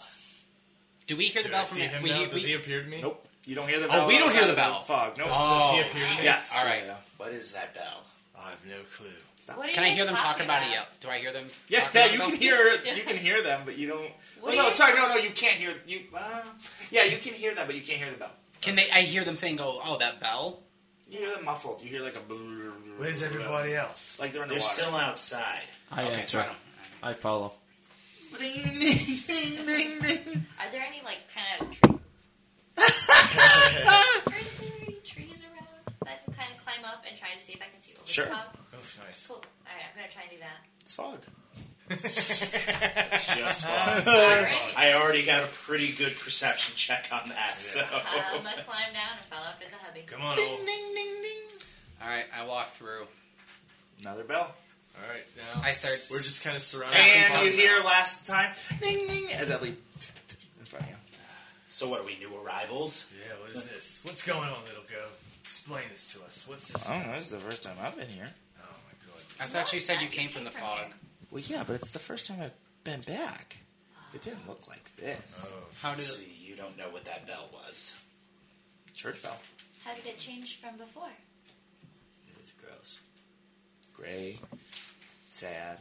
[SPEAKER 4] Do we hear the
[SPEAKER 12] Do
[SPEAKER 4] bell
[SPEAKER 12] I
[SPEAKER 4] from
[SPEAKER 12] see him
[SPEAKER 4] we,
[SPEAKER 12] now?
[SPEAKER 4] we-
[SPEAKER 12] Does he appear to me?
[SPEAKER 1] Nope. You don't hear the
[SPEAKER 4] Oh,
[SPEAKER 1] bell.
[SPEAKER 4] we don't hear
[SPEAKER 1] outside
[SPEAKER 4] the
[SPEAKER 1] of
[SPEAKER 4] bell.
[SPEAKER 1] Fog. Nope.
[SPEAKER 4] Oh.
[SPEAKER 12] Does he appear to me?
[SPEAKER 1] Yes.
[SPEAKER 4] All right.
[SPEAKER 6] What is that bell?
[SPEAKER 12] I have no clue.
[SPEAKER 1] Stop.
[SPEAKER 5] What are
[SPEAKER 4] Can
[SPEAKER 5] you
[SPEAKER 4] I hear
[SPEAKER 5] guys
[SPEAKER 4] them talking about it?
[SPEAKER 5] about?
[SPEAKER 4] Yeah. Do I hear them?
[SPEAKER 1] Yeah,
[SPEAKER 4] talking
[SPEAKER 1] yeah.
[SPEAKER 4] about
[SPEAKER 1] You
[SPEAKER 4] it?
[SPEAKER 1] can hear. You can hear them, but you don't.
[SPEAKER 5] What
[SPEAKER 1] oh,
[SPEAKER 5] do
[SPEAKER 1] no,
[SPEAKER 5] you-
[SPEAKER 1] sorry. No, no. You can't hear. You. Uh, yeah, you can hear them, but you can't hear the bell.
[SPEAKER 4] Can they? I hear them saying, "Go, oh, that bell."
[SPEAKER 1] You hear them muffled. You hear like a.
[SPEAKER 12] Where's everybody else?
[SPEAKER 1] Like they're in the
[SPEAKER 6] They're
[SPEAKER 1] water.
[SPEAKER 6] still outside.
[SPEAKER 3] I
[SPEAKER 4] Okay, so
[SPEAKER 3] answer.
[SPEAKER 4] I don't.
[SPEAKER 3] I follow.
[SPEAKER 1] Ding, ding, ding, ding, ding.
[SPEAKER 5] Are there any, like, kind of tree- Are there any trees around that I can kind of climb up and try to see if I can see over
[SPEAKER 1] Sure.
[SPEAKER 5] the top?
[SPEAKER 12] Oh, nice.
[SPEAKER 5] Cool. All right, I'm going to try and do that.
[SPEAKER 1] It's fog.
[SPEAKER 6] It's just
[SPEAKER 5] Alright.
[SPEAKER 6] Vods. I already got a pretty good perception check on that. So
[SPEAKER 5] I'm gonna Um, climb down and follow after the hubby.
[SPEAKER 12] Come on, old.
[SPEAKER 4] All right, I walk through.
[SPEAKER 1] Another bell.
[SPEAKER 12] All right, now
[SPEAKER 4] I start-
[SPEAKER 12] We're just kind of surrounded.
[SPEAKER 6] and you hear last time, ding ding, as I leave in front of you. So what are we new arrivals?
[SPEAKER 12] Yeah, what is this? What's going on, little girl? Explain this to us. What's this?
[SPEAKER 1] I don't know. This is the first time I've been here.
[SPEAKER 12] Oh my god.
[SPEAKER 4] I thought you said you came from the fog.
[SPEAKER 1] Well, yeah, but it's the first time I've been back. It didn't look like this.
[SPEAKER 4] How did
[SPEAKER 6] So you don't know what that bell was.
[SPEAKER 1] Church bell.
[SPEAKER 5] How did it change from before?
[SPEAKER 1] It's gross. Gray. Sad.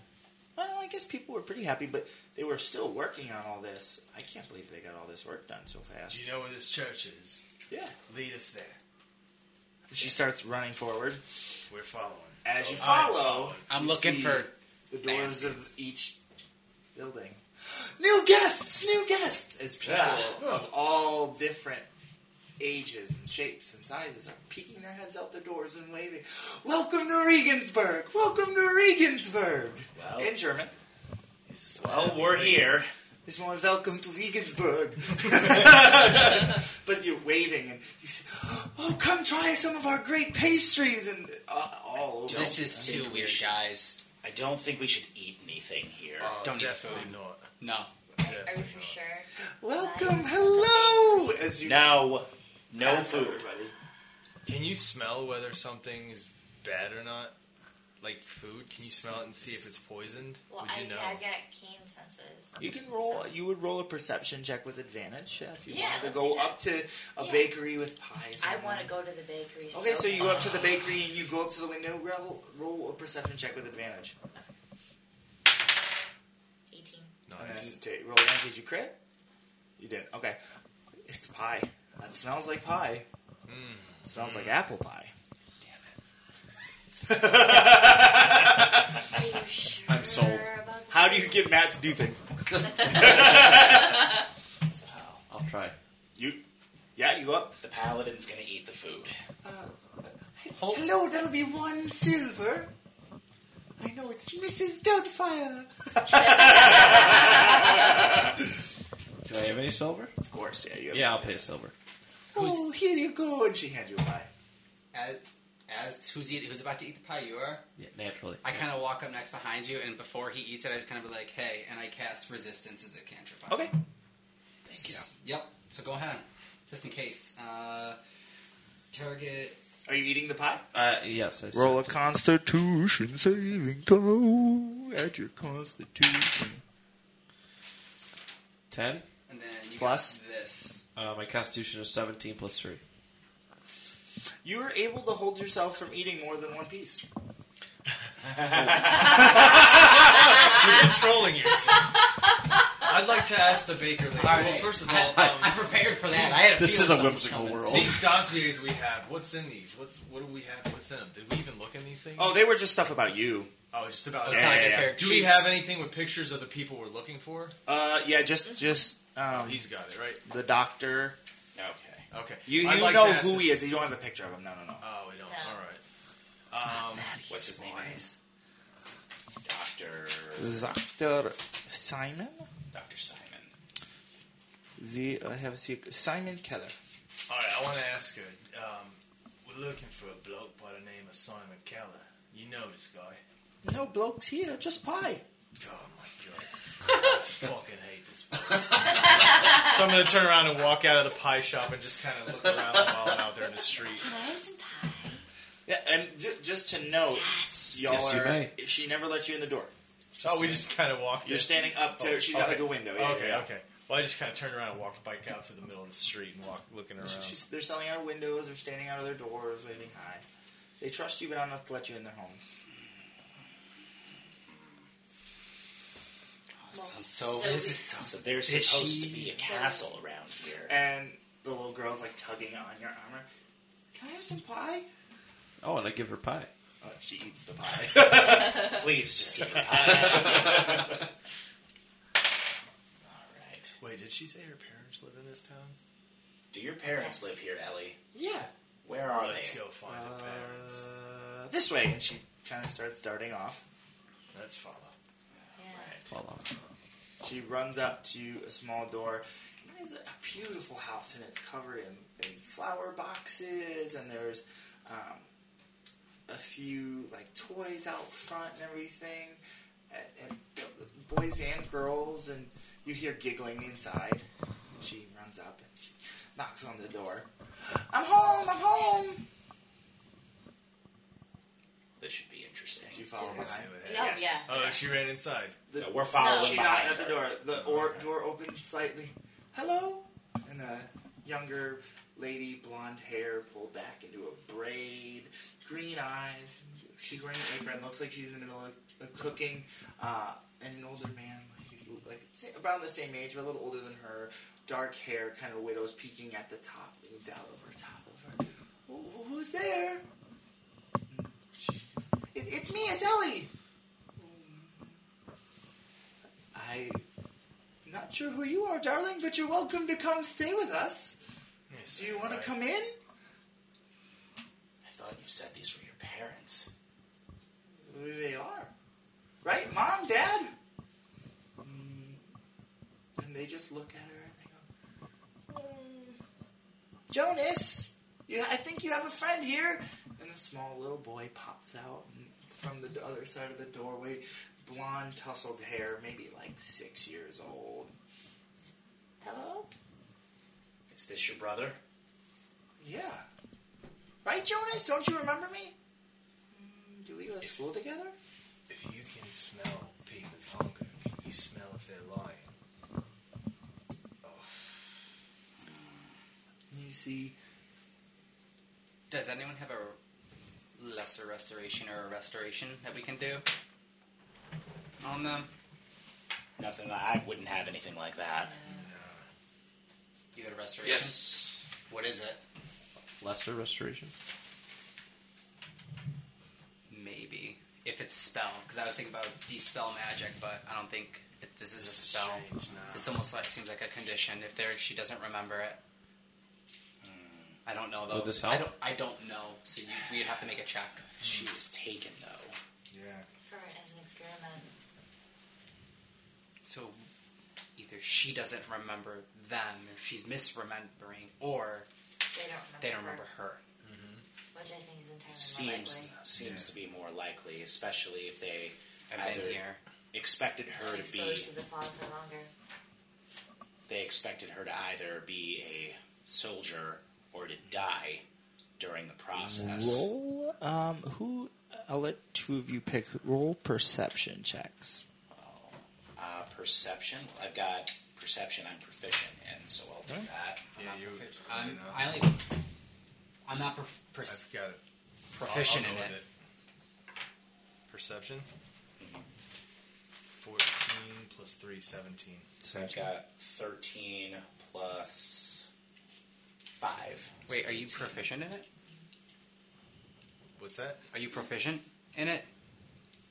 [SPEAKER 1] Well, I guess people were pretty happy, but they were still working on all this. I can't believe they got all this work done so
[SPEAKER 12] Do
[SPEAKER 1] fast.
[SPEAKER 12] you know where this church is?
[SPEAKER 1] Yeah.
[SPEAKER 12] Lead us there.
[SPEAKER 1] She starts running forward.
[SPEAKER 12] We're following.
[SPEAKER 1] As you
[SPEAKER 12] I'm
[SPEAKER 1] follow,
[SPEAKER 12] following.
[SPEAKER 4] I'm
[SPEAKER 1] you
[SPEAKER 4] looking
[SPEAKER 1] see
[SPEAKER 4] for
[SPEAKER 1] the doors of
[SPEAKER 4] fancies.
[SPEAKER 1] each building. New guests, new guests. It's people of all different ages and shapes and sizes are peeking their heads out the doors and waving. Welcome to Regensburg. Welcome to Regensburg.
[SPEAKER 6] Well-
[SPEAKER 1] In German,
[SPEAKER 6] Well, we're here.
[SPEAKER 1] it's more welcome to Regensburg. but you're waving and you say, "Oh, come try some of our great pastries!" And uh, all over.
[SPEAKER 4] This is too weird, guys.
[SPEAKER 6] I don't think we should eat anything here.
[SPEAKER 12] Oh,
[SPEAKER 4] Don't eat
[SPEAKER 12] definitely
[SPEAKER 4] food.
[SPEAKER 12] not.
[SPEAKER 4] No.
[SPEAKER 5] Are
[SPEAKER 12] Definitely
[SPEAKER 5] you for
[SPEAKER 12] not.
[SPEAKER 5] sure?
[SPEAKER 1] Welcome, hello. As you
[SPEAKER 6] No, no
[SPEAKER 1] pass
[SPEAKER 6] food.
[SPEAKER 1] everybody.
[SPEAKER 12] Can you smell whether something is bad or not? Like food, can you smell it and see if it's poisoned?
[SPEAKER 5] Well,
[SPEAKER 12] Would you
[SPEAKER 5] I,
[SPEAKER 12] know?
[SPEAKER 5] I got keen senses.
[SPEAKER 1] You can roll. You would roll a perception check with advantage uh, if you
[SPEAKER 5] Yeah,
[SPEAKER 1] wanted to
[SPEAKER 5] let's
[SPEAKER 1] go
[SPEAKER 5] do that.
[SPEAKER 1] up to a
[SPEAKER 5] Yeah.
[SPEAKER 1] bakery with pies.
[SPEAKER 5] I
[SPEAKER 1] and
[SPEAKER 5] want to
[SPEAKER 1] wine.
[SPEAKER 5] go to the bakery.
[SPEAKER 1] Okay, so you go
[SPEAKER 5] bad.
[SPEAKER 1] up to the bakery and you go up to the window. Roll, roll a perception check with advantage.
[SPEAKER 5] 18.
[SPEAKER 12] Nice.
[SPEAKER 1] And then ta- roll again because you crit. You did. Okay, it's pie. That smells like pie.
[SPEAKER 23] Hmm.
[SPEAKER 1] It smells like apple pie.
[SPEAKER 5] Are you sure
[SPEAKER 3] I'm sold.
[SPEAKER 5] About the
[SPEAKER 1] How do you get Matt to do things?
[SPEAKER 3] I'll try.
[SPEAKER 1] You, yeah, you go up.
[SPEAKER 6] The paladin's gonna eat the food.
[SPEAKER 1] Uh, Hello, that'll be one silver. I know it's Mrs. Doubtfire.
[SPEAKER 3] Do I have any silver?
[SPEAKER 1] Of course, yeah, you. Have
[SPEAKER 3] Yeah, I'll pay a silver.
[SPEAKER 1] Oh, here you go, and she hands you a pie.
[SPEAKER 4] As, as who's eat, who's about to eat the pie? You are.
[SPEAKER 3] Yeah, naturally.
[SPEAKER 4] I kind of walk up next behind you, and before he eats it, I just kind of be like, "Hey," and I cast resistance as a cantrip. on
[SPEAKER 1] Okay.
[SPEAKER 4] him. Yep. So go ahead, just in case. Uh, target.
[SPEAKER 1] Are you eating the pie?
[SPEAKER 3] Uh, yes, I
[SPEAKER 23] Roll a constitution saving throw at your constitution.
[SPEAKER 3] ten.
[SPEAKER 4] And then you
[SPEAKER 1] Plus?
[SPEAKER 4] got this.
[SPEAKER 3] Uh, my constitution is seventeen plus three.
[SPEAKER 1] You were able to hold yourself from eating more than one piece.
[SPEAKER 12] You're controlling yourself. I'd like to ask the baker lady.
[SPEAKER 4] All right.
[SPEAKER 12] Well, first of all,
[SPEAKER 4] I, I
[SPEAKER 12] um,
[SPEAKER 4] prepared for that. I had a
[SPEAKER 3] This is
[SPEAKER 4] feeling
[SPEAKER 3] a
[SPEAKER 4] something was
[SPEAKER 3] whimsical
[SPEAKER 4] coming.
[SPEAKER 3] world.
[SPEAKER 12] these dossiers we have, what's in these? What's what do we have? What's in them? Did we even look in these things?
[SPEAKER 1] Oh, they were just stuff about you.
[SPEAKER 12] Oh, just about.
[SPEAKER 4] Those kinds of
[SPEAKER 1] yeah.
[SPEAKER 4] character
[SPEAKER 12] Do we
[SPEAKER 4] sheets.
[SPEAKER 12] have anything with pictures of the people we're looking for?
[SPEAKER 1] Uh, yeah, just just um,
[SPEAKER 12] He's got it right.
[SPEAKER 1] the doctor.
[SPEAKER 6] Okay.
[SPEAKER 12] Okay.
[SPEAKER 1] You, you
[SPEAKER 12] I'd like
[SPEAKER 1] know
[SPEAKER 12] to ask
[SPEAKER 1] who
[SPEAKER 12] this-
[SPEAKER 1] he is. You don't have a picture of him. No, no, no.
[SPEAKER 12] Oh, we don't.
[SPEAKER 5] No.
[SPEAKER 12] All right. Um,
[SPEAKER 6] What's his name? Doctor
[SPEAKER 1] Doctor Simon.
[SPEAKER 6] Doctor Simon.
[SPEAKER 1] The I have the Simon Keller.
[SPEAKER 12] all right. I want to ask her. Um, we're looking for a bloke by the name of Simon Keller. You know this guy.
[SPEAKER 1] No blokes here, just pie.
[SPEAKER 12] Oh my god. I fucking hate this place. so I'm gonna turn around and walk out of the pie shop and just kind of look around while I'm out there in the street.
[SPEAKER 5] Can I have some pie?
[SPEAKER 1] Yeah, and j- just to note,
[SPEAKER 5] Yes.
[SPEAKER 1] y'all
[SPEAKER 3] Yes, you
[SPEAKER 1] are.
[SPEAKER 3] may.
[SPEAKER 1] She never lets you in the door.
[SPEAKER 12] oh, we just kind of walked.
[SPEAKER 1] You're
[SPEAKER 12] in.
[SPEAKER 1] standing up to.
[SPEAKER 12] Oh,
[SPEAKER 1] she's got
[SPEAKER 12] okay.
[SPEAKER 1] like a window. Yeah,
[SPEAKER 12] okay,
[SPEAKER 1] yeah, yeah.
[SPEAKER 12] okay. Well, I just kind of turned around and walked back out to the middle of the street and walked looking around.
[SPEAKER 1] She's, they're selling out of windows. They're standing out of their doors, waving hi. They trust you, but not enough to let you in their homes.
[SPEAKER 4] So,
[SPEAKER 5] So
[SPEAKER 4] this
[SPEAKER 5] we-
[SPEAKER 4] is so
[SPEAKER 6] So there's supposed to be a castle around here.
[SPEAKER 1] And the little girl's like tugging on your armor. Can I have some pie?
[SPEAKER 3] Oh, and I give her pie.
[SPEAKER 1] Uh, she eats the pie.
[SPEAKER 6] Please just give her pie. All right.
[SPEAKER 12] Wait, did she say her parents live in this town?
[SPEAKER 6] Do your parents live here, Ellie?
[SPEAKER 1] yeah.
[SPEAKER 6] Where are
[SPEAKER 12] Let's
[SPEAKER 6] they?
[SPEAKER 12] go find
[SPEAKER 6] Uh,
[SPEAKER 12] the parents.
[SPEAKER 1] Uh, this way, and she kind of starts darting off.
[SPEAKER 12] Let's follow.
[SPEAKER 5] Yeah.
[SPEAKER 1] She runs up to a small door. It is a beautiful house, and it's covered in, in flower boxes, and there's um, a few like toys out front and everything, and, and you know, boys and girls, and you hear giggling inside. She runs up and she knocks on the door. I'm home. I'm home.
[SPEAKER 26] This should be interesting.
[SPEAKER 1] You follow behind.
[SPEAKER 5] Yeah, yeah.
[SPEAKER 12] Oh, she ran inside.
[SPEAKER 1] The,
[SPEAKER 26] No, we're following
[SPEAKER 1] She knocked
[SPEAKER 26] behind
[SPEAKER 1] at the
[SPEAKER 26] her.
[SPEAKER 1] door. The or, door opens slightly. Hello? And a younger lady, blonde hair pulled back into a braid, green eyes. She's wearing an apron. Looks like she's in the middle of, of cooking. Uh, and an older man, like, like sa- around the same age, but a little older than her. Dark hair, kind of widows peeking at the top, leans out over top of her. "Who- who- Who's there? It, it's me. It's Ellie. I not sure who you are, darling, but you're welcome to come stay with us.
[SPEAKER 12] Yes,
[SPEAKER 1] Do you want to
[SPEAKER 12] I-
[SPEAKER 1] come in?
[SPEAKER 26] I thought you said these were your parents.
[SPEAKER 1] They are. Right, mom, dad?
[SPEAKER 12] Hmm.
[SPEAKER 1] Mm, And they just look at her and they go, "Mm, Jonas, you, I think you have a friend here. And a small little boy pops out and from the other side of the doorway. Blonde, tousled hair, maybe like six years old. Hello?
[SPEAKER 26] Is this your brother?
[SPEAKER 1] Yeah. Right, Jonas? Don't you remember me? Mm, Do we go to school together?
[SPEAKER 12] If you can smell people's hunger, can you smell if they're lying?
[SPEAKER 1] You see,
[SPEAKER 4] Does anyone have a lesser restoration or a restoration that we can do on them?
[SPEAKER 26] Nothing. I wouldn't have anything like that.
[SPEAKER 4] You got a restoration?
[SPEAKER 3] Yes.
[SPEAKER 4] What is it?
[SPEAKER 3] Lesser restoration.
[SPEAKER 4] Maybe. If it's spell, because I was thinking about dispel magic, but I don't think it, this is a spell.
[SPEAKER 12] Strange, no.
[SPEAKER 4] This almost like seems like a condition. If there, she doesn't remember it. I don't know though.
[SPEAKER 3] Would this
[SPEAKER 4] I
[SPEAKER 3] help?
[SPEAKER 4] don't. I don't know. So you, we'd have to make a check.
[SPEAKER 26] She was taken though.
[SPEAKER 12] Yeah.
[SPEAKER 5] For as an experiment.
[SPEAKER 4] So either she doesn't remember them, or she's misremembering, or
[SPEAKER 5] They don't remember.
[SPEAKER 4] they don't remember her.
[SPEAKER 5] Which I think is entirely
[SPEAKER 26] Seems
[SPEAKER 5] Seems.
[SPEAKER 26] seems to be more likely, especially if they
[SPEAKER 4] I've been
[SPEAKER 26] Either-
[SPEAKER 4] here.
[SPEAKER 26] expected her to be.
[SPEAKER 5] Exposed to the fog for longer.
[SPEAKER 26] They expected her to either be a soldier or to die during the process.
[SPEAKER 1] roll. Um, who? I'll let two of you pick. Roll perception checks.
[SPEAKER 26] Uh, perception. I've got perception. I'm proficient in, so I'll do that.
[SPEAKER 12] Yeah, you.
[SPEAKER 4] I'm.
[SPEAKER 12] know.
[SPEAKER 4] I only. I'm not prof-
[SPEAKER 12] I've got it. I'll- I'll
[SPEAKER 4] proficient
[SPEAKER 12] go
[SPEAKER 4] in
[SPEAKER 12] with
[SPEAKER 4] it.
[SPEAKER 12] Perception. Fourteen plus three, seventeen.
[SPEAKER 26] So I've got thirteen plus five.
[SPEAKER 4] Wait, are you proficient in it?
[SPEAKER 12] What's that?
[SPEAKER 4] Are you proficient in it?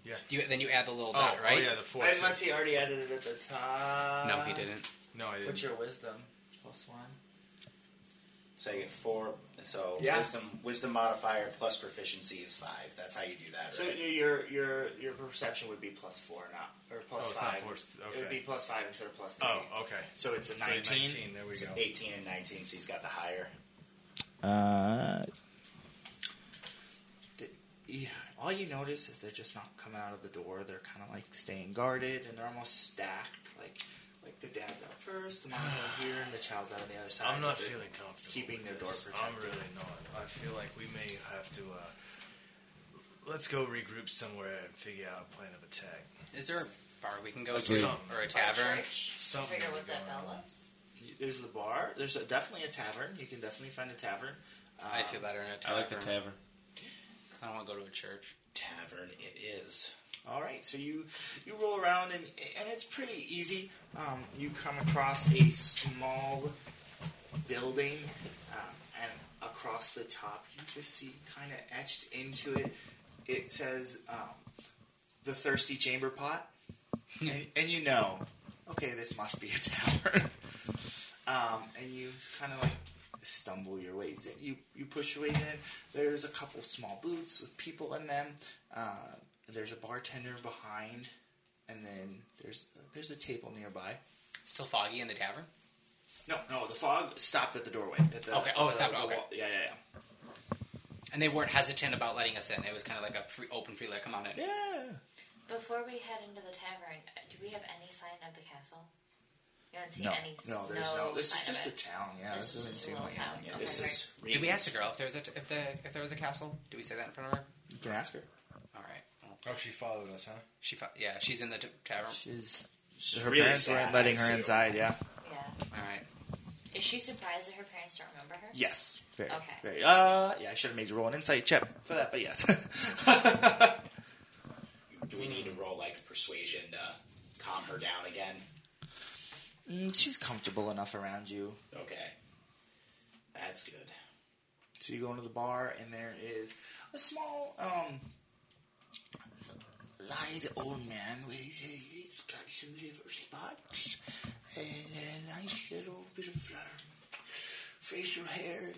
[SPEAKER 12] Yeah.
[SPEAKER 4] Do you, then you add the little dot, right?
[SPEAKER 12] Oh yeah, the four. so-
[SPEAKER 1] Unless he already added it at the top.
[SPEAKER 4] No, he didn't.
[SPEAKER 12] no, I didn't.
[SPEAKER 1] What's your wisdom? Plus one.
[SPEAKER 26] So I get four. So
[SPEAKER 1] Yeah.
[SPEAKER 26] wisdom, wisdom modifier plus proficiency is five. That's how you do that,
[SPEAKER 1] So
[SPEAKER 26] right?
[SPEAKER 1] your your your perception would be plus four, not or plus
[SPEAKER 12] Oh, it's not
[SPEAKER 1] five.
[SPEAKER 12] plus-
[SPEAKER 1] It would
[SPEAKER 12] okay.
[SPEAKER 1] be plus five instead of plus three.
[SPEAKER 12] oh, okay.
[SPEAKER 1] So it's a
[SPEAKER 12] So
[SPEAKER 1] nineteen.
[SPEAKER 12] There we
[SPEAKER 26] So
[SPEAKER 12] go.
[SPEAKER 26] 18 and 19, so he's got the higher.
[SPEAKER 1] Uh, th- yeah, all you notice is they're just not coming out of the door. They're kind of like staying guarded, and they're almost stacked. Like, like the dad's out first, the mom's out here, and the child's out on the other side.
[SPEAKER 12] I'm not
[SPEAKER 1] but they're
[SPEAKER 12] feeling comfortable.
[SPEAKER 1] keeping
[SPEAKER 12] with
[SPEAKER 1] their door
[SPEAKER 12] this.
[SPEAKER 1] protected.
[SPEAKER 12] I'm really not. I feel like we may have to. Uh, let's go regroup somewhere and figure out a plan of attack.
[SPEAKER 4] Is there a bar we can go
[SPEAKER 12] Agreed.
[SPEAKER 4] to, or a tavern?
[SPEAKER 12] Something.
[SPEAKER 5] Figure
[SPEAKER 12] will
[SPEAKER 5] what
[SPEAKER 12] be
[SPEAKER 5] that
[SPEAKER 12] going
[SPEAKER 5] bell
[SPEAKER 12] on.
[SPEAKER 5] was.
[SPEAKER 1] There's the bar. There's a, definitely a tavern. You can definitely find a tavern. Um,
[SPEAKER 4] I feel better in a
[SPEAKER 3] I
[SPEAKER 4] tavern.
[SPEAKER 3] like the tavern.
[SPEAKER 4] I don't want to go to a church.
[SPEAKER 26] Tavern it is.
[SPEAKER 1] All right, so you you roll around and and it's pretty easy. Um, you come across a small building, um, and across the top you just see kind of etched into it. It says um, the Thirsty Chamber Pot, and, and you know, okay, this must be a tavern. um, and you kind of like stumble your ways in. You you push your way in. There's a couple small booths with people in them. Uh, there's a bartender behind and then there's there's a table nearby.
[SPEAKER 4] Still foggy in the tavern.
[SPEAKER 1] No, no, the fog stopped at the doorway. At the,
[SPEAKER 4] Okay, oh, it
[SPEAKER 1] the-
[SPEAKER 4] stopped,
[SPEAKER 1] the
[SPEAKER 4] okay.
[SPEAKER 1] wall. Yeah, yeah, yeah.
[SPEAKER 4] And they weren't hesitant about letting us in. It was kind of like a free, open, free, like, come on in.
[SPEAKER 1] Yeah.
[SPEAKER 5] Before we head into the tavern, uh, do we have any sign of the castle? You don't see
[SPEAKER 1] no,
[SPEAKER 5] any.
[SPEAKER 1] no, there's no. This
[SPEAKER 5] sign
[SPEAKER 1] is
[SPEAKER 5] of
[SPEAKER 1] just a
[SPEAKER 5] it.
[SPEAKER 1] town. Yeah,
[SPEAKER 5] This
[SPEAKER 1] this,
[SPEAKER 5] is
[SPEAKER 1] doesn't
[SPEAKER 5] just a
[SPEAKER 1] seem
[SPEAKER 5] little
[SPEAKER 1] like
[SPEAKER 5] town.
[SPEAKER 1] anything. Yeah,
[SPEAKER 5] Okay,
[SPEAKER 1] this
[SPEAKER 5] great.
[SPEAKER 1] is.
[SPEAKER 4] Did we ask the girl if there was a if the if there was a castle? Did we say that in front of her?
[SPEAKER 1] You can ask her.
[SPEAKER 4] All right. Well,
[SPEAKER 12] Oh, she followed us, huh?
[SPEAKER 4] she fo- yeah, she's in the t- tavern.
[SPEAKER 1] She's.
[SPEAKER 6] She's
[SPEAKER 1] her
[SPEAKER 6] really
[SPEAKER 1] parents
[SPEAKER 6] sad,
[SPEAKER 1] weren't letting
[SPEAKER 6] I
[SPEAKER 1] her
[SPEAKER 6] assume.
[SPEAKER 1] inside. Yeah.
[SPEAKER 5] Yeah.
[SPEAKER 4] All right.
[SPEAKER 5] Is she surprised that her parents don't remember her?
[SPEAKER 1] Yes. Very.
[SPEAKER 5] Okay.
[SPEAKER 1] Very. Uh, yeah. I should have made you roll an insight check for that, but yes.
[SPEAKER 6] Do we need to roll like persuasion to calm her down again?
[SPEAKER 1] Mm, She's comfortable enough around you.
[SPEAKER 6] Okay, that's good.
[SPEAKER 1] So you go into the bar, and there is a small, um, lithe old man with he's got some liver spots and a nice little bit of uh, facial hair. And,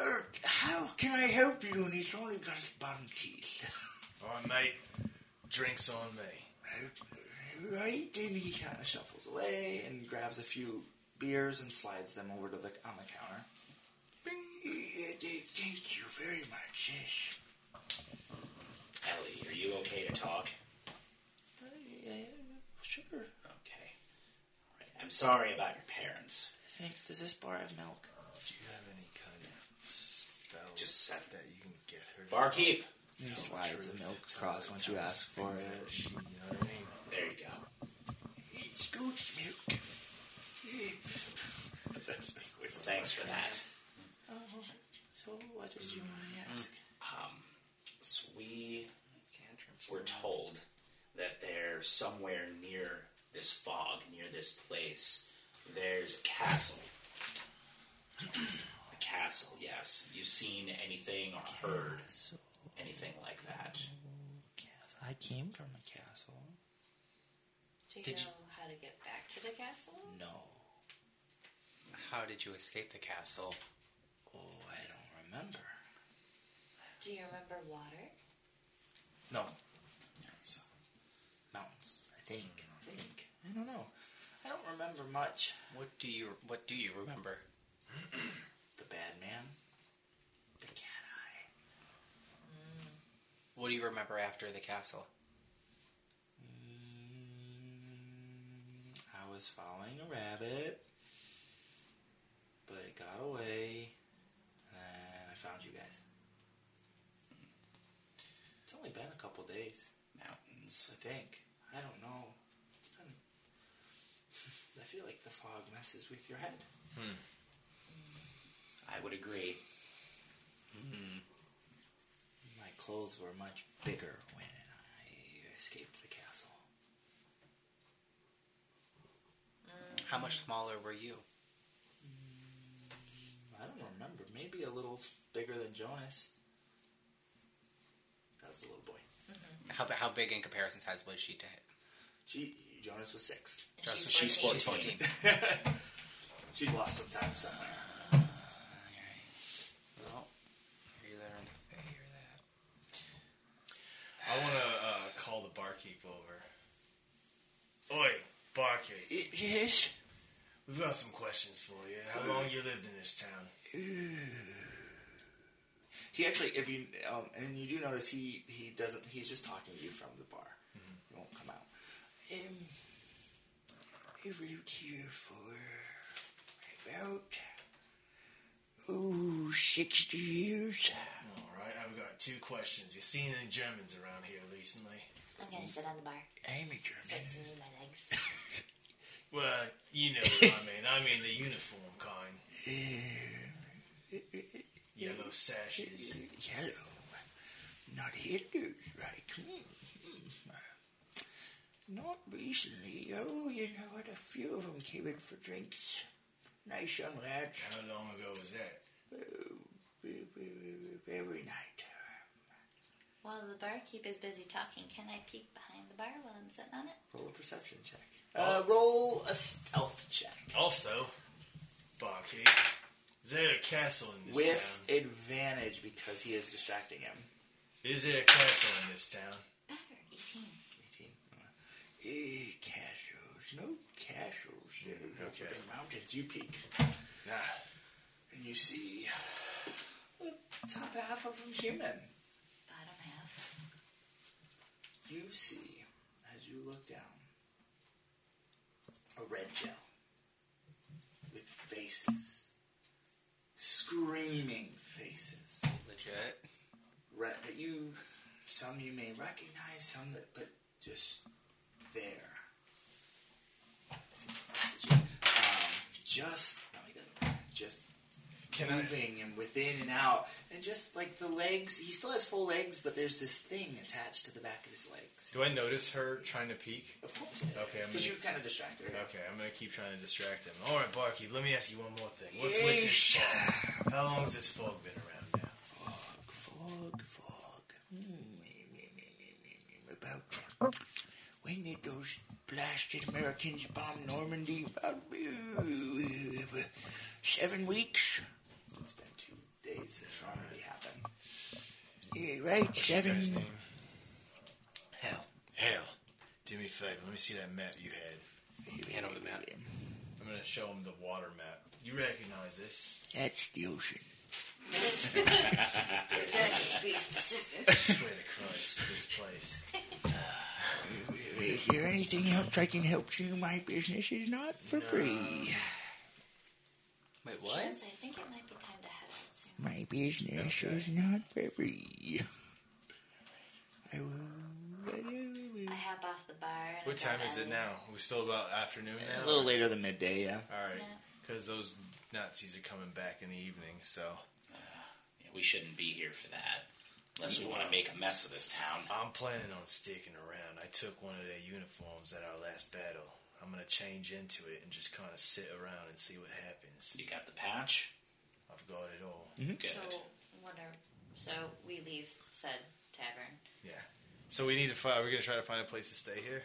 [SPEAKER 1] er, how can I help you? And he's only got his bottom teeth.
[SPEAKER 12] All right, mate. Drinks on me.
[SPEAKER 1] Right, and he kind of shuffles away and grabs a few beers and slides them over to the on the counter. Thank you very much. Yes.
[SPEAKER 6] Ellie, are you okay to talk?
[SPEAKER 1] Uh, yeah, sure.
[SPEAKER 6] Okay. All right. I'm sorry about your parents.
[SPEAKER 1] Thanks. Does this bar have milk?
[SPEAKER 12] Do you have any kind of spell
[SPEAKER 6] Just set
[SPEAKER 12] that you can get her? To
[SPEAKER 6] Barkeep.
[SPEAKER 1] He slides a milk across once you
[SPEAKER 12] tell us
[SPEAKER 1] ask for
[SPEAKER 12] things that
[SPEAKER 1] it.
[SPEAKER 12] She, you know what I mean?
[SPEAKER 6] There you go.
[SPEAKER 1] It's good milk.
[SPEAKER 6] Thanks for that.
[SPEAKER 1] So, what did you want to ask?
[SPEAKER 6] Um, so we were told that there, somewhere near this fog, near this place, there's a castle. a castle, yes. You've seen anything or heard anything like that?
[SPEAKER 1] Castle. I came from a castle.
[SPEAKER 5] Do you
[SPEAKER 4] Did you-
[SPEAKER 5] know how to get back to the castle?
[SPEAKER 1] No.
[SPEAKER 4] How did you escape the castle?
[SPEAKER 1] Oh, I don't remember.
[SPEAKER 5] Do you remember water?
[SPEAKER 1] No. Mountains. Mountains. I think. I think. I don't know. I don't remember much.
[SPEAKER 4] What do you What do you remember?
[SPEAKER 1] The bad man. The cat eye.
[SPEAKER 4] What do you remember after the castle?
[SPEAKER 1] Mm, I was following a rabbit, but it got away, and I found you guys. It's only been a couple days.
[SPEAKER 6] Mountains.
[SPEAKER 1] I think. I don't know. I feel like the fog messes with your head.
[SPEAKER 6] Hmm. I would agree.
[SPEAKER 1] Hmm. My clothes were much bigger when I escaped the castle.
[SPEAKER 4] How much smaller were you?
[SPEAKER 1] I don't remember. Maybe a little bigger than Jonas. That was the little boy.
[SPEAKER 4] How How big in comparison size was she to hit?
[SPEAKER 1] She Jonas was six.
[SPEAKER 5] And
[SPEAKER 4] Just-
[SPEAKER 6] she's
[SPEAKER 4] She's fourteen.
[SPEAKER 1] She's lost some time somewhere.
[SPEAKER 4] well, you learn. Hear that?
[SPEAKER 12] I want to uh, call the barkeep over. Oi, barkeep.
[SPEAKER 1] Yes.
[SPEAKER 12] We've got some questions for you. How long you lived in this town?
[SPEAKER 1] He actually, if you um, and you do notice, he he doesn't. He's just talking to you from the bar. He won't come out. Um, I lived here for about oh sixty years.
[SPEAKER 12] All right, I've got two questions. You seen any Germans around here recently?
[SPEAKER 5] I'm gonna sit on the bar.
[SPEAKER 1] I'm a
[SPEAKER 5] So
[SPEAKER 1] German.
[SPEAKER 5] it's me, and my legs.
[SPEAKER 12] Well, you know what I mean. I mean the uniform kind. Yellow sashes.
[SPEAKER 1] Yellow, not Hindus like me. hmm. Not recently. Oh, you know what? A few of them came in for drinks. Nice young lads.
[SPEAKER 12] How long ago was that?
[SPEAKER 1] every night.
[SPEAKER 5] While the barkeep is busy talking, can I peek behind the bar while I'm sitting on it?
[SPEAKER 1] Roll a perception check. Uh, roll a stealth check
[SPEAKER 12] Also, barkeep, is there a castle in this
[SPEAKER 1] with
[SPEAKER 12] town?
[SPEAKER 1] advantage because he is distracting him.
[SPEAKER 12] Is there a castle in this town?
[SPEAKER 5] Better, 18.
[SPEAKER 1] 18. Eh, castles, no castles. There's Mm-hmm. okay. Ah.
[SPEAKER 2] Okay.
[SPEAKER 1] the mountains you peek,
[SPEAKER 2] Nah.
[SPEAKER 1] and you see the top half of them human.
[SPEAKER 5] Bottom half.
[SPEAKER 1] You see, as you look down, a red gel with faces, screaming faces.
[SPEAKER 4] Legit.
[SPEAKER 1] Re- that you, some you may recognize, some that, but just there. Um, just, no, he doesn't. Just
[SPEAKER 2] Can I-
[SPEAKER 1] moving and within and out, and just like the legs. He still has full legs, but there's this thing attached to the back of his legs.
[SPEAKER 2] Do I notice her trying to peek?
[SPEAKER 1] Of course.
[SPEAKER 2] Okay, I'm
[SPEAKER 1] Because
[SPEAKER 2] gonna,
[SPEAKER 1] you're kind of distracted. Right?
[SPEAKER 2] okay, I'm gonna keep trying to distract him. All right, barkeep. Let me ask you one more thing. What's with this
[SPEAKER 1] Yeesh.
[SPEAKER 2] fog? How long has this fog been around now?
[SPEAKER 1] Fog, fog, fog. Hmm, me, me, me, me, me, me, About we need those blasted Americans bomb Normandy about uh, seven weeks. It's been two days since Normandy happened. Yeah, right, seven.
[SPEAKER 2] Guy's name?
[SPEAKER 1] Hell,
[SPEAKER 2] Hale. Do me a favor. Let me see that map you had.
[SPEAKER 4] Hand over the map.
[SPEAKER 2] I'm gonna show him the water map. You recognize this?
[SPEAKER 1] that's the ocean.
[SPEAKER 5] Be specific.
[SPEAKER 2] Swear to Christ, this place.
[SPEAKER 1] Is there anything else I can help you? My business is not for free.
[SPEAKER 4] Wait,
[SPEAKER 5] Chance, I think it might be time to head out soon.
[SPEAKER 1] My business is not for free. I will.
[SPEAKER 4] Hmm.
[SPEAKER 5] I hop off the bar. and
[SPEAKER 2] What
[SPEAKER 5] I grab
[SPEAKER 2] time is it
[SPEAKER 5] Ellie.
[SPEAKER 2] now? We're still about afternoon now.
[SPEAKER 1] A little later than midday, yeah.
[SPEAKER 2] All right,
[SPEAKER 5] Yeah.
[SPEAKER 2] because those Nazis are coming back in the evening. So
[SPEAKER 6] Yeah, we shouldn't be here for that. Unless we want to make a mess of this town.
[SPEAKER 2] I'm planning on sticking around. I took one of their uniforms at our last battle. I'm gonna change into it and just kind of sit around and see what happens.
[SPEAKER 6] You got the patch?
[SPEAKER 2] I've got it all.
[SPEAKER 6] Good.
[SPEAKER 5] So, wonder. So we leave said tavern.
[SPEAKER 2] Yeah. So we need to find. We're we gonna try to find a place to stay here.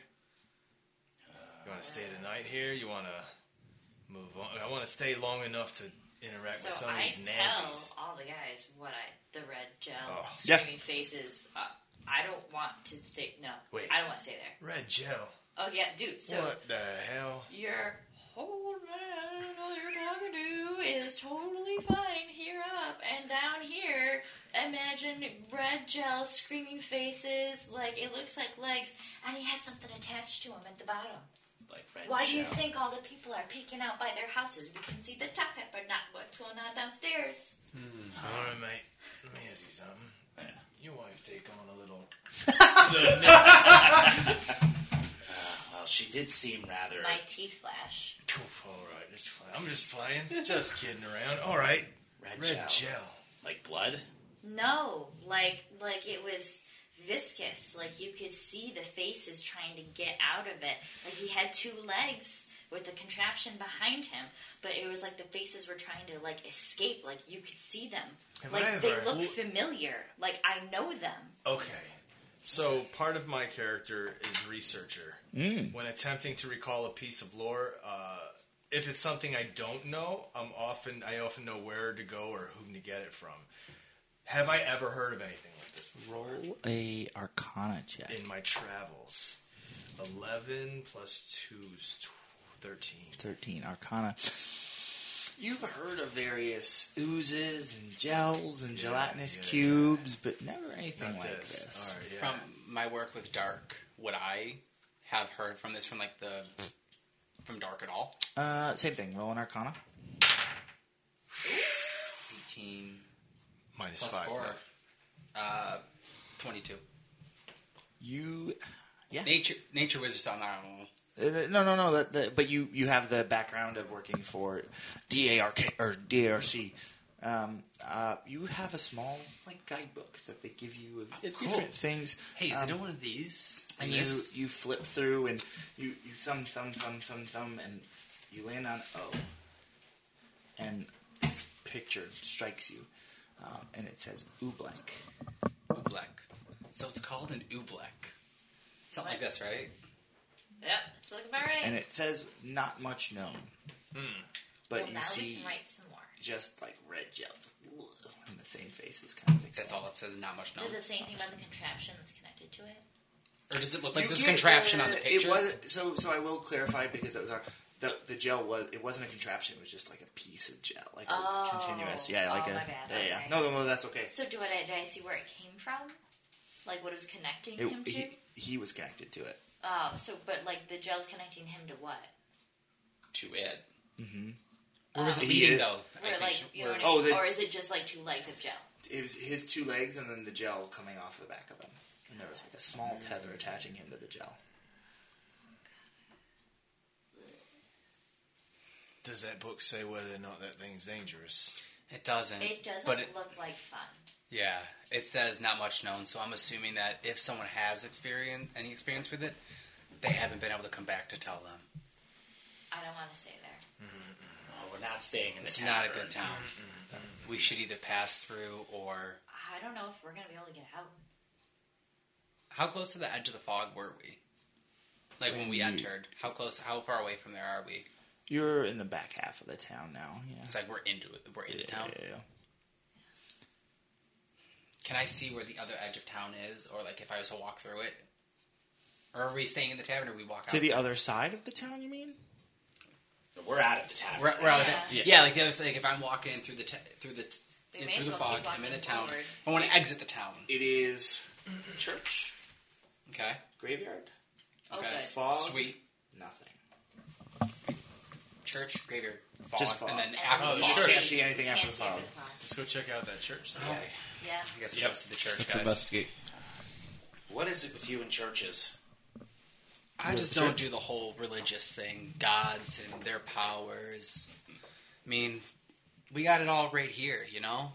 [SPEAKER 2] You want to stay the night here? You want to move on? I want to stay long enough to interact
[SPEAKER 5] So
[SPEAKER 2] with some
[SPEAKER 5] I
[SPEAKER 2] of these
[SPEAKER 5] tell
[SPEAKER 2] Nazis.
[SPEAKER 5] all the guys what I the red gel
[SPEAKER 2] Oh.
[SPEAKER 27] Yeah.
[SPEAKER 5] screaming faces. Uh, I don't want to stay. No,
[SPEAKER 2] Wait.
[SPEAKER 5] I don't want to stay there.
[SPEAKER 2] Red gel.
[SPEAKER 5] Oh yeah, dude. So
[SPEAKER 2] what the hell?
[SPEAKER 5] your whole man, all you're talking to is totally fine here up and down here. Imagine red gel screaming faces. Like it looks like legs, and he had something attached to him at the bottom.
[SPEAKER 6] Like red
[SPEAKER 5] Why do you
[SPEAKER 6] shell.
[SPEAKER 5] think all the people are peeking out by their houses? We can see the top half, but not what's going on downstairs.
[SPEAKER 2] All right, mate. Let me ask you something.
[SPEAKER 6] Yeah.
[SPEAKER 2] Your wife take on a little.
[SPEAKER 6] Well, she did seem rather.
[SPEAKER 5] My teeth flash.
[SPEAKER 2] All right, just fine. I'm just playing, just kidding around. All right,
[SPEAKER 6] Red,
[SPEAKER 2] red
[SPEAKER 6] gel.
[SPEAKER 2] gel.
[SPEAKER 6] Like blood?
[SPEAKER 5] No, like like it was viscous. Like you could see the faces trying to get out of it. Like he had two legs with a contraption behind him, but it was like the faces were trying to like escape. Like you could see them.
[SPEAKER 2] Have I
[SPEAKER 5] Like they
[SPEAKER 2] ever-
[SPEAKER 5] look
[SPEAKER 2] Well-
[SPEAKER 5] familiar. Like I know them.
[SPEAKER 2] Okay. So part of my character is researcher. When attempting to recall a piece of lore, uh, if it's something I don't know, I'm often I often know where to go or whom to get it from. Have I ever heard of anything like this before
[SPEAKER 1] Roll a Arcana check.
[SPEAKER 2] in my travels? Eleven plus two is tw- thirteen.
[SPEAKER 1] 13 Arcana. You've heard of various oozes and gels and
[SPEAKER 2] Yeah,
[SPEAKER 1] gelatinous
[SPEAKER 2] yeah, yeah.
[SPEAKER 1] cubes, but never anything
[SPEAKER 2] Not
[SPEAKER 1] like
[SPEAKER 2] this.
[SPEAKER 1] this.
[SPEAKER 2] All right, yeah.
[SPEAKER 4] From my work with Dark, would I have heard from this from like the from Dark at all?
[SPEAKER 1] Uh, same thing. Roll an Arcana.
[SPEAKER 4] 18
[SPEAKER 2] Minus
[SPEAKER 4] plus
[SPEAKER 2] five.
[SPEAKER 4] 4. Uh, 22.
[SPEAKER 1] You, yeah.
[SPEAKER 4] Nature nature wizards on that one.
[SPEAKER 1] Uh, no, no, no. That, that, but you, you have the background of working for DARK or DARC. Um, uh, you have a small like guidebook that they give you of of
[SPEAKER 4] cool.
[SPEAKER 1] different things.
[SPEAKER 4] Hey, is
[SPEAKER 1] um,
[SPEAKER 4] it one of these?
[SPEAKER 1] and you, you flip through and you, you thumb thumb thumb thumb thumb and you land on O. And this picture strikes you, um, and it says Ooblank.
[SPEAKER 4] Oobleck. So it's called an oobleck. Something like this, right?
[SPEAKER 5] Yep, it's looking about
[SPEAKER 1] and
[SPEAKER 5] right.
[SPEAKER 1] it says not much known. But
[SPEAKER 5] well,
[SPEAKER 1] you
[SPEAKER 5] now we
[SPEAKER 1] see
[SPEAKER 5] can write some more.
[SPEAKER 1] just like red gel, just and the same faces kind of.
[SPEAKER 4] That's all it says. Not much known.
[SPEAKER 5] Does it say anything about the contraption that's connected to it?
[SPEAKER 4] Or does it look like
[SPEAKER 1] You
[SPEAKER 4] this
[SPEAKER 1] get-
[SPEAKER 4] contraption on the
[SPEAKER 1] uh,
[SPEAKER 4] picture?
[SPEAKER 1] It was so. So I will clarify because it was on the the gel was it wasn't a contraption. It was just like a piece of gel, like
[SPEAKER 5] Oh.
[SPEAKER 1] a continuous. Yeah, like
[SPEAKER 5] Oh,
[SPEAKER 1] a
[SPEAKER 5] my bad.
[SPEAKER 1] yeah, yeah.
[SPEAKER 5] Okay.
[SPEAKER 1] No, no, no, that's okay.
[SPEAKER 5] So do what I, did I see where it came from? Like what it was connecting
[SPEAKER 1] It,
[SPEAKER 5] him to?
[SPEAKER 1] he, he was connected to it.
[SPEAKER 5] oh, so but like the gel's connecting him to what?
[SPEAKER 6] to it.
[SPEAKER 1] Mm-hmm.
[SPEAKER 4] Where was it
[SPEAKER 1] He
[SPEAKER 4] leading
[SPEAKER 1] did-
[SPEAKER 4] though?
[SPEAKER 5] Where like you know what I
[SPEAKER 1] Oh,
[SPEAKER 5] mean?
[SPEAKER 1] the-
[SPEAKER 5] or is it just like two legs of gel?
[SPEAKER 1] It was his two legs and then the gel coming off the back of him. And there was like a small tether attaching him to the gel.
[SPEAKER 12] Does that book say whether or not that thing's dangerous?
[SPEAKER 4] It doesn't.
[SPEAKER 5] It doesn't
[SPEAKER 4] Mm. But it,
[SPEAKER 5] look like fun.
[SPEAKER 4] yeah, it says not much known. So I'm assuming that if someone has experience, any experience with it, they haven't been able to come back to tell them.
[SPEAKER 5] I don't want to stay there.
[SPEAKER 6] Oh, we're not staying in the
[SPEAKER 4] It's
[SPEAKER 6] tavern.
[SPEAKER 4] not a good town. We should either pass through or
[SPEAKER 5] I don't know if we're gonna be able to get out.
[SPEAKER 4] how close to the edge of the fog were we? Like when we entered, how close? How far away from there are we?
[SPEAKER 1] You're in the back half of the town now. Yeah.
[SPEAKER 4] It's like we're into it. We're in the town.
[SPEAKER 1] Yeah, yeah, yeah.
[SPEAKER 4] Can I see where the other edge of town is, or like if I was to walk through it? Or are we staying in the tavern, or we walk out?
[SPEAKER 1] To the other side of the town, you mean?
[SPEAKER 6] We're out of the tavern.
[SPEAKER 4] We're, we're out of
[SPEAKER 5] Yeah.
[SPEAKER 4] the- yeah, like the other side. Like if I'm walking through the ta- through the
[SPEAKER 5] We
[SPEAKER 4] in,
[SPEAKER 5] may
[SPEAKER 4] through
[SPEAKER 5] as
[SPEAKER 4] the
[SPEAKER 5] well
[SPEAKER 4] fog,
[SPEAKER 5] keep
[SPEAKER 4] I'm in a
[SPEAKER 5] walking
[SPEAKER 4] town.
[SPEAKER 5] forward.
[SPEAKER 4] I want to exit the town.
[SPEAKER 1] It is church,
[SPEAKER 4] Okay.
[SPEAKER 1] graveyard,
[SPEAKER 5] Oh,
[SPEAKER 4] Okay.
[SPEAKER 5] good.
[SPEAKER 1] fog,
[SPEAKER 4] Sweet
[SPEAKER 1] nothing.
[SPEAKER 4] church graveyard fog,
[SPEAKER 1] Just fog.
[SPEAKER 4] and then
[SPEAKER 5] And
[SPEAKER 4] after
[SPEAKER 5] we
[SPEAKER 4] the
[SPEAKER 5] can't
[SPEAKER 4] fog.
[SPEAKER 1] Can't see anything
[SPEAKER 5] we
[SPEAKER 1] after
[SPEAKER 5] can't
[SPEAKER 1] the
[SPEAKER 5] see after
[SPEAKER 1] fog.
[SPEAKER 5] the fog.
[SPEAKER 12] Let's go check out that
[SPEAKER 1] Oh.
[SPEAKER 12] church. Then.
[SPEAKER 5] Yeah.
[SPEAKER 4] I guess we go see the church, guys.
[SPEAKER 3] investigate.
[SPEAKER 6] What is it with you and churches?
[SPEAKER 4] I just don't do the whole religious thing, gods and their powers. I mean, we got it all right here, you know.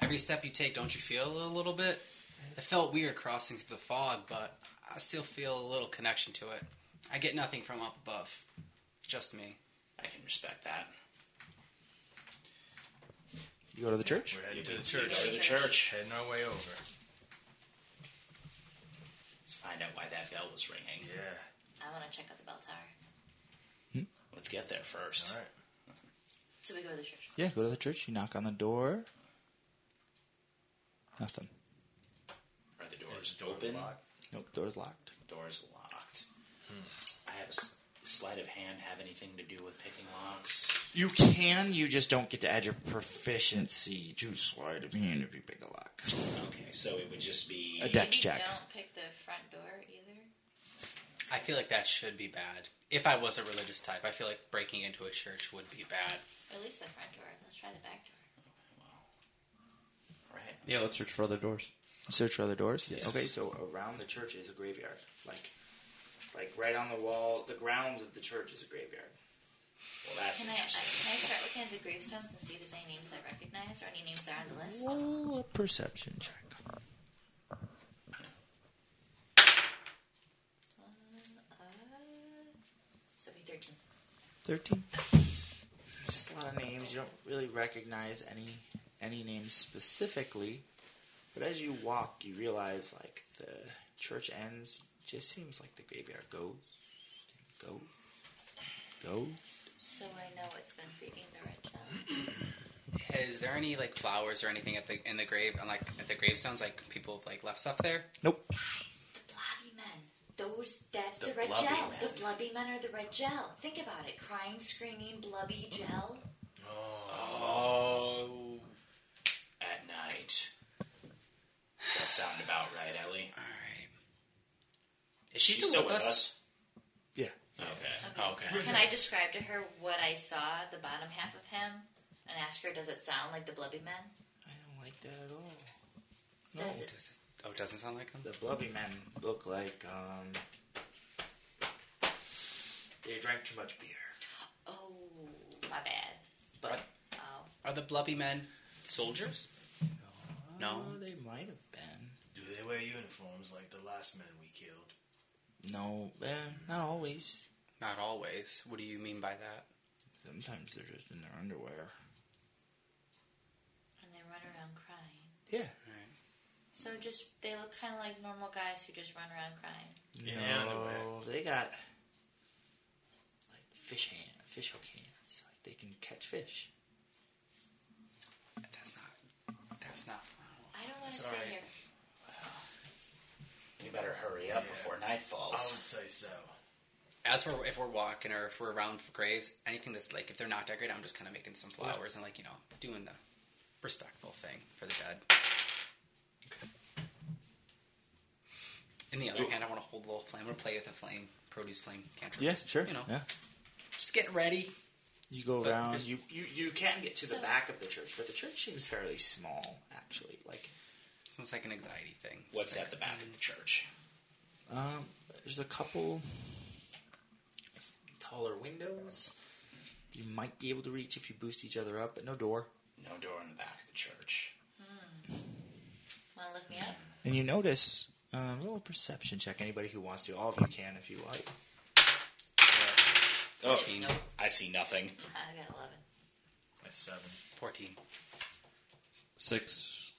[SPEAKER 4] Every step you take, don't you feel a little bit? It felt weird crossing through the fog, but I still feel a little connection to it. I get nothing from up above, just me.
[SPEAKER 6] I can respect that.
[SPEAKER 1] You go to the church.
[SPEAKER 12] We're heading to the
[SPEAKER 6] Go
[SPEAKER 12] church.
[SPEAKER 6] to the church.
[SPEAKER 12] Heading our way over.
[SPEAKER 6] Let's find out why that bell was ringing.
[SPEAKER 12] Yeah.
[SPEAKER 5] I want to check out the bell tower.
[SPEAKER 6] Let's get there first.
[SPEAKER 12] All right.
[SPEAKER 5] So we go to the church.
[SPEAKER 1] Yeah, go to the church. You knock on the door. Nothing.
[SPEAKER 6] Are the doors open?
[SPEAKER 1] Nope, door's locked.
[SPEAKER 6] Doors locked. I have a s- sleight of hand. Have anything to do with picking locks?
[SPEAKER 1] You can, you just don't get to add your proficiency to slide of hand if you pick a lock.
[SPEAKER 6] Okay, so it would just be.
[SPEAKER 1] A dex
[SPEAKER 5] Maybe
[SPEAKER 1] check.
[SPEAKER 5] Don't pick the front door either.
[SPEAKER 4] I feel like that should be bad. If I was a religious type, I feel like breaking into a church would be bad.
[SPEAKER 5] At least the front door. Let's try the back door.
[SPEAKER 6] Right.
[SPEAKER 3] Yeah, let's search for other doors.
[SPEAKER 1] Search for other doors.
[SPEAKER 3] Yes.
[SPEAKER 1] Okay, so around the church is a graveyard. Like, like right on the wall, the grounds of the church is a graveyard.
[SPEAKER 6] Well, that's
[SPEAKER 5] Can I, I can I start looking at the gravestones and see if there's any names that I recognize or any names that are on the list?
[SPEAKER 1] Roll a perception check.
[SPEAKER 5] Uh, so it'd be thirteen.
[SPEAKER 1] Thirteen. Just a lot of names. You don't really recognize any any names specifically, but as you walk, you realize like the church ends. Just seems like the graveyard goes, go, go.
[SPEAKER 5] So I know it's been feeding the rich. now.
[SPEAKER 4] Is there any like flowers or anything at the in the grave and like at the gravestones? Like people have, like left stuff there.
[SPEAKER 1] Nope.
[SPEAKER 5] Guys, the blobby men. Those that's the,
[SPEAKER 6] The
[SPEAKER 5] red
[SPEAKER 6] blobby
[SPEAKER 5] gel.
[SPEAKER 6] men.
[SPEAKER 5] The blobby men are the red gel. Think about it. Crying, screaming, blubby gel.
[SPEAKER 4] Oh,
[SPEAKER 6] at night. That sound about right, Ellie.
[SPEAKER 4] all right. Is she
[SPEAKER 6] She's
[SPEAKER 4] still with us?
[SPEAKER 1] Yeah.
[SPEAKER 6] Okay.
[SPEAKER 4] Oh, okay.
[SPEAKER 5] Can I describe to her what I saw at the bottom half of him and ask her, does it sound like the blubby men?
[SPEAKER 1] I don't like that at all.
[SPEAKER 5] Does it?
[SPEAKER 4] Does it, oh, it doesn't sound like him.
[SPEAKER 1] The blubby men look like um. They drank too much beer,
[SPEAKER 5] Oh, my bad.
[SPEAKER 1] but
[SPEAKER 5] Oh,
[SPEAKER 4] Are the blubby men soldiers? No.
[SPEAKER 1] Oh, they might have been.
[SPEAKER 12] Do they wear uniforms like the last men we killed?
[SPEAKER 1] No, eh, not always.
[SPEAKER 4] Not always. What do you mean by that?
[SPEAKER 1] Sometimes they're just in their underwear.
[SPEAKER 5] and they run around crying.
[SPEAKER 1] Yeah.
[SPEAKER 5] So just they look kind of like normal guys who just run around crying.
[SPEAKER 12] In
[SPEAKER 1] no,
[SPEAKER 12] their underwear.
[SPEAKER 1] Oh, they got like fish hand, fish hook hands. Like they can catch fish.
[SPEAKER 4] That's not. That's not.
[SPEAKER 5] I don't want to
[SPEAKER 4] That's
[SPEAKER 5] stay
[SPEAKER 4] alright.
[SPEAKER 5] here.
[SPEAKER 6] You better hurry be up before night
[SPEAKER 1] I
[SPEAKER 6] falls.
[SPEAKER 1] would
[SPEAKER 6] say
[SPEAKER 1] so.
[SPEAKER 4] As we're if we're walking or if we're around for graves, anything that's like if they're not decorated, I'm just kind of making some flowers and like you know doing the respectful thing for the dead. In the other hand, I want to hold a little flame. I'm gonna play with a flame, produce flame cantrip.
[SPEAKER 1] Yeah,
[SPEAKER 4] Just,
[SPEAKER 1] sure,
[SPEAKER 4] You know,
[SPEAKER 1] yeah.
[SPEAKER 4] just getting ready.
[SPEAKER 1] You go
[SPEAKER 4] But
[SPEAKER 1] around.
[SPEAKER 4] there's-
[SPEAKER 1] You, you you can get to the back of the church, but the church seems fairly small, actually. Like
[SPEAKER 4] it's mm. like an anxiety thing.
[SPEAKER 1] What's at the back of the church? Um, there's a couple taller windows. You might be able to reach if you boost each other up, but no door.
[SPEAKER 6] No door in the back of the church.
[SPEAKER 5] Want to lift me up?
[SPEAKER 1] And you notice. Um, roll a perception check. Anybody who wants to, all of you can if you like.
[SPEAKER 6] Oh, I see nothing.
[SPEAKER 5] I got 11.
[SPEAKER 6] That's seven.
[SPEAKER 4] 14.
[SPEAKER 3] Six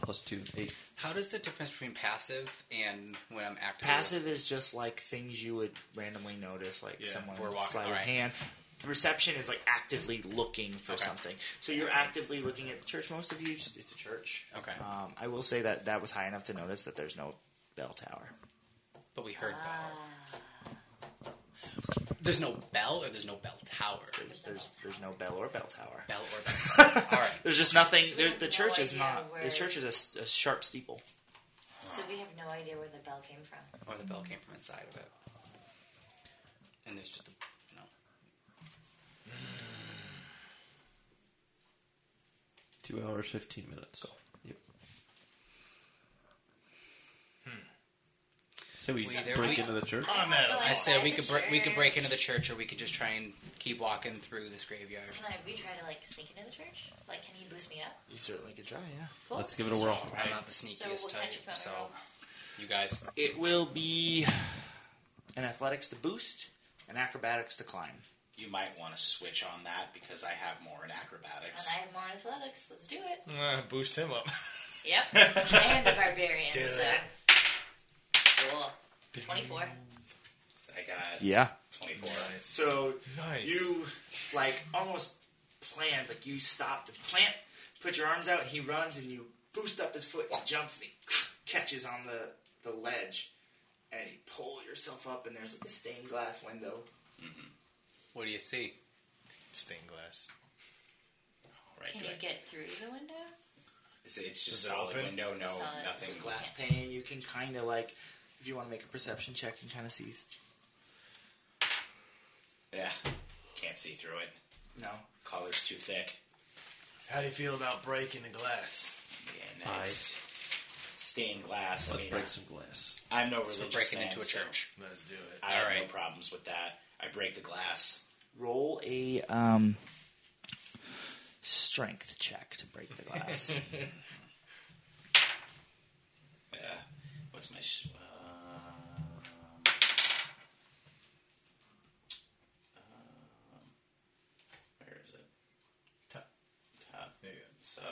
[SPEAKER 3] plus two, eight.
[SPEAKER 4] How does the difference between passive and when I'm active?
[SPEAKER 1] Passive is just like things you would randomly notice, like
[SPEAKER 4] Yeah,
[SPEAKER 1] someone
[SPEAKER 4] we're
[SPEAKER 1] would
[SPEAKER 4] walking-
[SPEAKER 1] slide a
[SPEAKER 4] alright.
[SPEAKER 1] hand. Reception is like actively looking for
[SPEAKER 4] Okay.
[SPEAKER 1] something. So you're actively looking at the church. Most of you, just, it's a church.
[SPEAKER 4] Okay.
[SPEAKER 1] Um, I will say that that was high enough to notice that there's no bell tower.
[SPEAKER 4] But we heard
[SPEAKER 1] Ah.
[SPEAKER 4] bell. There's no bell or there's no bell tower.
[SPEAKER 1] There's there's, there's no bell or bell tower.
[SPEAKER 4] Bell or bell. tower. All right.
[SPEAKER 1] There's just nothing.
[SPEAKER 5] So we
[SPEAKER 1] There,
[SPEAKER 5] have
[SPEAKER 1] the
[SPEAKER 5] no
[SPEAKER 1] church is
[SPEAKER 5] idea
[SPEAKER 1] not.
[SPEAKER 5] where-
[SPEAKER 1] The church is a s- a, sharp steeple.
[SPEAKER 5] So we have no idea where the bell came from.
[SPEAKER 4] Or the bell came from inside of it. And there's just a you know.
[SPEAKER 3] Two hours, 15 minutes. Yep.
[SPEAKER 2] Hmm.
[SPEAKER 3] So we
[SPEAKER 4] We either-
[SPEAKER 3] break
[SPEAKER 4] we-
[SPEAKER 3] into the church?
[SPEAKER 4] I said we could break we could break into the church or we could just try and keep walking through this graveyard.
[SPEAKER 5] Can I, we try to like sneak into the church? Like, can you boost me up?
[SPEAKER 1] You certainly could try, yeah.
[SPEAKER 5] Cool.
[SPEAKER 3] Let's give it a whirl.
[SPEAKER 4] I'm not the
[SPEAKER 5] So
[SPEAKER 4] sneakiest
[SPEAKER 5] what
[SPEAKER 4] type,
[SPEAKER 5] catch up
[SPEAKER 4] so you guys
[SPEAKER 1] It will be an athletics to boost, an acrobatics to climb.
[SPEAKER 6] You might want to switch on that because I have more
[SPEAKER 5] And
[SPEAKER 6] in acrobatics.
[SPEAKER 5] I have more athletics. Let's do it.
[SPEAKER 2] Uh, boost him up.
[SPEAKER 5] Yep. I am the barbarian,
[SPEAKER 2] Do
[SPEAKER 5] so.
[SPEAKER 2] it.
[SPEAKER 5] Cool. 24.
[SPEAKER 6] So I got
[SPEAKER 1] Yeah.
[SPEAKER 6] 24.
[SPEAKER 1] So
[SPEAKER 2] Nice.
[SPEAKER 1] you like almost planned, like you stop the plant, put your arms out, he runs and you boost up his foot and he jumps and he catches on the, the ledge and you pull yourself up and there's like a stained glass window.
[SPEAKER 4] what do you see?
[SPEAKER 2] Stained glass.
[SPEAKER 6] Right,
[SPEAKER 5] Can you
[SPEAKER 6] right.
[SPEAKER 5] get through the window?
[SPEAKER 6] It's, it's just
[SPEAKER 2] Is it
[SPEAKER 6] solid
[SPEAKER 2] open?
[SPEAKER 6] window, no,
[SPEAKER 5] Solid.
[SPEAKER 6] nothing.
[SPEAKER 1] Glass pane, you can kinda like if you want to make a perception check and kinda see
[SPEAKER 6] Yeah, can't see through it.
[SPEAKER 1] no.
[SPEAKER 6] Color's too thick.
[SPEAKER 12] How do you feel about breaking the glass?
[SPEAKER 6] And it's stained glass. I
[SPEAKER 3] Let's
[SPEAKER 6] mean,
[SPEAKER 3] break some glass.
[SPEAKER 6] I'm no
[SPEAKER 4] So
[SPEAKER 6] religious
[SPEAKER 4] we're breaking
[SPEAKER 6] fan,
[SPEAKER 4] into a
[SPEAKER 6] so
[SPEAKER 4] church.
[SPEAKER 12] Let's do it.
[SPEAKER 6] I have no
[SPEAKER 4] Alright.
[SPEAKER 6] problems with that. I break the glass.
[SPEAKER 1] Roll a um strength check to break the glass.
[SPEAKER 6] Uh, what's my? s- um, um, where is it?
[SPEAKER 12] Top.
[SPEAKER 6] Top.
[SPEAKER 12] There you go.
[SPEAKER 6] So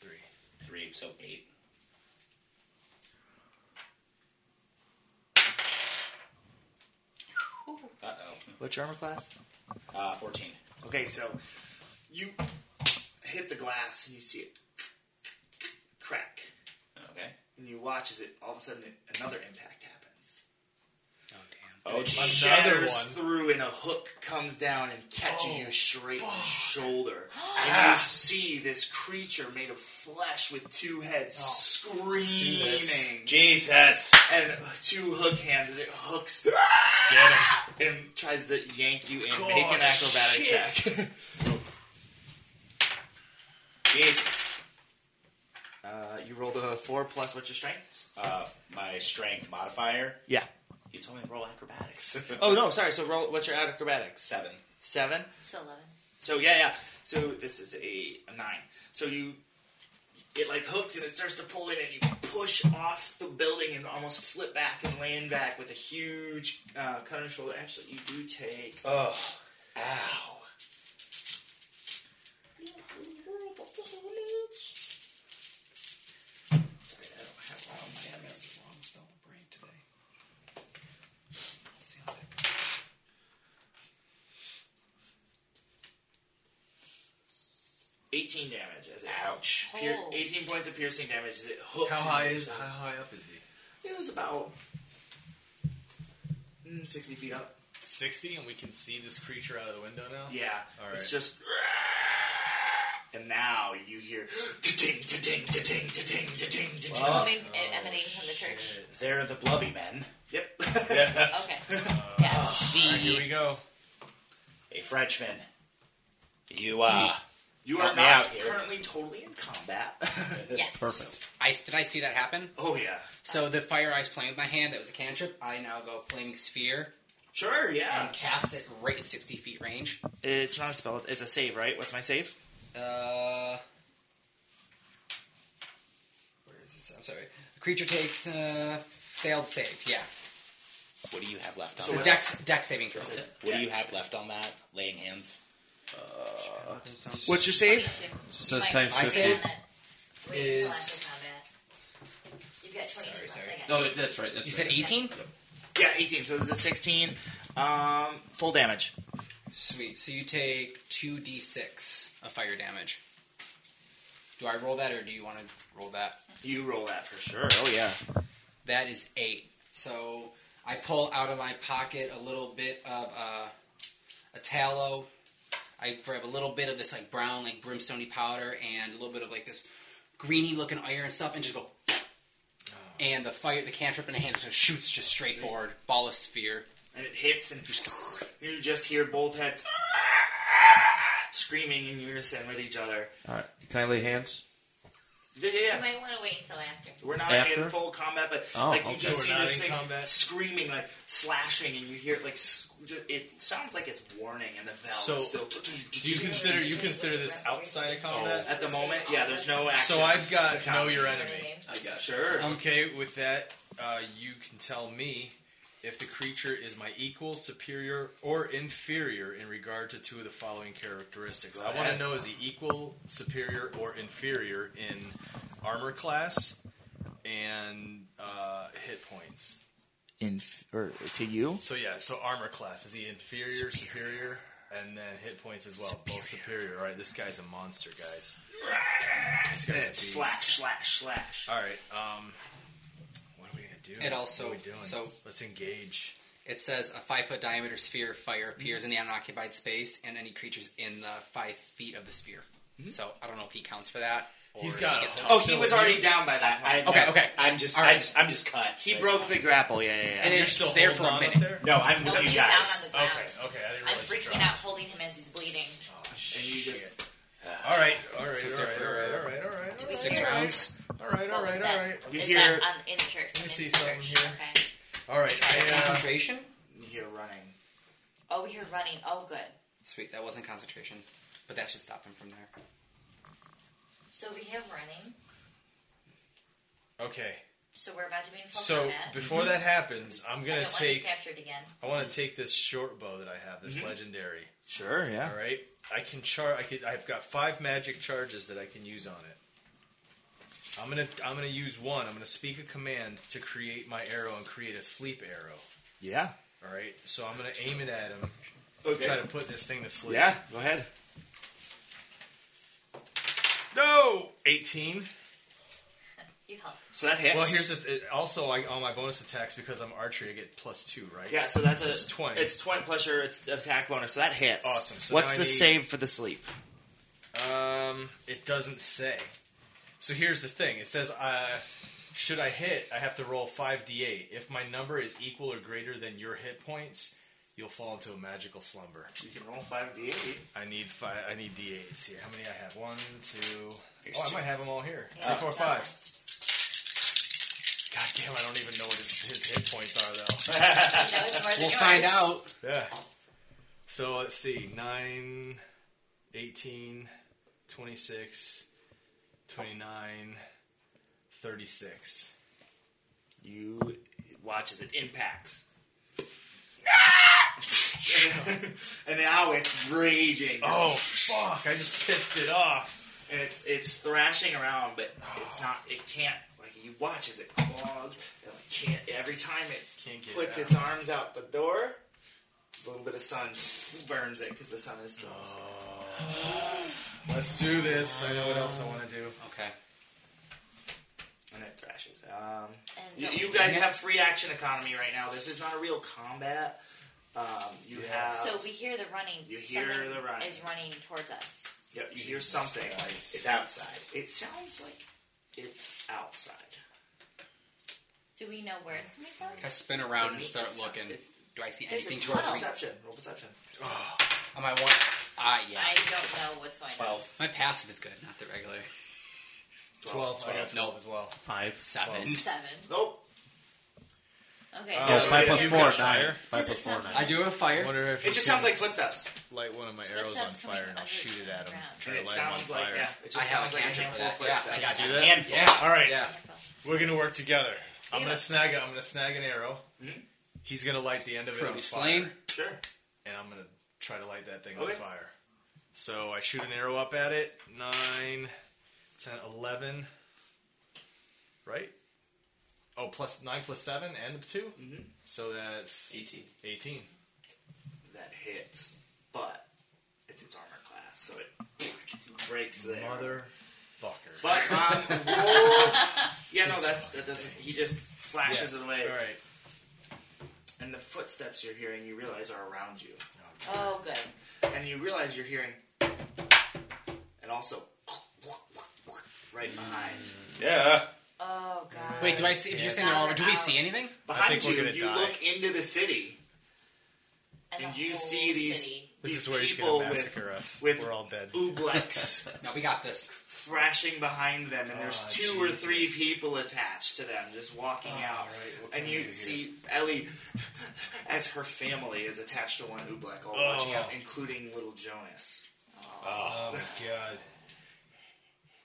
[SPEAKER 12] Three.
[SPEAKER 6] three. So eight. Uh oh.
[SPEAKER 1] What's your armor class?
[SPEAKER 6] Uh, fourteen.
[SPEAKER 1] Okay, so you hit the glass and you see it crack,
[SPEAKER 6] Okay.
[SPEAKER 1] and you watch as it all of a sudden it, another impact happens.
[SPEAKER 4] Oh damn.
[SPEAKER 6] Oh,
[SPEAKER 1] It
[SPEAKER 6] geez.
[SPEAKER 1] shatters
[SPEAKER 2] one. Oh,
[SPEAKER 1] through, and a hook comes down and catches you straight in the shoulder. and you see this creature made of flesh with two heads
[SPEAKER 2] Oh,
[SPEAKER 1] screaming,
[SPEAKER 6] Jesus.
[SPEAKER 1] and two hook hands as it hooks
[SPEAKER 2] Get him.
[SPEAKER 1] and tries to yank you and make an acrobatic check.
[SPEAKER 6] Jesus.
[SPEAKER 1] Uh, you rolled a four plus what's your strength?
[SPEAKER 6] Uh, my strength modifier.
[SPEAKER 1] Yeah.
[SPEAKER 6] You told me to roll acrobatics.
[SPEAKER 1] Oh no, sorry. So roll. What's your acrobatics?
[SPEAKER 6] Seven.
[SPEAKER 1] Seven.
[SPEAKER 5] So 11.
[SPEAKER 1] So yeah, yeah. So this is a, a nine. So you, it like hooks and it starts to pull in, and you push off the building and almost flip back and land back with a huge uh, cut on your shoulder. Actually, you do take.
[SPEAKER 6] Oh. Ow.
[SPEAKER 1] Sorry, I don't have all my damage.
[SPEAKER 4] Wrong with all the brain today. Let's see how that
[SPEAKER 1] Eighteen damage as it.
[SPEAKER 6] Ouch.
[SPEAKER 1] Pier-
[SPEAKER 5] Oh.
[SPEAKER 1] Eighteen points of piercing damage as it hooks.
[SPEAKER 12] How
[SPEAKER 1] into
[SPEAKER 12] high
[SPEAKER 1] your
[SPEAKER 12] is
[SPEAKER 1] shoulder.
[SPEAKER 12] how high up is he?
[SPEAKER 1] It was about mm, 60 feet up.
[SPEAKER 2] 60, and we can see this creature out of the window now?
[SPEAKER 1] Yeah.
[SPEAKER 2] All right.
[SPEAKER 1] It's just. And now you hear. "Ta-ting, ta-ting, ta-ting, ta-ting, ta-ting, ta-ting."
[SPEAKER 5] Coming and Oh, e-, emanating from the church.
[SPEAKER 6] They're the blubby men.
[SPEAKER 1] Yep.
[SPEAKER 5] Okay. yes.
[SPEAKER 2] All right, here we go.
[SPEAKER 6] Hey, Frenchman. You, uh,
[SPEAKER 1] You
[SPEAKER 6] Help
[SPEAKER 1] are
[SPEAKER 6] me
[SPEAKER 1] not
[SPEAKER 6] out here.
[SPEAKER 1] currently totally in combat.
[SPEAKER 5] Yes.
[SPEAKER 3] Perfect.
[SPEAKER 4] I did I see that happen?
[SPEAKER 1] oh, yeah.
[SPEAKER 4] So the fire I was playing with my hand that was a cantrip. I now go fling sphere
[SPEAKER 1] Sure, yeah.
[SPEAKER 4] and cast it right at sixty feet range.
[SPEAKER 1] Um, It's not a spell, it's a save, right? What's my save?
[SPEAKER 4] Uh, where is this? I'm sorry. The creature takes uh, failed save. Yeah,
[SPEAKER 6] what do you have left on
[SPEAKER 4] so
[SPEAKER 6] that?
[SPEAKER 4] dex dex saving throw.
[SPEAKER 6] What do you have left on that? Laying hands?
[SPEAKER 16] What's your save?
[SPEAKER 3] So it's times
[SPEAKER 4] I
[SPEAKER 3] 50.
[SPEAKER 4] said-
[SPEAKER 5] Wait
[SPEAKER 4] is-
[SPEAKER 5] until after combat. You've got 22 left. I got
[SPEAKER 3] No, Oh, that's right. That's
[SPEAKER 4] You said
[SPEAKER 3] right.
[SPEAKER 4] eighteen.
[SPEAKER 1] Yeah, 18. So it's a 16. Um, full damage.
[SPEAKER 4] Sweet. So you take two d six of fire damage. Do I roll that, or do you want to roll that?
[SPEAKER 1] You roll that for sure. Oh, yeah.
[SPEAKER 4] That is eight. So I pull out of my pocket a little bit of uh, a tallow. I grab a little bit of this like brown, like brimstony powder, and a little bit of like this greeny looking iron stuff, and just go.
[SPEAKER 2] Oh.
[SPEAKER 4] And the fire, the cantrip in the hand, just shoots just straight forward, ball of sphere.
[SPEAKER 1] And it hits, and just, you just hear both heads screaming in unison with each other.
[SPEAKER 3] All right. Can I lay hands?
[SPEAKER 1] Yeah, yeah,
[SPEAKER 5] You
[SPEAKER 1] yeah.
[SPEAKER 5] might want to wait until after.
[SPEAKER 1] We're not in
[SPEAKER 3] After?
[SPEAKER 1] full combat, but
[SPEAKER 3] Oh,
[SPEAKER 1] like you
[SPEAKER 3] okay.
[SPEAKER 1] just
[SPEAKER 2] We're
[SPEAKER 1] see
[SPEAKER 2] not
[SPEAKER 1] this
[SPEAKER 2] in
[SPEAKER 1] thing
[SPEAKER 2] combat.
[SPEAKER 1] screaming, like slashing, and you hear it like s- ju- it sounds like it's warning, and the bell
[SPEAKER 2] So,
[SPEAKER 1] is still.
[SPEAKER 2] Do you consider you consider this outside of combat?
[SPEAKER 1] At the moment, yeah, there's no action.
[SPEAKER 2] Oh. So uh, I've got
[SPEAKER 1] Okay.
[SPEAKER 2] know your
[SPEAKER 5] You know what I
[SPEAKER 2] enemy.
[SPEAKER 5] mean?
[SPEAKER 1] I got sure.
[SPEAKER 2] Okay, with that, uh, you can tell me if the creature is my equal, superior, or inferior in regard to two of the following characteristics. I want to know is he equal, superior, or inferior in armor class and uh, hit points.
[SPEAKER 1] In or to you,
[SPEAKER 2] So yeah, so armor class is he inferior, superior, and then hit points as well, both superior. All right, this guy's a monster, guys. This guy's a beast.
[SPEAKER 1] slash, slash, slash.
[SPEAKER 2] All right, um, what are we gonna do?
[SPEAKER 4] It also-
[SPEAKER 2] what are we doing?
[SPEAKER 4] so-
[SPEAKER 2] let's engage.
[SPEAKER 4] It says a five foot diameter sphere of fire appears in the unoccupied space, and any creatures in the five feet of the sphere. So I don't know if he counts for that. Or
[SPEAKER 2] Mm-hmm. He's
[SPEAKER 4] if
[SPEAKER 2] got
[SPEAKER 4] he
[SPEAKER 2] a
[SPEAKER 4] gets
[SPEAKER 2] whole-
[SPEAKER 1] Oh,
[SPEAKER 4] tossed.
[SPEAKER 1] he was already down by that. I,
[SPEAKER 4] Okay,
[SPEAKER 1] no,
[SPEAKER 4] okay.
[SPEAKER 6] I'm just,
[SPEAKER 4] All
[SPEAKER 6] I
[SPEAKER 4] right.
[SPEAKER 6] just, I'm just cut.
[SPEAKER 1] He
[SPEAKER 6] Like,
[SPEAKER 1] broke the grapple. Yeah, yeah, yeah.
[SPEAKER 4] and it's there for a
[SPEAKER 2] holding
[SPEAKER 4] minute.
[SPEAKER 2] on up there?
[SPEAKER 6] No, I'm with
[SPEAKER 5] No,
[SPEAKER 6] you
[SPEAKER 5] he's
[SPEAKER 6] guys.
[SPEAKER 5] down on the ground.
[SPEAKER 2] Okay, okay, I didn't
[SPEAKER 5] I'm
[SPEAKER 2] realize you
[SPEAKER 5] freaking
[SPEAKER 2] dropped.
[SPEAKER 5] out holding him as he's bleeding.
[SPEAKER 1] and you just
[SPEAKER 2] All right, all right,
[SPEAKER 4] So
[SPEAKER 2] all
[SPEAKER 4] there
[SPEAKER 2] right, all right,
[SPEAKER 4] for-
[SPEAKER 2] all right, all right, all right,
[SPEAKER 4] Six
[SPEAKER 2] all right.
[SPEAKER 4] rounds.
[SPEAKER 2] All right, all
[SPEAKER 5] What was
[SPEAKER 2] right, all
[SPEAKER 5] that?
[SPEAKER 2] right,
[SPEAKER 1] You
[SPEAKER 5] Is
[SPEAKER 1] hear-
[SPEAKER 5] that on, in the church?
[SPEAKER 2] Let me
[SPEAKER 5] in
[SPEAKER 2] see
[SPEAKER 5] the
[SPEAKER 2] something
[SPEAKER 5] church.
[SPEAKER 2] here.
[SPEAKER 5] Okay.
[SPEAKER 2] all right. I, uh,
[SPEAKER 4] Concentration.
[SPEAKER 1] you hear running.
[SPEAKER 5] Oh, you're running. Oh, good.
[SPEAKER 4] Sweet, that wasn't concentration, but that should stop him from there.
[SPEAKER 5] So we have running.
[SPEAKER 2] okay,
[SPEAKER 5] So we're about to be in full
[SPEAKER 2] so
[SPEAKER 5] combat.
[SPEAKER 2] before that happens, I'm
[SPEAKER 5] I
[SPEAKER 2] gonna
[SPEAKER 5] don't want to
[SPEAKER 2] take.
[SPEAKER 5] be captured again.
[SPEAKER 2] I want to take this short bow that I have, this legendary.
[SPEAKER 1] Sure, yeah.
[SPEAKER 2] All right, I can char. I could. I've got five magic charges that I can use on it. I'm gonna. I'm gonna use one. I'm gonna speak a command to create my arrow and create a sleep arrow.
[SPEAKER 1] Yeah.
[SPEAKER 2] All right, so I'm gonna aim it at him.
[SPEAKER 1] Okay.
[SPEAKER 2] Try to put this thing to sleep.
[SPEAKER 1] Yeah. Go ahead.
[SPEAKER 2] No. 18.
[SPEAKER 5] You helped.
[SPEAKER 1] So that hits.
[SPEAKER 2] Well, here's the th- also I, on my bonus attacks because I'm archery. I get plus two, right?
[SPEAKER 1] Yeah, so that's
[SPEAKER 2] So
[SPEAKER 1] a,
[SPEAKER 2] it's 20.
[SPEAKER 1] It's twenty plus your it's attack bonus, so that hits.
[SPEAKER 2] Awesome, so
[SPEAKER 1] What's
[SPEAKER 2] now I
[SPEAKER 1] the
[SPEAKER 2] need-
[SPEAKER 1] save for the sleep?
[SPEAKER 2] Um, it doesn't say. So here's the thing. It says, uh, should I hit, I have to roll 5d8. If my number is equal or greater than your hit points, you'll fall into a magical slumber.
[SPEAKER 1] You can roll five d eight.
[SPEAKER 2] I need five. I need d8s here. How many I have? One, two.
[SPEAKER 6] Here's
[SPEAKER 2] Oh, I
[SPEAKER 6] two.
[SPEAKER 2] might have them all here.
[SPEAKER 5] Yeah.
[SPEAKER 2] Three, four, five. God damn! I don't even know what his, his hit points are
[SPEAKER 5] You know it's more than
[SPEAKER 4] We'll
[SPEAKER 5] yours.
[SPEAKER 4] find out.
[SPEAKER 2] though. yeah. So let's see: 9, 18, 26, 29, 36.
[SPEAKER 1] You watch as it impacts. and now it's raging,
[SPEAKER 2] Oh fuck! I just pissed it off.
[SPEAKER 1] and it's it's thrashing around, but it's not. It can't. Like you watch as it claws. and It can't. Every time it
[SPEAKER 2] Can't get
[SPEAKER 1] puts
[SPEAKER 2] it out.
[SPEAKER 1] its arms out the door, a little bit of sun burns it because the sun is so.
[SPEAKER 2] Oh. Let's do this. I know what else I want to do.
[SPEAKER 4] Okay.
[SPEAKER 1] And it thrashes. actions. Um,
[SPEAKER 5] And-
[SPEAKER 1] you, you guys have free action economy right now. This is not a real combat. Um, you have
[SPEAKER 5] So we hear the running.
[SPEAKER 1] You hear
[SPEAKER 5] Something
[SPEAKER 1] the running.
[SPEAKER 5] is running towards us.
[SPEAKER 1] yeah, you hear something. Like
[SPEAKER 6] It's outside.
[SPEAKER 1] it sounds like it's outside.
[SPEAKER 5] Do we know where it's coming from?
[SPEAKER 4] I spin around and start looking. Do I see
[SPEAKER 1] There's a
[SPEAKER 4] anything to our
[SPEAKER 5] Oh.
[SPEAKER 1] tunnel.
[SPEAKER 4] green?
[SPEAKER 1] Perception. Roll perception.
[SPEAKER 4] Am I one? Ah, yeah.
[SPEAKER 5] I don't know what's going on.
[SPEAKER 4] My passive is good, not the regular.
[SPEAKER 12] Twelve. I Oh, got twelve
[SPEAKER 4] Nope.
[SPEAKER 12] as well.
[SPEAKER 3] Five.
[SPEAKER 4] Seven.
[SPEAKER 5] Seven.
[SPEAKER 1] Nope.
[SPEAKER 5] Okay,
[SPEAKER 3] Oh,
[SPEAKER 5] so
[SPEAKER 3] five plus
[SPEAKER 1] you
[SPEAKER 3] four,
[SPEAKER 1] got
[SPEAKER 3] nine.
[SPEAKER 1] fire.
[SPEAKER 3] Five
[SPEAKER 5] Does
[SPEAKER 3] plus
[SPEAKER 5] it
[SPEAKER 3] four,
[SPEAKER 5] sound
[SPEAKER 3] nine.
[SPEAKER 4] I do have fire.
[SPEAKER 2] Wonder if
[SPEAKER 1] It
[SPEAKER 2] you
[SPEAKER 1] just
[SPEAKER 2] can
[SPEAKER 1] sounds like footsteps.
[SPEAKER 2] light one of my
[SPEAKER 5] That
[SPEAKER 2] arrows on
[SPEAKER 5] sounds coming
[SPEAKER 2] fire and I'll
[SPEAKER 5] under
[SPEAKER 2] shoot it
[SPEAKER 5] the
[SPEAKER 2] at him.
[SPEAKER 5] ground.
[SPEAKER 2] Try
[SPEAKER 1] And
[SPEAKER 2] to
[SPEAKER 1] it
[SPEAKER 2] light him on
[SPEAKER 1] sounds like
[SPEAKER 2] fire.
[SPEAKER 1] yeah. It just
[SPEAKER 4] I have
[SPEAKER 1] sounds
[SPEAKER 4] a
[SPEAKER 1] like a
[SPEAKER 4] handle for
[SPEAKER 1] handful of
[SPEAKER 4] that. Yeah, I
[SPEAKER 1] footsteps.
[SPEAKER 4] got you.
[SPEAKER 2] Handful.
[SPEAKER 4] Yeah.
[SPEAKER 2] All right,
[SPEAKER 4] Yeah.
[SPEAKER 2] we're gonna work together. I'm
[SPEAKER 5] Yeah.
[SPEAKER 2] gonna snag a, I'm gonna snag an arrow.
[SPEAKER 1] Hmm?
[SPEAKER 2] He's gonna light the end of it on
[SPEAKER 4] Produce
[SPEAKER 2] fire,
[SPEAKER 4] flame.
[SPEAKER 1] Sure.
[SPEAKER 2] and I'm gonna try to light that thing on
[SPEAKER 1] Okay.
[SPEAKER 2] fire. So I shoot an arrow up at it. Nine, ten, eleven. Right. Oh, plus nine, plus seven, and the 2 Mm-hmm. So that's
[SPEAKER 1] Eighteen.
[SPEAKER 2] eighteen.
[SPEAKER 1] That hits, but it's its armor class, so it breaks there.
[SPEAKER 2] Motherfucker.
[SPEAKER 1] But um, roll. yeah, no, that's that doesn't. He just slashes it away,
[SPEAKER 2] All right.
[SPEAKER 1] and the footsteps you're hearing, you realize are around you,
[SPEAKER 5] Oh, good.
[SPEAKER 1] and you realize you're hearing, and also right behind,
[SPEAKER 2] Mm.
[SPEAKER 6] Yeah.
[SPEAKER 5] Oh god.
[SPEAKER 4] Wait, do I see? If you're saying
[SPEAKER 5] Yeah.
[SPEAKER 4] they're all over, do we see anything?
[SPEAKER 1] behind
[SPEAKER 2] we're
[SPEAKER 1] you.
[SPEAKER 2] gonna
[SPEAKER 1] You
[SPEAKER 2] die.
[SPEAKER 1] look into the city
[SPEAKER 5] the
[SPEAKER 1] and you
[SPEAKER 5] whole
[SPEAKER 1] see these-
[SPEAKER 5] city.
[SPEAKER 2] This
[SPEAKER 1] These
[SPEAKER 2] is where he's
[SPEAKER 1] people
[SPEAKER 2] gonna
[SPEAKER 1] with-
[SPEAKER 2] massacre us.
[SPEAKER 1] with
[SPEAKER 2] We're all dead.
[SPEAKER 1] Ublex
[SPEAKER 4] No, we got this.
[SPEAKER 1] thrashing behind them, and there's
[SPEAKER 2] Oh,
[SPEAKER 1] two or three
[SPEAKER 2] Jesus. Ah,
[SPEAKER 1] people attached to them, just walking out. and you see Ellie as her family is attached to one Ublek, all watching out, including little Jonas. Ah.
[SPEAKER 2] Oh my god.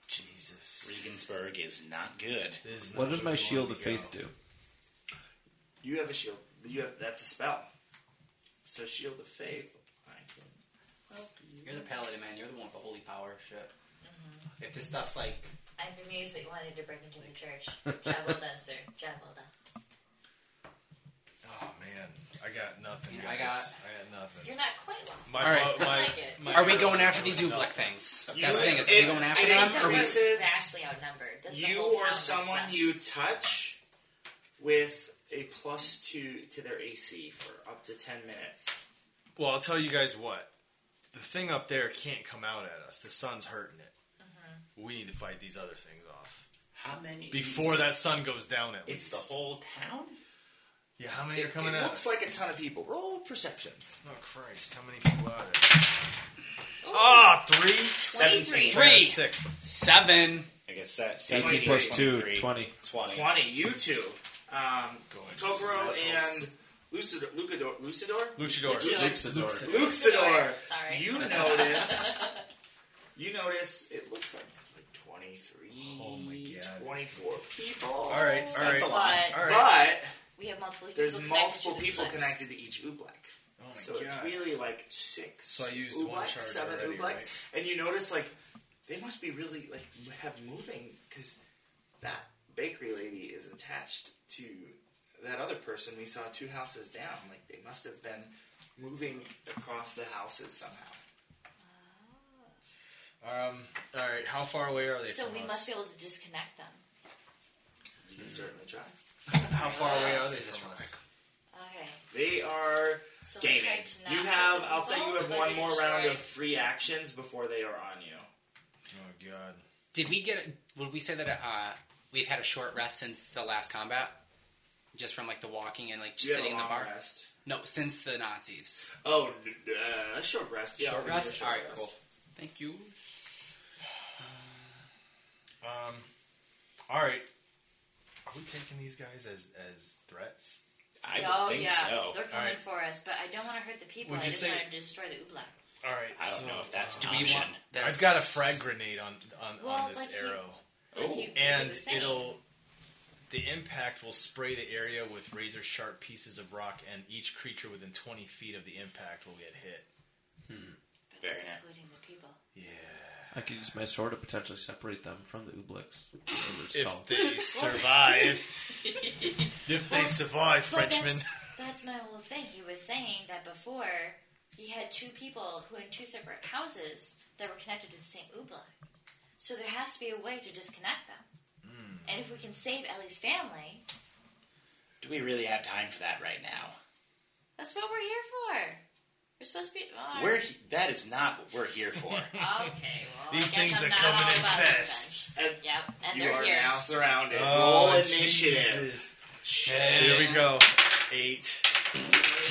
[SPEAKER 2] Jesus.
[SPEAKER 6] Regensburg is not good.
[SPEAKER 2] This is
[SPEAKER 3] What
[SPEAKER 2] not
[SPEAKER 3] does
[SPEAKER 2] where
[SPEAKER 3] my
[SPEAKER 2] we
[SPEAKER 3] shield
[SPEAKER 2] wanna
[SPEAKER 3] of
[SPEAKER 2] go.
[SPEAKER 3] faith do?
[SPEAKER 1] You have a shield. You have that's a spell. So shield of faith. I can help you.
[SPEAKER 4] You're the paladin, man. You're the one with the holy power. Shit.
[SPEAKER 1] Mm-hmm.
[SPEAKER 4] If this stuff's like,
[SPEAKER 5] I'm amused that you wanted to break into the church. Job well done, sir. Job well done.
[SPEAKER 2] Oh man, I got nothing.
[SPEAKER 4] Yeah, I
[SPEAKER 2] guys.
[SPEAKER 4] got-
[SPEAKER 2] I got nothing.
[SPEAKER 5] You're not quite lost.
[SPEAKER 2] My,
[SPEAKER 4] All right.
[SPEAKER 2] bu- my,
[SPEAKER 5] I like it.
[SPEAKER 2] my
[SPEAKER 4] are we
[SPEAKER 2] arrows
[SPEAKER 4] going
[SPEAKER 2] are
[SPEAKER 4] after these
[SPEAKER 2] doing
[SPEAKER 4] Ublek
[SPEAKER 2] nothing.
[SPEAKER 4] things?
[SPEAKER 1] You-
[SPEAKER 4] That's the thing. Is are we
[SPEAKER 1] it-
[SPEAKER 4] going after
[SPEAKER 1] it
[SPEAKER 4] them?
[SPEAKER 1] increases-
[SPEAKER 4] Are we-
[SPEAKER 1] Increases-
[SPEAKER 5] vastly outnumbered. This
[SPEAKER 1] You
[SPEAKER 5] the whole
[SPEAKER 1] or
[SPEAKER 5] town
[SPEAKER 1] someone
[SPEAKER 5] versus
[SPEAKER 1] you
[SPEAKER 5] us.
[SPEAKER 1] touch with a plus two to their AC for up to ten minutes.
[SPEAKER 2] Well, I'll tell you guys what. The thing up there can't come out at us. The sun's hurting it.
[SPEAKER 5] Mm-hmm.
[SPEAKER 2] We need to fight these other things off
[SPEAKER 6] How many?
[SPEAKER 2] before that sun goes down. At
[SPEAKER 6] It's
[SPEAKER 2] least.
[SPEAKER 6] the whole town.
[SPEAKER 2] yeah. How many are
[SPEAKER 1] It-
[SPEAKER 2] coming
[SPEAKER 1] it
[SPEAKER 2] out?
[SPEAKER 1] looks like a ton of people. Roll perceptions.
[SPEAKER 2] oh Christ! How many people are there? Ah,
[SPEAKER 1] Oh.
[SPEAKER 2] three.
[SPEAKER 5] 23.
[SPEAKER 4] Three.
[SPEAKER 2] Yeah, Six.
[SPEAKER 4] Seven.
[SPEAKER 6] I guess that
[SPEAKER 3] 18
[SPEAKER 6] 17
[SPEAKER 3] plus 2,
[SPEAKER 6] 23,
[SPEAKER 3] 20.
[SPEAKER 6] 20.
[SPEAKER 1] Twenty. You two. Um,
[SPEAKER 2] Gorgeous.
[SPEAKER 1] Kokoro
[SPEAKER 6] Metals.
[SPEAKER 1] and Lucidor. Lucador, Lucidor.
[SPEAKER 2] Luchador.
[SPEAKER 3] Luxador.
[SPEAKER 1] Luxador.
[SPEAKER 5] Sorry.
[SPEAKER 1] You notice. you notice. It looks like like 23,
[SPEAKER 2] Oh my God.
[SPEAKER 1] 24 people.
[SPEAKER 2] All right. All right.
[SPEAKER 6] That's a
[SPEAKER 5] But
[SPEAKER 6] lot.
[SPEAKER 2] All right.
[SPEAKER 1] But
[SPEAKER 5] we have multiple people
[SPEAKER 1] there's
[SPEAKER 5] connected
[SPEAKER 1] multiple
[SPEAKER 5] to the
[SPEAKER 1] people
[SPEAKER 5] place.
[SPEAKER 1] connected to each Ublek.
[SPEAKER 2] Oh my
[SPEAKER 1] So
[SPEAKER 2] god.
[SPEAKER 1] it's really like six.
[SPEAKER 2] So I used
[SPEAKER 1] Ublex,
[SPEAKER 2] one charge
[SPEAKER 1] seven
[SPEAKER 2] already,
[SPEAKER 1] Ublex,
[SPEAKER 2] right?
[SPEAKER 1] and you notice like they must be really like have moving because that bakery lady is attached to that other person we saw two houses down. Like they must have been moving across the houses somehow.
[SPEAKER 2] Um. All right. How far away are they?
[SPEAKER 5] So
[SPEAKER 2] from
[SPEAKER 5] we
[SPEAKER 2] us?
[SPEAKER 5] must be able to disconnect them.
[SPEAKER 1] You can certainly try.
[SPEAKER 2] How far away are they from us?
[SPEAKER 5] Okay.
[SPEAKER 1] They are
[SPEAKER 5] So
[SPEAKER 1] gaming.
[SPEAKER 5] try to not
[SPEAKER 1] You
[SPEAKER 5] hurt
[SPEAKER 1] have.
[SPEAKER 5] the
[SPEAKER 1] I'll say
[SPEAKER 5] people,
[SPEAKER 1] you have
[SPEAKER 5] but
[SPEAKER 1] one
[SPEAKER 5] they're
[SPEAKER 1] more round
[SPEAKER 5] destroyed.
[SPEAKER 1] of free actions before they are on you.
[SPEAKER 2] Oh god.
[SPEAKER 4] Did we get? Would we say that uh, we've had a short rest since the last combat? Just from like the walking and like
[SPEAKER 1] You have
[SPEAKER 4] sitting
[SPEAKER 1] a
[SPEAKER 4] in the
[SPEAKER 1] long
[SPEAKER 4] bar.
[SPEAKER 1] rest.
[SPEAKER 4] No, since the Nazis.
[SPEAKER 1] Oh, n- uh, a short rest. Yeah,
[SPEAKER 4] short
[SPEAKER 1] we can do a
[SPEAKER 4] rest. All right,
[SPEAKER 1] rest.
[SPEAKER 4] cool. Thank you.
[SPEAKER 2] Um. All right. Are we taking these guys as as threats?
[SPEAKER 6] I would
[SPEAKER 5] oh
[SPEAKER 6] think
[SPEAKER 5] yeah,
[SPEAKER 6] so.
[SPEAKER 5] they're coming
[SPEAKER 2] Alright.
[SPEAKER 5] for us, but I don't want to hurt the people.
[SPEAKER 2] Would
[SPEAKER 5] I
[SPEAKER 2] you
[SPEAKER 5] just
[SPEAKER 2] say-
[SPEAKER 5] want to destroy the Ublak.
[SPEAKER 2] All right.
[SPEAKER 6] I don't
[SPEAKER 2] so,
[SPEAKER 6] know if that's
[SPEAKER 2] uh,
[SPEAKER 6] an
[SPEAKER 4] We
[SPEAKER 6] option.
[SPEAKER 4] want. That's...
[SPEAKER 2] I've got a frag grenade on on,
[SPEAKER 5] Well,
[SPEAKER 2] on this
[SPEAKER 5] like you-
[SPEAKER 2] arrow,
[SPEAKER 5] Like you-
[SPEAKER 6] Ooh.
[SPEAKER 5] like you
[SPEAKER 2] and
[SPEAKER 5] were saying.
[SPEAKER 2] it'll. The impact will spray the area with razor sharp pieces of rock, and each creature within 20 feet of the impact will get hit.
[SPEAKER 5] But
[SPEAKER 6] Very
[SPEAKER 5] that's
[SPEAKER 6] nice.
[SPEAKER 5] including the people.
[SPEAKER 2] Yeah.
[SPEAKER 3] I could use my sword to potentially separate them from the Ublix.
[SPEAKER 2] If they survive. if they survive,
[SPEAKER 5] Well,
[SPEAKER 2] Frenchmen.
[SPEAKER 5] That's, that's my whole thing. He was saying that before he had two people who in two separate houses that were connected to the same Ublak. So there has to be a way to disconnect them.
[SPEAKER 6] Hmm.
[SPEAKER 5] And if we can save Ellie's family,
[SPEAKER 6] Do we really have time for that right now?
[SPEAKER 5] that's what we're here for. We're supposed to be. well,
[SPEAKER 6] We're he- that is not what we're here for.
[SPEAKER 5] Okay, well,
[SPEAKER 6] These
[SPEAKER 5] I guess
[SPEAKER 6] things
[SPEAKER 5] I'm
[SPEAKER 6] are
[SPEAKER 5] not
[SPEAKER 6] coming
[SPEAKER 5] all
[SPEAKER 6] in
[SPEAKER 5] about it
[SPEAKER 6] fast.
[SPEAKER 5] then.
[SPEAKER 6] And
[SPEAKER 5] yep, and
[SPEAKER 6] you
[SPEAKER 5] they're
[SPEAKER 6] are
[SPEAKER 5] here.
[SPEAKER 6] now surrounded.
[SPEAKER 2] Oh,
[SPEAKER 6] Roll initiative. Shit.
[SPEAKER 2] Here we go. Eight.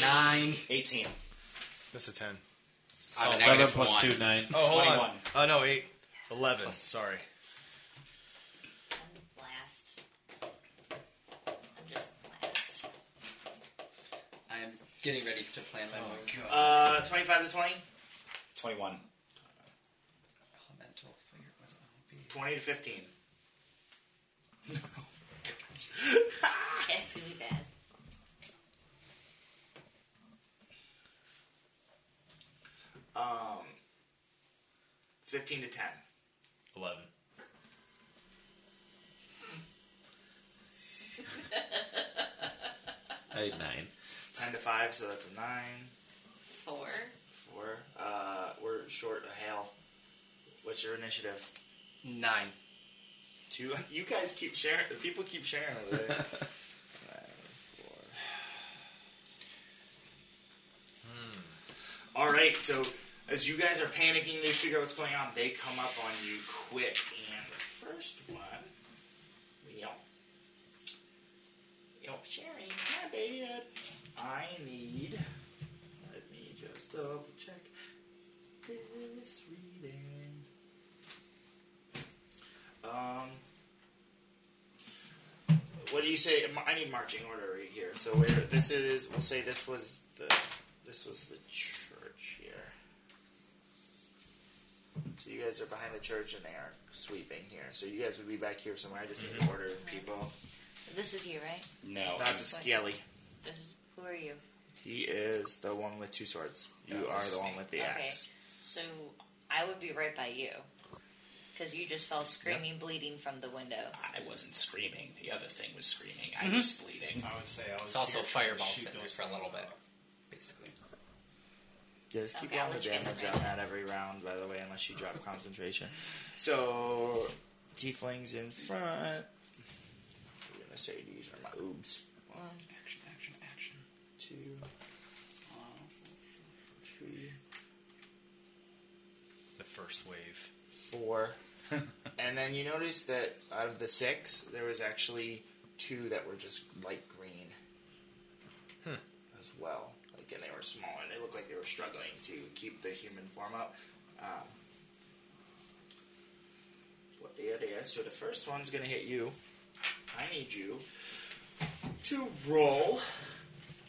[SPEAKER 4] Nine.
[SPEAKER 6] 18.
[SPEAKER 2] That's a ten.
[SPEAKER 6] I'm a
[SPEAKER 3] Seven
[SPEAKER 6] negative
[SPEAKER 3] plus
[SPEAKER 6] one.
[SPEAKER 3] two, nine.
[SPEAKER 2] Oh, hold on.
[SPEAKER 6] 21.
[SPEAKER 2] Oh, no, eight. Eleven. Sorry.
[SPEAKER 5] I'm last. I'm just last.
[SPEAKER 4] I'm getting ready to plan my move.
[SPEAKER 1] Uh, 25 to 20?
[SPEAKER 6] 21.
[SPEAKER 4] Elemental figure was it?
[SPEAKER 1] 20 to 15.
[SPEAKER 5] Yeah, it's gonna be bad.
[SPEAKER 1] Um, 15 to 10.
[SPEAKER 2] Eleven.
[SPEAKER 3] I had nine.
[SPEAKER 1] 10 to 5, so that's a 9.
[SPEAKER 5] Four.
[SPEAKER 1] 4. Uh, we're short a hail. What's your initiative?
[SPEAKER 4] Nine.
[SPEAKER 1] Two. You guys keep sharing. The people keep sharing over there. All right. So as you guys are panicking to figure out what's going on, they come up on you quick. And the first one, yep, yep, Sherry, my bad. I need. Let me just double check this reading. Um, what do you say? I need marching order right here. So where this is, we'll say this was the this was the church here. So you guys are behind the church and they are sweeping here. So you guys would be back here somewhere. I just need to order people.
[SPEAKER 5] This is you, right?
[SPEAKER 6] No.
[SPEAKER 1] That's a Skelly.
[SPEAKER 5] This is, who are you?
[SPEAKER 1] He is the one with two swords. You
[SPEAKER 6] Yeah,
[SPEAKER 1] are
[SPEAKER 6] this is
[SPEAKER 1] the one
[SPEAKER 6] me.
[SPEAKER 1] with the
[SPEAKER 5] Okay.
[SPEAKER 1] axe.
[SPEAKER 5] So I would be right by you. Because you just fell screaming, bleeding from the window.
[SPEAKER 6] I wasn't screaming. The other thing was screaming. I was bleeding.
[SPEAKER 28] I would say I was.
[SPEAKER 4] It's also
[SPEAKER 28] here trying to
[SPEAKER 4] fireball
[SPEAKER 28] shoot
[SPEAKER 4] sitting there
[SPEAKER 28] those
[SPEAKER 4] for a little
[SPEAKER 28] things
[SPEAKER 4] bit,
[SPEAKER 28] up.
[SPEAKER 4] basically.
[SPEAKER 1] Yeah, just keep
[SPEAKER 5] Okay, I'll
[SPEAKER 1] rolling the
[SPEAKER 5] let you guys
[SPEAKER 1] damage
[SPEAKER 5] know.
[SPEAKER 1] on that every round, by the way, unless you drop concentration. So, tieflings in front. We're gonna say these are my oobs. One,
[SPEAKER 4] Action, action, action.
[SPEAKER 1] two, three,
[SPEAKER 2] The first wave.
[SPEAKER 1] four. and then you notice that out of the six, there was actually two that were just light green as well. Like, and they were small, and they looked like they were struggling to keep the human form up. Um, what the idea is? So the first one's gonna hit you. I need you to roll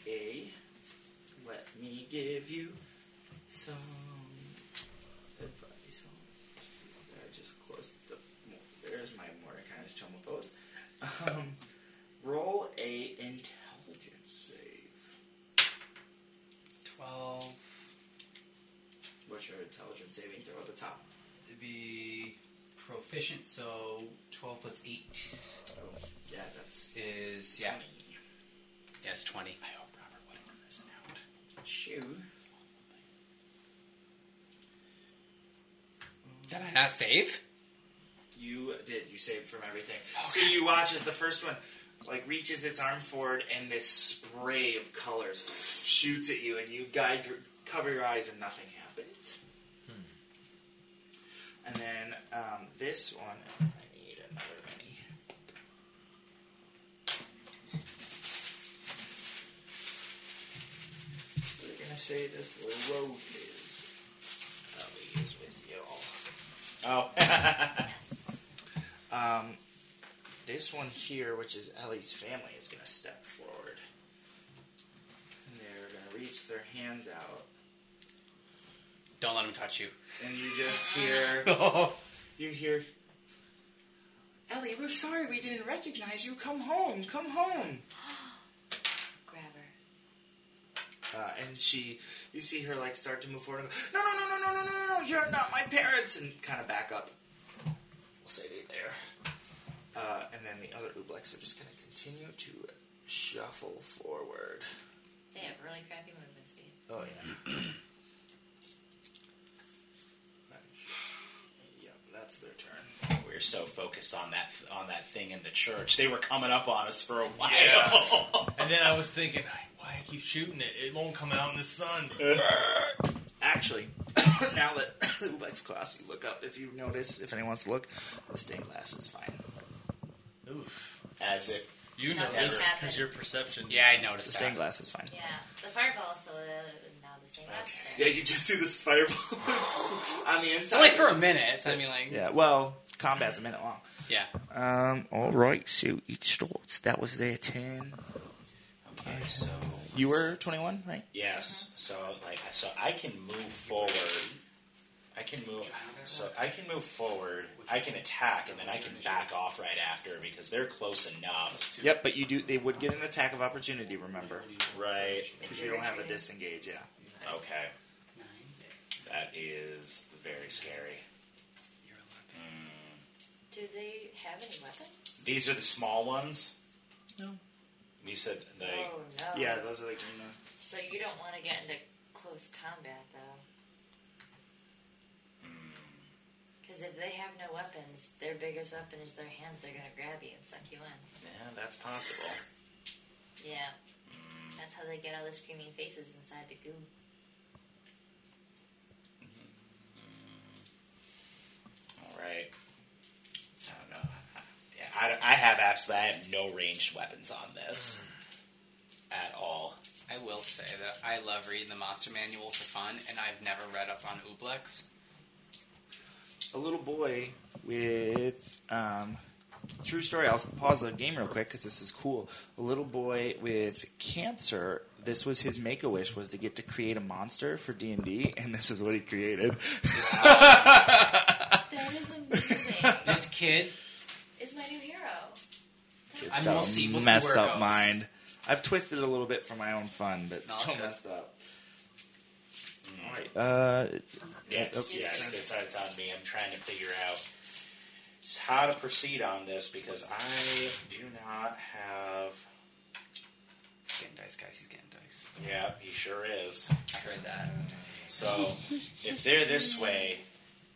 [SPEAKER 1] a. Let me give you some advice. on I just closed the. There's my Mordecai's Tome of Oaths. Um, roll a intelligence save.
[SPEAKER 4] Twelve.
[SPEAKER 1] What's your intelligence saving throw at the top?
[SPEAKER 4] It'd be proficient, so twelve plus eight
[SPEAKER 1] Oh, yeah, that's
[SPEAKER 4] is yeah.
[SPEAKER 1] twenty.
[SPEAKER 4] Yeah, it's twenty. I hope Robert would have this out.
[SPEAKER 1] Shoe.
[SPEAKER 4] Did I not save?
[SPEAKER 1] You did. You saved from everything. So you watch as the first one, like, reaches its arm forward, and this spray of colors shoots at you, and you guide your cover your eyes, and nothing happens. And then um, this one, I need another mini. We're gonna say this rogue is. Ellie is with you all.
[SPEAKER 6] Oh.
[SPEAKER 5] Yes.
[SPEAKER 1] Um, this one here, which is Ellie's family, is going to step forward. And they're going to reach their hands out.
[SPEAKER 4] Don't let him touch you.
[SPEAKER 1] And you just hear, you hear, Ellie, we're sorry we didn't recognize you. Come home, come home.
[SPEAKER 5] Grab her.
[SPEAKER 1] Uh, and she, you see her like start to move forward and go, no, no, no, no, no, no, no, no, you're not my parents, and kind of back up. We'll say they there. Uh, and then the other Ublex are just going to continue to shuffle forward.
[SPEAKER 5] They have really crappy movement speed.
[SPEAKER 1] Oh yeah. yep, that's their turn. We're
[SPEAKER 6] were so focused on that on that thing in the church. They were coming up on us for a while.
[SPEAKER 2] Yeah. and then I was thinking, why I keep shooting it? It won't come out in the sun.
[SPEAKER 1] Actually, now that Ubex class, you look up if you notice, if anyone wants to look, the stained glass is fine.
[SPEAKER 2] Oof.
[SPEAKER 6] As if
[SPEAKER 2] You know
[SPEAKER 5] Nothing
[SPEAKER 2] this
[SPEAKER 5] happened.
[SPEAKER 2] because your perception.
[SPEAKER 4] Yeah, I noticed
[SPEAKER 1] The stained
[SPEAKER 4] that.
[SPEAKER 1] glass is fine.
[SPEAKER 5] Yeah, the fireball is still there. but Now the stained glass is there.
[SPEAKER 6] yeah, you just see this fireball on the
[SPEAKER 4] It's
[SPEAKER 6] inside.
[SPEAKER 4] only for a minute. I mean, like,
[SPEAKER 1] Yeah, well, combat's a minute long.
[SPEAKER 4] yeah.
[SPEAKER 1] Um, alright, so each thoughts. That was their turn.
[SPEAKER 6] Okay, so
[SPEAKER 1] You were 21, right?
[SPEAKER 6] yes, so like so I can move forward. I can move. So I can move forward. I can attack, and then I can back off right after because they're close enough.
[SPEAKER 1] Yep, but you do. They would get an attack of opportunity, remember?
[SPEAKER 6] Right.
[SPEAKER 1] Because you don't have a disengage, yeah.
[SPEAKER 6] Okay. That is very scary.
[SPEAKER 5] Do they have any weapons?
[SPEAKER 6] These are the small ones.
[SPEAKER 1] No.
[SPEAKER 6] You said they.
[SPEAKER 5] oh no.
[SPEAKER 1] Yeah, those are like. You know,
[SPEAKER 5] So you don't want to get into close combat though.
[SPEAKER 1] Hmm.
[SPEAKER 5] Because if they have no weapons, their biggest weapon is their hands. They're gonna grab you and suck you in.
[SPEAKER 6] Yeah, that's possible.
[SPEAKER 5] Yeah.
[SPEAKER 1] Hmm.
[SPEAKER 5] That's how they get all the screaming faces inside the goo.
[SPEAKER 6] All right. I don't know. Yeah, I, I have absolutely. I have no ranged weapons on this at all.
[SPEAKER 4] I will say that I love reading the monster manual for fun, and I've never read up on Ublex.
[SPEAKER 1] a little boy with um, true story. I'll pause the game real quick because this is cool. A little boy with cancer. This was his make a wish was to get to create a monster for D and D, and this is what he created.
[SPEAKER 5] That is amazing.
[SPEAKER 4] This kid,
[SPEAKER 5] is my new hero.
[SPEAKER 1] It's
[SPEAKER 4] I'm-
[SPEAKER 1] got
[SPEAKER 4] we'll
[SPEAKER 1] a
[SPEAKER 4] see- we'll see
[SPEAKER 1] messed
[SPEAKER 4] where it
[SPEAKER 1] up
[SPEAKER 4] goes.
[SPEAKER 1] mind. I've twisted it a little bit for my own fun, but
[SPEAKER 4] No,
[SPEAKER 1] still
[SPEAKER 4] that's
[SPEAKER 1] messed up. All right. Uh,
[SPEAKER 6] Yes, yes, it's, it's on me. I'm trying to figure out how to proceed on this because I do not have.
[SPEAKER 4] he's getting dice, guys. He's getting dice.
[SPEAKER 6] Yeah, he sure is.
[SPEAKER 4] I heard that.
[SPEAKER 6] So if they're this way,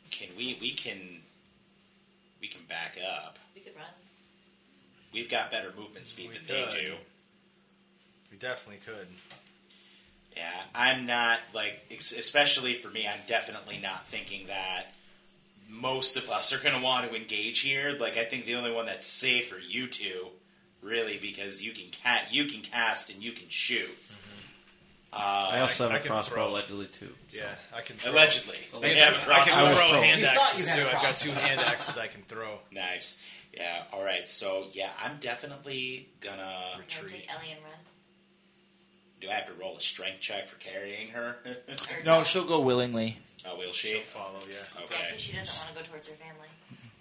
[SPEAKER 6] can we? We can. We can back up.
[SPEAKER 5] We could run.
[SPEAKER 6] We've got better movement speed
[SPEAKER 2] We
[SPEAKER 6] than they
[SPEAKER 2] could.
[SPEAKER 6] do.
[SPEAKER 2] We definitely could.
[SPEAKER 6] Yeah, I'm not like, ex- especially for me, I'm definitely not thinking that most of us are going to want to engage here. Like, I think the only one that's safe are you two, really, because you can cat, you can cast, and you can shoot.
[SPEAKER 3] I also
[SPEAKER 2] I- I
[SPEAKER 3] have a
[SPEAKER 2] can
[SPEAKER 3] crossbow
[SPEAKER 2] throw.
[SPEAKER 3] allegedly too. so.
[SPEAKER 2] Yeah, I can. Throw.
[SPEAKER 6] Allegedly,
[SPEAKER 2] I
[SPEAKER 6] they
[SPEAKER 2] can,
[SPEAKER 6] have a
[SPEAKER 2] I
[SPEAKER 6] crossbow.
[SPEAKER 3] I
[SPEAKER 2] can
[SPEAKER 3] was
[SPEAKER 2] throw
[SPEAKER 3] told.
[SPEAKER 2] hand
[SPEAKER 4] You thought
[SPEAKER 2] axes
[SPEAKER 4] you had
[SPEAKER 2] too.
[SPEAKER 4] a
[SPEAKER 2] I've got two
[SPEAKER 4] crossbow.
[SPEAKER 2] hand axes I can throw.
[SPEAKER 6] Nice. Yeah. All right. So yeah, I'm definitely gonna.
[SPEAKER 5] Or take Ellie and run.
[SPEAKER 6] Do I have to roll a strength check for carrying her?
[SPEAKER 5] Or
[SPEAKER 1] no, she'll go willingly.
[SPEAKER 6] oh, will she?
[SPEAKER 2] Follow, yeah.
[SPEAKER 5] Yeah,
[SPEAKER 6] Okay.
[SPEAKER 5] because she doesn't want to go towards her family.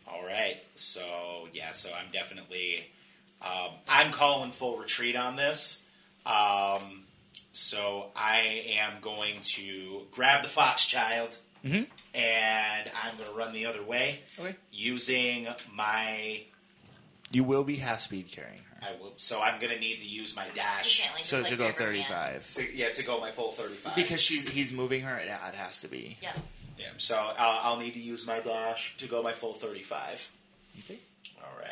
[SPEAKER 6] All right. So yeah, so I'm definitely um, I'm calling full retreat on this. Um, so I am going to grab the fox child
[SPEAKER 1] Mhm.
[SPEAKER 2] Mm-hmm.
[SPEAKER 6] and I'm going to run the other way
[SPEAKER 1] Okay.
[SPEAKER 6] using my.
[SPEAKER 1] You will be half speed carrying her,
[SPEAKER 6] I will, so I'm going to need to use my
[SPEAKER 5] She
[SPEAKER 6] dash
[SPEAKER 5] can't, like,
[SPEAKER 1] so
[SPEAKER 5] just,
[SPEAKER 1] to go
[SPEAKER 5] like, grab her hand.
[SPEAKER 1] thirty-five.
[SPEAKER 6] to yeah to go my full 35
[SPEAKER 1] Because she's he's moving her, it, it has to be.
[SPEAKER 5] Yeah.
[SPEAKER 6] yeah, so I'll, I'll need to use my dash to go my full 35.
[SPEAKER 1] Okay.
[SPEAKER 6] All right.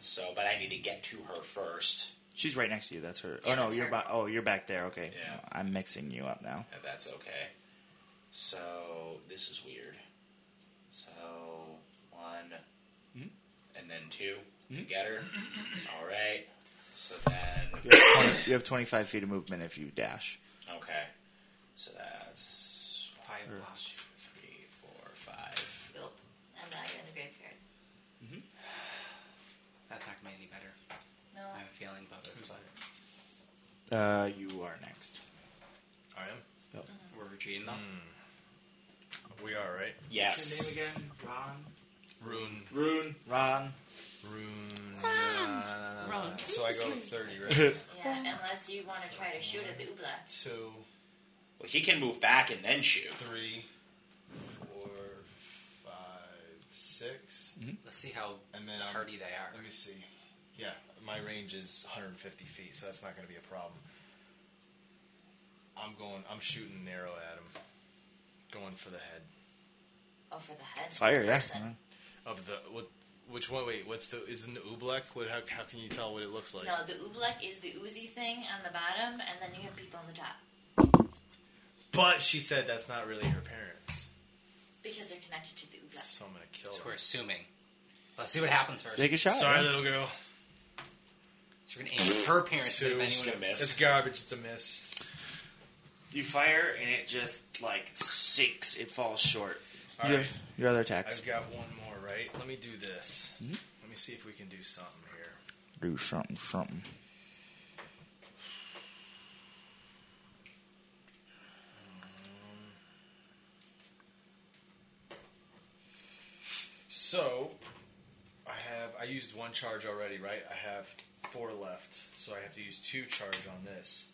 [SPEAKER 6] So, but I need to get to her first.
[SPEAKER 1] She's right next to you. That's her.
[SPEAKER 5] Yeah,
[SPEAKER 1] oh no,
[SPEAKER 5] that's
[SPEAKER 1] you're
[SPEAKER 5] her.
[SPEAKER 1] ba- oh you're back there. Okay.
[SPEAKER 6] Yeah.
[SPEAKER 1] I'm mixing you up now.
[SPEAKER 6] Yeah, that's okay. So this is weird. So one,
[SPEAKER 2] Hmm?
[SPEAKER 6] and then 2 You get her. All right. So then,
[SPEAKER 1] You have, 20 you have 25 feet of movement if you dash.
[SPEAKER 6] okay. So that's five, one, two, three, four, five.
[SPEAKER 5] Yup. And now you're in the graveyard.
[SPEAKER 4] That's not gonna be any better.
[SPEAKER 5] No.
[SPEAKER 4] I have a feeling about this. but
[SPEAKER 1] Uh, you are next.
[SPEAKER 2] I am. Hmm.
[SPEAKER 4] We're retreating though.
[SPEAKER 2] We are right.
[SPEAKER 6] Yes.
[SPEAKER 1] your name again? Ron.
[SPEAKER 2] Rune.
[SPEAKER 1] Rune. Ron.
[SPEAKER 2] Rune. Run. So I go thirty, right?
[SPEAKER 5] Yeah, unless you want to try to shoot at the Ubla.
[SPEAKER 2] two,
[SPEAKER 6] Well, he can move back and then shoot.
[SPEAKER 2] three, four, five, six,
[SPEAKER 4] Let's see how
[SPEAKER 2] and then I'm,
[SPEAKER 4] hardy they are.
[SPEAKER 2] Let me see. Yeah, my range is 150 feet, so that's not going to be a problem. I'm going. I'm shooting an arrow at him. Going for the head
[SPEAKER 5] Oh, for the head.
[SPEAKER 1] Fire, yeah.
[SPEAKER 5] Person.
[SPEAKER 2] of the. What, Which one? Wait, what's the? Isn't the oobleck? What? How, how can you tell what it looks like?
[SPEAKER 5] No, the oobleck is the oozy thing on the bottom, and then you have people on the top
[SPEAKER 2] But she said that's not really her parents,
[SPEAKER 5] because they're connected to the oobleck.
[SPEAKER 2] so I'm gonna kill
[SPEAKER 4] So
[SPEAKER 2] her.
[SPEAKER 4] we're assuming. Let's see what happens first.
[SPEAKER 23] Take a shot.
[SPEAKER 2] Sorry,
[SPEAKER 23] man.
[SPEAKER 2] little girl.
[SPEAKER 4] So we're gonna aim for her parents. but if
[SPEAKER 2] Two.
[SPEAKER 4] anyone else-
[SPEAKER 2] It's garbage. It's a miss.
[SPEAKER 16] You fire and it just like sinks. It falls short.
[SPEAKER 2] All
[SPEAKER 1] your,
[SPEAKER 2] right,
[SPEAKER 1] your other attacks.
[SPEAKER 2] I've got one more. Right. Let me do this. Let me see if we can do something here.
[SPEAKER 23] Do something, something.
[SPEAKER 2] So, I have I used one charge already, right? I have four left, so I have to use two charge on this.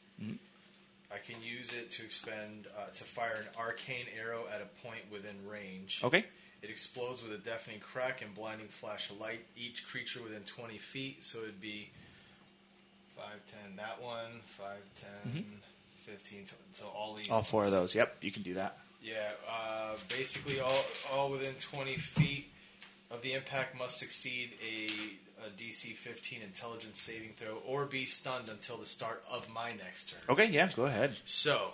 [SPEAKER 2] I can use it to expend uh, to fire an arcane arrow at a point within range.
[SPEAKER 23] Okay.
[SPEAKER 2] It explodes with a deafening crack and blinding flash of light. Each creature within 20 feet, so it'd be 5, 10, that one, 5, 10, 15, so- so all these.
[SPEAKER 1] All four of those. Yep, you can do that.
[SPEAKER 2] Yeah, uh, basically all all within 20 feet of the impact must succeed a, a DC 15 intelligence saving throw or be stunned until the start of my next turn.
[SPEAKER 1] Okay, yeah, go ahead.
[SPEAKER 2] So,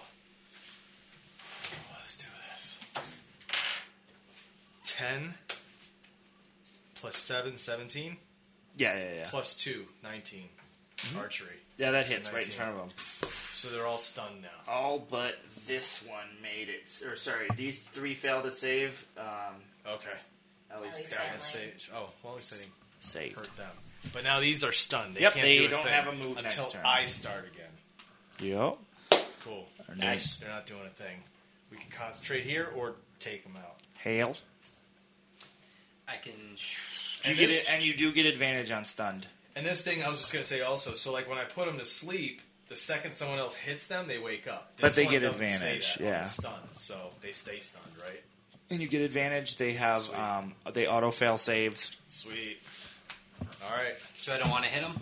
[SPEAKER 2] let's do this. 10 plus 7, 17,
[SPEAKER 1] Yeah, yeah, yeah.
[SPEAKER 2] plus 2, 19, archery.
[SPEAKER 1] Yeah, that
[SPEAKER 2] So
[SPEAKER 1] hits right in
[SPEAKER 2] 19.
[SPEAKER 1] front of them.
[SPEAKER 2] So they're all stunned now.
[SPEAKER 1] All but this one made it. Or sorry, these three failed to save. Um,
[SPEAKER 2] Okay.
[SPEAKER 5] Ellie's
[SPEAKER 2] That
[SPEAKER 5] family.
[SPEAKER 2] one's saved. Oh, well, we said he
[SPEAKER 1] save.
[SPEAKER 2] hurt them. But now these are stunned. They
[SPEAKER 1] Yep,
[SPEAKER 2] can't
[SPEAKER 1] they
[SPEAKER 2] do a
[SPEAKER 1] don't
[SPEAKER 2] thing
[SPEAKER 1] have a move
[SPEAKER 2] until
[SPEAKER 1] next turn.
[SPEAKER 2] I start again.
[SPEAKER 23] Yep.
[SPEAKER 2] Cool.
[SPEAKER 23] Nice.
[SPEAKER 2] They're not doing a thing. We can concentrate here or take them out.
[SPEAKER 1] Hail.
[SPEAKER 4] I can.
[SPEAKER 1] You get it, and you do get advantage on stunned.
[SPEAKER 2] And this thing, I was just gonna say also. So like when I put them to sleep, the second someone else hits them, they wake up.
[SPEAKER 1] But
[SPEAKER 2] This
[SPEAKER 1] they
[SPEAKER 2] one
[SPEAKER 1] get
[SPEAKER 2] doesn't say
[SPEAKER 1] advantage,
[SPEAKER 2] that. Well,
[SPEAKER 1] yeah.
[SPEAKER 2] they're Stunned, so they stay stunned, right?
[SPEAKER 1] And you get advantage. They have
[SPEAKER 2] Sweet.
[SPEAKER 1] um, they auto fail saves.
[SPEAKER 2] Sweet. All right.
[SPEAKER 4] So I don't want to hit him.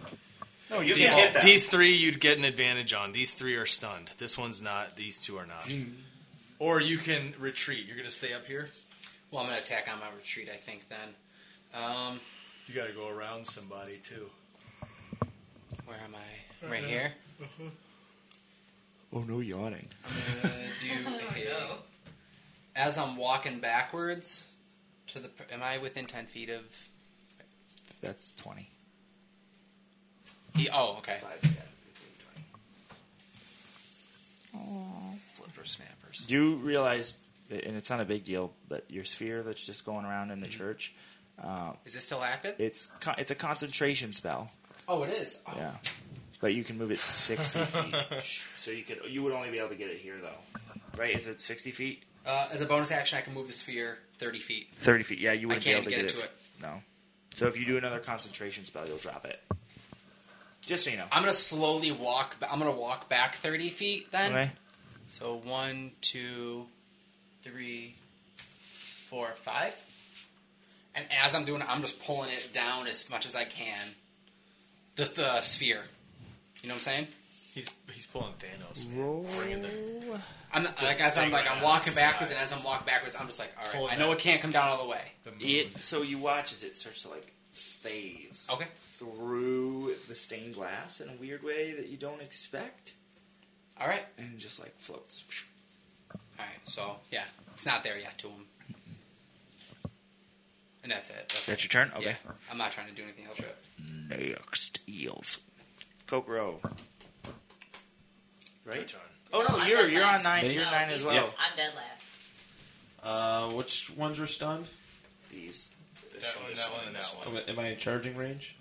[SPEAKER 16] No, you
[SPEAKER 2] These-
[SPEAKER 16] can hit that.
[SPEAKER 2] These three you'd get an advantage on. These three are stunned. This one's not. These two are not. or you can retreat. You're gonna stay up here.
[SPEAKER 4] Well, I'm gonna attack on my retreat. I think then. Um,
[SPEAKER 2] You gotta go around somebody too. Uh-huh.
[SPEAKER 4] where am I? Right here.
[SPEAKER 23] Oh no, yawning.
[SPEAKER 2] Uh,
[SPEAKER 4] gonna do a- Oh, As I'm walking backwards to the, am I within ten feet of?
[SPEAKER 1] That's twenty.
[SPEAKER 4] He, oh, okay.
[SPEAKER 1] Flipper snappers. Do you realize, that, and it's not a big deal, but your sphere that's just going around in the
[SPEAKER 4] Mm-hmm.
[SPEAKER 1] church, uh,
[SPEAKER 4] Is this still active?
[SPEAKER 1] it's con- it's a concentration spell.
[SPEAKER 4] Oh, it is. Oh,
[SPEAKER 1] Yeah, but you can move it sixty feet, so you could you would only be able to get it here though, right? Is it sixty feet?
[SPEAKER 4] Uh, as a bonus action, I can move the sphere thirty feet.
[SPEAKER 1] Thirty feet. Yeah, you
[SPEAKER 4] I
[SPEAKER 1] wouldn't
[SPEAKER 4] can't
[SPEAKER 1] be
[SPEAKER 4] even
[SPEAKER 1] able
[SPEAKER 4] get
[SPEAKER 1] to
[SPEAKER 4] it
[SPEAKER 1] get,
[SPEAKER 4] to it.
[SPEAKER 1] No. So if you do another concentration spell, you'll drop it. Just so you know.
[SPEAKER 4] I'm gonna slowly walk. ba- I'm gonna walk back thirty feet then.
[SPEAKER 1] Okay.
[SPEAKER 4] So one, two, three, four, five. And as I'm doing it, I'm just pulling it down as much as I can. The, the sphere. You know what I'm saying?
[SPEAKER 2] He's he's pulling Thanos. man.
[SPEAKER 23] Roll.
[SPEAKER 2] Bringing the
[SPEAKER 4] I'm not- like as I'm
[SPEAKER 2] thing
[SPEAKER 4] like
[SPEAKER 2] right
[SPEAKER 4] I'm
[SPEAKER 2] on
[SPEAKER 4] walking
[SPEAKER 2] the side.
[SPEAKER 4] backwards, and as I'm walking backwards, I'm just like, all
[SPEAKER 2] Pull it
[SPEAKER 4] right, I know
[SPEAKER 2] back.
[SPEAKER 4] it can't come down all the way.
[SPEAKER 2] The moon.
[SPEAKER 1] It so you watch as it starts to like phase
[SPEAKER 4] Okay.
[SPEAKER 1] through the stained glass in a weird way that you don't expect,
[SPEAKER 4] All right,
[SPEAKER 1] and just like floats.
[SPEAKER 4] all right. So yeah, it's not there yet to him. And that's it. That's
[SPEAKER 1] That's your turn.
[SPEAKER 4] Yeah, I'm not trying to do anything else. Yet.
[SPEAKER 1] Next eels. Kokoro.
[SPEAKER 2] Right.
[SPEAKER 1] Oh no,
[SPEAKER 5] I'm
[SPEAKER 1] you're
[SPEAKER 5] dead
[SPEAKER 1] you're on
[SPEAKER 5] last.
[SPEAKER 1] nine.
[SPEAKER 5] No,
[SPEAKER 1] You're nine as
[SPEAKER 5] he's-
[SPEAKER 1] well.
[SPEAKER 5] I'm dead last.
[SPEAKER 3] Uh, which ones are stunned?
[SPEAKER 1] These.
[SPEAKER 2] That one, that one, and that one.
[SPEAKER 3] Am I, am I in charging range?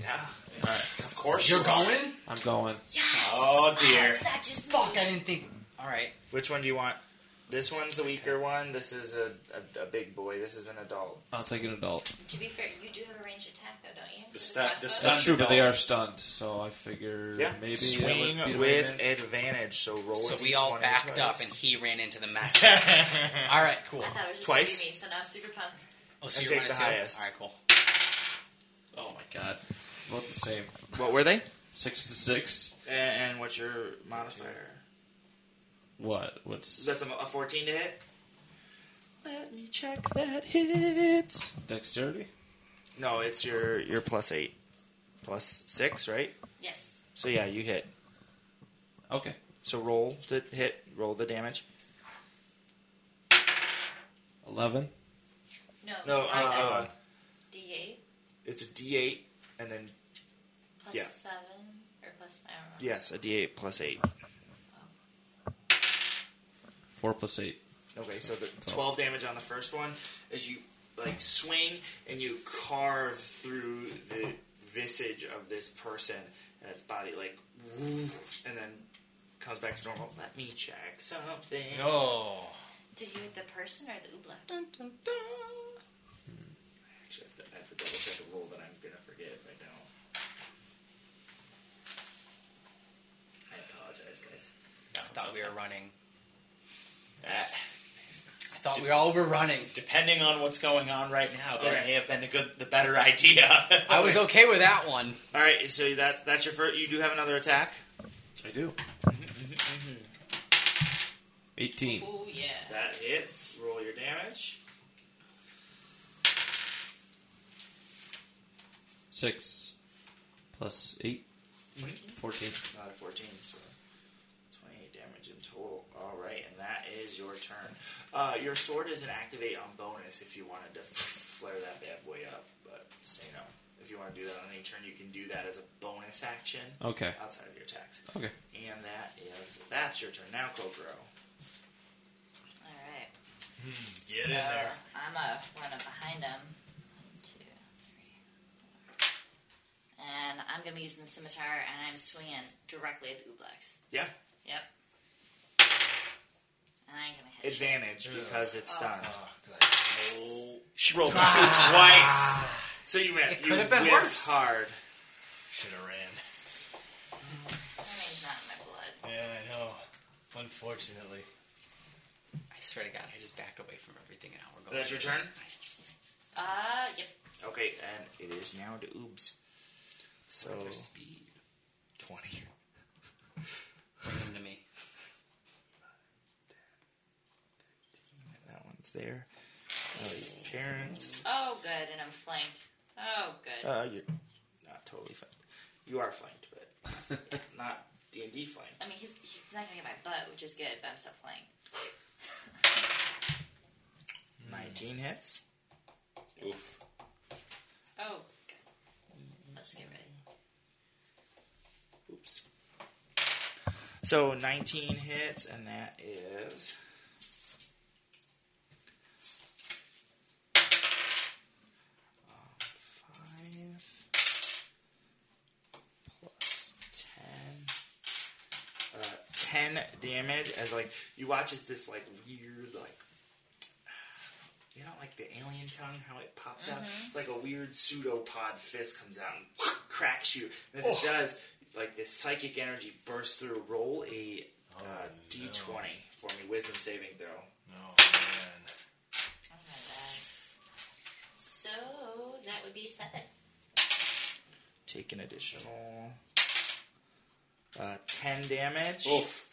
[SPEAKER 1] Yeah.
[SPEAKER 6] Of course.
[SPEAKER 4] You're going?
[SPEAKER 3] I'm going.
[SPEAKER 5] Yes.
[SPEAKER 6] Oh, dear.
[SPEAKER 5] Is that just me?
[SPEAKER 4] Fuck! I didn't think. All right.
[SPEAKER 1] Which one do you want? This one's the weaker one. This is a, a, a big boy. This is an adult.
[SPEAKER 3] I'll take an adult.
[SPEAKER 5] To be fair, you do have a ranged attack though, don't you?
[SPEAKER 6] The stat- the
[SPEAKER 5] crossbow?
[SPEAKER 6] stat-
[SPEAKER 3] That's true, but they are stunned, so I figure
[SPEAKER 1] Yeah.
[SPEAKER 2] uh,
[SPEAKER 3] maybe
[SPEAKER 1] Swing
[SPEAKER 3] that would be
[SPEAKER 1] with advantage. So roll.
[SPEAKER 4] So
[SPEAKER 1] a
[SPEAKER 4] we all
[SPEAKER 1] D20
[SPEAKER 4] backed
[SPEAKER 1] twice.
[SPEAKER 4] up, and he ran into the mess. all right, cool.
[SPEAKER 5] I thought it was just
[SPEAKER 1] Twice?
[SPEAKER 5] gonna be me, so now I'm super pumped.
[SPEAKER 4] Oh,
[SPEAKER 1] And
[SPEAKER 4] so
[SPEAKER 1] take
[SPEAKER 4] you're running
[SPEAKER 1] the
[SPEAKER 4] too?
[SPEAKER 1] highest.
[SPEAKER 4] All right, cool.
[SPEAKER 3] Oh my god, both the same.
[SPEAKER 1] What were they?
[SPEAKER 3] Six to six.
[SPEAKER 1] And, and what's your modifier?
[SPEAKER 3] What? What's
[SPEAKER 1] That's a, a fourteen to hit. Let me check that hits.
[SPEAKER 3] dexterity?
[SPEAKER 1] No, it's your your plus eight, plus six, right?
[SPEAKER 5] Yes.
[SPEAKER 1] So yeah, you hit.
[SPEAKER 3] Okay.
[SPEAKER 1] So roll the hit, roll the damage.
[SPEAKER 3] Eleven.
[SPEAKER 5] No.
[SPEAKER 1] No, uh,
[SPEAKER 5] I got
[SPEAKER 1] uh,
[SPEAKER 5] D8
[SPEAKER 1] it's a D eight, and then
[SPEAKER 5] plus
[SPEAKER 1] yeah.
[SPEAKER 5] seven or plus I don't know.
[SPEAKER 1] yes, a D eight plus eight.
[SPEAKER 3] Four plus eight.
[SPEAKER 1] Okay, so the 12 damage on the first one as you like swing and you carve through the visage of this person and its body like woof, and then comes back to normal. Let me check something.
[SPEAKER 2] No.
[SPEAKER 5] Did you hit the person or the oobla?
[SPEAKER 1] Dun, dun, dun. Actually, I have to, I have to double check a roll that I'm gonna forget if I don't. I apologize, guys.
[SPEAKER 4] I thought we were running.
[SPEAKER 6] Ah,
[SPEAKER 4] I thought we all were running.
[SPEAKER 6] depending on what's going on right now, that
[SPEAKER 1] Okay.
[SPEAKER 6] may have been a good, the better idea.
[SPEAKER 4] I was okay with that one.
[SPEAKER 1] All right, so that that's your first. You do have another attack.
[SPEAKER 3] I do. Eighteen.
[SPEAKER 5] Oh yeah.
[SPEAKER 1] That hits. Roll your damage.
[SPEAKER 3] Six. Plus eight. Fourteen.
[SPEAKER 1] Not a 14, so 28 damage in total. All right, and that is your turn. Uh, your sword is an activate on bonus if you wanted to flare that bad boy up, but say no. If you want to do that on any turn, you can do that as a bonus action
[SPEAKER 3] Okay.
[SPEAKER 1] outside of your attacks.
[SPEAKER 3] Okay.
[SPEAKER 1] And that is that's your turn now, Kokoro.
[SPEAKER 5] All right.
[SPEAKER 2] Get
[SPEAKER 5] so
[SPEAKER 2] in there.
[SPEAKER 5] I'm gonna run up behind him. One, two, three. four. And I'm gonna be using the scimitar, and I'm swinging directly at the ooblex.
[SPEAKER 1] Yeah.
[SPEAKER 5] Yep. And I'm gonna hit. shit.
[SPEAKER 1] Advantage because it's stunned.
[SPEAKER 6] she rolled a two twice.
[SPEAKER 1] So you went.
[SPEAKER 4] It
[SPEAKER 1] you
[SPEAKER 4] could have been
[SPEAKER 1] whiffed
[SPEAKER 4] worse.
[SPEAKER 1] Hard.
[SPEAKER 2] Should have ran.
[SPEAKER 5] That means not in my blood.
[SPEAKER 2] Yeah, I know. Unfortunately.
[SPEAKER 4] I swear to God, I just backed away from everything and now we're going.
[SPEAKER 1] That's your turn.
[SPEAKER 5] Uh, yep.
[SPEAKER 1] Okay, and it is now to Oobs. So
[SPEAKER 4] Where's their speed?
[SPEAKER 1] 20.
[SPEAKER 4] Bring them to me.
[SPEAKER 1] That one's there. Oh, his parents.
[SPEAKER 5] Oh, good, and I'm flanked. Oh, good.
[SPEAKER 1] Uh, you're not totally flanked. You are flanked, but not D and D flanked.
[SPEAKER 5] I mean, he's he's not gonna get my butt, which is good, but I'm still flanked.
[SPEAKER 1] Nineteen hits.
[SPEAKER 6] Oof.
[SPEAKER 5] Oh, good. Let's get ready.
[SPEAKER 1] Oops. So nineteen hits, and that is um, five plus ten. uh, 10 damage as like you watch as this like weird like you know like the alien tongue how it pops out like a weird pseudopod fist comes out and cracks you and as it does like this psychic energy bursts through roll a uh, d20 for me wisdom saving throw
[SPEAKER 2] Oh, man.
[SPEAKER 5] Oh my god. So that would be seven.
[SPEAKER 1] take an additional uh, 10 damage
[SPEAKER 6] Oof.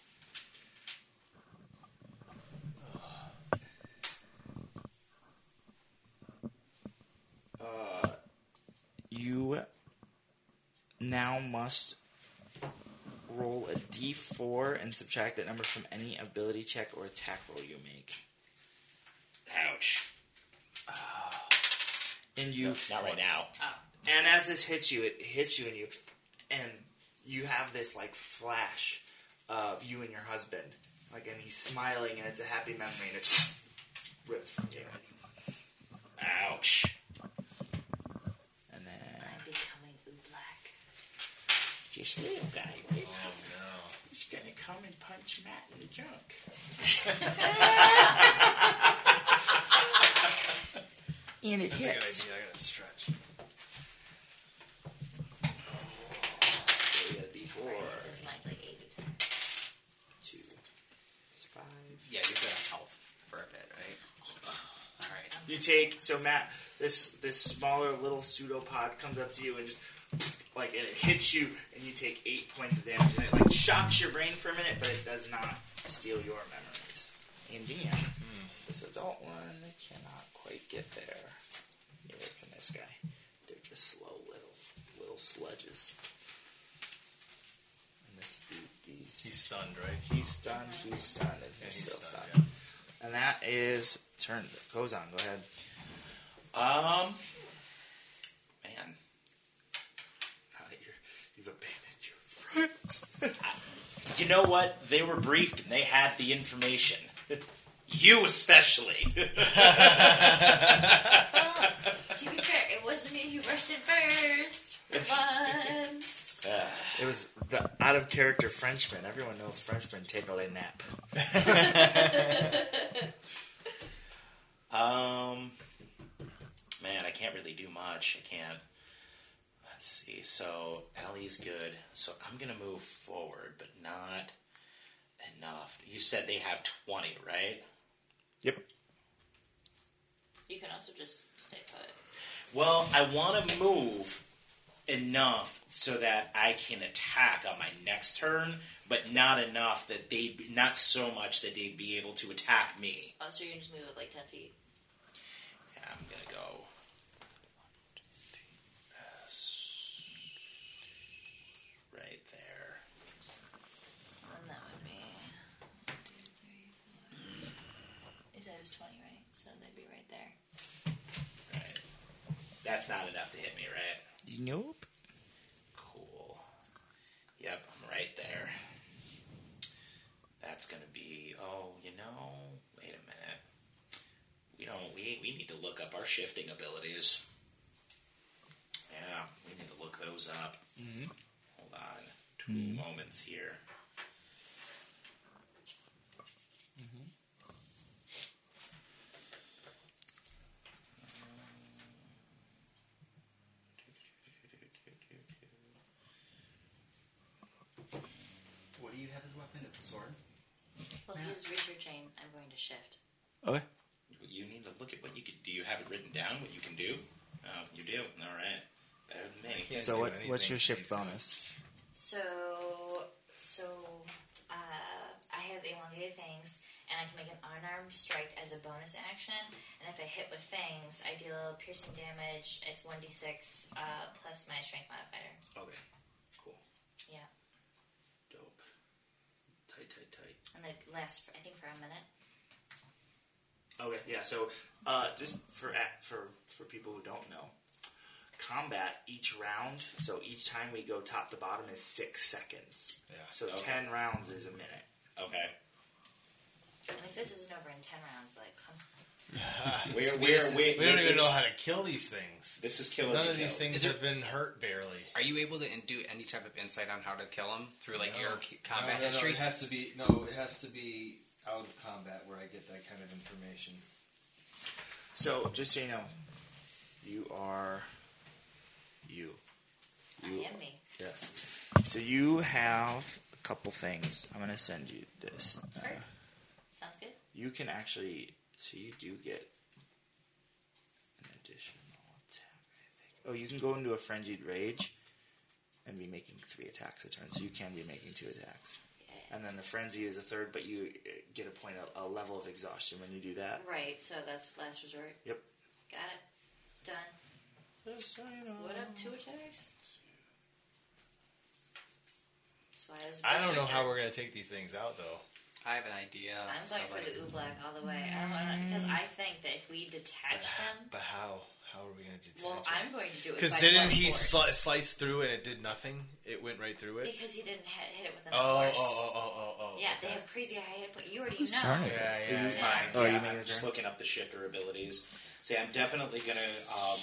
[SPEAKER 1] Uh, you now must roll a d4 and subtract that number from any ability check or attack roll you make.
[SPEAKER 6] Ouch.
[SPEAKER 1] And you
[SPEAKER 6] Not right now.
[SPEAKER 1] and as this hits you, it hits you and you and you have this like flash of you and your husband. Like and he's smiling and it's a happy memory and it's ripped from you.
[SPEAKER 6] Ouch.
[SPEAKER 1] And then
[SPEAKER 5] I'm becoming black.
[SPEAKER 1] just little guy. wait.
[SPEAKER 2] Oh, no.
[SPEAKER 1] He's gonna come and punch Matt in the junk. and it
[SPEAKER 2] That's a good
[SPEAKER 1] hits.
[SPEAKER 2] idea. I gotta stretch.
[SPEAKER 1] So we got a d4.
[SPEAKER 5] It's like like eight.
[SPEAKER 1] Two. Five.
[SPEAKER 4] Yeah, you're good on health for a bit, right? All right.
[SPEAKER 1] You take so Matt, this this smaller little pseudopod comes up to you and just like and it hits you and you take eight points of damage and it like shocks your brain for a minute, but it does not steal your memories. And hmm, DM, this adult one they cannot quite get there. Neither can this guy. sledges. And this, the, these.
[SPEAKER 2] He's stunned, right?
[SPEAKER 1] He's stunned. He's stunned, and he's,
[SPEAKER 2] he's
[SPEAKER 1] still
[SPEAKER 2] stunned,
[SPEAKER 1] stunned. And that is turn. Goes on. Go ahead.
[SPEAKER 6] Um, man,
[SPEAKER 1] Now that you're, you've abandoned your friends.
[SPEAKER 6] you know what? They were briefed and they had the information. You especially.
[SPEAKER 5] Well, to be fair, it wasn't me who rushed it first. For once.
[SPEAKER 1] It was the out of character Frenchman. Everyone knows Frenchmen take a late nap.
[SPEAKER 6] Um, man, I can't really do much. I can't. Let's see. So Ellie's good. So I'm gonna move forward, but not enough. You said they have twenty, right?
[SPEAKER 1] Yep.
[SPEAKER 5] You can also just stay put.
[SPEAKER 6] Well, I want to move enough so that I can attack on my next turn, but not enough that they would not so much that they'd be able to attack me.
[SPEAKER 5] Also, you can just move it like 10 feet.
[SPEAKER 6] And I'm gonna go. Right there.
[SPEAKER 5] And that would be. one, two, three, four. You said it was 20, right? So they'd be right there.
[SPEAKER 6] Right. That's not enough to hit me, right?
[SPEAKER 1] Nope.
[SPEAKER 6] Cool. Yep, I'm right there. That's gonna be. Oh, you know. Wait a minute. We don't. We we need to look up our shifting abilities. Yeah, we need to look those up. Hold on. 2 moments here.
[SPEAKER 4] What do you have as weapon? It's a sword.
[SPEAKER 5] Well, he is researching. I'm going to shift.
[SPEAKER 1] Okay.
[SPEAKER 6] You need to look at what you can. Do you have it written down? What you can do? Oh, you do. All right. Better than me.
[SPEAKER 1] So what, what's your shift bonus?
[SPEAKER 5] So, so uh, I have elongated fangs, and I can make an unarmed strike as a bonus action. And if I hit with fangs, I deal piercing damage. It's one d six uh, plus my strength modifier.
[SPEAKER 6] Okay. Cool.
[SPEAKER 5] Yeah,
[SPEAKER 6] Dope. Tight, tight, tight.
[SPEAKER 5] and that lasts I think for a minute.
[SPEAKER 1] Okay, yeah. So uh, just for a- for for people who don't know, combat each round. So each time we go top to bottom is six seconds. Yeah. So
[SPEAKER 6] Okay.
[SPEAKER 1] ten rounds is a minute.
[SPEAKER 6] Okay.
[SPEAKER 5] And if this isn't over in ten rounds, like come
[SPEAKER 6] We're, we're, we're,
[SPEAKER 2] We don't even
[SPEAKER 6] this,
[SPEAKER 2] know how to kill these things.
[SPEAKER 6] This is killer.
[SPEAKER 2] None of
[SPEAKER 6] Miko.
[SPEAKER 2] these things
[SPEAKER 4] Is there-
[SPEAKER 2] have been hurt barely.
[SPEAKER 4] Are you able to in- do any type of insight on how to kill him through like your c- combat
[SPEAKER 2] No, no, no,
[SPEAKER 4] history?
[SPEAKER 2] It has to be no. It has to be out of combat where I get that kind of information.
[SPEAKER 1] So just so you know, you are you. You
[SPEAKER 5] I am me.
[SPEAKER 1] Yes. So you have a couple things. I'm gonna send you this. Uh,
[SPEAKER 5] Sure. Sounds good.
[SPEAKER 1] you can actually. So you do get an additional attack. I think. Oh, you can go into a frenzied rage and be making three attacks a turn. So you can be making two attacks. And then the frenzy is a third, but you uh, get a point, a, a level of exhaustion when you do that.
[SPEAKER 5] Right. So that's last resort.
[SPEAKER 1] Yep.
[SPEAKER 5] Got it. Done.
[SPEAKER 1] Just so you know.
[SPEAKER 5] What up? Two attacks. That's why I was. a
[SPEAKER 2] I don't know
[SPEAKER 5] berserker.
[SPEAKER 2] how we're gonna take these things out though.
[SPEAKER 4] I have an idea.
[SPEAKER 5] I'm
[SPEAKER 4] so,
[SPEAKER 5] going for
[SPEAKER 4] like-
[SPEAKER 5] the oobleck all the way. I don't know because I think that if we detach them,
[SPEAKER 2] But how? How are we gonna detach
[SPEAKER 5] well, I'm going to do it.
[SPEAKER 2] Because
[SPEAKER 5] by
[SPEAKER 2] didn't
[SPEAKER 5] blunt
[SPEAKER 2] he
[SPEAKER 5] force.
[SPEAKER 2] sli- slice through and it did nothing? It went right through it.
[SPEAKER 5] Because he didn't hit, hit it with enough
[SPEAKER 2] Oh, oh,
[SPEAKER 5] force.
[SPEAKER 2] oh, oh, oh, oh.
[SPEAKER 5] yeah, they
[SPEAKER 2] okay.
[SPEAKER 5] have crazy high hit point. You already
[SPEAKER 23] Whose
[SPEAKER 5] know.
[SPEAKER 23] turn is it?
[SPEAKER 2] Yeah, yeah.
[SPEAKER 5] Yeah.
[SPEAKER 1] Oh, you
[SPEAKER 6] Yeah,
[SPEAKER 1] mean
[SPEAKER 6] I'm
[SPEAKER 1] your
[SPEAKER 6] just
[SPEAKER 1] turn?
[SPEAKER 6] looking up the shifter abilities. See, I'm definitely gonna. Um,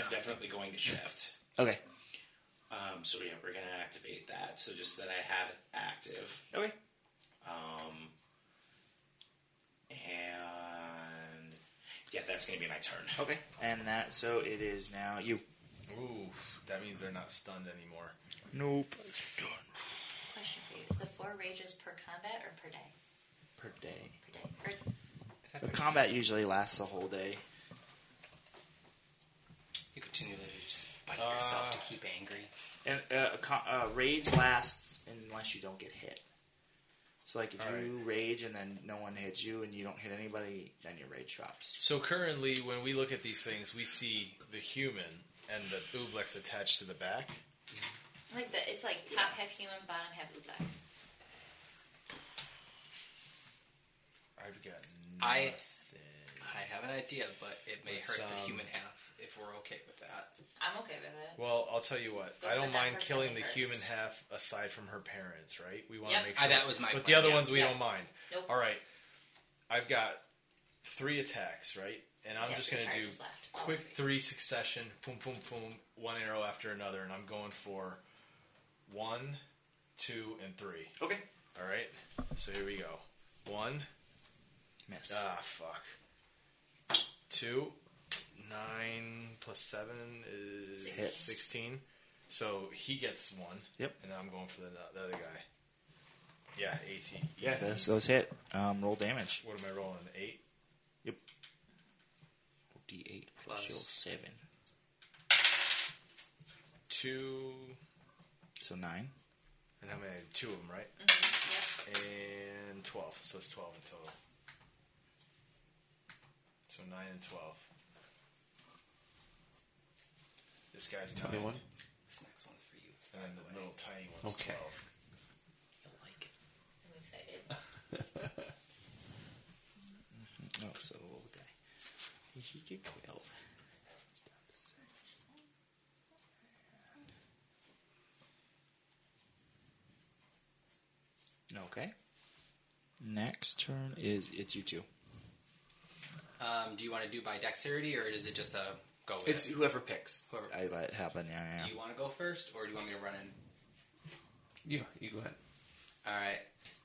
[SPEAKER 6] I'm definitely going to shift.
[SPEAKER 1] Okay.
[SPEAKER 6] Um, so yeah, we're gonna activate that. So just that I have it active.
[SPEAKER 1] Okay.
[SPEAKER 6] Um, and yeah, that's gonna be my turn.
[SPEAKER 1] Okay. And that. So it is now you.
[SPEAKER 2] Ooh, that means they're not stunned anymore.
[SPEAKER 1] Nope.
[SPEAKER 5] Question for you: Is the four rages per combat or per day?
[SPEAKER 1] Per day.
[SPEAKER 5] Per day. Per,
[SPEAKER 1] The combat usually lasts the whole day.
[SPEAKER 4] You continually just bite yourself to keep angry.
[SPEAKER 1] And uh, a co- uh, rage lasts unless you don't get hit. So like if you rage and then no one hits you and you don't hit anybody, then your rage drops.
[SPEAKER 2] So currently, when we look at these things, we see the human and the ooblex attached to the back.
[SPEAKER 5] Like the, it's like top half human, bottom half black.
[SPEAKER 12] I've got
[SPEAKER 4] I I have an idea, but it may
[SPEAKER 2] Let's,
[SPEAKER 4] hurt the
[SPEAKER 2] um,
[SPEAKER 4] human half if we're okay with that.
[SPEAKER 5] I'm okay with it.
[SPEAKER 2] Well, I'll tell you what.
[SPEAKER 5] Go
[SPEAKER 2] I
[SPEAKER 5] for
[SPEAKER 2] don't
[SPEAKER 5] that
[SPEAKER 2] mind
[SPEAKER 5] person
[SPEAKER 2] killing the
[SPEAKER 5] first.
[SPEAKER 2] human half aside from her parents, right? We want
[SPEAKER 5] Yep.
[SPEAKER 2] to make
[SPEAKER 4] Ah,
[SPEAKER 2] sure.
[SPEAKER 4] that was my
[SPEAKER 2] But the
[SPEAKER 4] plan,
[SPEAKER 2] other
[SPEAKER 4] yeah.
[SPEAKER 2] ones we
[SPEAKER 5] Yeah.
[SPEAKER 2] don't mind.
[SPEAKER 5] Nope.
[SPEAKER 2] All right. I've got three attacks, right? And I'm
[SPEAKER 5] Yeah,
[SPEAKER 2] just
[SPEAKER 5] three
[SPEAKER 2] going to do
[SPEAKER 5] charges left.
[SPEAKER 2] quick three succession, boom, boom, boom, one arrow after another, and I'm going for one, two, and three.
[SPEAKER 26] Okay.
[SPEAKER 2] All right. So here we go. One.
[SPEAKER 1] Miss.
[SPEAKER 2] Ah, fuck. Two. Nine plus seven is
[SPEAKER 5] Sixteen.
[SPEAKER 2] sixteen. So he gets one.
[SPEAKER 1] Yep.
[SPEAKER 2] And I'm going for the, the other guy. Yeah, eighteen.
[SPEAKER 1] yeah, those, those hit. Um, roll damage.
[SPEAKER 2] What am I rolling? An Eight.
[SPEAKER 1] D8 plus your seven,
[SPEAKER 2] Two.
[SPEAKER 1] so nine.
[SPEAKER 2] And how many? Two of them, right? And twelve. So it's twelve in total. So nine and twelve. This guy's
[SPEAKER 3] Tell me
[SPEAKER 2] nine,
[SPEAKER 3] one.
[SPEAKER 4] This next one's for you.
[SPEAKER 2] and then the little tiny one's
[SPEAKER 3] Okay.
[SPEAKER 2] twelve.
[SPEAKER 4] You'll like it.
[SPEAKER 5] I'm excited.
[SPEAKER 1] Oh, so the little guy. He did twelve. Okay. Next turn is it's you two.
[SPEAKER 4] Um, do you want to do by dexterity, or is it just a go with
[SPEAKER 1] It's
[SPEAKER 4] it?
[SPEAKER 1] whoever picks.
[SPEAKER 4] Whoever-
[SPEAKER 1] I let it happen. Yeah, yeah.
[SPEAKER 4] Do you want to go first, or do you want me to run in?
[SPEAKER 3] Yeah, you go ahead.
[SPEAKER 4] All right.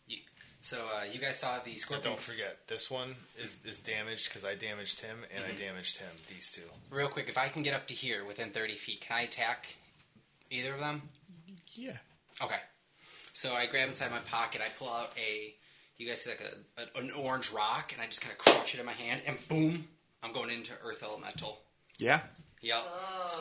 [SPEAKER 4] You, so uh, you guys saw the
[SPEAKER 2] But
[SPEAKER 4] scorpion.
[SPEAKER 2] don't forget, this one is is damaged because I damaged him and I damaged him. These two.
[SPEAKER 4] Real quick, if I can get up to here within 30 feet, can I attack either of them?
[SPEAKER 1] yeah.
[SPEAKER 4] Okay. So I grab inside my pocket. I pull out a, you guys see like a, a an orange rock, and I just kind of crush it in my hand, and boom, I'm going into Earth Elemental.
[SPEAKER 1] Yeah.
[SPEAKER 4] Yep.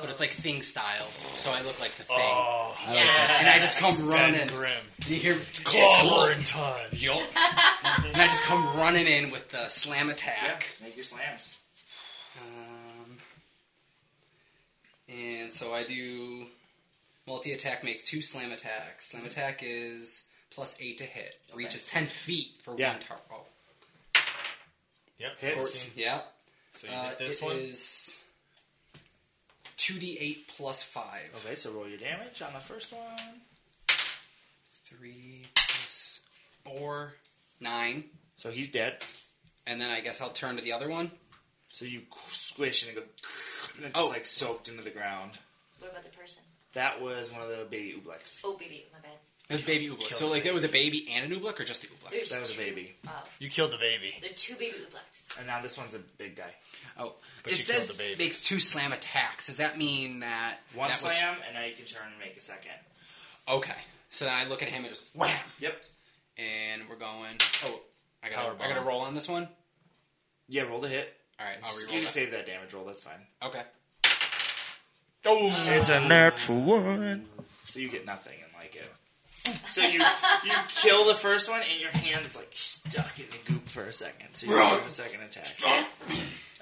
[SPEAKER 4] But it's like thing style, so I look like the thing,
[SPEAKER 3] Oh.
[SPEAKER 5] Yeah.
[SPEAKER 4] and I just come running.
[SPEAKER 12] Grim.
[SPEAKER 4] You hear
[SPEAKER 12] Claw in time.
[SPEAKER 4] Yup. and I just come running in with the slam attack.
[SPEAKER 26] Make your slams.
[SPEAKER 4] Um, and so I do multi attack makes two slam attacks. Slam attack is plus eight to hit. Reaches ten feet for
[SPEAKER 1] Yeah.
[SPEAKER 4] one tar- oh,
[SPEAKER 2] Yep.
[SPEAKER 1] Hits.
[SPEAKER 4] yeah.
[SPEAKER 2] So you
[SPEAKER 4] Uh,
[SPEAKER 2] hit this one.
[SPEAKER 4] two d eight plus five.
[SPEAKER 1] Okay, so roll your damage on the first one.
[SPEAKER 4] Three plus four, nine.
[SPEAKER 1] So he's dead.
[SPEAKER 4] And then I guess I'll turn to the other one.
[SPEAKER 1] So you squish and it goes, and it's
[SPEAKER 4] Oh.
[SPEAKER 1] just like soaked into the ground.
[SPEAKER 5] What about the person?
[SPEAKER 1] That was one of the baby ooblex.
[SPEAKER 5] Oh, baby, my bad.
[SPEAKER 4] There's baby Oobleck. So like there was a baby and an Oobleck, or just the Oobleck?
[SPEAKER 5] There's
[SPEAKER 1] That was a
[SPEAKER 5] two-
[SPEAKER 1] baby.
[SPEAKER 5] Oh,
[SPEAKER 12] You killed the baby.
[SPEAKER 5] there are two baby Ubleks.
[SPEAKER 1] And now this one's a big guy.
[SPEAKER 4] Oh,
[SPEAKER 12] But
[SPEAKER 4] it
[SPEAKER 12] you
[SPEAKER 4] says
[SPEAKER 12] killed the baby.
[SPEAKER 4] makes two slam attacks. Does that mean that
[SPEAKER 1] One
[SPEAKER 4] that was-
[SPEAKER 1] slam, and now you can turn and make a second.
[SPEAKER 4] Okay. So then I look at him and just wham,
[SPEAKER 1] Yep.
[SPEAKER 4] and we're going. Oh, I
[SPEAKER 2] Power
[SPEAKER 4] got to I got to
[SPEAKER 2] bomb.
[SPEAKER 4] roll on this one.
[SPEAKER 1] Yeah, roll the hit.
[SPEAKER 4] All right, I'll
[SPEAKER 1] Just-
[SPEAKER 4] reroll
[SPEAKER 1] you can
[SPEAKER 4] that.
[SPEAKER 1] save that damage roll. That's fine.
[SPEAKER 4] Okay. Oh.
[SPEAKER 1] It's a natural one. So you get nothing and like it. So you you kill the first one, and your hand is like stuck in the goop for a second. So you do the second attack.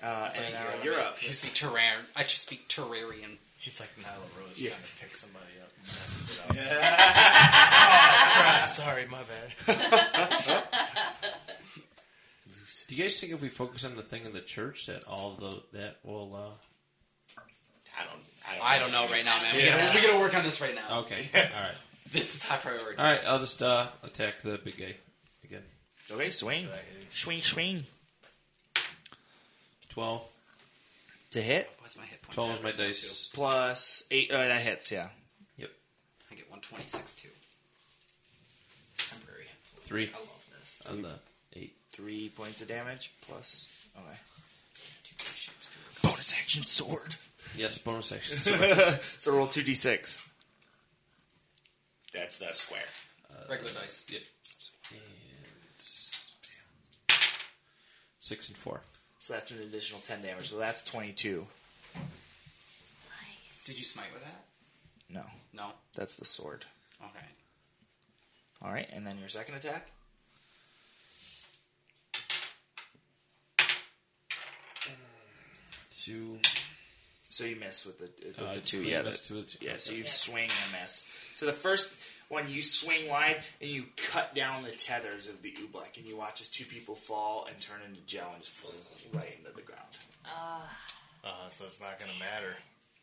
[SPEAKER 1] Uh, and now you're up.
[SPEAKER 4] You speak Terrarian. I just speak Terrarian.
[SPEAKER 2] He's like Nyla Rose
[SPEAKER 1] Yeah.
[SPEAKER 2] trying to pick somebody up and messes it up. oh, crap. Sorry, my bad.
[SPEAKER 3] Do you guys think if we focus on the thing in the church that all the that will? Uh,
[SPEAKER 26] I don't. I don't.
[SPEAKER 4] I don't know right now, man. We, gotta, we gotta work on this right now.
[SPEAKER 3] okay, all right,
[SPEAKER 4] This is top priority.
[SPEAKER 3] all right. I'll just uh, attack the big guy again.
[SPEAKER 1] Okay, swing, swing, swing.
[SPEAKER 3] 12.
[SPEAKER 1] To hit
[SPEAKER 4] What's my hit points?
[SPEAKER 3] 12 is
[SPEAKER 4] at
[SPEAKER 3] my
[SPEAKER 4] right now,
[SPEAKER 3] dice.
[SPEAKER 1] plus eight. Uh, that hits. Yeah.
[SPEAKER 3] Yep,
[SPEAKER 4] too? I get one twenty six too. It's temporary.
[SPEAKER 3] Three.
[SPEAKER 4] I love this.
[SPEAKER 3] on the eight.
[SPEAKER 1] Three points of damage plus. Okay.
[SPEAKER 4] Two dice shapes too.
[SPEAKER 1] Bonus action sword.
[SPEAKER 3] Yes, bonus action.
[SPEAKER 1] So roll two d six.
[SPEAKER 26] That's the square.
[SPEAKER 4] Regular dice.
[SPEAKER 3] yep. And six and four.
[SPEAKER 1] So that's an additional ten damage. So that's twenty two.
[SPEAKER 5] Nice.
[SPEAKER 4] Did you smite with that?
[SPEAKER 1] No,
[SPEAKER 4] No.
[SPEAKER 1] that's the sword.
[SPEAKER 4] Okay.
[SPEAKER 1] All right, and then your second attack.
[SPEAKER 3] Two.
[SPEAKER 1] So you miss with the, with
[SPEAKER 3] Uh,
[SPEAKER 1] the two,
[SPEAKER 3] pretty
[SPEAKER 1] yeah.
[SPEAKER 3] much
[SPEAKER 1] the-
[SPEAKER 3] two of the two.
[SPEAKER 1] Yeah, so you swing and miss. So the first one, you swing wide and you cut down the tethers of the oobleck, and you watch as two people fall and turn into gel and just right into the ground.
[SPEAKER 12] Uh, so it's not gonna matter.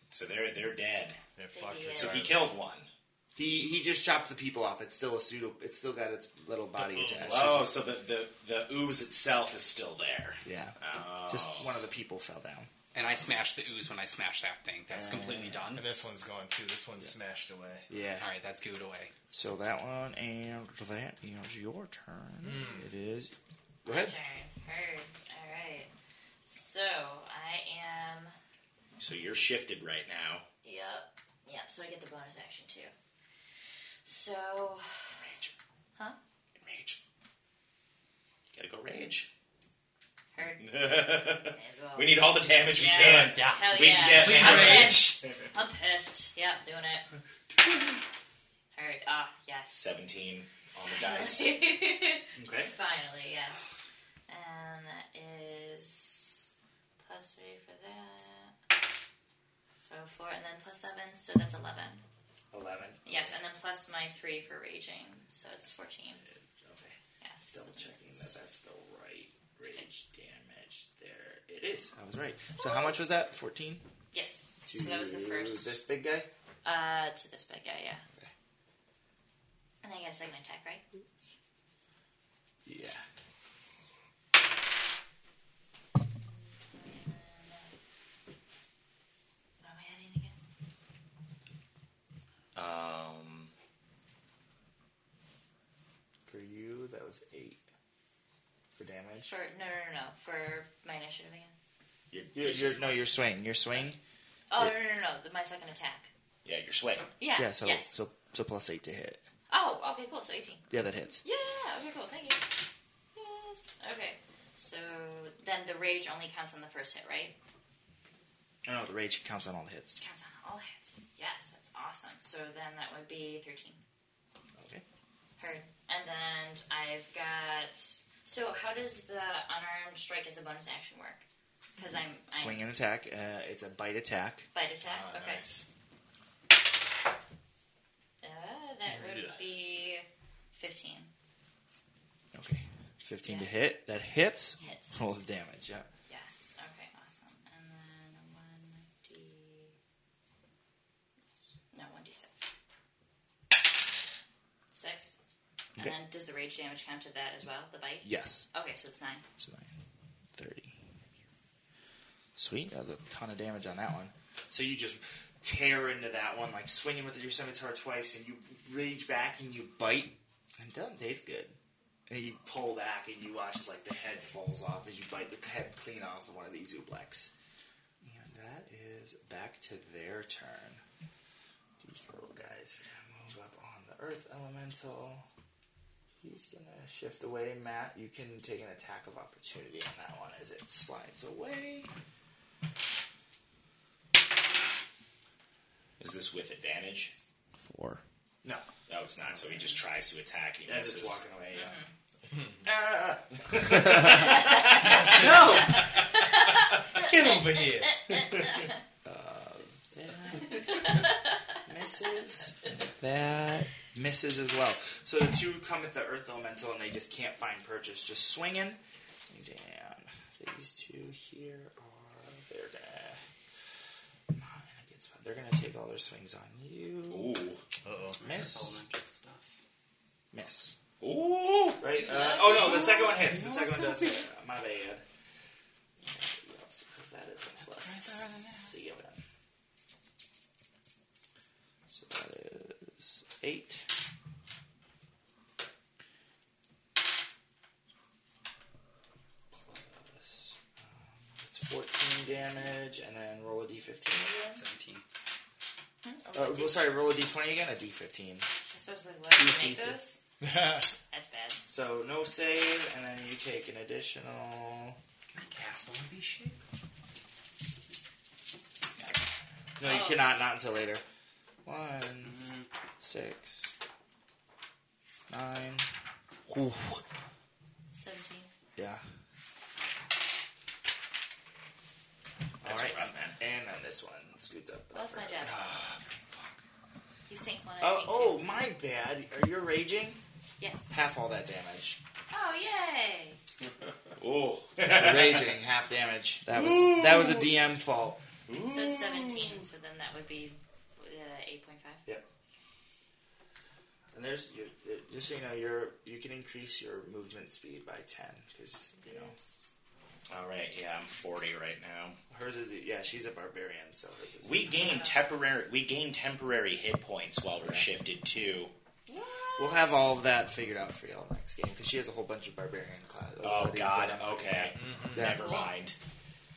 [SPEAKER 6] So they're they're dead.
[SPEAKER 12] They're fucked.
[SPEAKER 5] did.
[SPEAKER 6] So he
[SPEAKER 12] regardless.
[SPEAKER 6] killed one.
[SPEAKER 1] He he just chopped the people off. It's still a pseudo. It's still got its little body attached.
[SPEAKER 6] Oh, so the, the the ooze itself is still there.
[SPEAKER 1] yeah,
[SPEAKER 6] Oh.
[SPEAKER 1] just one of the people fell down.
[SPEAKER 4] And I smashed the ooze when I smashed that thing. That's completely done.
[SPEAKER 12] And this one's gone too. This one's smashed away.
[SPEAKER 1] Yeah.
[SPEAKER 4] All right, that's gooed away.
[SPEAKER 1] So that one and that is your turn.
[SPEAKER 6] Hmm.
[SPEAKER 1] It is. Go ahead.
[SPEAKER 5] Turn. Heard. All right. So I am.
[SPEAKER 6] So you're shifted right now.
[SPEAKER 5] Yep. Yep. So I get the bonus action too. So
[SPEAKER 6] Rage.
[SPEAKER 5] Huh?
[SPEAKER 6] Rage. Gotta go rage.
[SPEAKER 5] heard. May as well.
[SPEAKER 6] We need all the damage we
[SPEAKER 5] Yeah.
[SPEAKER 6] can.
[SPEAKER 5] Hell
[SPEAKER 6] We
[SPEAKER 5] yeah.
[SPEAKER 6] can get
[SPEAKER 5] I'm pissed.
[SPEAKER 6] rage.
[SPEAKER 5] I'm pissed. Yeah, doing it. Heard. Ah, yes.
[SPEAKER 6] Seventeen on the dice. Okay.
[SPEAKER 5] Finally, yes. And that is plus three for that. So four, and then plus seven, so that's eleven.
[SPEAKER 6] Eleven.
[SPEAKER 5] Yes, and then plus my three for raging, so it's fourteen.
[SPEAKER 6] Okay.
[SPEAKER 5] Yes.
[SPEAKER 6] Double checking that that's the right rage damage. There it is.
[SPEAKER 1] I was right. So how much was that? Fourteen.
[SPEAKER 5] Yes. So that was the first.
[SPEAKER 1] This big guy.
[SPEAKER 5] Uh, to this bad guy, yeah. And then I get a second attack, right?
[SPEAKER 1] Yeah.
[SPEAKER 5] What am I adding again?
[SPEAKER 6] Um.
[SPEAKER 1] For you, that was eight. For damage.
[SPEAKER 5] For no, no, no, no. For my initiative again.
[SPEAKER 1] Your, your, no, your swing. Your swing.
[SPEAKER 5] Oh
[SPEAKER 1] Yeah.
[SPEAKER 5] no, no, no, no. My second attack.
[SPEAKER 6] Yeah, you're sweating.
[SPEAKER 5] Yeah.
[SPEAKER 1] Yeah. So
[SPEAKER 5] yes.
[SPEAKER 1] so so plus eight to hit.
[SPEAKER 5] Oh, okay, cool. So 18.
[SPEAKER 1] Yeah, that hits.
[SPEAKER 5] Yeah, yeah, yeah. Okay, cool. Thank you. Yes. Okay. So then the rage only counts on the first hit, right?
[SPEAKER 1] No, no, Oh, the rage counts on all the hits.
[SPEAKER 5] Counts on all hits. Yes, that's awesome. So then that would be 13.
[SPEAKER 1] Okay.
[SPEAKER 5] Heard. And then I've got. So how does the unarmed strike as a bonus action work? Because I'm, I'm
[SPEAKER 1] Swing and attack. Uh, it's a bite attack.
[SPEAKER 5] bite attack.
[SPEAKER 1] Oh,
[SPEAKER 12] Ah,
[SPEAKER 5] okay.
[SPEAKER 12] nice.
[SPEAKER 5] Uh, that would
[SPEAKER 12] Yeah.
[SPEAKER 5] be 15
[SPEAKER 1] Okay. Fifteen to
[SPEAKER 5] Yeah.
[SPEAKER 1] hit. That hits.
[SPEAKER 5] hits.
[SPEAKER 1] Roll of damage. Yeah.
[SPEAKER 5] Yes. Okay. Awesome. And then one d. No, one d six. Six.
[SPEAKER 1] Okay.
[SPEAKER 5] And then does the rage damage count to that as well? The bite.
[SPEAKER 1] Yes.
[SPEAKER 5] Okay, so it's nine.
[SPEAKER 1] So nine, thirty. Sweet. That was a ton of damage on that one. So you just tear into that one, like swinging with your scimitar twice, and you rage back and you bite. And it doesn't taste good. And you pull back and you watch as like the head falls off as you bite the head clean off of one of these Ublex. And that is back to their turn. These little guys are gonna move up on the Earth Elemental. He's gonna shift away. Matt, you can take an attack of opportunity on that one as it slides away.
[SPEAKER 6] Is this with advantage?
[SPEAKER 3] Four.
[SPEAKER 1] No,
[SPEAKER 6] No, it's not. So he just tries to attack and he
[SPEAKER 1] as it's
[SPEAKER 6] misses. Mm-hmm.
[SPEAKER 1] walking away. yeah. Ah!
[SPEAKER 12] Get over here.
[SPEAKER 1] misses. That misses as well. So the two come at the Earth Elemental and they just can't find purchase. Just swinging. Damn. These two here are. They're gonna. Not in a good spot. They're gonna take all their swings on you.
[SPEAKER 6] Ooh.
[SPEAKER 1] Miss. Miss.
[SPEAKER 6] Ooh.
[SPEAKER 1] Right? Uh, oh no, the second one hits. The second one does hit. Uh, My bad. Yes, 'cause that is a plus seven. So that is eight. Plus, um, it's 14 damage, and then roll a d15 again.
[SPEAKER 4] 17.
[SPEAKER 1] Uh, well, sorry, roll a d20 again, a d15.
[SPEAKER 5] That's supposed to like, what? You
[SPEAKER 1] Easy
[SPEAKER 5] make
[SPEAKER 1] for-
[SPEAKER 5] those? That's bad.
[SPEAKER 1] So no save, and then you take an additional.
[SPEAKER 4] Can I cast one of these shit?
[SPEAKER 1] No, you
[SPEAKER 5] Oh.
[SPEAKER 1] cannot. Not until later. One, Mm-hmm. six, nine. Ooh,
[SPEAKER 5] Seventeen.
[SPEAKER 1] yeah.
[SPEAKER 6] That's
[SPEAKER 16] All right.
[SPEAKER 6] rough, man. And on this one, scoots up.
[SPEAKER 5] Well, that's my job.
[SPEAKER 6] Ah,
[SPEAKER 5] He's tank one.
[SPEAKER 6] Uh,
[SPEAKER 5] I'm tank
[SPEAKER 1] oh,
[SPEAKER 5] two.
[SPEAKER 1] my bad. Are you raging?
[SPEAKER 5] Yes.
[SPEAKER 1] Half all that damage.
[SPEAKER 5] Oh yay!
[SPEAKER 6] oh,
[SPEAKER 1] raging, half damage. That was that was a DM fault.
[SPEAKER 5] So it's seventeen. So then that would be uh, eight point five.
[SPEAKER 1] And there's you, you- just so you know, you're you can increase your movement speed by ten because you know
[SPEAKER 6] All right, yeah, I'm 40 right now.
[SPEAKER 1] hers is yeah she's a barbarian so hers is
[SPEAKER 6] We gain temporary we gain temporary hit points while we're shifted too.
[SPEAKER 1] We'll have all of that figured out for y'all next game because she has a whole bunch of barbarian class.
[SPEAKER 6] Oh God, okay,
[SPEAKER 2] Mm.
[SPEAKER 1] Yeah.
[SPEAKER 6] never mind.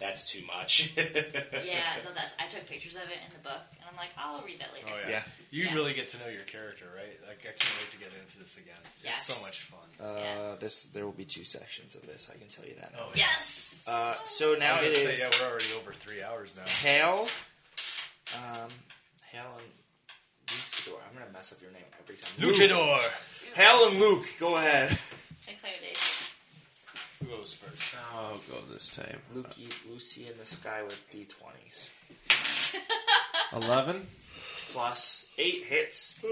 [SPEAKER 6] That's too much.
[SPEAKER 5] Yeah, no, that's. I took pictures of it in the book, and I'm like, I'll read that later.
[SPEAKER 2] Oh yeah.
[SPEAKER 1] Yeah.
[SPEAKER 2] You
[SPEAKER 5] Yeah.
[SPEAKER 2] really get to know your character, right? Like I can't wait to get into this again.
[SPEAKER 5] Yes.
[SPEAKER 2] It's so much fun.
[SPEAKER 1] Uh, this there will be two sections of this. I can tell you that.
[SPEAKER 2] Oh yeah.
[SPEAKER 5] Yes.
[SPEAKER 1] Uh, so
[SPEAKER 2] I
[SPEAKER 1] now
[SPEAKER 2] was
[SPEAKER 1] it
[SPEAKER 2] gonna say,
[SPEAKER 1] is
[SPEAKER 2] yeah, we're already over three hours now.
[SPEAKER 1] Hale. Um, Hale and Luchador. I'm gonna mess up your name every time.
[SPEAKER 2] Luchador.
[SPEAKER 1] Hale and Luke. Go ahead.
[SPEAKER 5] Included.
[SPEAKER 2] Who goes first?
[SPEAKER 3] I'll go this time.
[SPEAKER 1] Luke, Lucy in the sky with d20s.
[SPEAKER 3] Eleven.
[SPEAKER 1] Plus eight hits.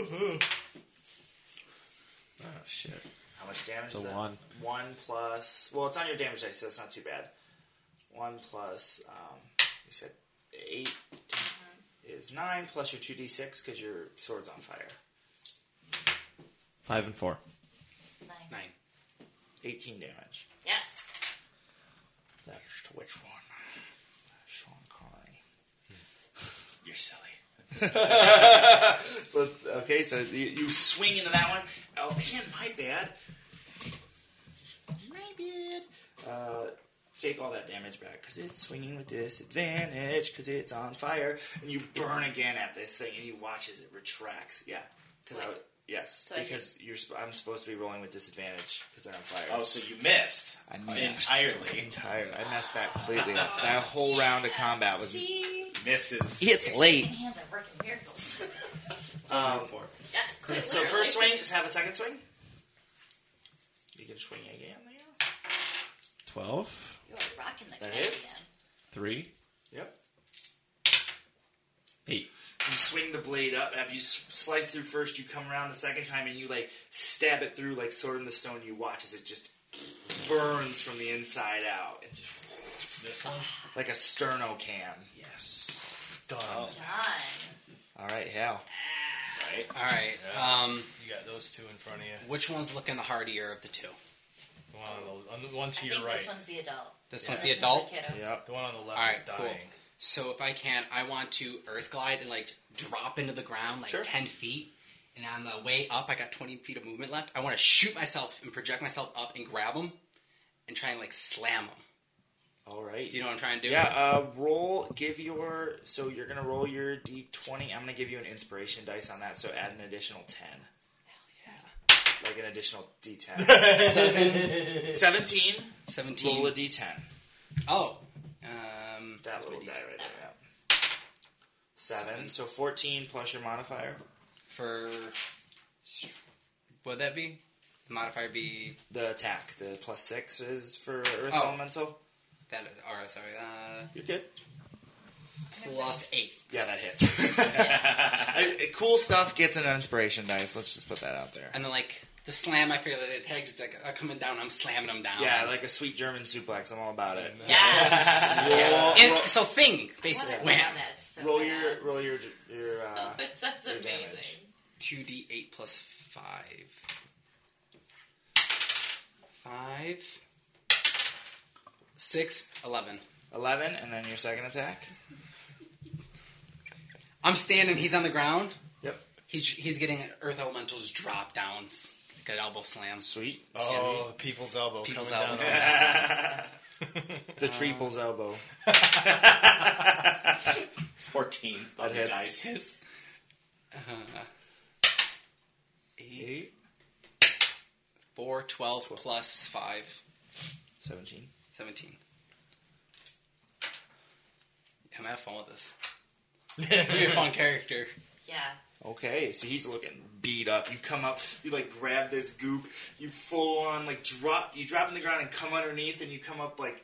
[SPEAKER 3] Oh shit.
[SPEAKER 1] How much damage?
[SPEAKER 3] It's a
[SPEAKER 1] is that?
[SPEAKER 3] one.
[SPEAKER 1] One plus. Well, it's on your damage dice, so it's not too bad. One plus. Um, you said eight is nine plus your two d six because your sword's on fire.
[SPEAKER 3] Five and four.
[SPEAKER 5] Nine.
[SPEAKER 4] Nine.
[SPEAKER 1] Eighteen damage.
[SPEAKER 5] Yes.
[SPEAKER 1] That's to which one? Sean Connery.
[SPEAKER 6] Hmm. You're silly.
[SPEAKER 1] So okay, so you, you swing into that one. Oh man, my bad. My bad. Uh, take all that damage back because it's swinging with disadvantage because it's on fire, and you burn again at this thing, and you watch as it retracts. Yeah, because I
[SPEAKER 5] Wait.
[SPEAKER 1] would- yes,
[SPEAKER 5] I
[SPEAKER 1] because you're sp- I'm supposed to be rolling with disadvantage because they're on fire.
[SPEAKER 6] Oh, so you missed
[SPEAKER 1] I missed.
[SPEAKER 6] entirely.
[SPEAKER 1] tired. I messed that completely up. That whole round of combat was.
[SPEAKER 5] See.
[SPEAKER 6] Misses.
[SPEAKER 1] It's
[SPEAKER 5] Your
[SPEAKER 1] late.
[SPEAKER 5] Second hands are working miracles.
[SPEAKER 1] Um,
[SPEAKER 5] yes. Quite
[SPEAKER 1] So
[SPEAKER 5] literally.
[SPEAKER 1] first swing is have a second swing. You can swing again there.
[SPEAKER 3] Twelve.
[SPEAKER 5] You are rocking the
[SPEAKER 1] That
[SPEAKER 5] candy.
[SPEAKER 1] hits?
[SPEAKER 3] Three.
[SPEAKER 1] Yep.
[SPEAKER 3] Eight.
[SPEAKER 1] You swing the blade up. After you s- slice through first, you come around the second time and you like stab it through like sword in the stone. You watch as it just burns from the inside out, and just
[SPEAKER 2] This one?
[SPEAKER 1] like a sterno can.
[SPEAKER 3] Yes.
[SPEAKER 2] Done.
[SPEAKER 5] Done.
[SPEAKER 1] All right, Hal.
[SPEAKER 4] All right. Um,
[SPEAKER 2] You got those two in front of you.
[SPEAKER 4] which one's looking the hardier of the two?
[SPEAKER 2] The one on the, on the one
[SPEAKER 5] I
[SPEAKER 2] to
[SPEAKER 5] think
[SPEAKER 2] your right.
[SPEAKER 5] this one's the adult.
[SPEAKER 4] This
[SPEAKER 5] This
[SPEAKER 4] one's the adult.
[SPEAKER 5] One's the kiddo.
[SPEAKER 1] Yep.
[SPEAKER 2] The one on the left
[SPEAKER 4] All right,
[SPEAKER 2] is
[SPEAKER 4] cool.
[SPEAKER 2] dying.
[SPEAKER 4] So if I can, I want to earth glide and like drop into the ground like
[SPEAKER 1] Sure.
[SPEAKER 4] ten feet. And on the way up, I got twenty feet of movement left. I want to shoot myself and project myself up and grab them and try and like slam them.
[SPEAKER 1] All right.
[SPEAKER 4] Do you know what I'm trying to do?
[SPEAKER 1] yeah. Uh, roll. Give your. So you're gonna roll your d20. I'm gonna give you an inspiration dice on that. So add an additional ten. like an additional D10.
[SPEAKER 4] Seven,
[SPEAKER 1] 17. Roll a
[SPEAKER 4] seventeen.
[SPEAKER 1] D10.
[SPEAKER 4] Oh, um,
[SPEAKER 1] That little die
[SPEAKER 4] D10.
[SPEAKER 1] right there. yeah. Seven. So 14 plus your modifier.
[SPEAKER 4] for would that be the modifier? Be
[SPEAKER 1] The attack. The plus six is for Earth
[SPEAKER 4] Oh.
[SPEAKER 1] Elemental.
[SPEAKER 4] that? All right, sorry. Uh,
[SPEAKER 1] You're good.
[SPEAKER 4] plus eight.
[SPEAKER 1] Yeah, that hits. I- Uh, cool stuff gets an inspiration dice. Let's just put that out there.
[SPEAKER 4] And then like the slam, I figure that the tags like are coming down. I'm slamming them down.
[SPEAKER 1] Yeah, like a sweet German suplex. I'm all about it.
[SPEAKER 5] Yes.
[SPEAKER 1] Roll,
[SPEAKER 4] And- so thing
[SPEAKER 5] What
[SPEAKER 4] basically.
[SPEAKER 5] a
[SPEAKER 4] Wham.
[SPEAKER 5] That's so
[SPEAKER 1] roll
[SPEAKER 5] bad.
[SPEAKER 1] your roll your your uh,
[SPEAKER 5] That sounds
[SPEAKER 1] your
[SPEAKER 5] amazing.
[SPEAKER 1] damage.
[SPEAKER 4] Two D eight plus five. Five. Six. Eleven.
[SPEAKER 1] 11, and then your second attack.
[SPEAKER 4] I'm standing. He's on the ground.
[SPEAKER 1] Yep.
[SPEAKER 4] He's he's getting an Earth Elementals drop downs. Good elbow slams.
[SPEAKER 1] Sweet.
[SPEAKER 2] Oh, the people's elbow
[SPEAKER 4] People's
[SPEAKER 2] coming
[SPEAKER 4] elbow.
[SPEAKER 2] down.
[SPEAKER 1] The triple's elbow.
[SPEAKER 6] 14
[SPEAKER 1] That
[SPEAKER 6] on the
[SPEAKER 1] hits.
[SPEAKER 6] dice.
[SPEAKER 1] Eight.
[SPEAKER 4] Four, twelve plus five.
[SPEAKER 1] 17.
[SPEAKER 4] 17. I'm having fun with this.
[SPEAKER 2] the
[SPEAKER 4] You're a fun character.
[SPEAKER 5] Yeah.
[SPEAKER 1] Okay, so he's looking beat up. You come up, you like grab this goop, you full on like drop, you drop on the ground and come underneath, and you come up like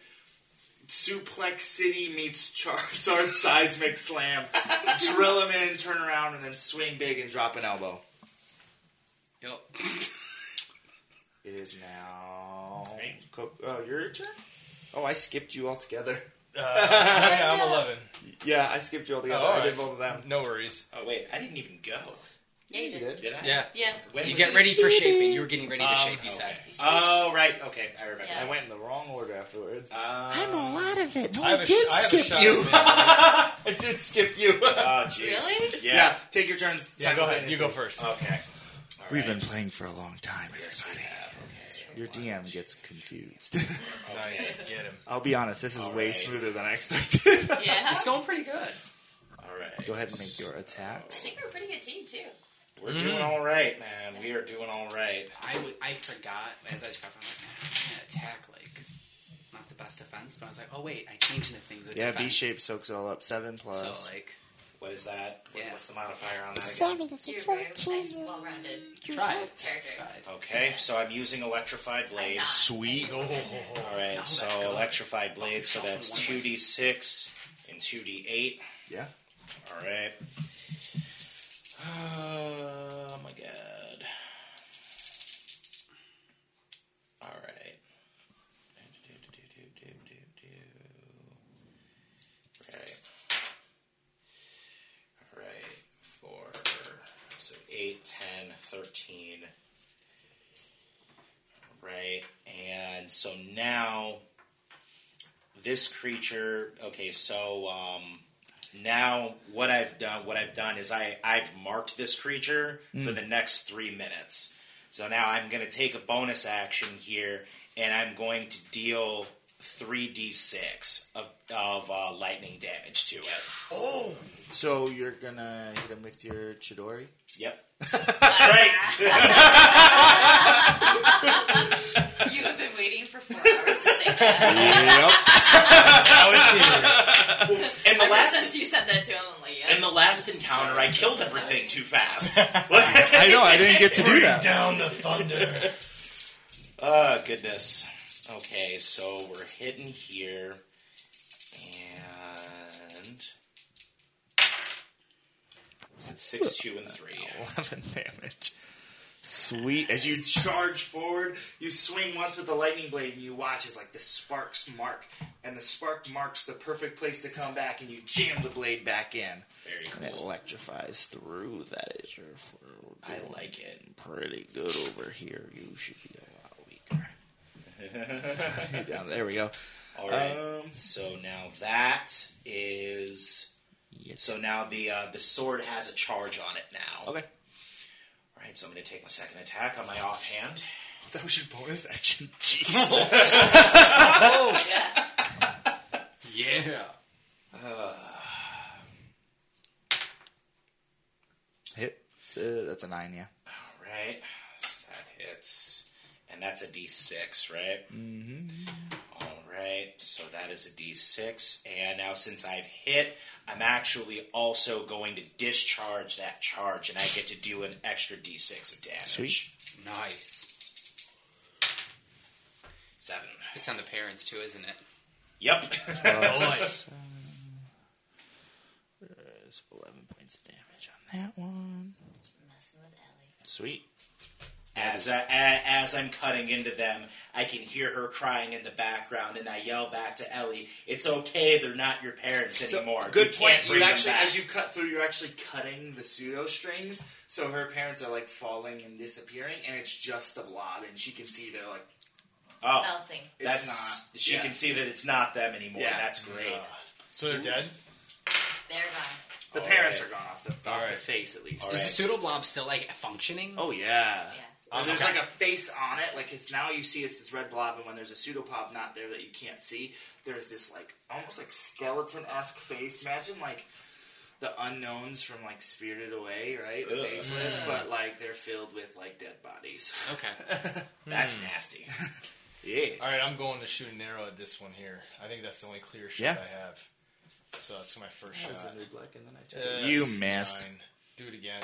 [SPEAKER 1] Suplex City meets Charizard Seismic Slam. Drill him in, turn around, and then swing big and drop an elbow.
[SPEAKER 4] Yep.
[SPEAKER 1] It is now. Co- Oh, your turn? Oh, I skipped you altogether.
[SPEAKER 3] I'm 11.
[SPEAKER 1] Yeah, I skipped you altogether.
[SPEAKER 3] Oh, all
[SPEAKER 1] I did
[SPEAKER 3] right.
[SPEAKER 1] both of them.
[SPEAKER 3] No worries.
[SPEAKER 6] Oh wait, I didn't even go.
[SPEAKER 5] Yeah, you did.
[SPEAKER 6] Did I?
[SPEAKER 4] Yeah.
[SPEAKER 5] Yeah.
[SPEAKER 6] When
[SPEAKER 4] You
[SPEAKER 6] was
[SPEAKER 4] get
[SPEAKER 6] it?
[SPEAKER 4] ready for shaping. You were getting ready to
[SPEAKER 6] Um,
[SPEAKER 4] shape, you
[SPEAKER 6] okay.
[SPEAKER 4] said.
[SPEAKER 1] Uh,
[SPEAKER 6] Oh right, okay, I remember.
[SPEAKER 5] Yeah.
[SPEAKER 1] I went in the wrong order afterwards.
[SPEAKER 6] Uh,
[SPEAKER 3] I, have a did skip you.
[SPEAKER 1] I did skip you.
[SPEAKER 6] oh jeez.
[SPEAKER 5] Really?
[SPEAKER 6] Yeah.
[SPEAKER 1] yeah, take your turns.
[SPEAKER 3] yeah, go ahead.
[SPEAKER 1] simultaneously.
[SPEAKER 3] You go first.
[SPEAKER 6] Okay. All
[SPEAKER 12] We've
[SPEAKER 6] right.
[SPEAKER 12] been playing for a long time,
[SPEAKER 6] Yes, we
[SPEAKER 12] everybody.
[SPEAKER 6] have. Okay.
[SPEAKER 12] Your DM gets confused.
[SPEAKER 3] Nice. Get him.
[SPEAKER 12] I'll be honest, this is
[SPEAKER 6] All
[SPEAKER 12] way
[SPEAKER 6] right.
[SPEAKER 12] smoother than I expected.
[SPEAKER 5] Yeah.
[SPEAKER 4] It's going pretty good.
[SPEAKER 6] All right.
[SPEAKER 12] Go ahead and make your attacks.
[SPEAKER 5] I think we're a pretty good team too.
[SPEAKER 6] We're doing all right, man. We are doing all right.
[SPEAKER 4] I, w- I forgot as I was prepping. I'm like, man, I'm gonna attack like not the best defense, but I was like, oh wait, I changed into things.
[SPEAKER 6] Oh.
[SPEAKER 4] with
[SPEAKER 12] Yeah, B
[SPEAKER 4] defense.
[SPEAKER 12] shape soaks all up. Seven
[SPEAKER 4] So
[SPEAKER 12] plus.
[SPEAKER 4] like,
[SPEAKER 6] What is that? What-
[SPEAKER 4] Yeah.
[SPEAKER 6] What's the modifier on that? again?
[SPEAKER 5] You're very nice, well-rounded
[SPEAKER 4] try it.
[SPEAKER 5] character.
[SPEAKER 4] Try it.
[SPEAKER 6] Okay, so I'm using electrified
[SPEAKER 5] I'm
[SPEAKER 6] blades.
[SPEAKER 5] not.
[SPEAKER 12] Sweet.
[SPEAKER 6] All right, so electrified blade, so that's 2d6 and 2d8.
[SPEAKER 12] Yeah.
[SPEAKER 6] All right. Oh my god. All right. Right. All right. Four. So 8, 10, 13. Right. And so now this creature. Okay, so um, now what I've done, what I've done is I I've marked this creature for the next three minutes. So now I'm going to take a bonus action here, and I'm going to deal three d six of of uh, lightning damage to it.
[SPEAKER 12] So you're gonna hit him with your Chidori?
[SPEAKER 6] Yep. That's right.
[SPEAKER 5] You have been waiting for four hours to say that.
[SPEAKER 6] and the
[SPEAKER 5] Ever
[SPEAKER 6] last
[SPEAKER 5] since you said that to him, I'm like, yeah.
[SPEAKER 6] in the last encounter, I killed everything too fast.
[SPEAKER 12] I know, I didn't get to do that.
[SPEAKER 3] Down the thunder.
[SPEAKER 6] Oh, goodness. Okay, so we're hitting here. And. Is it 6, 2, and 3?
[SPEAKER 12] 11 damage. Sweet. As you
[SPEAKER 1] charge forward. You swing once with the lightning blade, and you watch as like the sparks mark, and the spark marks the perfect place to come back, and you jam the blade back in.
[SPEAKER 6] Very
[SPEAKER 12] it
[SPEAKER 6] cool.
[SPEAKER 12] electrifies through, that is your forward.
[SPEAKER 6] I like it.
[SPEAKER 12] pretty good over here. You should be a lot weaker. Hey, down- there we go.
[SPEAKER 6] Alright.
[SPEAKER 12] Um,
[SPEAKER 6] so now that is.
[SPEAKER 12] Yes.
[SPEAKER 6] So now the uh, the sword has a charge on it now.
[SPEAKER 12] Okay.
[SPEAKER 6] Alright, so I'm going to take my second attack on my offhand.
[SPEAKER 12] That was your bonus action. Jeez.
[SPEAKER 5] yeah.
[SPEAKER 4] Yeah.
[SPEAKER 12] Hit. So that's a nine, yeah.
[SPEAKER 6] Alright. So that hits. And that's a d6, right?
[SPEAKER 1] Mm-hmm.
[SPEAKER 6] All right, so that is a d6. And now, since I've hit, I'm actually also going to discharge that charge, and I get to do an extra d6 of damage.
[SPEAKER 12] Sweet.
[SPEAKER 4] Nice.
[SPEAKER 6] Seven.
[SPEAKER 4] It's on the parents too, isn't it?
[SPEAKER 6] Yep.
[SPEAKER 12] There's 11 points of damage on that one.
[SPEAKER 5] Messing with Ellie.
[SPEAKER 12] Sweet.
[SPEAKER 6] as, I, a- as I'm cutting into them, I can hear her crying in the background, and I yell back to Ellie, It's okay, they're not your parents anymore.
[SPEAKER 1] Good
[SPEAKER 6] you
[SPEAKER 1] point.
[SPEAKER 6] Can't
[SPEAKER 1] You
[SPEAKER 6] bring them
[SPEAKER 1] actually,
[SPEAKER 6] back."
[SPEAKER 1] as you cut through, you're actually cutting the pseudo strings, so her parents are like falling and disappearing, and it's just the blob, and she can see they're like.
[SPEAKER 6] Oh,
[SPEAKER 5] Melting.
[SPEAKER 1] It's
[SPEAKER 6] that's.
[SPEAKER 1] not.
[SPEAKER 6] She
[SPEAKER 1] yeah.
[SPEAKER 6] can see that it's not them anymore.
[SPEAKER 1] Yeah.
[SPEAKER 6] That's great.
[SPEAKER 3] So they're dead?
[SPEAKER 5] They're gone.
[SPEAKER 1] The
[SPEAKER 6] All
[SPEAKER 1] parents
[SPEAKER 6] right.
[SPEAKER 1] are gone off the,
[SPEAKER 3] All
[SPEAKER 1] off the
[SPEAKER 3] right.
[SPEAKER 1] face at least.
[SPEAKER 6] All
[SPEAKER 4] Is
[SPEAKER 6] right.
[SPEAKER 4] the pseudo blob still like functioning?
[SPEAKER 1] Oh yeah.
[SPEAKER 5] Yeah.
[SPEAKER 1] And Um, there's
[SPEAKER 4] Okay.
[SPEAKER 1] like a face on it, like it's now you see it's this red blob, and when there's a pseudopod not there that you can't see, there's this like almost like skeleton esque face. Imagine like the unknowns from like Spirited Away, right? The
[SPEAKER 6] Ugh.
[SPEAKER 1] faceless, but like they're filled with like dead bodies.
[SPEAKER 4] Okay.
[SPEAKER 6] That's nasty.
[SPEAKER 12] Yeah.
[SPEAKER 3] All right, I'm going to shoot an arrow at this one here. I think that's the only clear shot
[SPEAKER 12] Yeah.
[SPEAKER 3] I have. So that's my first
[SPEAKER 1] That was
[SPEAKER 3] shot.
[SPEAKER 1] a new black, and then I took it.
[SPEAKER 3] Uh,
[SPEAKER 12] You
[SPEAKER 3] it's
[SPEAKER 12] missed.
[SPEAKER 3] nine. Do it again.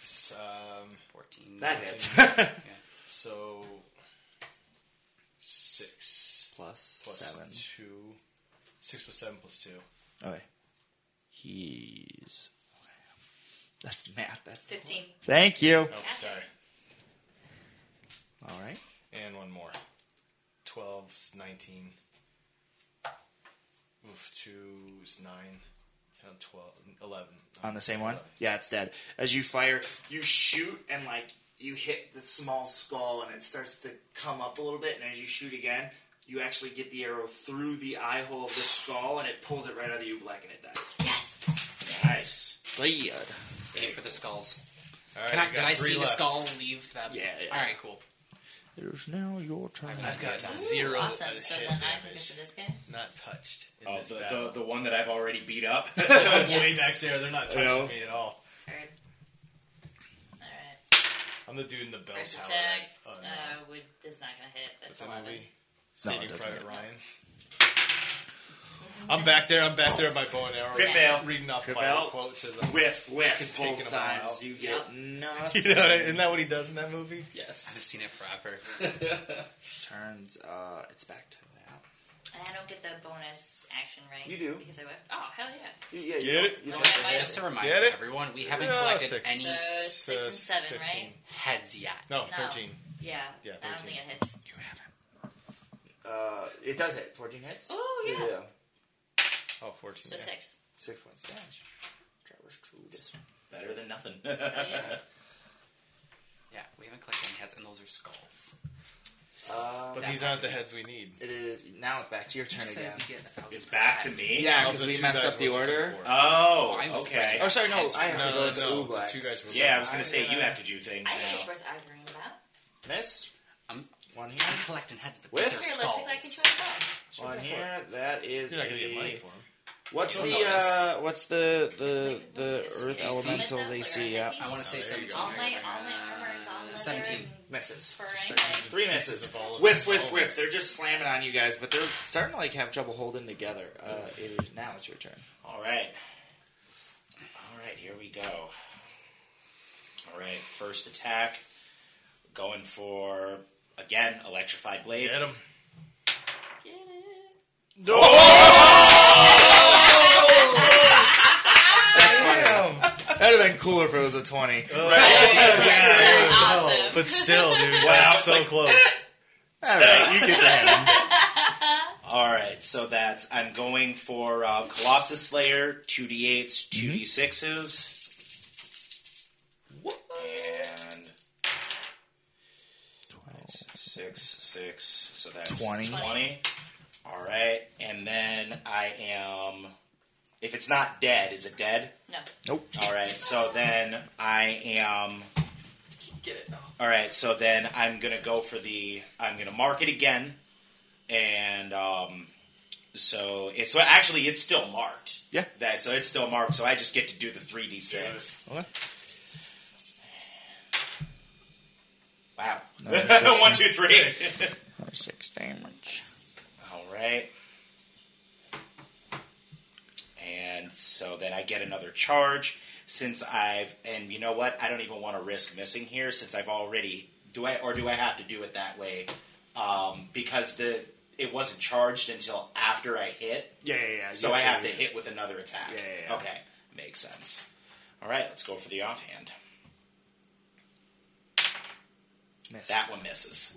[SPEAKER 3] S- Um,
[SPEAKER 4] 14.
[SPEAKER 1] That hits.
[SPEAKER 3] so six
[SPEAKER 12] Plus.
[SPEAKER 2] plus
[SPEAKER 1] Seven.
[SPEAKER 2] two. Six plus seven plus two.
[SPEAKER 1] Okay. He's. That's math. That's
[SPEAKER 5] 15.
[SPEAKER 1] Thank you.
[SPEAKER 2] Oh, sorry.
[SPEAKER 1] All right.
[SPEAKER 2] And one more. 12 is 19. Oof, 2 is 9. 10, 12, 11.
[SPEAKER 1] On the same one? Yeah, it's dead. As you fire, you shoot and like you hit the small skull and it starts to come up a little bit. And as you shoot again, you actually get the arrow through the eye hole of the skull and it pulls it right out of the oobleck and it dies.
[SPEAKER 5] Yes.
[SPEAKER 6] Nice.
[SPEAKER 4] Aim for the skulls.
[SPEAKER 2] All right,
[SPEAKER 4] Can I,
[SPEAKER 2] you
[SPEAKER 4] did
[SPEAKER 2] got
[SPEAKER 4] I
[SPEAKER 2] three
[SPEAKER 4] see the
[SPEAKER 2] left.
[SPEAKER 4] skull leave them?
[SPEAKER 1] Yeah, yeah.
[SPEAKER 4] All right, cool.
[SPEAKER 23] There's now your turn.
[SPEAKER 4] I've got
[SPEAKER 2] Got
[SPEAKER 4] that.
[SPEAKER 2] zero
[SPEAKER 5] Awesome.
[SPEAKER 2] as
[SPEAKER 5] So
[SPEAKER 2] hit
[SPEAKER 5] then I can go
[SPEAKER 2] damage.
[SPEAKER 5] to this guy.
[SPEAKER 2] Not touched. In
[SPEAKER 6] Oh,
[SPEAKER 2] this
[SPEAKER 6] the,
[SPEAKER 2] battle.
[SPEAKER 6] the, the one that I've already beat up.
[SPEAKER 2] Way
[SPEAKER 5] Yes.
[SPEAKER 2] back there, they're not touching
[SPEAKER 6] Well.
[SPEAKER 2] me at all.
[SPEAKER 5] Alright. Alright.
[SPEAKER 2] I'm the dude in the bell
[SPEAKER 5] First
[SPEAKER 2] tower.
[SPEAKER 5] attack.
[SPEAKER 2] Oh, no.
[SPEAKER 5] Uh, would is not gonna hit. That's
[SPEAKER 2] What's that
[SPEAKER 5] eleven.
[SPEAKER 2] movie? Saving
[SPEAKER 23] doesn't
[SPEAKER 2] Private
[SPEAKER 23] hit.
[SPEAKER 2] Ryan. I'm back there. I'm back there with my bow and arrow.
[SPEAKER 6] Crit fail.
[SPEAKER 2] Reading off
[SPEAKER 6] Crit
[SPEAKER 2] Bible
[SPEAKER 6] fail.
[SPEAKER 2] quotes as I'm
[SPEAKER 6] whiff, whiff.
[SPEAKER 2] taking
[SPEAKER 6] Both
[SPEAKER 2] them all
[SPEAKER 6] times.
[SPEAKER 2] out.
[SPEAKER 1] You
[SPEAKER 5] Yep.
[SPEAKER 1] get nothing.
[SPEAKER 2] You know, what I, isn't that what he does in that movie?
[SPEAKER 4] I've
[SPEAKER 1] Yes.
[SPEAKER 4] seen it forever.
[SPEAKER 1] Turns. Uh, it's back to now.
[SPEAKER 5] And I don't get the bonus action, right?
[SPEAKER 1] You do.
[SPEAKER 5] Because I whiffed. Oh hell yeah!
[SPEAKER 1] Yeah.
[SPEAKER 2] you- Get it?
[SPEAKER 5] Oh,
[SPEAKER 1] You
[SPEAKER 5] I
[SPEAKER 4] Just to
[SPEAKER 5] might.
[SPEAKER 4] remind
[SPEAKER 2] Get it?
[SPEAKER 4] everyone, we haven't
[SPEAKER 2] Yeah,
[SPEAKER 4] collected
[SPEAKER 2] six.
[SPEAKER 4] any
[SPEAKER 5] So six and seven, right?
[SPEAKER 4] heads yet.
[SPEAKER 2] No,
[SPEAKER 5] Uh, No.
[SPEAKER 2] thirteen.
[SPEAKER 5] Yeah.
[SPEAKER 2] Yeah,
[SPEAKER 5] I don't
[SPEAKER 2] 13.
[SPEAKER 5] think it hits.
[SPEAKER 1] Uh, it does hit. Fourteen hits.
[SPEAKER 5] Oh yeah.
[SPEAKER 2] Oh, 14.
[SPEAKER 5] So
[SPEAKER 2] yeah.
[SPEAKER 5] six.
[SPEAKER 1] Six points of damage. Traverse true. This one.
[SPEAKER 6] Better than nothing.
[SPEAKER 5] Oh, yeah.
[SPEAKER 4] Yeah, we haven't collected any heads, and those are skulls.
[SPEAKER 1] Uh,
[SPEAKER 2] But these aren't the heads we need.
[SPEAKER 1] it is now. It's back to your turn again.
[SPEAKER 6] it's back to me.
[SPEAKER 1] Yeah,
[SPEAKER 2] Of
[SPEAKER 1] because
[SPEAKER 2] the
[SPEAKER 1] we
[SPEAKER 2] two
[SPEAKER 1] messed
[SPEAKER 2] guys
[SPEAKER 1] up the
[SPEAKER 2] we're looking
[SPEAKER 1] order.
[SPEAKER 2] for.
[SPEAKER 6] Oh,
[SPEAKER 4] I was
[SPEAKER 6] okay.
[SPEAKER 1] Oh, sorry, no, I have
[SPEAKER 2] No,
[SPEAKER 1] to go
[SPEAKER 2] no, no,
[SPEAKER 1] to the
[SPEAKER 2] the
[SPEAKER 1] Ooblex.
[SPEAKER 2] two guys were-
[SPEAKER 6] Yeah, I was gonna say you have to do things
[SPEAKER 5] I think it's
[SPEAKER 6] now.
[SPEAKER 5] worth arguing about.
[SPEAKER 1] Miss
[SPEAKER 4] I'm,
[SPEAKER 1] one here,
[SPEAKER 4] I'm collecting heads, but
[SPEAKER 1] With-
[SPEAKER 4] these are
[SPEAKER 5] Realistically, I can
[SPEAKER 4] skulls.
[SPEAKER 5] try it out.
[SPEAKER 1] one here. That is
[SPEAKER 2] You're not gonna get
[SPEAKER 1] a-
[SPEAKER 2] money for them.
[SPEAKER 1] What's
[SPEAKER 4] You'll
[SPEAKER 1] the
[SPEAKER 4] notice.
[SPEAKER 1] uh, what's the the the
[SPEAKER 5] It's
[SPEAKER 1] Earth
[SPEAKER 5] AC.
[SPEAKER 1] Elementals AC? Yeah,
[SPEAKER 4] I want to say
[SPEAKER 5] Oh,
[SPEAKER 2] there you
[SPEAKER 4] 17.
[SPEAKER 2] go.
[SPEAKER 5] All my all
[SPEAKER 4] uh,
[SPEAKER 5] my armor is all leather.
[SPEAKER 4] 17.
[SPEAKER 5] and
[SPEAKER 1] misses.
[SPEAKER 5] Fur anyway.
[SPEAKER 1] Three
[SPEAKER 2] This
[SPEAKER 1] misses.
[SPEAKER 2] is a ball of
[SPEAKER 1] Whiff, whiff,
[SPEAKER 2] balls.
[SPEAKER 1] whiff. They're just slamming on you guys, but they're starting to like have trouble holding together. Uh, it is now. It's your turn.
[SPEAKER 6] All right. All right, here we go. All right, first attack. Going for again electrified blade.
[SPEAKER 2] Get 'em.
[SPEAKER 5] Get it.
[SPEAKER 1] That'd have been cooler if it was a twenty.
[SPEAKER 5] That's so awesome.
[SPEAKER 2] But still, dude, wow,
[SPEAKER 6] it's
[SPEAKER 2] so
[SPEAKER 6] like-
[SPEAKER 2] close.
[SPEAKER 1] All right, you get to him.
[SPEAKER 6] All right, so that's I'm going for uh, Colossus Slayer, two d8s, 2 d6s. And six, six. So that's
[SPEAKER 1] 20.
[SPEAKER 6] 20. All right, and then I am. If it's not dead, is it dead?
[SPEAKER 5] No.
[SPEAKER 6] All right, so then I am.
[SPEAKER 1] Get it.
[SPEAKER 6] All right, so then I'm gonna go for the. I'm gonna mark it again, and um, so it's so actually it's still marked.
[SPEAKER 1] Yeah.
[SPEAKER 6] That so it's still marked. So I just get to do the three d six.
[SPEAKER 1] Okay.
[SPEAKER 6] Wow. One, two, three.
[SPEAKER 1] Six damage.
[SPEAKER 6] All right. And so then I get another charge since I've and you know what? I don't even want to risk missing here since I've already do I or do I have to do it that way? Um, because the it wasn't charged until after I hit,
[SPEAKER 1] Yeah, yeah, yeah.
[SPEAKER 6] so
[SPEAKER 1] You
[SPEAKER 6] I have to
[SPEAKER 1] do-
[SPEAKER 6] hit with another attack.
[SPEAKER 1] Yeah, yeah, yeah.
[SPEAKER 6] Okay, makes sense. All right, let's go for the offhand.
[SPEAKER 1] miss
[SPEAKER 6] That one misses.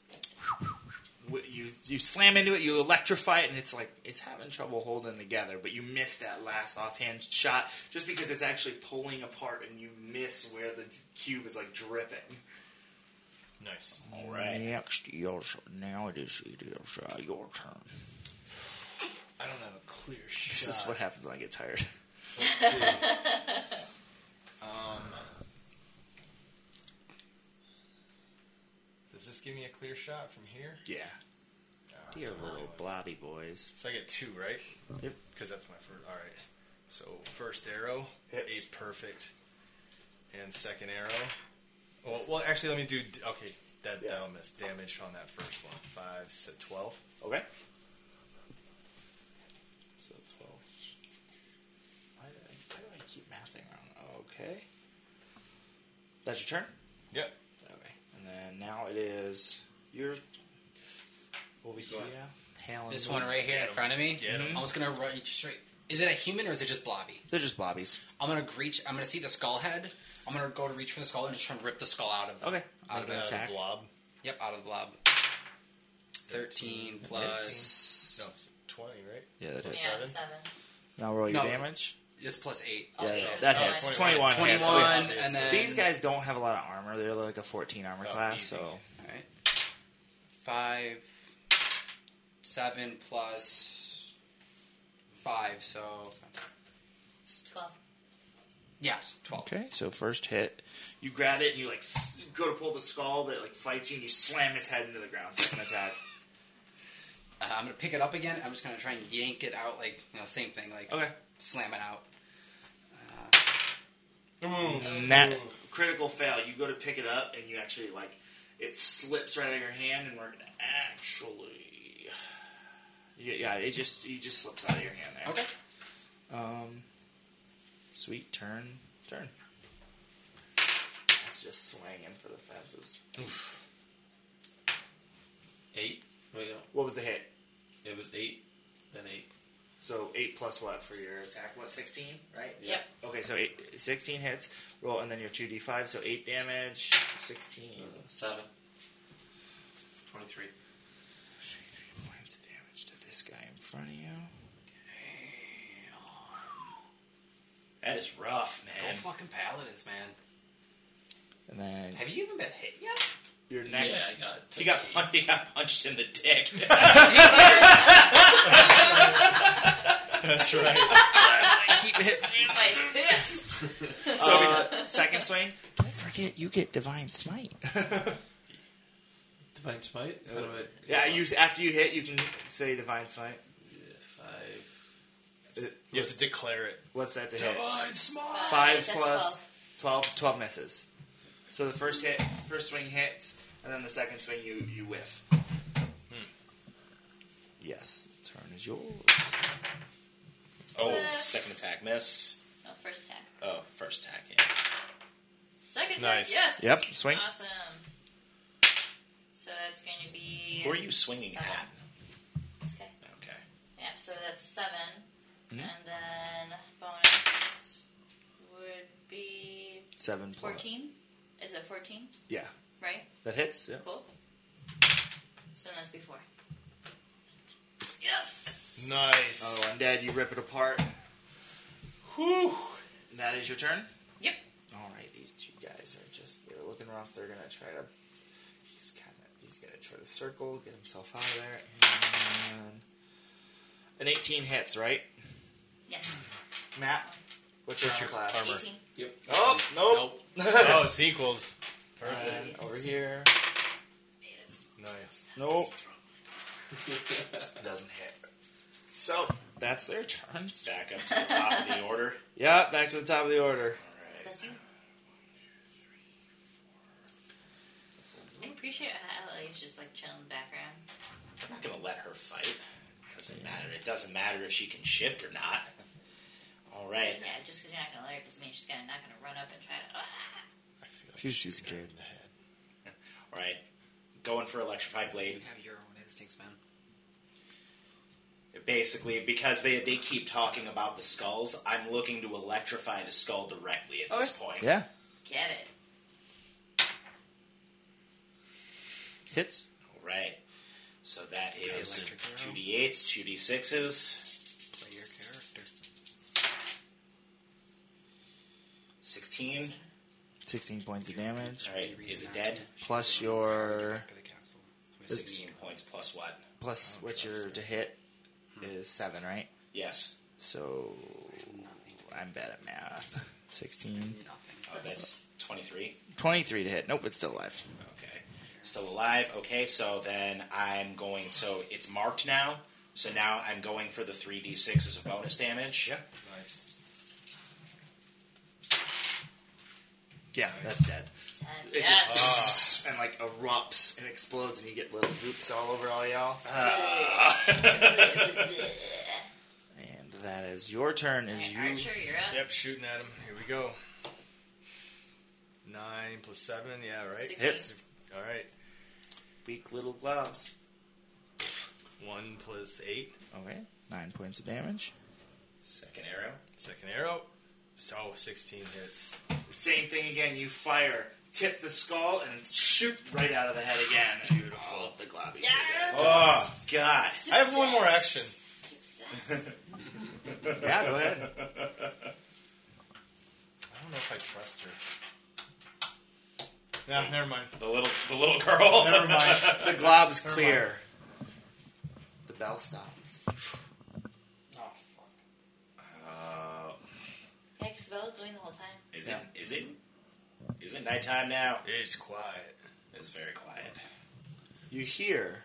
[SPEAKER 1] Wh- you you slam into it, you electrify it, and it's like it's having trouble holding together. But you miss that last offhand shot just because it's actually pulling apart, and you miss where the cube is like dripping.
[SPEAKER 2] Nice.
[SPEAKER 6] All right.
[SPEAKER 23] Next, yours. Now it is it is uh, your turn.
[SPEAKER 2] I don't have a clear
[SPEAKER 1] This
[SPEAKER 2] shot.
[SPEAKER 1] is what happens when I get tired.
[SPEAKER 2] um, does this give me a clear shot from here?
[SPEAKER 1] Yeah,
[SPEAKER 2] Ah,
[SPEAKER 1] dear
[SPEAKER 2] so I
[SPEAKER 1] little
[SPEAKER 2] do it.
[SPEAKER 1] blobby boys.
[SPEAKER 2] So I get two, right?
[SPEAKER 1] Yep.
[SPEAKER 2] Because that's my first. All right. So first arrow,
[SPEAKER 1] Hits.
[SPEAKER 2] a perfect, and second arrow. Well, well, actually, let me do. d- Okay, that
[SPEAKER 1] Yeah.
[SPEAKER 2] that'll miss damage on that first one. Five, s- twelve.
[SPEAKER 1] Okay. So twelve. Why do I, why do I keep mathing wrong? Okay. That's your turn.
[SPEAKER 2] Yep.
[SPEAKER 1] Okay. And then now it is your Over here. Helen.
[SPEAKER 4] This one right here in front of me.
[SPEAKER 1] Get 'em.
[SPEAKER 4] I was gonna run straight. Is it a human or is it just blobby?
[SPEAKER 1] They're just blobbies.
[SPEAKER 4] I'm gonna reach. I'm gonna see the skull head. I'm gonna go to reach for the skull and just try and rip the skull out of them.
[SPEAKER 1] Okay.
[SPEAKER 4] Out
[SPEAKER 2] Uh,
[SPEAKER 1] Make
[SPEAKER 4] of
[SPEAKER 1] an
[SPEAKER 4] it.
[SPEAKER 1] attack.
[SPEAKER 4] blob. Yep, out of the blob. Thirteen plus.
[SPEAKER 2] No, twenty, right?
[SPEAKER 1] Yeah, that
[SPEAKER 5] Yeah,
[SPEAKER 1] hits.
[SPEAKER 5] seven.
[SPEAKER 1] Now roll your
[SPEAKER 4] No.
[SPEAKER 1] damage.
[SPEAKER 4] It's plus eight.
[SPEAKER 5] Oh,
[SPEAKER 1] Yeah,
[SPEAKER 5] yeah.
[SPEAKER 1] that
[SPEAKER 5] Oh,
[SPEAKER 1] hits.
[SPEAKER 5] it's
[SPEAKER 1] 21. hits.
[SPEAKER 4] 21, and then
[SPEAKER 1] These guys don't have a lot of armor. They're like a 14 armor
[SPEAKER 6] Oh,
[SPEAKER 1] class, so
[SPEAKER 4] Alright. Five, seven plus five, so
[SPEAKER 5] It's Twelve.
[SPEAKER 4] yes, twelve.
[SPEAKER 1] okay. So first hit,
[SPEAKER 16] You grab it and you like s- go to pull the skull, but it like fights you and you slam its head into the ground. Second attack.
[SPEAKER 4] Uh, I'm gonna pick it up again. I'm just gonna try and yank it out, like you know, same thing, like
[SPEAKER 16] Okay.
[SPEAKER 4] slam it out.
[SPEAKER 1] nat
[SPEAKER 16] Critical fail. You go to pick it up and you actually like it slips right out of your hand and we're gonna actually. Yeah, yeah, it just it just slips out of your hand there.
[SPEAKER 4] Okay.
[SPEAKER 1] Um, sweet turn, turn.
[SPEAKER 16] It's just swinging for the fences.
[SPEAKER 3] Eight. Wait, no.
[SPEAKER 16] What was the hit?
[SPEAKER 3] It was eight, then eight.
[SPEAKER 16] So eight plus what for your attack? What sixteen? Right.
[SPEAKER 5] Yep.
[SPEAKER 16] Okay, so eight, 16 hits. Roll and then your two d5. So eight damage. Sixteen.
[SPEAKER 3] Seven. Twenty-three.
[SPEAKER 1] Three points of damage to this guy in front of you.
[SPEAKER 6] That is rough,
[SPEAKER 4] Go
[SPEAKER 6] man.
[SPEAKER 4] fucking paladins, man.
[SPEAKER 1] And then
[SPEAKER 4] Have you even been hit yet?
[SPEAKER 16] Your next.
[SPEAKER 3] I got.
[SPEAKER 6] He got punched. He got punched in the dick.
[SPEAKER 2] That's right.
[SPEAKER 4] Keep hit.
[SPEAKER 5] That's why he's pissed.
[SPEAKER 16] Uh, second swing.
[SPEAKER 1] don't forget you get divine smite.
[SPEAKER 3] Divine Smite. What am I-
[SPEAKER 16] Yeah, you after you hit, you can say divine smite.
[SPEAKER 3] Yeah, Five.
[SPEAKER 2] You have to declare it.
[SPEAKER 16] What's that to hit?
[SPEAKER 5] Five,
[SPEAKER 16] Five
[SPEAKER 5] that's
[SPEAKER 16] plus 12. 12, misses. So the first hit, first swing hits, and then the second swing you you whiff.
[SPEAKER 1] Hmm. Yes, turn is yours.
[SPEAKER 6] Oh,
[SPEAKER 4] Uh,
[SPEAKER 6] second attack miss.
[SPEAKER 5] 12. No, first attack.
[SPEAKER 6] Oh, first attack. Yeah.
[SPEAKER 5] Second attack.
[SPEAKER 2] Nice.
[SPEAKER 5] Yes.
[SPEAKER 1] Yep, swing.
[SPEAKER 5] Awesome. So that's going to be.
[SPEAKER 6] Who are you swinging
[SPEAKER 5] seven.
[SPEAKER 6] at?
[SPEAKER 5] That's Okay.
[SPEAKER 6] Okay.
[SPEAKER 5] Yeah, so that's 7
[SPEAKER 6] Mm-hmm.
[SPEAKER 5] And then bonus would be
[SPEAKER 1] Seven plus.
[SPEAKER 5] 14. Is it 14?
[SPEAKER 1] Yeah,
[SPEAKER 5] Right?
[SPEAKER 1] that hits. Yeah.
[SPEAKER 5] Cool. So that's before. Yes!
[SPEAKER 2] Nice.
[SPEAKER 16] Oh, undead, you rip it apart.
[SPEAKER 2] Whew.
[SPEAKER 16] And that is your turn.
[SPEAKER 5] Yep.
[SPEAKER 1] All right, these two guys are just—they're looking rough. They're gonna try to. He's kind of—he's gonna try to circle, get himself out of there, and
[SPEAKER 16] An 18 hits, right?
[SPEAKER 5] Yes.
[SPEAKER 16] Matt, what's your, armor class?
[SPEAKER 5] 18.
[SPEAKER 16] Oh, nope.
[SPEAKER 4] Nope.
[SPEAKER 2] Oh, it's equaled.
[SPEAKER 1] And over here.
[SPEAKER 2] Nice.
[SPEAKER 1] Nope. Doesn't hit. So that's their turns.
[SPEAKER 6] Back up to the top of the order.
[SPEAKER 1] Yeah, back to the top of the order.
[SPEAKER 6] All right.
[SPEAKER 5] That's you. I appreciate how Ellie's just like chilling in the background.
[SPEAKER 6] I'm not gonna let her fight. Doesn't matter. It doesn't matter if she can shift or not. All right.
[SPEAKER 5] Yeah, just because you're not going to let her doesn't mean she's gonna, not going to run up and try to. Ah!
[SPEAKER 1] She's too scared.
[SPEAKER 6] All right. Going for electrified
[SPEAKER 4] You
[SPEAKER 6] blade.
[SPEAKER 4] have your own instincts, man.
[SPEAKER 6] Basically, because they they keep talking about the skulls, I'm looking to electrify the skull directly at this point.
[SPEAKER 1] Yeah,
[SPEAKER 5] Get it.
[SPEAKER 1] hits.
[SPEAKER 6] All right. So that is
[SPEAKER 4] electric arrow.
[SPEAKER 6] two d eights, two d sixes,
[SPEAKER 4] Play your character.
[SPEAKER 6] sixteen.
[SPEAKER 1] Sixteen points of damage
[SPEAKER 6] All right. Is it dead?
[SPEAKER 1] plus your
[SPEAKER 4] Back of the castle.
[SPEAKER 6] Sixteen points plus what?
[SPEAKER 1] plus what's your to hit is seven, right?
[SPEAKER 6] Yes.
[SPEAKER 1] So I'm bad at math. 16.
[SPEAKER 6] Oh, that's twenty-three.
[SPEAKER 1] 23 to hit. Nope, it's still alive.
[SPEAKER 6] Okay. Still alive. Okay, so then I'm going. So it's marked now. So now I'm going for the 3d6 as a bonus damage. Yep.
[SPEAKER 2] Nice.
[SPEAKER 1] Yeah, that's dead.
[SPEAKER 5] Ten.
[SPEAKER 16] It
[SPEAKER 5] yes!
[SPEAKER 29] ah.
[SPEAKER 16] And like erupts and explodes, and you get little hoops all over all y'all.
[SPEAKER 1] And that is your turn. Is you
[SPEAKER 5] Archer, you're up.
[SPEAKER 2] Yep, shooting at him. Here we go. Nine plus seven. Yeah, right.
[SPEAKER 5] Sixteen.
[SPEAKER 2] All right.
[SPEAKER 1] weak little gloves.
[SPEAKER 29] One plus eight.
[SPEAKER 12] Okay, nine points of damage.
[SPEAKER 6] Second arrow.
[SPEAKER 29] Second arrow. So 16 hits.
[SPEAKER 1] Same thing again. You fire, tip the skull, and shoot right out of the head again. Beautiful.
[SPEAKER 6] the globby.
[SPEAKER 5] Oh,
[SPEAKER 6] God.
[SPEAKER 29] I have one more action.
[SPEAKER 5] Success.
[SPEAKER 12] Yeah, go ahead.
[SPEAKER 29] I don't know if I trust her. Yeah, never mind.
[SPEAKER 6] The little, the little girl.
[SPEAKER 29] Never mind.
[SPEAKER 1] The glob's clear.
[SPEAKER 12] The bell stops.
[SPEAKER 6] Uh,
[SPEAKER 5] Yeah, 'cause the bell was going the whole time.
[SPEAKER 6] is it? Is it? Is it nighttime now?
[SPEAKER 29] It's quiet.
[SPEAKER 6] It's very quiet.
[SPEAKER 12] You hear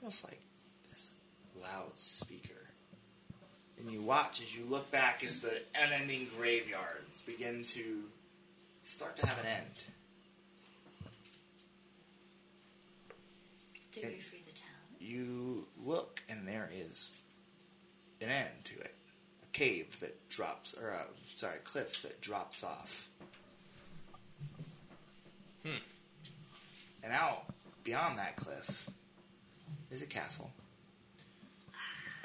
[SPEAKER 12] almost like this loudspeaker.
[SPEAKER 1] And you watch as you look back as the unending graveyards begin to.
[SPEAKER 12] Start to have an end.
[SPEAKER 5] Did we free the town?
[SPEAKER 12] You look, and there is an end to it. A cave that drops, or a, sorry, a cliff that drops off. Hmm. And out beyond that cliff is a castle.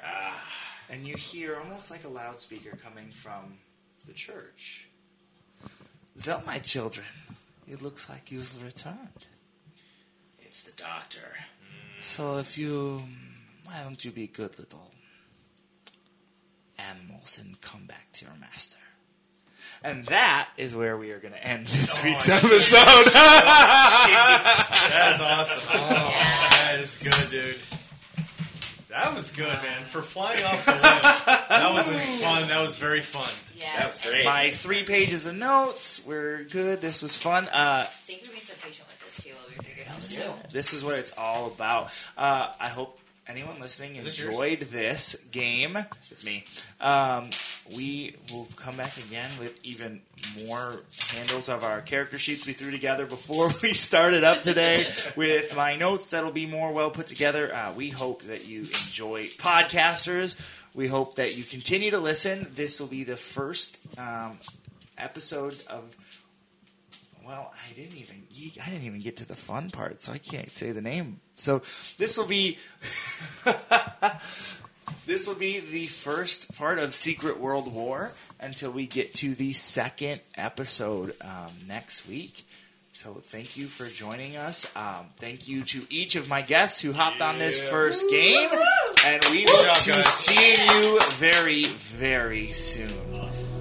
[SPEAKER 12] Ah. And you hear almost like a loudspeaker coming from the church. Though, my children, it looks like you've returned.
[SPEAKER 6] It's the doctor.
[SPEAKER 12] So if you, why don't you be good little animals and come back to your master? And that is where we are going to end this week's episode.
[SPEAKER 29] That's awesome. Oh, that is good, dude. That was good, man. For flying off the limb, that was fun. That was very fun.
[SPEAKER 5] Yeah.
[SPEAKER 6] That was
[SPEAKER 5] and
[SPEAKER 6] great.
[SPEAKER 12] My three pages of notes were good. This was fun. Uh,
[SPEAKER 5] I think we're being so patient with this too while we figured out this out.
[SPEAKER 12] this is what it's all about. Uh, I hope anyone listening
[SPEAKER 29] this yours?
[SPEAKER 12] enjoyed this game. It's me. Um, we will come back again with even more handles of our character sheets we threw together before we started up today with my notes that'll be more well put together. Uh, we hope that you enjoy podcasters. We hope that you continue to listen. This will be the first um, episode of well, I didn't even ye- I didn't even get to the fun part, so I can't say the name. So this will be this will be the first part of Secret World War until we get to the second episode um, next week. So thank you for joining us. Um, thank you to each of my guests who hopped on this first game, and we look
[SPEAKER 29] job,
[SPEAKER 12] to
[SPEAKER 29] guys.
[SPEAKER 12] seeing you very very soon.